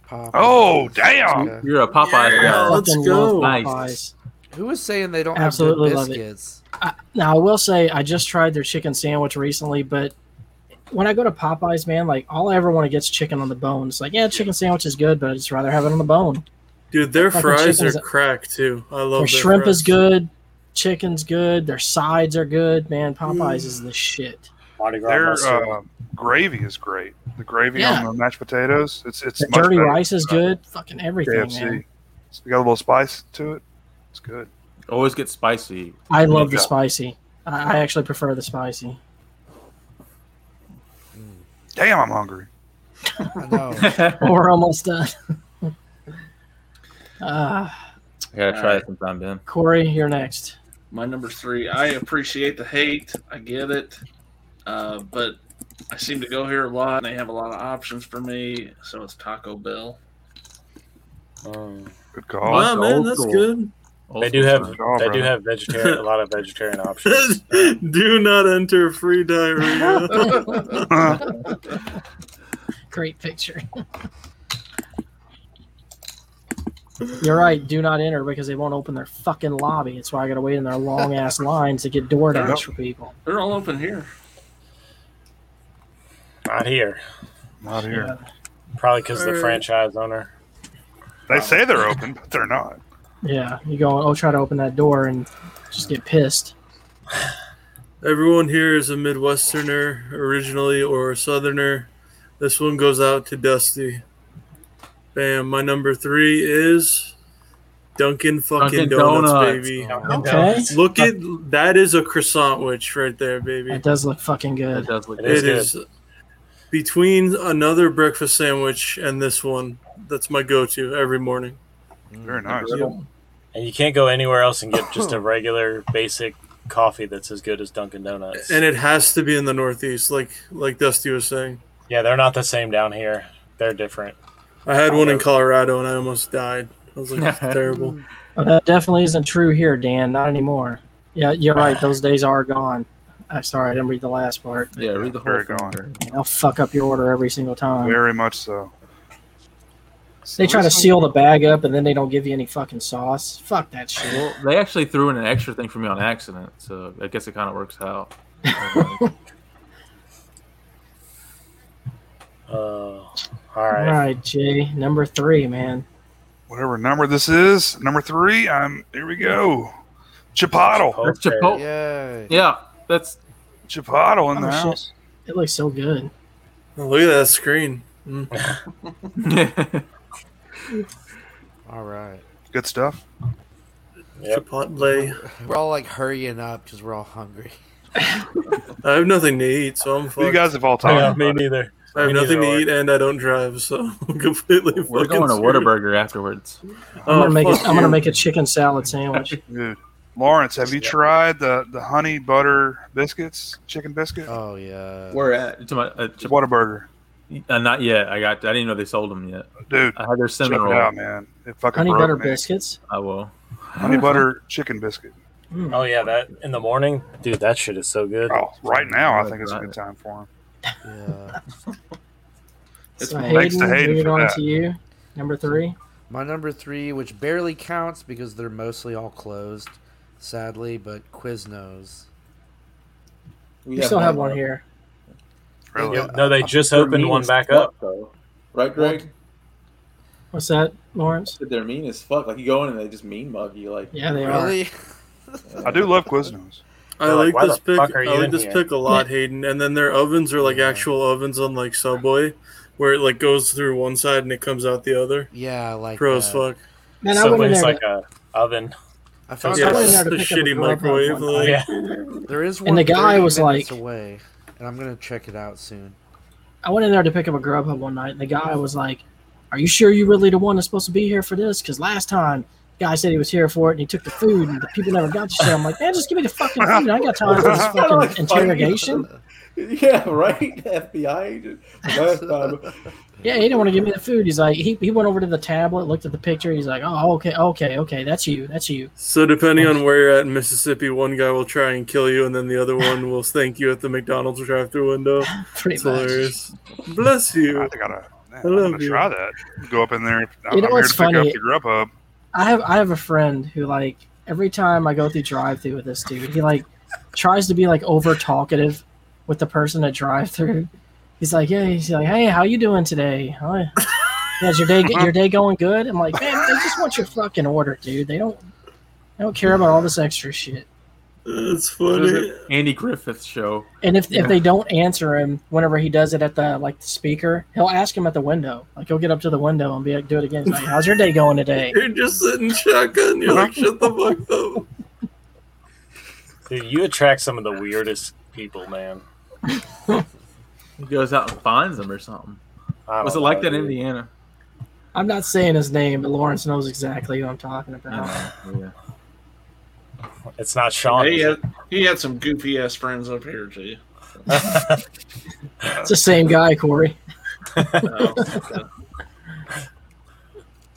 [SPEAKER 6] Popeyes.
[SPEAKER 5] Oh, damn!
[SPEAKER 6] Okay.
[SPEAKER 2] You're a Popeye
[SPEAKER 7] Yeah.
[SPEAKER 2] guy.
[SPEAKER 1] I
[SPEAKER 7] let's
[SPEAKER 1] fucking
[SPEAKER 7] go.
[SPEAKER 1] love
[SPEAKER 2] Nice.
[SPEAKER 1] Popeyes.
[SPEAKER 6] Who was saying they don't
[SPEAKER 1] Absolutely
[SPEAKER 6] have
[SPEAKER 1] love
[SPEAKER 6] good
[SPEAKER 1] it.
[SPEAKER 6] biscuits?
[SPEAKER 1] I, now I will say I just tried their chicken sandwich recently, but when I go to Popeyes, man, like all I ever want to get is chicken on the bone. It's like, yeah, chicken sandwich is good, but I just rather have it on the bone.
[SPEAKER 7] Dude, their
[SPEAKER 1] Fucking
[SPEAKER 7] fries are
[SPEAKER 1] chicken's-
[SPEAKER 7] crack too. I love
[SPEAKER 1] Their
[SPEAKER 7] their
[SPEAKER 1] shrimp
[SPEAKER 7] fries.
[SPEAKER 1] is good, chicken's good, their sides are good. Man, Popeyes is the shit.
[SPEAKER 3] Mardi Gras
[SPEAKER 5] Their
[SPEAKER 3] mustard.
[SPEAKER 5] uh, gravy is great. The gravy
[SPEAKER 4] Yeah.
[SPEAKER 5] on the mashed potatoes, it's it's
[SPEAKER 1] The
[SPEAKER 5] much
[SPEAKER 1] dirty
[SPEAKER 5] better
[SPEAKER 1] rice is
[SPEAKER 5] than, uh,
[SPEAKER 1] good. Fucking everything, man.
[SPEAKER 5] KFC. It's got a little spice to it. It's good.
[SPEAKER 2] Always get spicy.
[SPEAKER 1] I love the
[SPEAKER 5] Yeah.
[SPEAKER 1] spicy. I I actually prefer the spicy.
[SPEAKER 5] Damn, I'm hungry.
[SPEAKER 6] I know.
[SPEAKER 1] Well, We're almost done. uh,
[SPEAKER 2] I gotta try it sometime, Ben.
[SPEAKER 1] Corey, you're next.
[SPEAKER 4] My number three. I appreciate the hate. I get it, uh, but I seem to go here a lot, and they have a lot of options for me. So it's Taco Bell.
[SPEAKER 3] Mm.
[SPEAKER 5] Good
[SPEAKER 7] Wow,
[SPEAKER 5] call.
[SPEAKER 2] What? That's
[SPEAKER 7] man,
[SPEAKER 2] old
[SPEAKER 7] that's
[SPEAKER 2] school.
[SPEAKER 7] good.
[SPEAKER 3] They do have
[SPEAKER 5] Good call,
[SPEAKER 3] they do
[SPEAKER 5] brother.
[SPEAKER 3] have vegetarian a lot of vegetarian options.
[SPEAKER 7] Do not enter free diarrhea.
[SPEAKER 1] Great picture. You're right. Do not enter because they won't open their fucking lobby. That's why I gotta wait in their long ass lines to get DoorDash
[SPEAKER 4] Yep.
[SPEAKER 1] for people.
[SPEAKER 4] They're all open here.
[SPEAKER 3] Not here,
[SPEAKER 5] Not here.
[SPEAKER 3] probably because the
[SPEAKER 7] Or-
[SPEAKER 3] franchise owner.
[SPEAKER 5] They say they're open, but they're not.
[SPEAKER 1] Yeah, you go. Oh, try to open that door and just get pissed.
[SPEAKER 7] Everyone here is a Midwesterner originally or a Southerner. This one goes out to Dusty. Bam. My number three is Dunkin'
[SPEAKER 2] Dunkin'
[SPEAKER 7] fucking Donuts,
[SPEAKER 2] Donuts.
[SPEAKER 7] baby.
[SPEAKER 1] Okay,
[SPEAKER 7] Look at that is a croissant witch right there,
[SPEAKER 1] that
[SPEAKER 7] baby.
[SPEAKER 1] does look fucking
[SPEAKER 2] It
[SPEAKER 1] good.
[SPEAKER 2] does look
[SPEAKER 3] It
[SPEAKER 2] good.
[SPEAKER 3] is
[SPEAKER 7] It is between another breakfast sandwich and this one. That's my go-to every morning.
[SPEAKER 1] Mm,
[SPEAKER 5] Very nice.
[SPEAKER 3] And you can't go anywhere else and get just a regular basic coffee that's as good as Dunkin' Donuts.
[SPEAKER 7] And it has to be in the Northeast, like like Dusty was saying.
[SPEAKER 3] yeah, they're not the same down here. They're different.
[SPEAKER 7] I had
[SPEAKER 1] Oh,
[SPEAKER 7] one in Colorado and I almost died. I was like, "This is terrible.
[SPEAKER 1] But Oh, that definitely isn't true here, Dan. Not anymore. Yeah, you're right. Those days are gone. I'm sorry, I didn't read the last part.
[SPEAKER 2] Yeah, read the whole
[SPEAKER 5] Very
[SPEAKER 2] thing.
[SPEAKER 5] gone.
[SPEAKER 1] I'll fuck up your order every single time.
[SPEAKER 5] Very much so.
[SPEAKER 1] They try to seal the bag up and then they don't give you any fucking sauce. Fuck that shit.
[SPEAKER 2] Well, they actually threw in an extra thing for me on accident, so I guess it kind of works out.
[SPEAKER 10] Uh,
[SPEAKER 3] Oh, all
[SPEAKER 1] All
[SPEAKER 3] right.
[SPEAKER 1] right, Jay, number three, man.
[SPEAKER 5] Whatever number this is, number three. I'm here. We go. Chipotle.
[SPEAKER 2] That's
[SPEAKER 3] Okay.
[SPEAKER 2] Chipotle.
[SPEAKER 6] Yay.
[SPEAKER 2] Yeah, that's
[SPEAKER 5] Chipotle in
[SPEAKER 1] Oh,
[SPEAKER 5] the
[SPEAKER 1] shit.
[SPEAKER 5] house.
[SPEAKER 1] It looks so good.
[SPEAKER 7] Oh, Look at that screen. Mm.
[SPEAKER 6] All right.
[SPEAKER 5] Good stuff.
[SPEAKER 3] Yep.
[SPEAKER 7] Chipotle.
[SPEAKER 6] We're all like hurrying up because we're all hungry.
[SPEAKER 7] I have nothing to eat, so I'm
[SPEAKER 5] You
[SPEAKER 7] fucked.
[SPEAKER 5] guys have all talked.
[SPEAKER 3] Yeah,
[SPEAKER 5] about
[SPEAKER 3] me
[SPEAKER 5] it.
[SPEAKER 3] neither.
[SPEAKER 7] I have
[SPEAKER 3] me
[SPEAKER 7] nothing to
[SPEAKER 3] neither.
[SPEAKER 7] eat and I don't drive, so I'm completely
[SPEAKER 2] we're
[SPEAKER 7] fucking
[SPEAKER 2] going to
[SPEAKER 7] screwed.
[SPEAKER 2] Whataburger afterwards.
[SPEAKER 1] I'm
[SPEAKER 7] Oh,
[SPEAKER 1] gonna make it.
[SPEAKER 7] fuck
[SPEAKER 1] I'm gonna
[SPEAKER 7] you.
[SPEAKER 1] make a chicken salad sandwich.
[SPEAKER 5] Dude, Lawrence, have you tried the, the honey butter biscuits, chicken biscuit?
[SPEAKER 6] Oh yeah.
[SPEAKER 9] Where at?
[SPEAKER 2] To my, uh, to-
[SPEAKER 5] Whataburger.
[SPEAKER 2] uh, not yet. I got. I didn't know they sold them yet.
[SPEAKER 5] Dude,
[SPEAKER 2] I had their
[SPEAKER 5] check
[SPEAKER 2] cinnamon
[SPEAKER 5] it
[SPEAKER 2] roll.
[SPEAKER 5] out, man. It fucking
[SPEAKER 1] Honey
[SPEAKER 5] broke
[SPEAKER 1] butter
[SPEAKER 5] me.
[SPEAKER 1] biscuits.
[SPEAKER 2] I will.
[SPEAKER 5] Honey butter chicken biscuit.
[SPEAKER 1] Mm.
[SPEAKER 10] Oh yeah, that in the morning, dude. That shit is so good.
[SPEAKER 5] Oh, right now, I think it's a good time for him.
[SPEAKER 6] Yeah.
[SPEAKER 4] It's
[SPEAKER 1] so
[SPEAKER 4] more-
[SPEAKER 5] Thanks
[SPEAKER 1] Hayden,
[SPEAKER 5] to Hayden
[SPEAKER 1] moving
[SPEAKER 5] for
[SPEAKER 1] on
[SPEAKER 5] that.
[SPEAKER 1] to you, number three.
[SPEAKER 6] My number three, which barely counts because they're mostly all closed, sadly, but Quiznos.
[SPEAKER 9] We
[SPEAKER 1] You still have
[SPEAKER 9] none.
[SPEAKER 1] one here.
[SPEAKER 2] Oh,
[SPEAKER 5] Really?
[SPEAKER 6] Yeah.
[SPEAKER 10] No, they just
[SPEAKER 9] They're
[SPEAKER 10] opened
[SPEAKER 9] mean
[SPEAKER 10] one
[SPEAKER 9] as
[SPEAKER 10] back
[SPEAKER 9] fuck,
[SPEAKER 10] up.
[SPEAKER 9] though. Right, Greg?
[SPEAKER 1] What's that, Lawrence?
[SPEAKER 9] They're mean as fuck. Like you go in and they just mean mug you. Like
[SPEAKER 1] Yeah, they are.
[SPEAKER 6] Really?
[SPEAKER 5] I do love Quiznos.
[SPEAKER 7] I
[SPEAKER 10] They're like,
[SPEAKER 7] like,
[SPEAKER 10] "Why
[SPEAKER 7] this
[SPEAKER 10] the
[SPEAKER 7] pick.
[SPEAKER 10] fuck are
[SPEAKER 7] I
[SPEAKER 10] you
[SPEAKER 7] like
[SPEAKER 10] in
[SPEAKER 7] this
[SPEAKER 10] here?"
[SPEAKER 7] pick a lot, Hayden. And then their ovens are like
[SPEAKER 6] Yeah.
[SPEAKER 7] actual ovens on like Subway, where it like goes through one side and it comes out the other.
[SPEAKER 6] Yeah, I like
[SPEAKER 7] Pro as
[SPEAKER 6] that.
[SPEAKER 7] fuck.
[SPEAKER 1] Man, I went in
[SPEAKER 10] Subway's
[SPEAKER 1] there.
[SPEAKER 10] like
[SPEAKER 1] to-
[SPEAKER 10] a oven.
[SPEAKER 6] I found
[SPEAKER 1] I
[SPEAKER 7] Yeah,
[SPEAKER 1] went in
[SPEAKER 7] it's
[SPEAKER 1] there
[SPEAKER 6] out
[SPEAKER 1] to
[SPEAKER 7] the
[SPEAKER 1] pick up a
[SPEAKER 7] shitty
[SPEAKER 1] glove one
[SPEAKER 7] microwave,
[SPEAKER 1] time.
[SPEAKER 7] like-
[SPEAKER 10] Yeah,
[SPEAKER 6] there is one.
[SPEAKER 1] And the guy
[SPEAKER 6] 30
[SPEAKER 1] was
[SPEAKER 6] minutes
[SPEAKER 1] like-
[SPEAKER 6] away, and I'm gonna check it out soon.
[SPEAKER 1] I went in there to pick up a Grubhub one night, and the guy was like, "Are you sure you really the one that's supposed to be here for this? Because last time." the Guy said he was here for it, and he took the food, and the people never got the shit. I'm like, man, just give me the fucking food. I ain't got time for this fucking interrogation.
[SPEAKER 9] Yeah, right. FBI agent. Last time.
[SPEAKER 1] Yeah, he didn't want to give me the food. He's like, he, he went over to the tablet, looked at the picture. He's like, oh, okay, okay, okay, that's you, that's you.
[SPEAKER 7] So depending on where you're at in Mississippi, one guy will try and kill you, and then the other one will thank you at the McDonald's drive-through window.
[SPEAKER 1] Pretty
[SPEAKER 7] It's
[SPEAKER 1] much.
[SPEAKER 7] hilarious. Bless
[SPEAKER 5] I
[SPEAKER 7] you.
[SPEAKER 5] think I gotta. Man,
[SPEAKER 7] love
[SPEAKER 5] I'm gonna
[SPEAKER 7] you.
[SPEAKER 5] try that. Go up in there. I'm,
[SPEAKER 1] You know
[SPEAKER 5] I'm here
[SPEAKER 1] what's
[SPEAKER 5] to pick
[SPEAKER 1] funny?
[SPEAKER 5] up the Grubhub.
[SPEAKER 1] I have I have a friend who like every time I go through drive through with this dude, he like tries to be like over talkative with the person at drive through. He's like, yeah, he's like, hey, how you doing today? Huh? Yeah, is your day your day going good? I'm like, man, they just want your fucking order, dude. They don't they don't care about all this extra shit.
[SPEAKER 7] It's
[SPEAKER 2] What is
[SPEAKER 7] funny.
[SPEAKER 2] it? Andy Griffith show.
[SPEAKER 1] And if if they don't answer him whenever he does it at the like the speaker, he'll ask him at the window. Like he'll get up to the window and be like, do it again. He's like, how's your day going today?
[SPEAKER 7] You're just sitting shotgun. You're like, shut the fuck up.
[SPEAKER 10] dude, you attract some of the weirdest people, man.
[SPEAKER 2] He goes out and finds them or something.
[SPEAKER 10] I
[SPEAKER 3] Oh,
[SPEAKER 10] don't
[SPEAKER 2] Was it
[SPEAKER 10] know,
[SPEAKER 2] like that in
[SPEAKER 10] dude.
[SPEAKER 2] Indiana?
[SPEAKER 1] I'm not saying his name, but Lawrence knows exactly who I'm talking about.
[SPEAKER 2] I don't know, yeah.
[SPEAKER 10] It's not Sean.
[SPEAKER 4] he,
[SPEAKER 10] is it?
[SPEAKER 4] had, he had some goofy ass friends up here too.
[SPEAKER 1] It's the same guy, Corey.
[SPEAKER 4] Uh,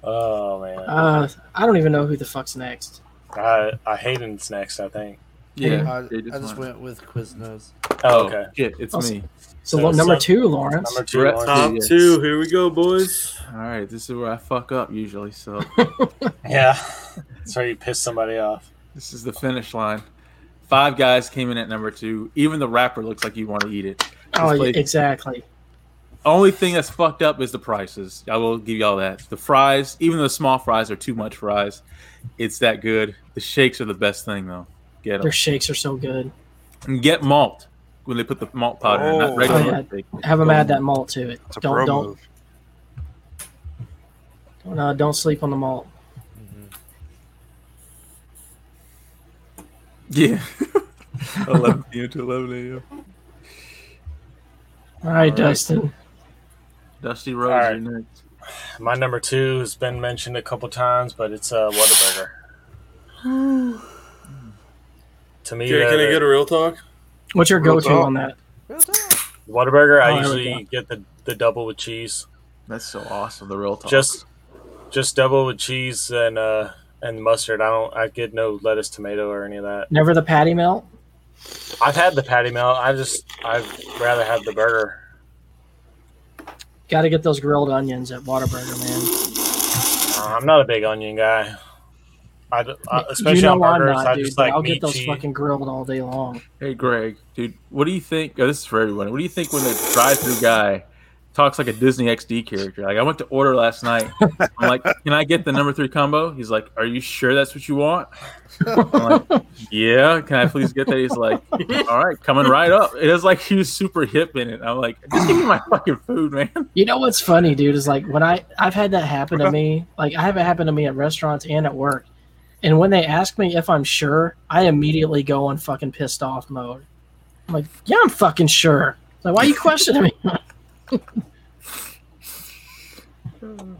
[SPEAKER 10] oh man,
[SPEAKER 1] Uh, I don't even know who the fuck's next.
[SPEAKER 10] I, I Hayden's next, I think.
[SPEAKER 2] Yeah.
[SPEAKER 6] I,
[SPEAKER 2] they
[SPEAKER 6] I just
[SPEAKER 2] went-
[SPEAKER 6] went with Quiznos.
[SPEAKER 10] Oh, okay.
[SPEAKER 2] Shit, it's
[SPEAKER 1] Awesome.
[SPEAKER 2] me.
[SPEAKER 1] So,
[SPEAKER 10] So
[SPEAKER 1] lo- number
[SPEAKER 10] some-
[SPEAKER 1] two, Lawrence.
[SPEAKER 10] Number two.
[SPEAKER 2] Brett
[SPEAKER 10] Lawrence.
[SPEAKER 2] Top
[SPEAKER 7] Top
[SPEAKER 2] Yes.
[SPEAKER 7] two.
[SPEAKER 2] two.
[SPEAKER 7] Here we go, boys.
[SPEAKER 2] All right, this is where I fuck up usually. So
[SPEAKER 10] Yeah. Sorry, you pissed somebody off.
[SPEAKER 2] this is the finish line. Five guys came in at number two. Even the rapper looks like you want to eat it.
[SPEAKER 1] oh,
[SPEAKER 2] This
[SPEAKER 1] yeah,
[SPEAKER 2] place-
[SPEAKER 1] exactly.
[SPEAKER 2] Only thing that's fucked up is the prices. I will give y'all that. The fries, even though the small fries are too much fries, it's that good. The shakes are the best thing though. Get
[SPEAKER 1] Their
[SPEAKER 2] them.
[SPEAKER 1] shakes are so good.
[SPEAKER 2] And get malt when they put the malt powder in,
[SPEAKER 5] Oh.
[SPEAKER 2] not regular.
[SPEAKER 1] Oh, yeah.
[SPEAKER 2] malt shake.
[SPEAKER 1] Have them add that malt to it.
[SPEAKER 5] It's a pro
[SPEAKER 1] Don't don't
[SPEAKER 5] move.
[SPEAKER 1] don't, uh, don't sleep on the malt.
[SPEAKER 2] Yeah. 11 p.m. to 11 a.m.
[SPEAKER 1] All right,
[SPEAKER 2] right.
[SPEAKER 1] Dustin.
[SPEAKER 2] Dusty Rose,
[SPEAKER 10] All right.
[SPEAKER 2] you're next.
[SPEAKER 10] My number two has been mentioned a couple times, but it's uh, Whataburger. to me, uh,
[SPEAKER 7] Okay, can I
[SPEAKER 3] uh,
[SPEAKER 10] the-
[SPEAKER 7] get a real talk?
[SPEAKER 1] What's your
[SPEAKER 5] Real
[SPEAKER 1] go-to
[SPEAKER 5] talk.
[SPEAKER 1] on that?
[SPEAKER 10] Whataburger,
[SPEAKER 1] Oh,
[SPEAKER 10] I
[SPEAKER 1] there we
[SPEAKER 10] usually get the, the double with cheese.
[SPEAKER 2] That's so awesome. The
[SPEAKER 7] Oh.
[SPEAKER 2] real talk.
[SPEAKER 10] Just just double with cheese and uh and mustard. I don't I get no lettuce, tomato, or any of that.
[SPEAKER 1] Never the patty melt.
[SPEAKER 10] I've had the patty melt. I just I'd rather have the burger.
[SPEAKER 1] Got to get those grilled onions at Waterburger, man.
[SPEAKER 10] Uh, I'm not a big onion guy. I, d- I- Uh, especially
[SPEAKER 1] you know
[SPEAKER 10] on
[SPEAKER 1] I'm
[SPEAKER 10] burgers,
[SPEAKER 1] not,
[SPEAKER 10] I
[SPEAKER 1] dude.
[SPEAKER 10] just
[SPEAKER 1] but
[SPEAKER 10] like
[SPEAKER 1] I'll
[SPEAKER 10] meat
[SPEAKER 1] get those
[SPEAKER 10] cheese.
[SPEAKER 1] fucking grilled all day long.
[SPEAKER 2] Hey, Greg, dude, what do you think? Oh, this is for everyone. What do you think when the drive-through guy talks like a Disney XD character? Like, I went to order last night. I'm like, can I get the number three combo? He's like, are you sure that's what you want? I'm like, yeah. Can I please get that? He's like, all right, coming right up. It is like he was super hip in it. I'm like, just give me my fucking food, man.
[SPEAKER 1] You know what's funny, dude, is like when I I've had that happen to me. Like I have it happen to me at restaurants and at work. And when they ask me if I'm sure, I immediately go on fucking pissed off mode. I'm like, yeah, I'm fucking sure. Like, why are you questioning me? Ah,
[SPEAKER 10] Mm-hmm.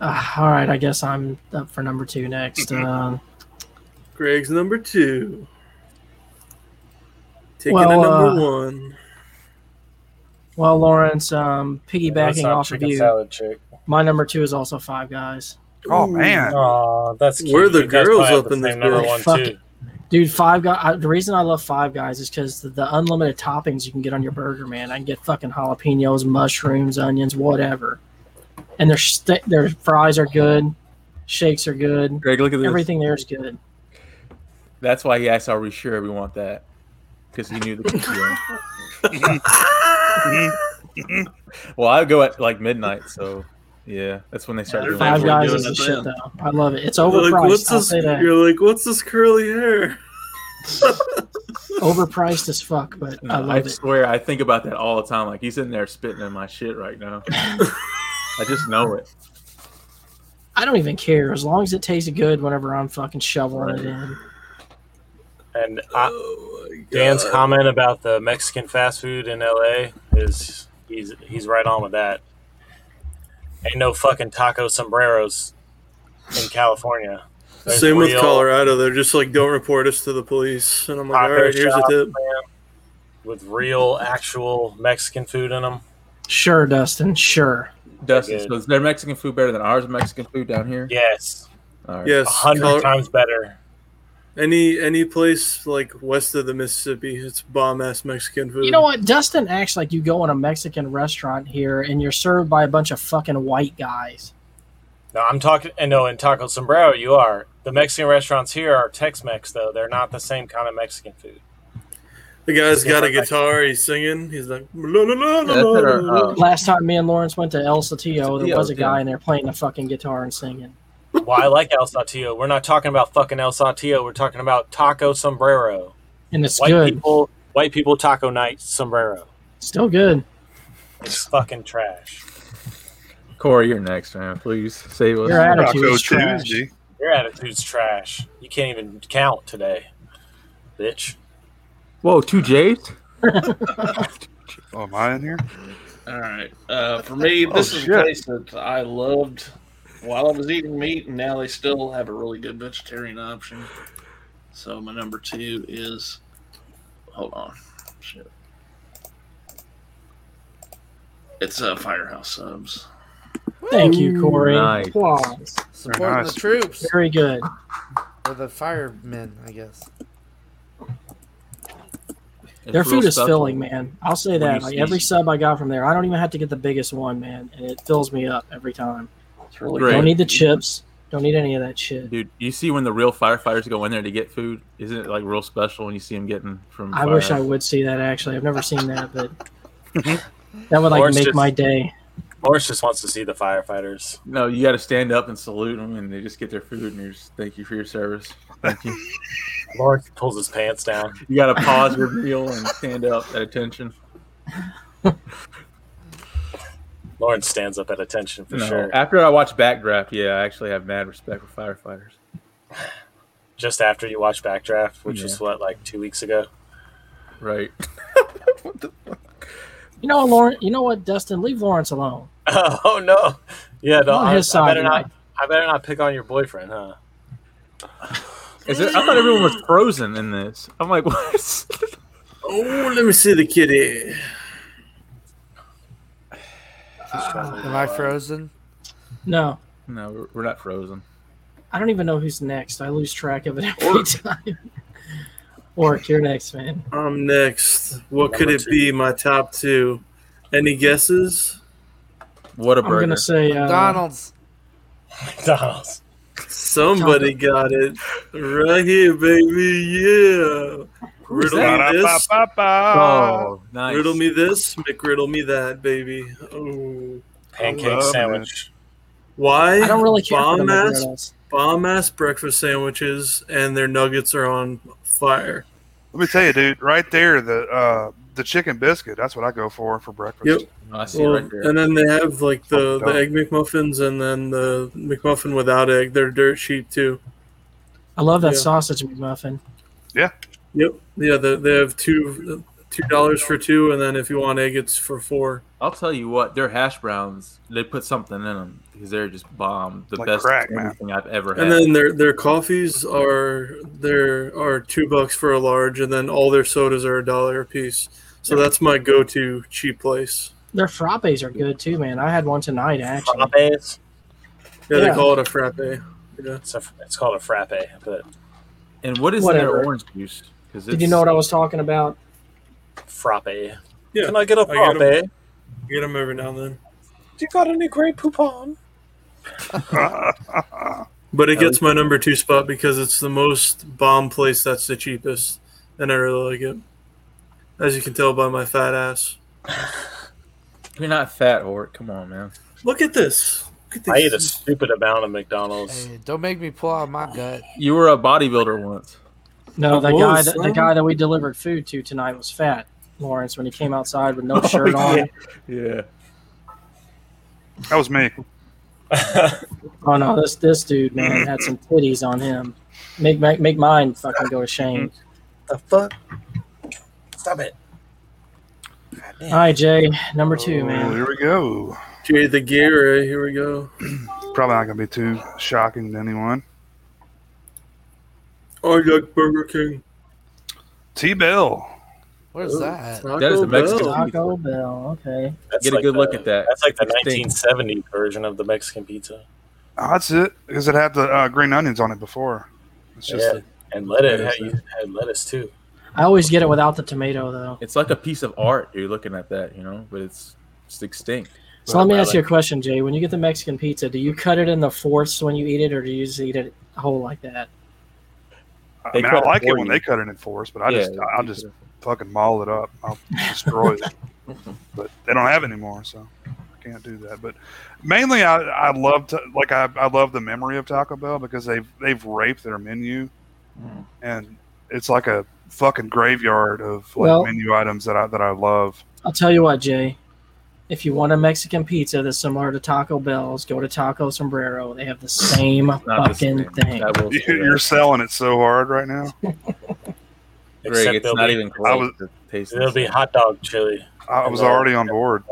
[SPEAKER 1] Uh, all right, I guess I'm up for number two next. Um,
[SPEAKER 7] Greg's number two. Taking a
[SPEAKER 1] Well,
[SPEAKER 7] number
[SPEAKER 1] uh,
[SPEAKER 7] one.
[SPEAKER 1] Well, Lawrence, um,
[SPEAKER 3] That's
[SPEAKER 1] piggybacking
[SPEAKER 3] not
[SPEAKER 1] off of
[SPEAKER 3] chicken
[SPEAKER 1] you,
[SPEAKER 3] salad chick.
[SPEAKER 1] my number two is also Five Guys.
[SPEAKER 5] Oh man,
[SPEAKER 3] Aw, that's cute.
[SPEAKER 7] We're the
[SPEAKER 3] You guys
[SPEAKER 7] girls
[SPEAKER 3] probably have
[SPEAKER 7] up
[SPEAKER 3] the
[SPEAKER 7] in this
[SPEAKER 3] same number
[SPEAKER 1] bitch.
[SPEAKER 3] one
[SPEAKER 1] Fuck.
[SPEAKER 3] too.
[SPEAKER 1] Dude, Five Guys. I, the reason I love Five Guys is because the, the unlimited toppings you can get on your burger, man. I can get fucking jalapenos, mushrooms, onions, whatever. And their st- their fries are good, shakes are good,
[SPEAKER 2] Greg, look at this.
[SPEAKER 1] everything there is good.
[SPEAKER 2] That's why he asked, "Are we sure we want that?" Because he knew the. well, I go at like midnight, so yeah, that's when they start.
[SPEAKER 4] Yeah,
[SPEAKER 2] doing
[SPEAKER 1] Five
[SPEAKER 4] That's what
[SPEAKER 2] that.
[SPEAKER 4] we're
[SPEAKER 1] Guys
[SPEAKER 4] doing
[SPEAKER 1] is the
[SPEAKER 4] at
[SPEAKER 1] shit,
[SPEAKER 4] the
[SPEAKER 1] though.
[SPEAKER 4] end.
[SPEAKER 1] I love it. It's
[SPEAKER 7] You're like,
[SPEAKER 1] overpriced.
[SPEAKER 7] what's
[SPEAKER 1] I'll
[SPEAKER 7] this?
[SPEAKER 1] say that.
[SPEAKER 7] You're like, what's this curly hair?
[SPEAKER 1] Overpriced as fuck, but I
[SPEAKER 2] No, I,
[SPEAKER 1] love it.
[SPEAKER 2] swear, I think about that all the time. Like he's in there spitting in my shit right now. I just know it.
[SPEAKER 1] I don't even care as long as it tastes good. Whenever I'm fucking shoveling it in,
[SPEAKER 3] And
[SPEAKER 7] Oh
[SPEAKER 3] I,
[SPEAKER 1] Oh
[SPEAKER 3] Dan's comment about the Mexican fast food in LA is he's he's right on with that. Ain't no fucking taco sombreros in California. There's
[SPEAKER 7] Same with
[SPEAKER 3] real
[SPEAKER 7] Colorado. They're just like, don't report us to the police. And I'm like, all
[SPEAKER 3] taco
[SPEAKER 7] right, here's a
[SPEAKER 3] shops,
[SPEAKER 7] tip.
[SPEAKER 3] man, with real actual Mexican food in them.
[SPEAKER 1] sure, Dustin, sure.
[SPEAKER 2] Dustin,
[SPEAKER 3] good.
[SPEAKER 2] so is their Mexican food better than ours Mexican food down here?
[SPEAKER 3] Yes,
[SPEAKER 2] All right.
[SPEAKER 3] a
[SPEAKER 7] Yes,
[SPEAKER 3] hundred
[SPEAKER 7] Colo-
[SPEAKER 3] times better.
[SPEAKER 7] any any place like west of the Mississippi, it's bomb ass Mexican food.
[SPEAKER 1] You know what? Dustin acts like you go in a Mexican restaurant here and you're served by a bunch of fucking white guys.
[SPEAKER 3] No, I'm talking. And no, in Taco Sombrero, you are. The Mexican restaurants here are Tex-Mex, though. They're not the same kind of Mexican food.
[SPEAKER 7] The guy's got a guitar. He's singing. He's like, la, la, la, la,
[SPEAKER 2] That's at
[SPEAKER 7] la,
[SPEAKER 2] our,
[SPEAKER 7] la.
[SPEAKER 2] uh,
[SPEAKER 1] Last time me and Lawrence went to El Satillo, there
[SPEAKER 2] Satillo,
[SPEAKER 1] was a
[SPEAKER 2] yeah.
[SPEAKER 1] guy in there playing the fucking guitar and singing.
[SPEAKER 3] Well, I like El Saltillo. We're not talking about fucking El Saltillo. We're talking about Taco Sombrero.
[SPEAKER 1] And it's
[SPEAKER 3] white
[SPEAKER 1] good.
[SPEAKER 3] people, white people taco night sombrero.
[SPEAKER 1] Still good.
[SPEAKER 3] It's fucking trash.
[SPEAKER 2] Corey, you're next, man. Please save us.
[SPEAKER 1] Your attitude
[SPEAKER 5] Taco
[SPEAKER 1] is trash.
[SPEAKER 5] Tuesday.
[SPEAKER 3] Your attitude's trash. You can't even count today, bitch.
[SPEAKER 2] Whoa, two J's.
[SPEAKER 5] Oh, am I in here?
[SPEAKER 4] All right. Uh, for me, this
[SPEAKER 5] Oh,
[SPEAKER 4] is
[SPEAKER 5] shit.
[SPEAKER 4] a place that I loved while I was eating meat, and now they still have a really good vegetarian option. So my number two is. Hold on. Shit. It's uh, Firehouse Subs.
[SPEAKER 1] Thank you, Corey.
[SPEAKER 2] Nice.
[SPEAKER 1] Applause.
[SPEAKER 6] Supporting
[SPEAKER 5] nice.
[SPEAKER 6] the troops
[SPEAKER 1] Very good.
[SPEAKER 6] or the firemen, I guess.
[SPEAKER 1] Their
[SPEAKER 2] It's real
[SPEAKER 1] food is
[SPEAKER 2] stuff.
[SPEAKER 1] filling, man. I'll say
[SPEAKER 2] do you
[SPEAKER 1] that. Like
[SPEAKER 2] see?
[SPEAKER 1] every sub I got from there, I don't even have to get the biggest one, man, and it fills me up every time.
[SPEAKER 4] It's really
[SPEAKER 2] Great.
[SPEAKER 1] Don't need the chips. Don't need any of that shit.
[SPEAKER 2] Dude, you see when the real firefighters go in there to get food, isn't it like real special when you see them getting from?
[SPEAKER 1] I wish I
[SPEAKER 2] firehouse?
[SPEAKER 1] would see that actually. I've never seen that, but that would like
[SPEAKER 3] Or it's
[SPEAKER 1] make
[SPEAKER 3] just-
[SPEAKER 1] my day.
[SPEAKER 3] Morris just wants to see the firefighters.
[SPEAKER 2] No, you got to stand up and salute them, and they just get their food, and you just thank you for your service. Thank you.
[SPEAKER 3] Morris pulls his pants down.
[SPEAKER 2] you got to pause your meal and stand up at attention.
[SPEAKER 3] Lawrence stands up at attention for
[SPEAKER 2] No,
[SPEAKER 3] sure.
[SPEAKER 2] After I watch Backdraft, yeah, I actually have mad respect for firefighters.
[SPEAKER 3] Just after you watch Backdraft, which
[SPEAKER 2] Yeah.
[SPEAKER 3] was what like two weeks ago.
[SPEAKER 2] Right.
[SPEAKER 1] You know what, Lauren? You know what, Dustin? Leave Lawrence alone.
[SPEAKER 3] Oh no! Yeah, no,
[SPEAKER 1] On
[SPEAKER 3] I,
[SPEAKER 1] his
[SPEAKER 3] I
[SPEAKER 1] side,
[SPEAKER 3] better
[SPEAKER 1] you're
[SPEAKER 3] not.
[SPEAKER 1] right.
[SPEAKER 3] I better not pick on your boyfriend, huh?
[SPEAKER 2] Is it, I thought everyone was frozen in this. I'm like, what?
[SPEAKER 7] Oh, let me see the kitty.
[SPEAKER 6] Am I frozen?
[SPEAKER 1] No,
[SPEAKER 2] no, we're- we're not frozen.
[SPEAKER 1] I don't even know who's next. I lose track of it every time. Orc, you're next, man.
[SPEAKER 7] I'm next. What could it
[SPEAKER 3] Number two.
[SPEAKER 7] be? My top two. Any guesses?
[SPEAKER 2] What a
[SPEAKER 1] I'm
[SPEAKER 2] burger!
[SPEAKER 1] gonna say uh,
[SPEAKER 6] McDonald's.
[SPEAKER 3] McDonald's.
[SPEAKER 7] Somebody got it right here, baby. Yeah. Riddle me this.
[SPEAKER 5] Ba-da-ba-ba-ba.
[SPEAKER 2] oh, nice.
[SPEAKER 7] Riddle me this. McRiddle me that, baby. Oh.
[SPEAKER 3] pancake
[SPEAKER 5] Love
[SPEAKER 3] sandwich.
[SPEAKER 7] Why?
[SPEAKER 1] I don't really care for the
[SPEAKER 7] Bomb ass,
[SPEAKER 1] McDonald's.
[SPEAKER 7] bomb ass breakfast sandwiches and their nuggets are on fire.
[SPEAKER 5] Let me tell you, dude. Right there, the uh, the chicken biscuit. That's what I go for for breakfast.
[SPEAKER 7] Yep.
[SPEAKER 2] Oh, I see it
[SPEAKER 7] Well,
[SPEAKER 2] right there.
[SPEAKER 7] and then they have like the, the
[SPEAKER 5] Oh.
[SPEAKER 7] egg McMuffins and then the McMuffin without egg. They're dirt cheap too.
[SPEAKER 1] I love that
[SPEAKER 7] Yeah.
[SPEAKER 1] sausage McMuffin.
[SPEAKER 7] Yep. Yeah, they, they have two two dollars for two, and then if you want egg, it's for four.
[SPEAKER 2] I'll tell you what, their hash browns, they put something in them because they're just bomb. The
[SPEAKER 5] Like
[SPEAKER 2] best
[SPEAKER 5] crack, man.
[SPEAKER 2] thing I've ever had.
[SPEAKER 7] And then their their coffees are there are two bucks for a large, and then all their sodas are a dollar a piece. So that's my go to cheap place.
[SPEAKER 1] Their frappes are good too, man. I had one tonight actually.
[SPEAKER 10] Frappes.
[SPEAKER 7] Yeah, they
[SPEAKER 1] Yeah.
[SPEAKER 7] call it a frappe. Yeah.
[SPEAKER 10] It's, a, it's called a frappe, but
[SPEAKER 2] and what is
[SPEAKER 1] Whatever.
[SPEAKER 2] their orange juice? Because
[SPEAKER 1] Did you know what I was talking about?
[SPEAKER 10] frappe.
[SPEAKER 7] Yeah,
[SPEAKER 10] Can I get a
[SPEAKER 7] I get 'em.
[SPEAKER 10] frappe?
[SPEAKER 7] get
[SPEAKER 10] You
[SPEAKER 7] them every now and then.
[SPEAKER 10] got any great coupon?
[SPEAKER 7] But it gets my number two spot because it's the most bomb place that's the cheapest, and I really like it. As you can tell by my fat ass.
[SPEAKER 2] You're not fat, Hort. Come on, man.
[SPEAKER 7] Look at this. Look at this.
[SPEAKER 10] I ate a stupid amount of McDonald's.
[SPEAKER 6] Hey, don't make me pull out my gut.
[SPEAKER 2] You were a bodybuilder once.
[SPEAKER 1] No, the
[SPEAKER 7] Oh,
[SPEAKER 1] guy that the
[SPEAKER 7] son.
[SPEAKER 1] guy that we delivered food to tonight was fat. Lawrence, when he came outside with no shirt on.
[SPEAKER 2] Yeah.
[SPEAKER 5] That was me.
[SPEAKER 1] Oh no, this this dude man had some titties on him. Make make, make mine fucking go to shame.
[SPEAKER 10] the fuck? Stop it.
[SPEAKER 1] All right, Jay, number two,
[SPEAKER 5] Oh,
[SPEAKER 1] man.
[SPEAKER 5] Here we go.
[SPEAKER 7] Jay the Gary. Here we go.
[SPEAKER 5] Probably not gonna be too shocking to anyone.
[SPEAKER 7] I like Burger King.
[SPEAKER 5] T Bell.
[SPEAKER 6] Where's that?
[SPEAKER 7] Taco
[SPEAKER 2] That is a Mexican-
[SPEAKER 7] Bell.
[SPEAKER 1] Taco Bell. Okay.
[SPEAKER 10] That's
[SPEAKER 2] Get a
[SPEAKER 10] like
[SPEAKER 2] good
[SPEAKER 10] the-
[SPEAKER 2] look at that.
[SPEAKER 10] That's like the
[SPEAKER 2] It stinks.
[SPEAKER 10] 1970 version of the Mexican pizza.
[SPEAKER 5] Oh, that's it. Because it had the uh, green onions on it before. It's just
[SPEAKER 10] yeah, and lettuce.
[SPEAKER 2] Lettuce,
[SPEAKER 10] Had, you had lettuce too.
[SPEAKER 1] I always get it without the tomato though.
[SPEAKER 2] It's like a piece of art. You're looking at that, you know, but it's it's extinct.
[SPEAKER 1] So let me
[SPEAKER 2] I
[SPEAKER 1] ask you a
[SPEAKER 2] like-
[SPEAKER 1] question, Jay. When you get the Mexican pizza, do you cut it into fourths when you eat it, or do you just eat it whole like that?
[SPEAKER 5] I,
[SPEAKER 2] They
[SPEAKER 5] mean, I
[SPEAKER 2] cut it
[SPEAKER 5] like it
[SPEAKER 2] for
[SPEAKER 5] when
[SPEAKER 2] you.
[SPEAKER 5] they cut it in for us, but I
[SPEAKER 2] Yeah,
[SPEAKER 5] just I'll just fucking maul it up. I'll destroy it. But they don't have it anymore, so I can't do that. But mainly, I I love to, like I, I love the memory of Taco Bell because they've they've raped their menu, and it's like a fucking graveyard of like
[SPEAKER 1] Well-
[SPEAKER 5] menu items that I that I love.
[SPEAKER 1] I'll tell you what, Jay. If you want a Mexican pizza that's similar to Taco Bell's, go to Taco Sombrero. They have the same
[SPEAKER 2] Not the
[SPEAKER 1] fucking
[SPEAKER 2] same.
[SPEAKER 1] thing.
[SPEAKER 2] I will say that.
[SPEAKER 5] You're selling it so hard right now.
[SPEAKER 2] Greg, it's
[SPEAKER 10] they'll
[SPEAKER 2] not
[SPEAKER 10] be,
[SPEAKER 2] even
[SPEAKER 5] I
[SPEAKER 2] close to
[SPEAKER 5] was-
[SPEAKER 2] tasting.
[SPEAKER 10] It'll be hot dog chili.
[SPEAKER 5] I was already on board.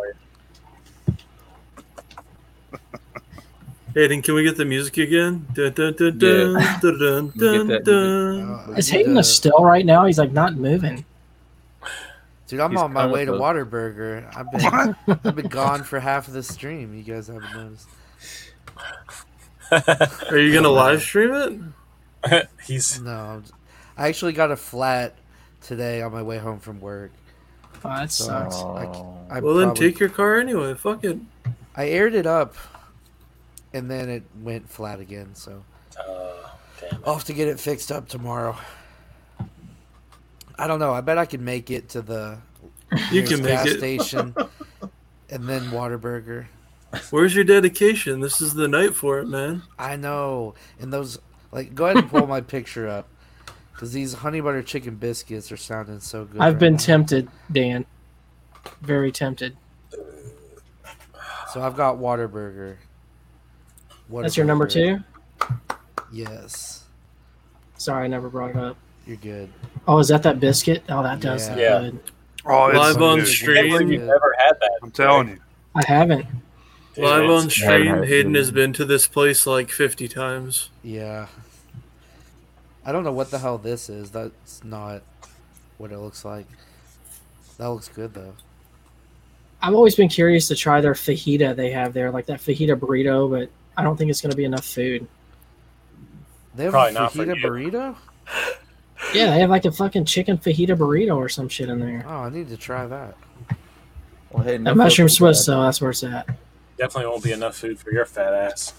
[SPEAKER 7] Aiden, can we get the music again? Dun, dun, dun, dun, dun,
[SPEAKER 2] Let
[SPEAKER 7] dun,
[SPEAKER 2] me get
[SPEAKER 7] dun,
[SPEAKER 2] that
[SPEAKER 7] dun.
[SPEAKER 6] Oh, I
[SPEAKER 1] Is
[SPEAKER 6] need
[SPEAKER 1] Hayden
[SPEAKER 6] to-
[SPEAKER 1] is still right now? He's like not moving.
[SPEAKER 6] Dude, I'm
[SPEAKER 2] He's
[SPEAKER 6] on my
[SPEAKER 2] coming
[SPEAKER 6] way to
[SPEAKER 2] for-
[SPEAKER 6] Waterburger. I've been
[SPEAKER 5] What?
[SPEAKER 6] I've been gone for half of the stream. You guys haven't noticed.
[SPEAKER 7] Are you
[SPEAKER 2] Uh,
[SPEAKER 7] gonna live stream it?
[SPEAKER 10] He's
[SPEAKER 6] No, I'm j- I actually got a flat today on my way home from worc
[SPEAKER 1] Oh, that
[SPEAKER 6] So
[SPEAKER 1] sucks.
[SPEAKER 6] I, I,
[SPEAKER 7] Well, then
[SPEAKER 6] probably-
[SPEAKER 7] take your car anyway. Fuck it.
[SPEAKER 6] I aired it up, and then it went flat again. So
[SPEAKER 10] uh, damn.
[SPEAKER 6] I'll have to get it fixed up tomorrow. I don't know. I bet I could make it to the
[SPEAKER 7] You
[SPEAKER 6] nearest
[SPEAKER 7] can make
[SPEAKER 6] gas
[SPEAKER 7] it.
[SPEAKER 6] station, and then Waterburger.
[SPEAKER 7] Where's your dedication? This is the night for it, man.
[SPEAKER 6] I know. And those, like, go ahead and pull my picture up. Because these honey butter chicken biscuits are sounding so good.
[SPEAKER 1] I've
[SPEAKER 6] right
[SPEAKER 1] been
[SPEAKER 6] now.
[SPEAKER 1] tempted, Dan. Very tempted.
[SPEAKER 6] So I've got Waterburger.
[SPEAKER 1] That's your number
[SPEAKER 6] Whataburger.
[SPEAKER 1] two.
[SPEAKER 6] Yes.
[SPEAKER 1] Sorry, I never brought it up.
[SPEAKER 6] You're good.
[SPEAKER 1] Oh, is that that biscuit? Oh, that does
[SPEAKER 6] Yeah.
[SPEAKER 1] look
[SPEAKER 10] Yeah.
[SPEAKER 1] good.
[SPEAKER 5] Oh, it's
[SPEAKER 7] Live
[SPEAKER 5] so
[SPEAKER 7] on
[SPEAKER 5] good.
[SPEAKER 10] Can't believe
[SPEAKER 7] stream.
[SPEAKER 10] you've never had that.
[SPEAKER 5] I'm telling you,
[SPEAKER 1] I haven't.
[SPEAKER 10] dude.
[SPEAKER 7] Live
[SPEAKER 10] It's-
[SPEAKER 7] on
[SPEAKER 2] had
[SPEAKER 7] stream.
[SPEAKER 2] it.
[SPEAKER 7] Hayden has been to this place like 50 times.
[SPEAKER 6] Yeah. I don't know what the hell this is. That's not what it looks like. That looks good, though.
[SPEAKER 1] I've always been curious to try their fajita they have there, like that fajita burrito, but I don't think it's going to be enough food.
[SPEAKER 6] They have
[SPEAKER 10] Probably
[SPEAKER 6] a
[SPEAKER 10] not for
[SPEAKER 6] fajita
[SPEAKER 10] you.
[SPEAKER 6] burrito?
[SPEAKER 1] Yeah, they have like a fucking chicken fajita burrito or some shit in there.
[SPEAKER 6] Oh, I need to try that.
[SPEAKER 2] Well, hey, no
[SPEAKER 1] That mushroom
[SPEAKER 2] filter,
[SPEAKER 1] Swiss,
[SPEAKER 2] man.
[SPEAKER 1] though, that's where it's at.
[SPEAKER 10] Definitely won't be enough food for your fat ass.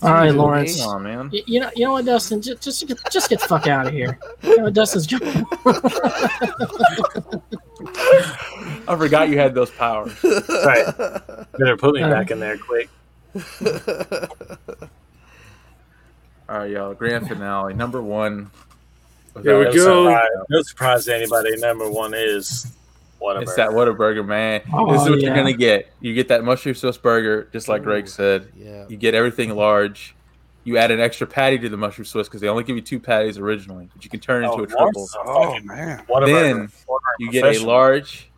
[SPEAKER 1] All right,
[SPEAKER 6] Dude,
[SPEAKER 1] Lawrence.
[SPEAKER 2] Come on, man.
[SPEAKER 1] Y- You know, you know what, Dustin? Just, just get, just get the fuck out of here. You know what, Dustin's going.
[SPEAKER 2] I forgot you had those powers.
[SPEAKER 10] Right. Better put me back in there quick.
[SPEAKER 2] All right, y'all. Grand finale, number one.
[SPEAKER 7] Here we
[SPEAKER 10] no
[SPEAKER 7] go.
[SPEAKER 10] Surprise, no surprise to anybody. Number one is whatever.
[SPEAKER 2] It's that Whataburger, man.
[SPEAKER 1] Oh,
[SPEAKER 2] this is what
[SPEAKER 1] yeah.
[SPEAKER 2] you're gonna get. You get that mushroom sauce burger, just like
[SPEAKER 6] Ooh.
[SPEAKER 2] Greg said.
[SPEAKER 6] Yeah.
[SPEAKER 2] You get everything large. You add an extra patty to the mushroom Swiss because they only give you two patties originally, but you can turn it into a
[SPEAKER 3] Oh,
[SPEAKER 2] triple.
[SPEAKER 3] Lord's
[SPEAKER 5] Oh
[SPEAKER 3] fucking-
[SPEAKER 5] man,
[SPEAKER 3] what about-
[SPEAKER 2] Then
[SPEAKER 3] what about
[SPEAKER 2] You get a
[SPEAKER 3] professional?
[SPEAKER 2] large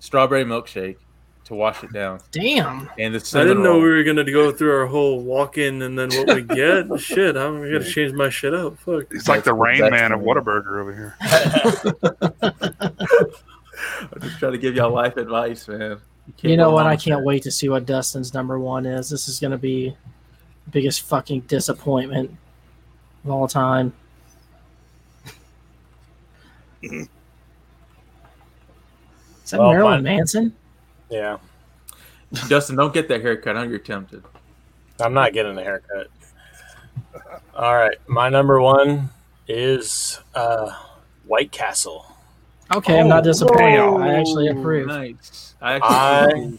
[SPEAKER 2] strawberry milkshake to wash it down,
[SPEAKER 1] Damn.
[SPEAKER 2] and the
[SPEAKER 7] I
[SPEAKER 2] cinnamon
[SPEAKER 7] didn't know
[SPEAKER 2] roll.
[SPEAKER 7] we were gonna go through our whole walk-in and then what we get. shit, I'm gonna change my shit up. Fuck.
[SPEAKER 5] he's
[SPEAKER 2] That's
[SPEAKER 5] like the
[SPEAKER 2] the
[SPEAKER 5] Rain
[SPEAKER 2] best
[SPEAKER 5] Man of
[SPEAKER 2] one.
[SPEAKER 5] Whataburger over here.
[SPEAKER 2] I'm just trying to give y'all life advice, man. can't
[SPEAKER 1] You know
[SPEAKER 2] go
[SPEAKER 1] what?
[SPEAKER 2] wrong
[SPEAKER 1] I
[SPEAKER 2] with
[SPEAKER 1] can't
[SPEAKER 2] that.
[SPEAKER 1] wait to see what Dustin's number one is. This is going to be the biggest fucking disappointment of all time. Is that
[SPEAKER 3] Well,
[SPEAKER 1] Marilyn
[SPEAKER 3] mine-
[SPEAKER 1] Manson?
[SPEAKER 3] Yeah,
[SPEAKER 2] Justin, don't get that haircut. I know you're tempted.
[SPEAKER 3] I'm not getting a haircut. All right, my number one is uh, White Castle.
[SPEAKER 1] Okay, I'm not
[SPEAKER 3] Oh,
[SPEAKER 1] disappointed.
[SPEAKER 5] whoa.
[SPEAKER 1] I actually approve.
[SPEAKER 2] Nice. I
[SPEAKER 3] I
[SPEAKER 2] actually,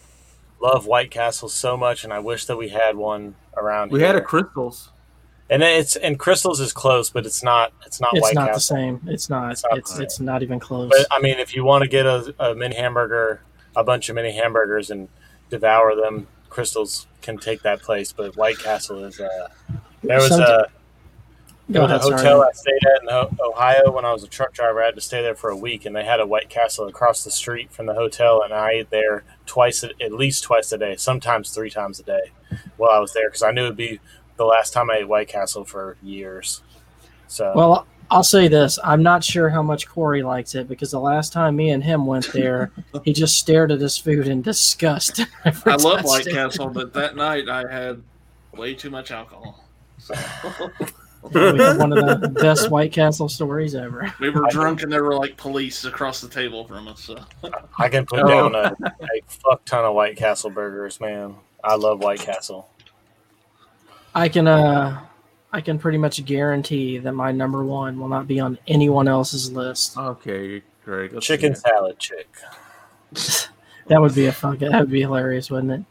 [SPEAKER 3] love White Castle so much, and I wish that we had one around.
[SPEAKER 2] we
[SPEAKER 3] here.
[SPEAKER 2] had a crystals.
[SPEAKER 3] and it's and Crystals is close, but it's not. It's not
[SPEAKER 1] It's
[SPEAKER 3] White
[SPEAKER 1] not the
[SPEAKER 3] Castle.
[SPEAKER 1] same. It's not.
[SPEAKER 3] It's
[SPEAKER 1] It's
[SPEAKER 3] not
[SPEAKER 1] it's,
[SPEAKER 3] the
[SPEAKER 1] not even close.
[SPEAKER 3] But I mean, if you want to get a, a mini hamburger, a bunch of mini hamburgers, and devour them, Crystals can take that place. But White Castle is. Uh, there was
[SPEAKER 1] Somet-
[SPEAKER 3] a
[SPEAKER 1] Go
[SPEAKER 3] There was a
[SPEAKER 1] ahead, sorry.
[SPEAKER 3] hotel I stayed at in O- Ohio when I was a truck driver. I had to stay there for a week, and they had a White Castle across the street from the hotel, and I ate there twice, a- at least twice a day, sometimes three times a day, while I was there because I knew it'd be the last time I ate White Castle for years. So
[SPEAKER 1] Well, I'll say this: I'm not sure how much Corey likes it because the last time me and him went there, he just stared at his food in disgust.
[SPEAKER 4] I love White
[SPEAKER 1] Fantastic.
[SPEAKER 4] Castle, but that night I had way too much alcohol. So
[SPEAKER 1] We have one of the best White Castle stories ever.
[SPEAKER 4] we were drunk, and there were like police across the table from us. So.
[SPEAKER 3] I can put
[SPEAKER 2] Oh.
[SPEAKER 3] down a, a fuck ton of White Castle burgers, man. I love White Castle.
[SPEAKER 1] I can uh, I can pretty much guarantee that my number one will not be on anyone else's list.
[SPEAKER 2] Okay, great. Let's see
[SPEAKER 3] Chicken
[SPEAKER 2] that.
[SPEAKER 3] salad chick.
[SPEAKER 1] That would be a fuck. That would be hilarious, wouldn't it?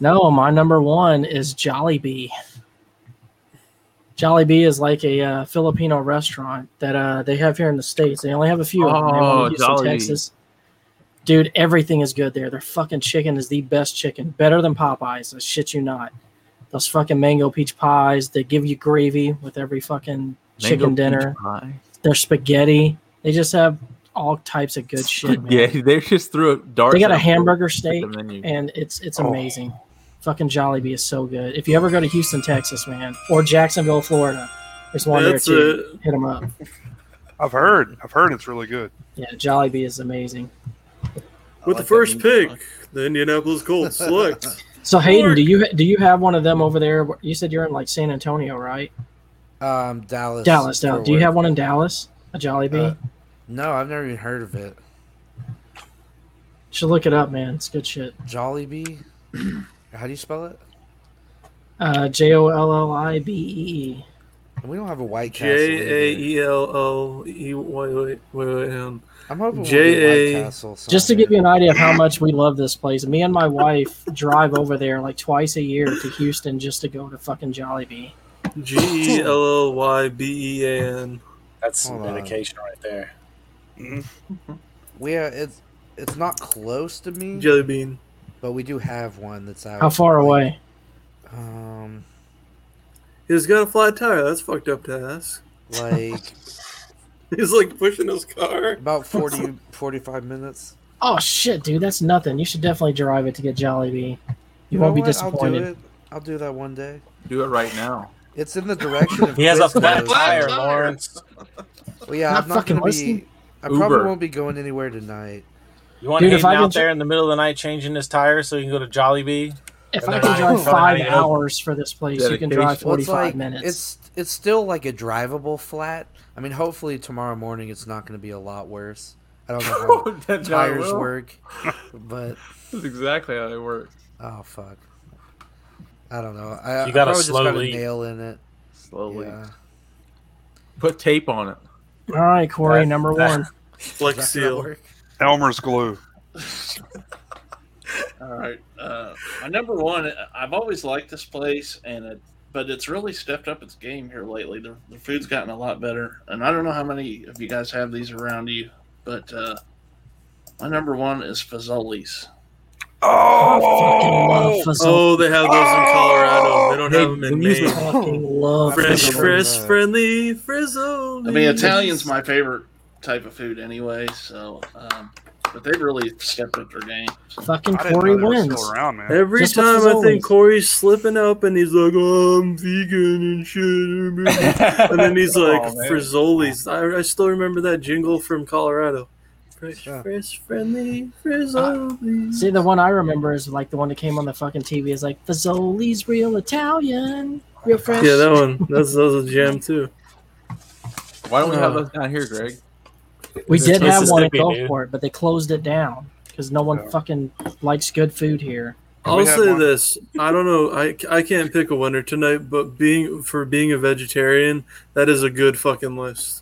[SPEAKER 1] No, my number one is Jollibee. Jollibee is like a uh, Filipino restaurant that uh, they have here in the states. They only have a few. of them. They have one in
[SPEAKER 2] Oh,
[SPEAKER 1] Houston,
[SPEAKER 2] Jollibee.
[SPEAKER 1] Texas. Dude, everything is good there. Their fucking chicken is the best chicken, better than Popeyes. I shit you not. Those fucking mango peach pies. They give you gravy with every fucking
[SPEAKER 2] Mango
[SPEAKER 1] chicken
[SPEAKER 2] peach
[SPEAKER 1] dinner.
[SPEAKER 2] pie.
[SPEAKER 1] Their spaghetti. They just have all types of good shit. Man.
[SPEAKER 2] Yeah, they just threw a dart.
[SPEAKER 1] They got a
[SPEAKER 2] at
[SPEAKER 1] hamburger
[SPEAKER 2] the
[SPEAKER 1] steak
[SPEAKER 2] menu.
[SPEAKER 1] and it's it's
[SPEAKER 5] Oh.
[SPEAKER 1] amazing. Fucking Jollibee is so good. If you ever go to Houston, Texas, man, or Jacksonville, Florida, there's one
[SPEAKER 7] That's
[SPEAKER 1] there too.
[SPEAKER 7] it.
[SPEAKER 1] Hit them up.
[SPEAKER 5] I've heard, I've heard it's really good.
[SPEAKER 1] Yeah, Jollibee is amazing.
[SPEAKER 7] With
[SPEAKER 11] I like
[SPEAKER 7] the first
[SPEAKER 11] that meat
[SPEAKER 7] pick, the Indianapolis Colts select.
[SPEAKER 1] So Hayden, do you do you have one of them over there? You said you're in like San Antonio, right?
[SPEAKER 6] Um, Dallas.
[SPEAKER 1] Dallas.
[SPEAKER 6] for
[SPEAKER 1] Dallas. Do you
[SPEAKER 6] work.
[SPEAKER 1] have one in Dallas? A Jollibee?
[SPEAKER 6] Uh, No, I've never even heard of it.
[SPEAKER 1] Should look it up, man. It's good shit.
[SPEAKER 6] Jollibee. How do you spell it?
[SPEAKER 1] Uh, J o l l i b e e.
[SPEAKER 6] We don't have a White Castle.
[SPEAKER 7] J A
[SPEAKER 6] J A E.
[SPEAKER 7] E L O E. Wait, wait, wait, wait. Hang on.
[SPEAKER 6] I'm hoping we'll
[SPEAKER 7] J
[SPEAKER 6] get
[SPEAKER 7] A-
[SPEAKER 6] White Castle.
[SPEAKER 1] Just to
[SPEAKER 6] someday.
[SPEAKER 1] give you an idea of how much we love this place, me and my wife drive over there like twice a year to Houston just to go to fucking Jollibee.
[SPEAKER 7] G E L L Y B E A N.
[SPEAKER 3] That's some
[SPEAKER 6] Hold on.
[SPEAKER 3] dedication right there.
[SPEAKER 6] we are, it's it's not close to me,
[SPEAKER 7] Jelly bean.
[SPEAKER 6] but we do have one that's out.
[SPEAKER 1] How far
[SPEAKER 6] like,
[SPEAKER 1] away?
[SPEAKER 6] Um,
[SPEAKER 7] He's got a flat tire. That's fucked up to ask.
[SPEAKER 6] like
[SPEAKER 7] He's like pushing his car.
[SPEAKER 6] about 40, 45 minutes.
[SPEAKER 1] Oh shit, dude, that's nothing. You should definitely drive it to get Jollibee. You won't be
[SPEAKER 6] know what? I'll do
[SPEAKER 1] disappointed.
[SPEAKER 6] it. I'll do that one day.
[SPEAKER 2] Do it right now.
[SPEAKER 6] It's in the direction of.
[SPEAKER 3] He has a flat
[SPEAKER 6] Frisco's.
[SPEAKER 3] tire,
[SPEAKER 4] tire.
[SPEAKER 3] Lawrence.
[SPEAKER 6] Well, yeah,
[SPEAKER 1] Not
[SPEAKER 6] I'm not
[SPEAKER 1] fucking
[SPEAKER 6] gonna be.
[SPEAKER 1] listening.
[SPEAKER 6] I probably
[SPEAKER 2] Uber.
[SPEAKER 6] won't be going anywhere tonight.
[SPEAKER 3] You want
[SPEAKER 1] Dude, if
[SPEAKER 3] Hayden
[SPEAKER 1] I can
[SPEAKER 3] out
[SPEAKER 1] ju-
[SPEAKER 3] there in the middle of the night changing his tire so he can go to Jollibee?
[SPEAKER 1] If
[SPEAKER 3] And
[SPEAKER 1] I
[SPEAKER 3] they're
[SPEAKER 1] can drive
[SPEAKER 3] not- probably not
[SPEAKER 1] five
[SPEAKER 3] even open.
[SPEAKER 1] hours for this place, you can drive
[SPEAKER 2] Dedication.
[SPEAKER 6] Well, it's
[SPEAKER 1] forty-five
[SPEAKER 6] like
[SPEAKER 1] minutes.
[SPEAKER 6] it's it's still like a drivable flat. I mean, hopefully tomorrow morning it's not going to be a lot worse. I don't know
[SPEAKER 2] That
[SPEAKER 6] how
[SPEAKER 2] not
[SPEAKER 6] tires
[SPEAKER 2] will.
[SPEAKER 6] work, but
[SPEAKER 2] That's exactly how it works.
[SPEAKER 6] oh fuck, I don't know. I,
[SPEAKER 3] You
[SPEAKER 6] you
[SPEAKER 3] got a
[SPEAKER 6] gotta I probably
[SPEAKER 3] slow
[SPEAKER 6] just got a
[SPEAKER 3] leak.
[SPEAKER 6] nail in it.
[SPEAKER 2] Slowly.
[SPEAKER 6] Yeah.
[SPEAKER 2] Put tape on it.
[SPEAKER 1] All right, Corey,
[SPEAKER 3] that-
[SPEAKER 1] number
[SPEAKER 3] that-
[SPEAKER 1] one.
[SPEAKER 6] Is that
[SPEAKER 7] Flex
[SPEAKER 6] gonna
[SPEAKER 7] seal.
[SPEAKER 6] work?
[SPEAKER 5] Elmer's glue.
[SPEAKER 4] All right. Uh, my number one, I've always liked this place, and it, but it's really stepped up its game here lately. The, the food's gotten a lot better, and I don't know how many of you guys have these around you, but uh, my number one is Fazoli's.
[SPEAKER 1] I fucking
[SPEAKER 5] Oh,
[SPEAKER 1] love Fazol.
[SPEAKER 7] Oh, they have those in Colorado. They don't
[SPEAKER 1] They-
[SPEAKER 7] have them in
[SPEAKER 1] when you was
[SPEAKER 7] Maine.
[SPEAKER 1] talking, love
[SPEAKER 7] Fresh,
[SPEAKER 1] frizzle.
[SPEAKER 7] fresh, friendly, frizzle.
[SPEAKER 4] I mean, Italian's my favorite type of food anyway. So, um, but they've really stepped up their game.
[SPEAKER 1] Fucking
[SPEAKER 5] I didn't
[SPEAKER 1] Corey
[SPEAKER 5] know they were
[SPEAKER 1] wins.
[SPEAKER 5] still around, man.
[SPEAKER 7] Every
[SPEAKER 1] Just with
[SPEAKER 7] time
[SPEAKER 1] his
[SPEAKER 7] I think
[SPEAKER 1] always.
[SPEAKER 7] Corey's slipping up and he's like, oh, I'm vegan and shit. And then he's like,
[SPEAKER 2] Oh, man.
[SPEAKER 7] Frizzolis. I, I still remember that jingle from Colorado. Fresh,
[SPEAKER 6] Yeah.
[SPEAKER 7] fresh, friendly, Frizzolis.
[SPEAKER 1] Uh, See, the one I remember is like the one that came on the fucking TV. Is like Fazoli's real Italian, real fresh.
[SPEAKER 7] Yeah, that one. That's, that was a jam, too.
[SPEAKER 2] Why don't we have
[SPEAKER 7] Uh.
[SPEAKER 2] those down here, Greg?
[SPEAKER 1] we did have one in
[SPEAKER 10] Mississippi, dude.
[SPEAKER 1] Gulfport, but they closed it down because no one
[SPEAKER 5] Yeah.
[SPEAKER 1] fucking likes good food here.
[SPEAKER 5] We
[SPEAKER 7] I'll
[SPEAKER 5] had
[SPEAKER 7] say
[SPEAKER 5] one.
[SPEAKER 7] this: I don't know. I, I can't pick a winner tonight, but being for being a vegetarian, that is a good fucking list.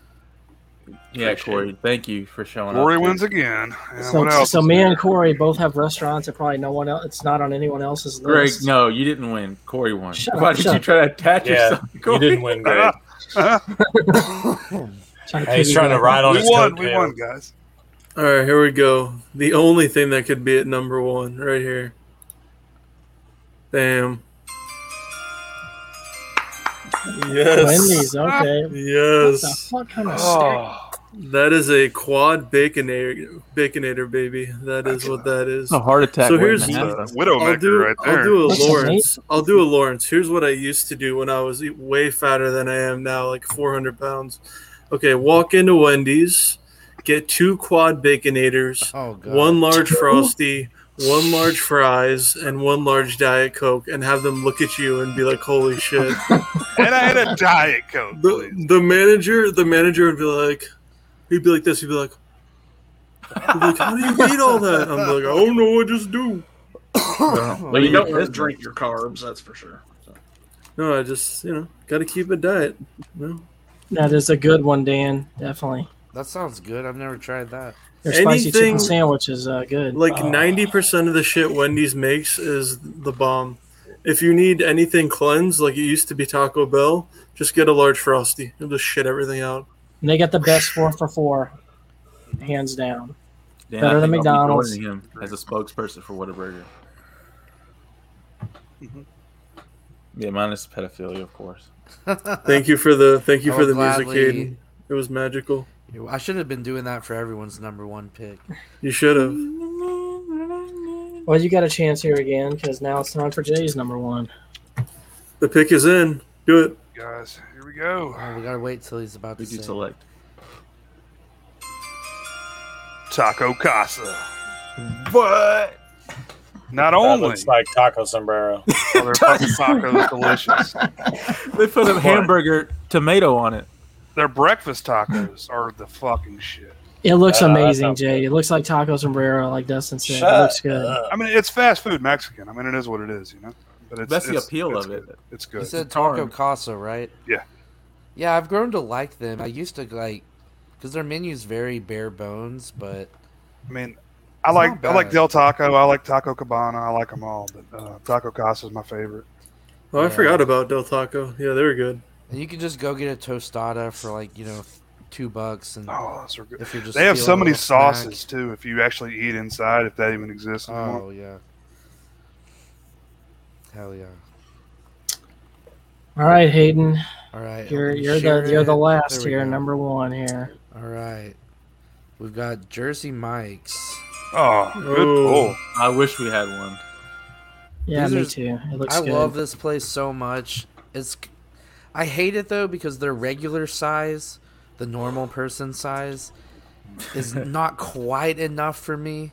[SPEAKER 2] Yeah,
[SPEAKER 4] Appreciate
[SPEAKER 2] Corey. Thank you for showing up.
[SPEAKER 5] Corey
[SPEAKER 2] dude.
[SPEAKER 5] wins again. And
[SPEAKER 1] so,
[SPEAKER 5] what else?
[SPEAKER 1] so
[SPEAKER 5] is
[SPEAKER 1] me
[SPEAKER 5] there?
[SPEAKER 1] and Corey both have restaurants that probably no one else. It's not on anyone else's
[SPEAKER 2] Greg,
[SPEAKER 1] list.
[SPEAKER 2] no, you didn't win. Corey won.
[SPEAKER 1] Shut
[SPEAKER 2] Why
[SPEAKER 1] up,
[SPEAKER 2] did
[SPEAKER 1] shut
[SPEAKER 2] you
[SPEAKER 1] up.
[SPEAKER 2] try to attach
[SPEAKER 10] Yeah,
[SPEAKER 2] yourself? to
[SPEAKER 10] You
[SPEAKER 2] Corey?
[SPEAKER 10] didn't win, Greg.
[SPEAKER 1] Trying to
[SPEAKER 10] Hey, he's
[SPEAKER 1] piggyback.
[SPEAKER 10] trying to ride on
[SPEAKER 5] we
[SPEAKER 10] his
[SPEAKER 5] won. We
[SPEAKER 10] coattails.
[SPEAKER 5] won, guys.
[SPEAKER 7] All right, here we go. The only thing that could be at number one right here. Damn. Yes.
[SPEAKER 1] Wendy's, okay. What the
[SPEAKER 7] Yes.
[SPEAKER 1] fuck kind of snack?
[SPEAKER 2] Oh,
[SPEAKER 7] That is a quad baconator, baconator baby. That is what that is.
[SPEAKER 2] it's a heart attack.
[SPEAKER 7] So
[SPEAKER 2] waiting
[SPEAKER 7] here's-
[SPEAKER 2] to happen.
[SPEAKER 7] I'll
[SPEAKER 5] Widowmaker
[SPEAKER 7] do,
[SPEAKER 5] right there.
[SPEAKER 7] I'll do a
[SPEAKER 1] Oh. That's
[SPEAKER 7] Lawrence. I'll do a Lawrence. Here's what I used to do when I was e- way fatter than I am now, like 400 pounds. Okay, walk into Wendy's, get two quad baconators,
[SPEAKER 6] Oh god.
[SPEAKER 7] one large frosty, one large fries, and one large diet coke, and have them look at you and be like, "Holy shit!"
[SPEAKER 5] and I had a diet coke. please.
[SPEAKER 7] the, the manager, the manager would be like, he'd be like this, he'd be like, he'd be like, "How do you eat all that?" I'm like, "I don't know, I just do."
[SPEAKER 2] Well, you
[SPEAKER 4] You don't
[SPEAKER 2] don't
[SPEAKER 4] want
[SPEAKER 2] miss
[SPEAKER 4] to drink your carbs, that's for sure. So,
[SPEAKER 7] No, I just you know got to keep a diet. You know?
[SPEAKER 1] That is a good one, Dan. Definitely.
[SPEAKER 6] That sounds good. I've never tried that.
[SPEAKER 1] Their spicy chicken
[SPEAKER 7] Anything-
[SPEAKER 1] sandwich is uh, good.
[SPEAKER 7] Like
[SPEAKER 1] Uh,
[SPEAKER 7] ninety percent of the shit Wendy's makes is the bomb. If you need anything cleansed, like it used to be Taco Bell, just get a large frosty. It'll just shit everything out.
[SPEAKER 1] And they got the best four for four, hands down.
[SPEAKER 2] Dan,
[SPEAKER 1] Better
[SPEAKER 2] I
[SPEAKER 1] than
[SPEAKER 2] think I'll be
[SPEAKER 1] McDonald's.
[SPEAKER 2] joining Him as a spokesperson for Whataburger. Mm-hmm. Yeah, minus pedophilia, of course.
[SPEAKER 7] Thank you for the thank you
[SPEAKER 6] I
[SPEAKER 7] for the
[SPEAKER 6] will
[SPEAKER 7] music,
[SPEAKER 6] gladly-
[SPEAKER 7] Caden. It was magical.
[SPEAKER 6] I should have been doing that for everyone's number one pick.
[SPEAKER 7] You should have.
[SPEAKER 1] Well, you got a chance here again because now it's time for Jay's number one.
[SPEAKER 7] The pick is in. Do it.
[SPEAKER 5] guys, here we go.
[SPEAKER 6] Oh, we gotta wait till he's about
[SPEAKER 2] Who
[SPEAKER 6] to
[SPEAKER 2] did you
[SPEAKER 6] say.
[SPEAKER 2] select?
[SPEAKER 5] Taco Casa.
[SPEAKER 2] What?
[SPEAKER 5] Not
[SPEAKER 10] That
[SPEAKER 5] only
[SPEAKER 10] looks like Taco Sombrero.
[SPEAKER 5] are their fucking tacos delicious,
[SPEAKER 2] They put a hamburger tomato on it.
[SPEAKER 5] their breakfast tacos are the fucking shit.
[SPEAKER 1] It looks
[SPEAKER 10] Uh, that
[SPEAKER 1] amazing,
[SPEAKER 10] sounds
[SPEAKER 1] Jay.
[SPEAKER 10] good.
[SPEAKER 1] It looks like taco sombrero, like Dustin said.
[SPEAKER 10] Shut
[SPEAKER 1] it looks good.
[SPEAKER 10] up.
[SPEAKER 5] I mean, it's fast food Mexican. I mean, it is what it is, you know. But it's,
[SPEAKER 2] That's the
[SPEAKER 5] it's-
[SPEAKER 2] appeal
[SPEAKER 5] it's
[SPEAKER 2] of it.
[SPEAKER 5] good. It's
[SPEAKER 6] You
[SPEAKER 5] good.
[SPEAKER 6] said Taco
[SPEAKER 2] Darn.
[SPEAKER 6] Casa, right?
[SPEAKER 5] Yeah.
[SPEAKER 6] Yeah, I've grown to like them. I used to like because their menu's very bare bones, but
[SPEAKER 5] I mean, I like
[SPEAKER 6] not
[SPEAKER 5] I like
[SPEAKER 6] bad.
[SPEAKER 5] Del Taco. I like Taco Cabana. I like them all, but uh, Taco Casa is my favorite.
[SPEAKER 7] Oh, I
[SPEAKER 6] Yeah.
[SPEAKER 7] forgot about Del Taco. Yeah, they were good.
[SPEAKER 6] and you can just go get a tostada for like you know two bucks, and
[SPEAKER 5] Oh, those are good.
[SPEAKER 6] if you're Mm. just
[SPEAKER 5] They have
[SPEAKER 6] feeling
[SPEAKER 5] so
[SPEAKER 6] a
[SPEAKER 5] many
[SPEAKER 6] little snack-
[SPEAKER 5] sauces too. If you actually eat inside, if that even exists anymore.
[SPEAKER 6] Oh yeah. Hell yeah!
[SPEAKER 1] All right, Hayden,
[SPEAKER 6] All right,
[SPEAKER 1] you're
[SPEAKER 6] I'm
[SPEAKER 1] you're
[SPEAKER 6] sure
[SPEAKER 1] the you're the
[SPEAKER 6] it-
[SPEAKER 1] last
[SPEAKER 6] there we
[SPEAKER 1] here,
[SPEAKER 6] go.
[SPEAKER 1] number one here.
[SPEAKER 6] All right, we've got Jersey Mike's.
[SPEAKER 5] Oh, good
[SPEAKER 7] Oh.
[SPEAKER 5] pull.
[SPEAKER 2] I wish we had one.
[SPEAKER 1] Yeah,
[SPEAKER 6] These
[SPEAKER 1] me
[SPEAKER 6] are-
[SPEAKER 1] too. It looks
[SPEAKER 6] I
[SPEAKER 1] good.
[SPEAKER 6] love this place so much. It's I hate it though because their regular size, the normal person size, is not quite enough for me.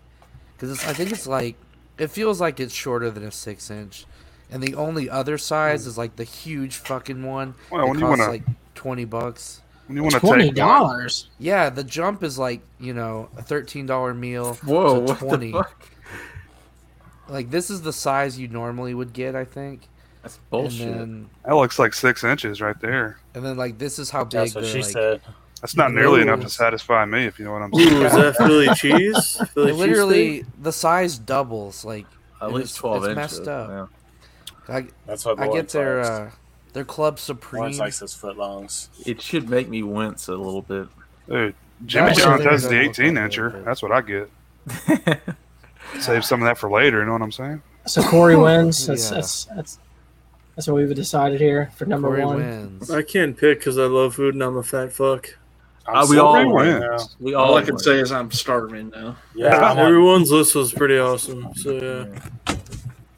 [SPEAKER 6] Because I think it's like it feels like it's shorter than a six inch, and the only other size is like the huge fucking one.
[SPEAKER 5] Well,
[SPEAKER 6] that
[SPEAKER 5] Oh, when you
[SPEAKER 6] costs,
[SPEAKER 5] wanna-
[SPEAKER 6] like twenty bucks.
[SPEAKER 5] When you want to
[SPEAKER 1] Twenty
[SPEAKER 5] take one,
[SPEAKER 1] dollars.
[SPEAKER 6] Yeah, the jump is like you know a thirteen dollar meal.
[SPEAKER 2] Whoa,
[SPEAKER 6] to
[SPEAKER 2] what
[SPEAKER 6] twenty.
[SPEAKER 2] the fuck?
[SPEAKER 6] Like this is the size you normally would get, I think.
[SPEAKER 2] That's
[SPEAKER 6] And
[SPEAKER 2] bullshit.
[SPEAKER 6] then-
[SPEAKER 5] that looks like six inches right there.
[SPEAKER 6] And then like this is how big
[SPEAKER 10] That's what
[SPEAKER 6] the,
[SPEAKER 10] she
[SPEAKER 6] like,
[SPEAKER 10] said.
[SPEAKER 5] That's not nearly
[SPEAKER 6] Ooh.
[SPEAKER 5] enough to satisfy me, if you know what I'm
[SPEAKER 7] Ooh, is
[SPEAKER 5] saying.
[SPEAKER 7] that Philly cheese? Philly
[SPEAKER 6] It
[SPEAKER 7] cheese
[SPEAKER 6] literally the size doubles. Like
[SPEAKER 2] At
[SPEAKER 6] it
[SPEAKER 2] least
[SPEAKER 6] is-
[SPEAKER 2] twelve
[SPEAKER 6] it's
[SPEAKER 2] inches.
[SPEAKER 6] messed up.
[SPEAKER 2] Yeah.
[SPEAKER 6] I,
[SPEAKER 10] That's what
[SPEAKER 6] I
[SPEAKER 10] Lawrence
[SPEAKER 6] get their
[SPEAKER 10] likes.
[SPEAKER 6] uh, their Club Supreme.
[SPEAKER 10] Lawrence likes those footlongs.
[SPEAKER 2] It should make me wince a little bit.
[SPEAKER 5] Dude, Jimmy
[SPEAKER 1] That shit
[SPEAKER 5] John's
[SPEAKER 1] there
[SPEAKER 5] has the
[SPEAKER 6] doesn't look
[SPEAKER 5] 18
[SPEAKER 6] that good,
[SPEAKER 5] incher.
[SPEAKER 6] but-
[SPEAKER 5] That's what I get. Save some of that for later. You know what I'm saying?
[SPEAKER 1] So Corey wins. That's
[SPEAKER 6] Yeah.
[SPEAKER 1] that's that's That's what we've decided here for number
[SPEAKER 6] Corey
[SPEAKER 1] one.
[SPEAKER 6] wins.
[SPEAKER 7] I can't pick because I love food and I'm a fat fuck.
[SPEAKER 2] Uh, we all
[SPEAKER 5] Corey
[SPEAKER 2] win.
[SPEAKER 5] wins.
[SPEAKER 2] We all
[SPEAKER 4] All I can
[SPEAKER 2] win.
[SPEAKER 4] say is I'm starving now.
[SPEAKER 10] Yeah, I'm on-
[SPEAKER 7] Everyone's list was pretty awesome. So yeah,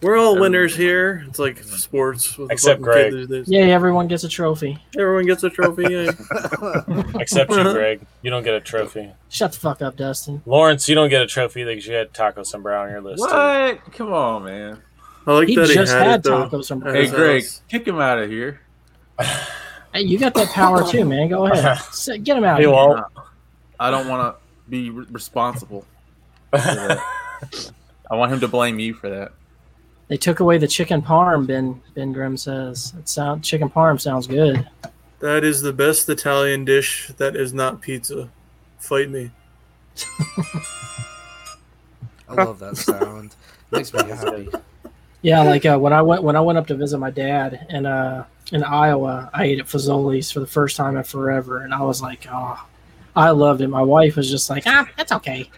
[SPEAKER 7] we're all winners here. It's like sports with a
[SPEAKER 10] Except
[SPEAKER 7] fucking kid
[SPEAKER 10] Greg.
[SPEAKER 7] these days.
[SPEAKER 1] Yay, everyone gets a trophy.
[SPEAKER 7] Everyone gets a trophy. yeah.
[SPEAKER 10] except you, Greg. You don't get a trophy.
[SPEAKER 1] Shut the fuck up, Dustin.
[SPEAKER 10] Lawrence, you don't get a trophy because you had Taco Sombrero on your list. too.
[SPEAKER 2] What? Come on, man.
[SPEAKER 7] I like
[SPEAKER 1] He
[SPEAKER 7] that he
[SPEAKER 1] just
[SPEAKER 7] had,
[SPEAKER 1] had
[SPEAKER 7] it, though.
[SPEAKER 1] tacos from.
[SPEAKER 2] Hey,
[SPEAKER 7] That's
[SPEAKER 2] Greg,
[SPEAKER 7] us.
[SPEAKER 2] kick him out of here.
[SPEAKER 1] Hey, you got that power too, man. Go ahead, Sit, get him out.
[SPEAKER 10] He
[SPEAKER 1] of here.
[SPEAKER 10] won't.
[SPEAKER 2] I don't want to be re- responsible. For
[SPEAKER 6] uh,
[SPEAKER 2] that. I want him to blame you for that.
[SPEAKER 1] They took away the chicken parm. Ben Ben Grimm says it sound chicken parm sounds good.
[SPEAKER 7] That is the best Italian dish that is not pizza. Fight me.
[SPEAKER 6] I love that sound. Makes me happy.
[SPEAKER 1] Yeah, like uh, when I went when I went up to visit my dad in uh in Iowa, I ate at Fazoli's for the first time in forever, and I was like, oh, I loved it. My wife was just like, ah, that's okay.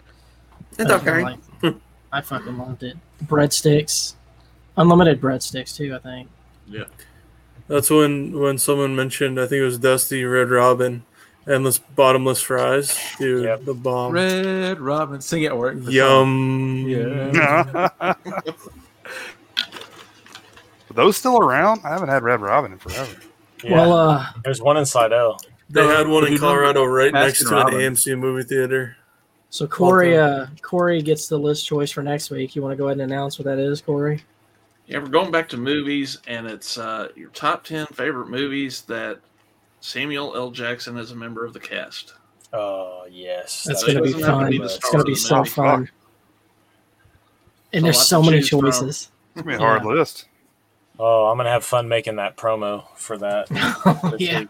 [SPEAKER 7] It's
[SPEAKER 1] And I'm like, I fucking loved it. Breadsticks, unlimited breadsticks too. I think.
[SPEAKER 7] That's when when someone mentioned I think it was Dusty Red Robin, endless bottomless fries. Dude,
[SPEAKER 10] Yep.
[SPEAKER 7] the
[SPEAKER 1] Um,
[SPEAKER 7] bomb.
[SPEAKER 2] Red Robin, sing it at work.
[SPEAKER 7] Yum.
[SPEAKER 2] Yeah.
[SPEAKER 5] Are those still around? I haven't had Red Robin in forever.
[SPEAKER 10] Yeah.
[SPEAKER 1] Well, uh,
[SPEAKER 10] There's one in Slidell.
[SPEAKER 7] They had one in
[SPEAKER 2] You know,
[SPEAKER 7] Colorado right next
[SPEAKER 2] Baskin
[SPEAKER 7] to an
[SPEAKER 2] Robbins.
[SPEAKER 7] AMC movie theater.
[SPEAKER 1] so Corey
[SPEAKER 7] Well
[SPEAKER 1] uh, Corey gets the list choice for next week. You want to go ahead and announce what that is, Corey?
[SPEAKER 4] Yeah, we're going back to movies, and it's uh, your top 10 favorite movies that Samuel L. Jackson is a member of the cast.
[SPEAKER 10] Oh yes,
[SPEAKER 1] That's
[SPEAKER 4] So it
[SPEAKER 1] gonna be
[SPEAKER 4] doesn't have to
[SPEAKER 1] fun.
[SPEAKER 4] be the
[SPEAKER 1] it's
[SPEAKER 4] star
[SPEAKER 1] gonna
[SPEAKER 4] of
[SPEAKER 1] be
[SPEAKER 4] the
[SPEAKER 1] so
[SPEAKER 4] movie.
[SPEAKER 1] fun. And
[SPEAKER 4] A
[SPEAKER 1] there's
[SPEAKER 4] lot
[SPEAKER 1] so
[SPEAKER 4] to
[SPEAKER 1] many
[SPEAKER 4] choose from.
[SPEAKER 1] choices.
[SPEAKER 5] It's gonna be a hard
[SPEAKER 1] Yeah.
[SPEAKER 5] list.
[SPEAKER 10] Oh, I'm gonna have fun making that promo for that. this
[SPEAKER 1] Oh, yeah,
[SPEAKER 10] week.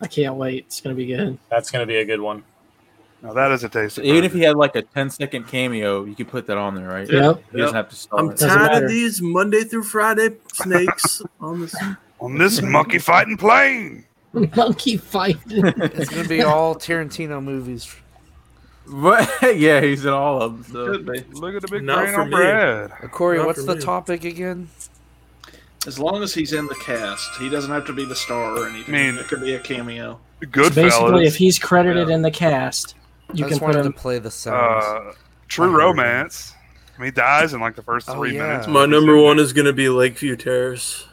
[SPEAKER 1] I can't wait. It's gonna be good.
[SPEAKER 10] that's gonna be a good one.
[SPEAKER 5] Now that is a taste.
[SPEAKER 2] So
[SPEAKER 5] Of
[SPEAKER 2] even if
[SPEAKER 5] burger.
[SPEAKER 2] he had like a 10 second cameo, you could put that on there, right?
[SPEAKER 1] Yep.
[SPEAKER 2] He doesn't have to start.
[SPEAKER 7] I'm
[SPEAKER 2] it.
[SPEAKER 1] Doesn't
[SPEAKER 7] tired
[SPEAKER 1] matter.
[SPEAKER 7] of these Monday through Friday snakes on this.
[SPEAKER 1] Uh,
[SPEAKER 5] on this monkey fighting plane,
[SPEAKER 1] Monkey fight.
[SPEAKER 6] It's gonna be all Tarantino movies.
[SPEAKER 2] But yeah, he's in all of them.
[SPEAKER 4] Could
[SPEAKER 2] So.
[SPEAKER 4] be.
[SPEAKER 5] look at the big
[SPEAKER 7] Not
[SPEAKER 5] brain
[SPEAKER 7] for
[SPEAKER 5] on
[SPEAKER 7] me.
[SPEAKER 5] bread.
[SPEAKER 6] Uh, Corey,
[SPEAKER 7] Not
[SPEAKER 6] what's
[SPEAKER 7] for
[SPEAKER 6] the
[SPEAKER 7] me.
[SPEAKER 6] topic again?
[SPEAKER 4] As long as he's in the cast, he doesn't have to be the star or anything.
[SPEAKER 5] mean-
[SPEAKER 4] it could be a cameo.
[SPEAKER 5] Good
[SPEAKER 1] Basically, if
[SPEAKER 5] fellas.
[SPEAKER 1] he's credited in the cast, you can
[SPEAKER 6] I just
[SPEAKER 1] put
[SPEAKER 6] wanted
[SPEAKER 1] him.
[SPEAKER 6] to play the sounds.
[SPEAKER 5] Uh, True Romance. I mean, he dies in like the first
[SPEAKER 6] Oh,
[SPEAKER 5] three
[SPEAKER 6] yeah.
[SPEAKER 5] minutes.
[SPEAKER 7] My number one is gonna be Lakeview Terrace.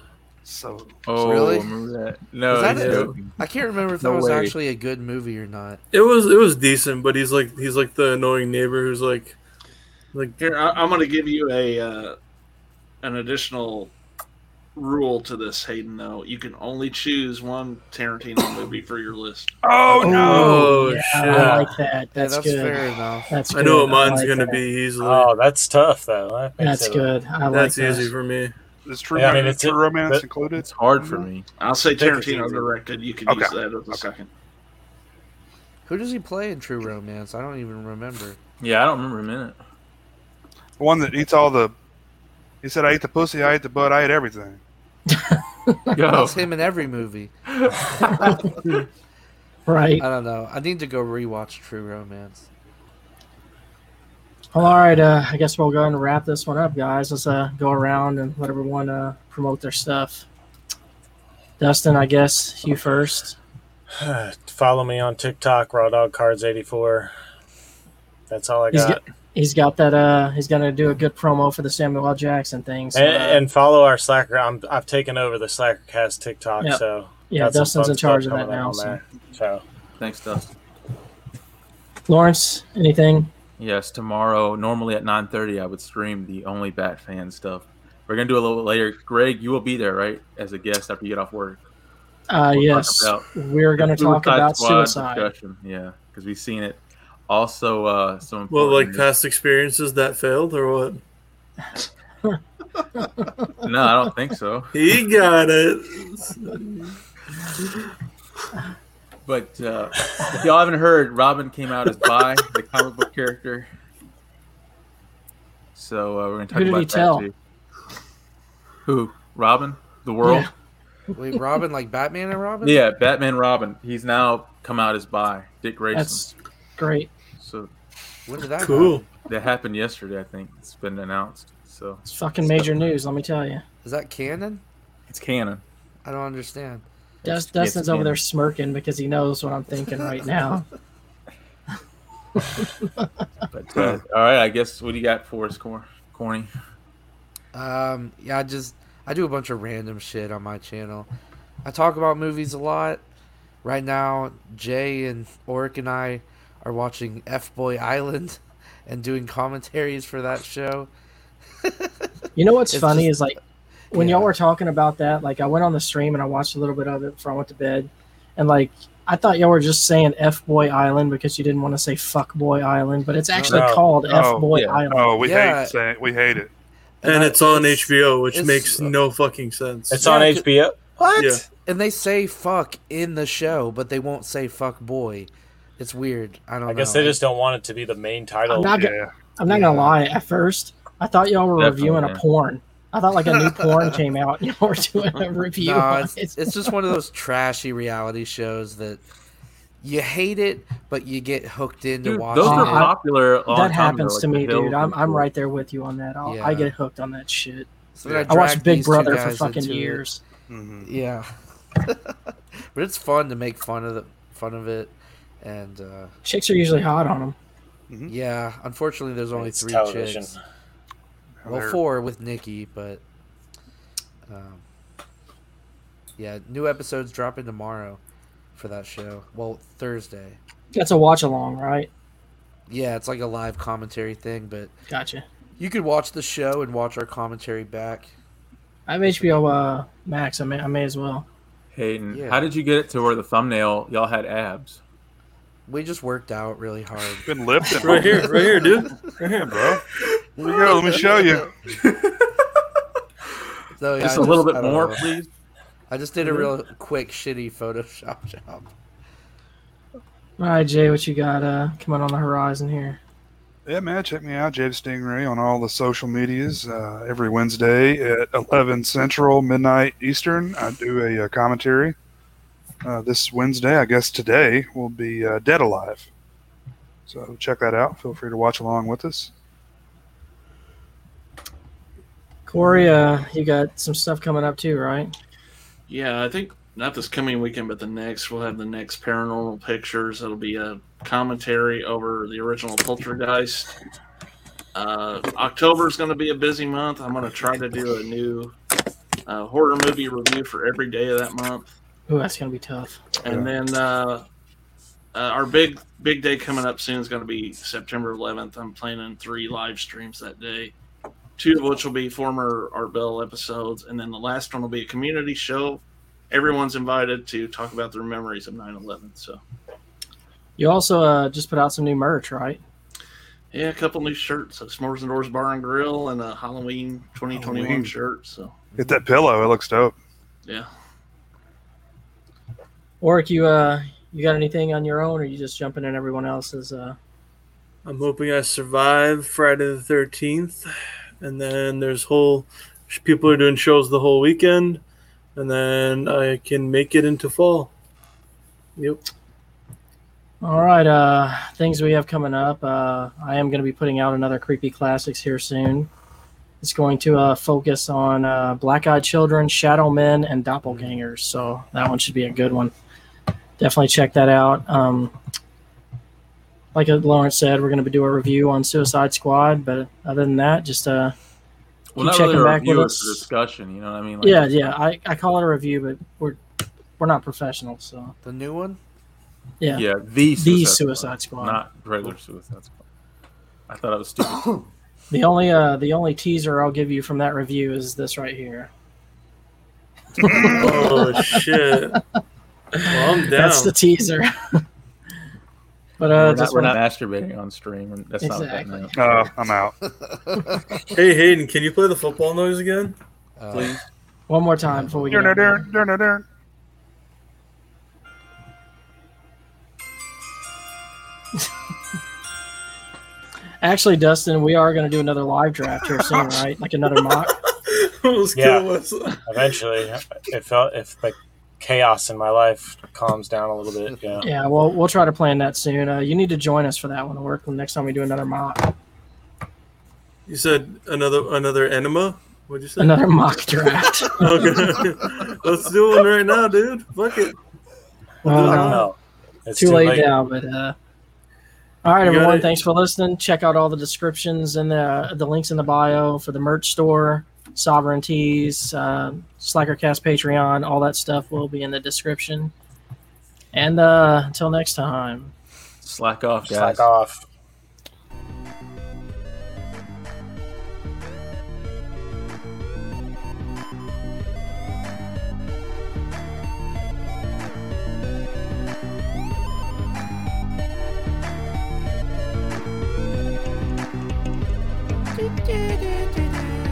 [SPEAKER 5] So
[SPEAKER 2] Oh,
[SPEAKER 6] Really?
[SPEAKER 2] remember that? No,
[SPEAKER 6] Was that
[SPEAKER 2] he's
[SPEAKER 6] it?
[SPEAKER 2] joking.
[SPEAKER 6] I can't remember if
[SPEAKER 2] No
[SPEAKER 6] that was
[SPEAKER 2] way.
[SPEAKER 6] actually a good movie or not.
[SPEAKER 7] It was it was decent, but he's like he's like the annoying neighbor who's like like
[SPEAKER 4] Here, I, I'm going to give you a uh, an additional rule to this, Hayden, though. You can only choose one Tarantino movie for your list.
[SPEAKER 5] Oh no!
[SPEAKER 7] oh
[SPEAKER 1] yeah,
[SPEAKER 7] shit.
[SPEAKER 1] I like that.
[SPEAKER 6] Yeah,
[SPEAKER 1] That's,
[SPEAKER 6] that's
[SPEAKER 1] good.
[SPEAKER 6] fair enough.
[SPEAKER 1] That's
[SPEAKER 7] I
[SPEAKER 1] good.
[SPEAKER 7] know what mine's
[SPEAKER 1] like
[SPEAKER 7] gonna
[SPEAKER 1] that.
[SPEAKER 7] be easily.
[SPEAKER 10] Oh, that's tough though. That makes
[SPEAKER 1] That's
[SPEAKER 10] it-
[SPEAKER 1] good. I like
[SPEAKER 7] That's
[SPEAKER 1] that.
[SPEAKER 7] easy for me.
[SPEAKER 5] Is True,
[SPEAKER 10] Yeah, I mean,
[SPEAKER 5] Romance-
[SPEAKER 10] it's-
[SPEAKER 5] True Romance
[SPEAKER 10] but-
[SPEAKER 5] included?
[SPEAKER 2] It's hard for me.
[SPEAKER 4] I'll say
[SPEAKER 10] Pick is
[SPEAKER 4] Tarantino
[SPEAKER 10] easy.
[SPEAKER 4] directed. You can
[SPEAKER 5] Okay.
[SPEAKER 4] use that as a
[SPEAKER 5] Okay.
[SPEAKER 4] second.
[SPEAKER 6] Who does he play in True Romance? I don't even remember.
[SPEAKER 2] Yeah, I don't remember him in it.
[SPEAKER 5] The one that eats all the. He said, "I ate the pussy, I ate the butt, I ate everything."
[SPEAKER 4] Oh.
[SPEAKER 2] Yo,
[SPEAKER 6] That's him in every movie.
[SPEAKER 1] Right.
[SPEAKER 6] I don't know. I need to go rewatch True Romance.
[SPEAKER 1] Well, all right. Uh, I guess we'll go ahead and wrap this one up, guys. Let's uh, go around and let everyone uh, promote their stuff. Dustin, I guess you first.
[SPEAKER 10] Follow me on TikTok, Raw Dog Cards eighty four. That's all I
[SPEAKER 1] He's
[SPEAKER 10] got.
[SPEAKER 1] He's got that. Uh, he's gonna do a good promo for the Samuel L. Jackson thing. So, uh,
[SPEAKER 10] and, and follow our Slacker. I'm, I've taken over the Slacker Cast TikTok,
[SPEAKER 1] Yeah.
[SPEAKER 10] so
[SPEAKER 1] yeah,
[SPEAKER 10] got some
[SPEAKER 1] Dustin's
[SPEAKER 10] fun
[SPEAKER 1] in charge of
[SPEAKER 10] stuff
[SPEAKER 1] that
[SPEAKER 10] coming
[SPEAKER 1] now.
[SPEAKER 10] up on
[SPEAKER 1] So.
[SPEAKER 10] there. So
[SPEAKER 2] thanks, Dustin.
[SPEAKER 1] Lawrence, anything?
[SPEAKER 2] Yes, tomorrow. Normally at nine thirty, I would stream the only Bat fan stuff. We're gonna do a little bit later. Greg, you will be there, right, as a guest after you get off work.
[SPEAKER 1] Uh,
[SPEAKER 2] We'll talk
[SPEAKER 1] yes,
[SPEAKER 2] about-
[SPEAKER 1] we're going to
[SPEAKER 2] The
[SPEAKER 1] talk
[SPEAKER 2] Suicide
[SPEAKER 1] about
[SPEAKER 2] Squad
[SPEAKER 1] suicide.
[SPEAKER 2] Discussion. Yeah, because we've seen it. Also, uh, some
[SPEAKER 7] Well, like
[SPEAKER 2] important-
[SPEAKER 7] past experiences that failed or what?
[SPEAKER 2] no, I don't think so.
[SPEAKER 7] He got it.
[SPEAKER 2] But uh, if y'all haven't heard, Robin came out as bi, the comic book character. So uh, we're going to talk
[SPEAKER 1] Who did
[SPEAKER 2] about
[SPEAKER 1] he
[SPEAKER 2] that
[SPEAKER 1] tell?
[SPEAKER 2] too. Who? Robin? The world?
[SPEAKER 6] Wait, Robin, like Batman and Robin?
[SPEAKER 2] Yeah. Batman Robin. He's now come out as bi, Dick Grayson.
[SPEAKER 1] That's great.
[SPEAKER 2] So
[SPEAKER 6] When did that?
[SPEAKER 7] Cool.
[SPEAKER 2] That happened yesterday, I think. It's been announced. So
[SPEAKER 1] It's fucking major news, let me tell you.
[SPEAKER 6] Is that canon?
[SPEAKER 2] it's canon.
[SPEAKER 6] I don't understand.
[SPEAKER 1] Des-
[SPEAKER 2] It's-
[SPEAKER 1] Destin's
[SPEAKER 2] it's
[SPEAKER 1] over there
[SPEAKER 2] canon.
[SPEAKER 1] smirking because he knows what I'm thinking right now.
[SPEAKER 2] But, uh, all right, I guess what do you got for us, Cor- Corny?
[SPEAKER 6] Um, yeah, I just I do a bunch of random shit on my channel. I talk about movies a lot. Right now, Jay and Oric and I are watching F Boy Island and doing commentaries for that show.
[SPEAKER 1] You know what's
[SPEAKER 6] It's
[SPEAKER 1] funny
[SPEAKER 6] just-
[SPEAKER 1] is like when
[SPEAKER 6] yeah.
[SPEAKER 1] y'all were talking about that, like I went on the stream and I watched a little bit of it before I went to bed, and like I thought y'all were just saying F Boy Island because you didn't want to say Fuck Boy Island, but it's actually
[SPEAKER 7] No.
[SPEAKER 1] called F Boy
[SPEAKER 2] yeah.
[SPEAKER 1] Island.
[SPEAKER 5] Oh, we
[SPEAKER 6] Yeah.
[SPEAKER 5] hate saying we hate it.
[SPEAKER 7] and it's on HBO, which
[SPEAKER 6] it's-
[SPEAKER 7] makes no fucking sense.
[SPEAKER 10] It's on
[SPEAKER 6] Yeah,
[SPEAKER 10] HBO. What?
[SPEAKER 7] Yeah.
[SPEAKER 6] And they say fuck in the show, but they won't say fuck boy. It's weird. I don't
[SPEAKER 10] I
[SPEAKER 6] know.
[SPEAKER 10] guess they just don't want it to be the main
[SPEAKER 1] I'm
[SPEAKER 10] title.
[SPEAKER 1] not gonna,
[SPEAKER 5] Yeah,
[SPEAKER 1] I'm not gonna lie. At first, I thought y'all were
[SPEAKER 2] Definitely,
[SPEAKER 1] reviewing
[SPEAKER 2] yeah.
[SPEAKER 1] a porn. I thought like a new porn came out. and Y'all were doing a review.
[SPEAKER 6] No,
[SPEAKER 1] on
[SPEAKER 6] it's,
[SPEAKER 1] it.
[SPEAKER 6] it's just one of those trashy reality shows that you hate it, but you get hooked into
[SPEAKER 2] Dude,
[SPEAKER 6] watching
[SPEAKER 2] those
[SPEAKER 1] are
[SPEAKER 2] were
[SPEAKER 6] it.
[SPEAKER 1] pop-
[SPEAKER 2] popular. a long
[SPEAKER 1] Uh, that
[SPEAKER 2] time ago,
[SPEAKER 1] happens
[SPEAKER 2] like
[SPEAKER 1] to
[SPEAKER 2] the
[SPEAKER 1] me,
[SPEAKER 2] Hills
[SPEAKER 1] dude. I'm,
[SPEAKER 2] and
[SPEAKER 1] I'm
[SPEAKER 2] Cool.
[SPEAKER 1] right there with you on that. I'll,
[SPEAKER 6] Yeah.
[SPEAKER 1] I get hooked on that shit.
[SPEAKER 6] So then
[SPEAKER 1] I
[SPEAKER 6] dragged
[SPEAKER 1] watched Big
[SPEAKER 6] these two
[SPEAKER 1] Brother for
[SPEAKER 6] guys
[SPEAKER 1] fucking
[SPEAKER 6] into it.
[SPEAKER 1] years.
[SPEAKER 5] Mhm.
[SPEAKER 6] Yeah, but it's fun to make fun of the fun of it, and uh,
[SPEAKER 1] Chicks are usually hot on them.
[SPEAKER 6] yeah, unfortunately, there's only
[SPEAKER 10] It's
[SPEAKER 6] three
[SPEAKER 10] television.
[SPEAKER 6] chicks. Well,
[SPEAKER 5] They're-
[SPEAKER 6] four with Nikki, but um, yeah, new episodes dropping tomorrow for that show. Well, Thursday.
[SPEAKER 1] That's a watch along, right?
[SPEAKER 6] Yeah, it's like a live commentary thing, but
[SPEAKER 1] Gotcha.
[SPEAKER 6] you could watch the show and watch our commentary back.
[SPEAKER 1] I have HBO uh, Max. I may, I may as well.
[SPEAKER 2] Hayden,
[SPEAKER 6] Yeah.
[SPEAKER 2] how did you get it to where the thumbnail y'all had abs?
[SPEAKER 6] We just worked out really hard.
[SPEAKER 5] Been lifting
[SPEAKER 7] Right here, right here, dude. Right here,
[SPEAKER 5] bro. Here we go. Let me show you.
[SPEAKER 6] So, yeah,
[SPEAKER 2] Just
[SPEAKER 6] I
[SPEAKER 2] a little
[SPEAKER 6] I
[SPEAKER 2] bit
[SPEAKER 6] don't
[SPEAKER 2] more, Mm-hmm.
[SPEAKER 6] know.
[SPEAKER 2] please.
[SPEAKER 6] I just did a real quick, shitty Photoshop job.
[SPEAKER 1] All right, Jay, what you got uh, coming on the horizon here?
[SPEAKER 5] Yeah, man, check me out, Jave Stingray, on all the social medias uh, every Wednesday at 11 Central, midnight Eastern. I do a, uh commentary. Uh, this Wednesday, I guess today, will be uh, Dead Alive. So check that out. Feel free to watch along with us.
[SPEAKER 1] Corey, uh, you got some stuff coming up too, right?
[SPEAKER 4] Yeah, I think not this coming weekend, but the next we'll have the next paranormal pictures. It'll be a commentary over the original Poltergeist. Uh, October is going to be a busy month. I'm going to try to do a new uh, horror movie review for every day of that month,
[SPEAKER 1] Ooh, that's gonna be tough.
[SPEAKER 4] and then uh, uh, our big big day coming up soon is going to be September 11th. I'm planning three live streams that day. Two of which will be former Art Bell episodes, and then the last one will be a community show everyone's invited to talk about their memories of 9-11 so
[SPEAKER 1] You also uh, just put out some new merch, right?
[SPEAKER 4] yeah a couple new shirts a smores and doors bar and grill and a halloween 2021
[SPEAKER 5] Halloween.
[SPEAKER 4] shirt so
[SPEAKER 5] Hit that pillow. It looks dope.
[SPEAKER 4] yeah
[SPEAKER 1] Oric, you uh, you got anything on your own, or you just jumping in everyone else's? Uh...
[SPEAKER 7] I'm hoping I survive Friday the 13th, and then there's whole people are doing shows the whole weekend, and then I can make it into fall. Yep.
[SPEAKER 1] All right, uh, things we have coming up. Uh, I am gonna be putting out another creepy classics here soon. It's going to uh, focus on uh, black-eyed children, shadow men, and doppelgangers. So that one should be a good one. Definitely check that out. Um, like Lawrence said, we're going to be doing a review on Suicide Squad. But other than that, just uh,
[SPEAKER 2] Well,
[SPEAKER 1] Keep
[SPEAKER 2] not really
[SPEAKER 1] checking
[SPEAKER 2] a
[SPEAKER 1] back
[SPEAKER 2] review,
[SPEAKER 1] with
[SPEAKER 2] it's a
[SPEAKER 1] us.
[SPEAKER 2] discussion. You know what I mean? Like,
[SPEAKER 1] yeah, yeah. I, I call it a review, but we're we're not professionals. So
[SPEAKER 6] The new one?
[SPEAKER 1] yeah,
[SPEAKER 2] yeah, the suicide,
[SPEAKER 1] the
[SPEAKER 2] squad,
[SPEAKER 1] Suicide Squad. Uh,
[SPEAKER 2] not regular Suicide Squad. I thought I was stupid.
[SPEAKER 1] The only uh, the only teaser I'll give you from that review is this right here.
[SPEAKER 7] Oh shit! Well, I'm down.
[SPEAKER 1] That's the teaser. but uh,
[SPEAKER 2] we're not,
[SPEAKER 1] just
[SPEAKER 2] we're
[SPEAKER 1] wanna-
[SPEAKER 2] not masturbating on stream. and That's
[SPEAKER 1] Exactly.
[SPEAKER 2] not what that
[SPEAKER 5] Uh, I'm out.
[SPEAKER 7] hey Hayden, can you play the football noise again?
[SPEAKER 6] Uh,
[SPEAKER 2] Please.
[SPEAKER 1] one more time before we get. out of here.
[SPEAKER 5] Dun-dun-dun, dun-dun-dun.
[SPEAKER 1] Actually, Dustin, we are going to do another live draft here soon, right? Like another mock.
[SPEAKER 7] Almost
[SPEAKER 10] Yeah.
[SPEAKER 7] kill us.
[SPEAKER 10] Eventually, if if the chaos in my life calms down a little bit, yeah.
[SPEAKER 1] Yeah, well, we'll try to plan that soon. Uh, you need to join us for that one, work next time we do another mock.
[SPEAKER 7] You said another another enema. What'd you say?
[SPEAKER 1] Another mock draft.
[SPEAKER 7] okay, let's do one right now, dude. Fuck it.
[SPEAKER 1] Well,
[SPEAKER 10] No, it's
[SPEAKER 1] too, late, now, but uh, all right,
[SPEAKER 7] You got
[SPEAKER 1] everyone.
[SPEAKER 7] it.
[SPEAKER 1] Thanks for listening. Check out all the descriptions and the the links in the bio for the merch store, sovereignties, uh, Slackercast Patreon, all that stuff will be in the description. And uh, until next time.
[SPEAKER 2] Slack off, guys.
[SPEAKER 10] Slack off.
[SPEAKER 2] I didn't know we could talk during that.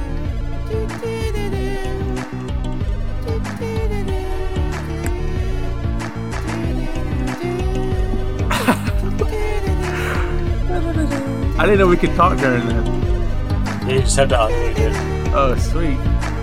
[SPEAKER 10] You just have to unmute it.
[SPEAKER 2] Oh, sweet.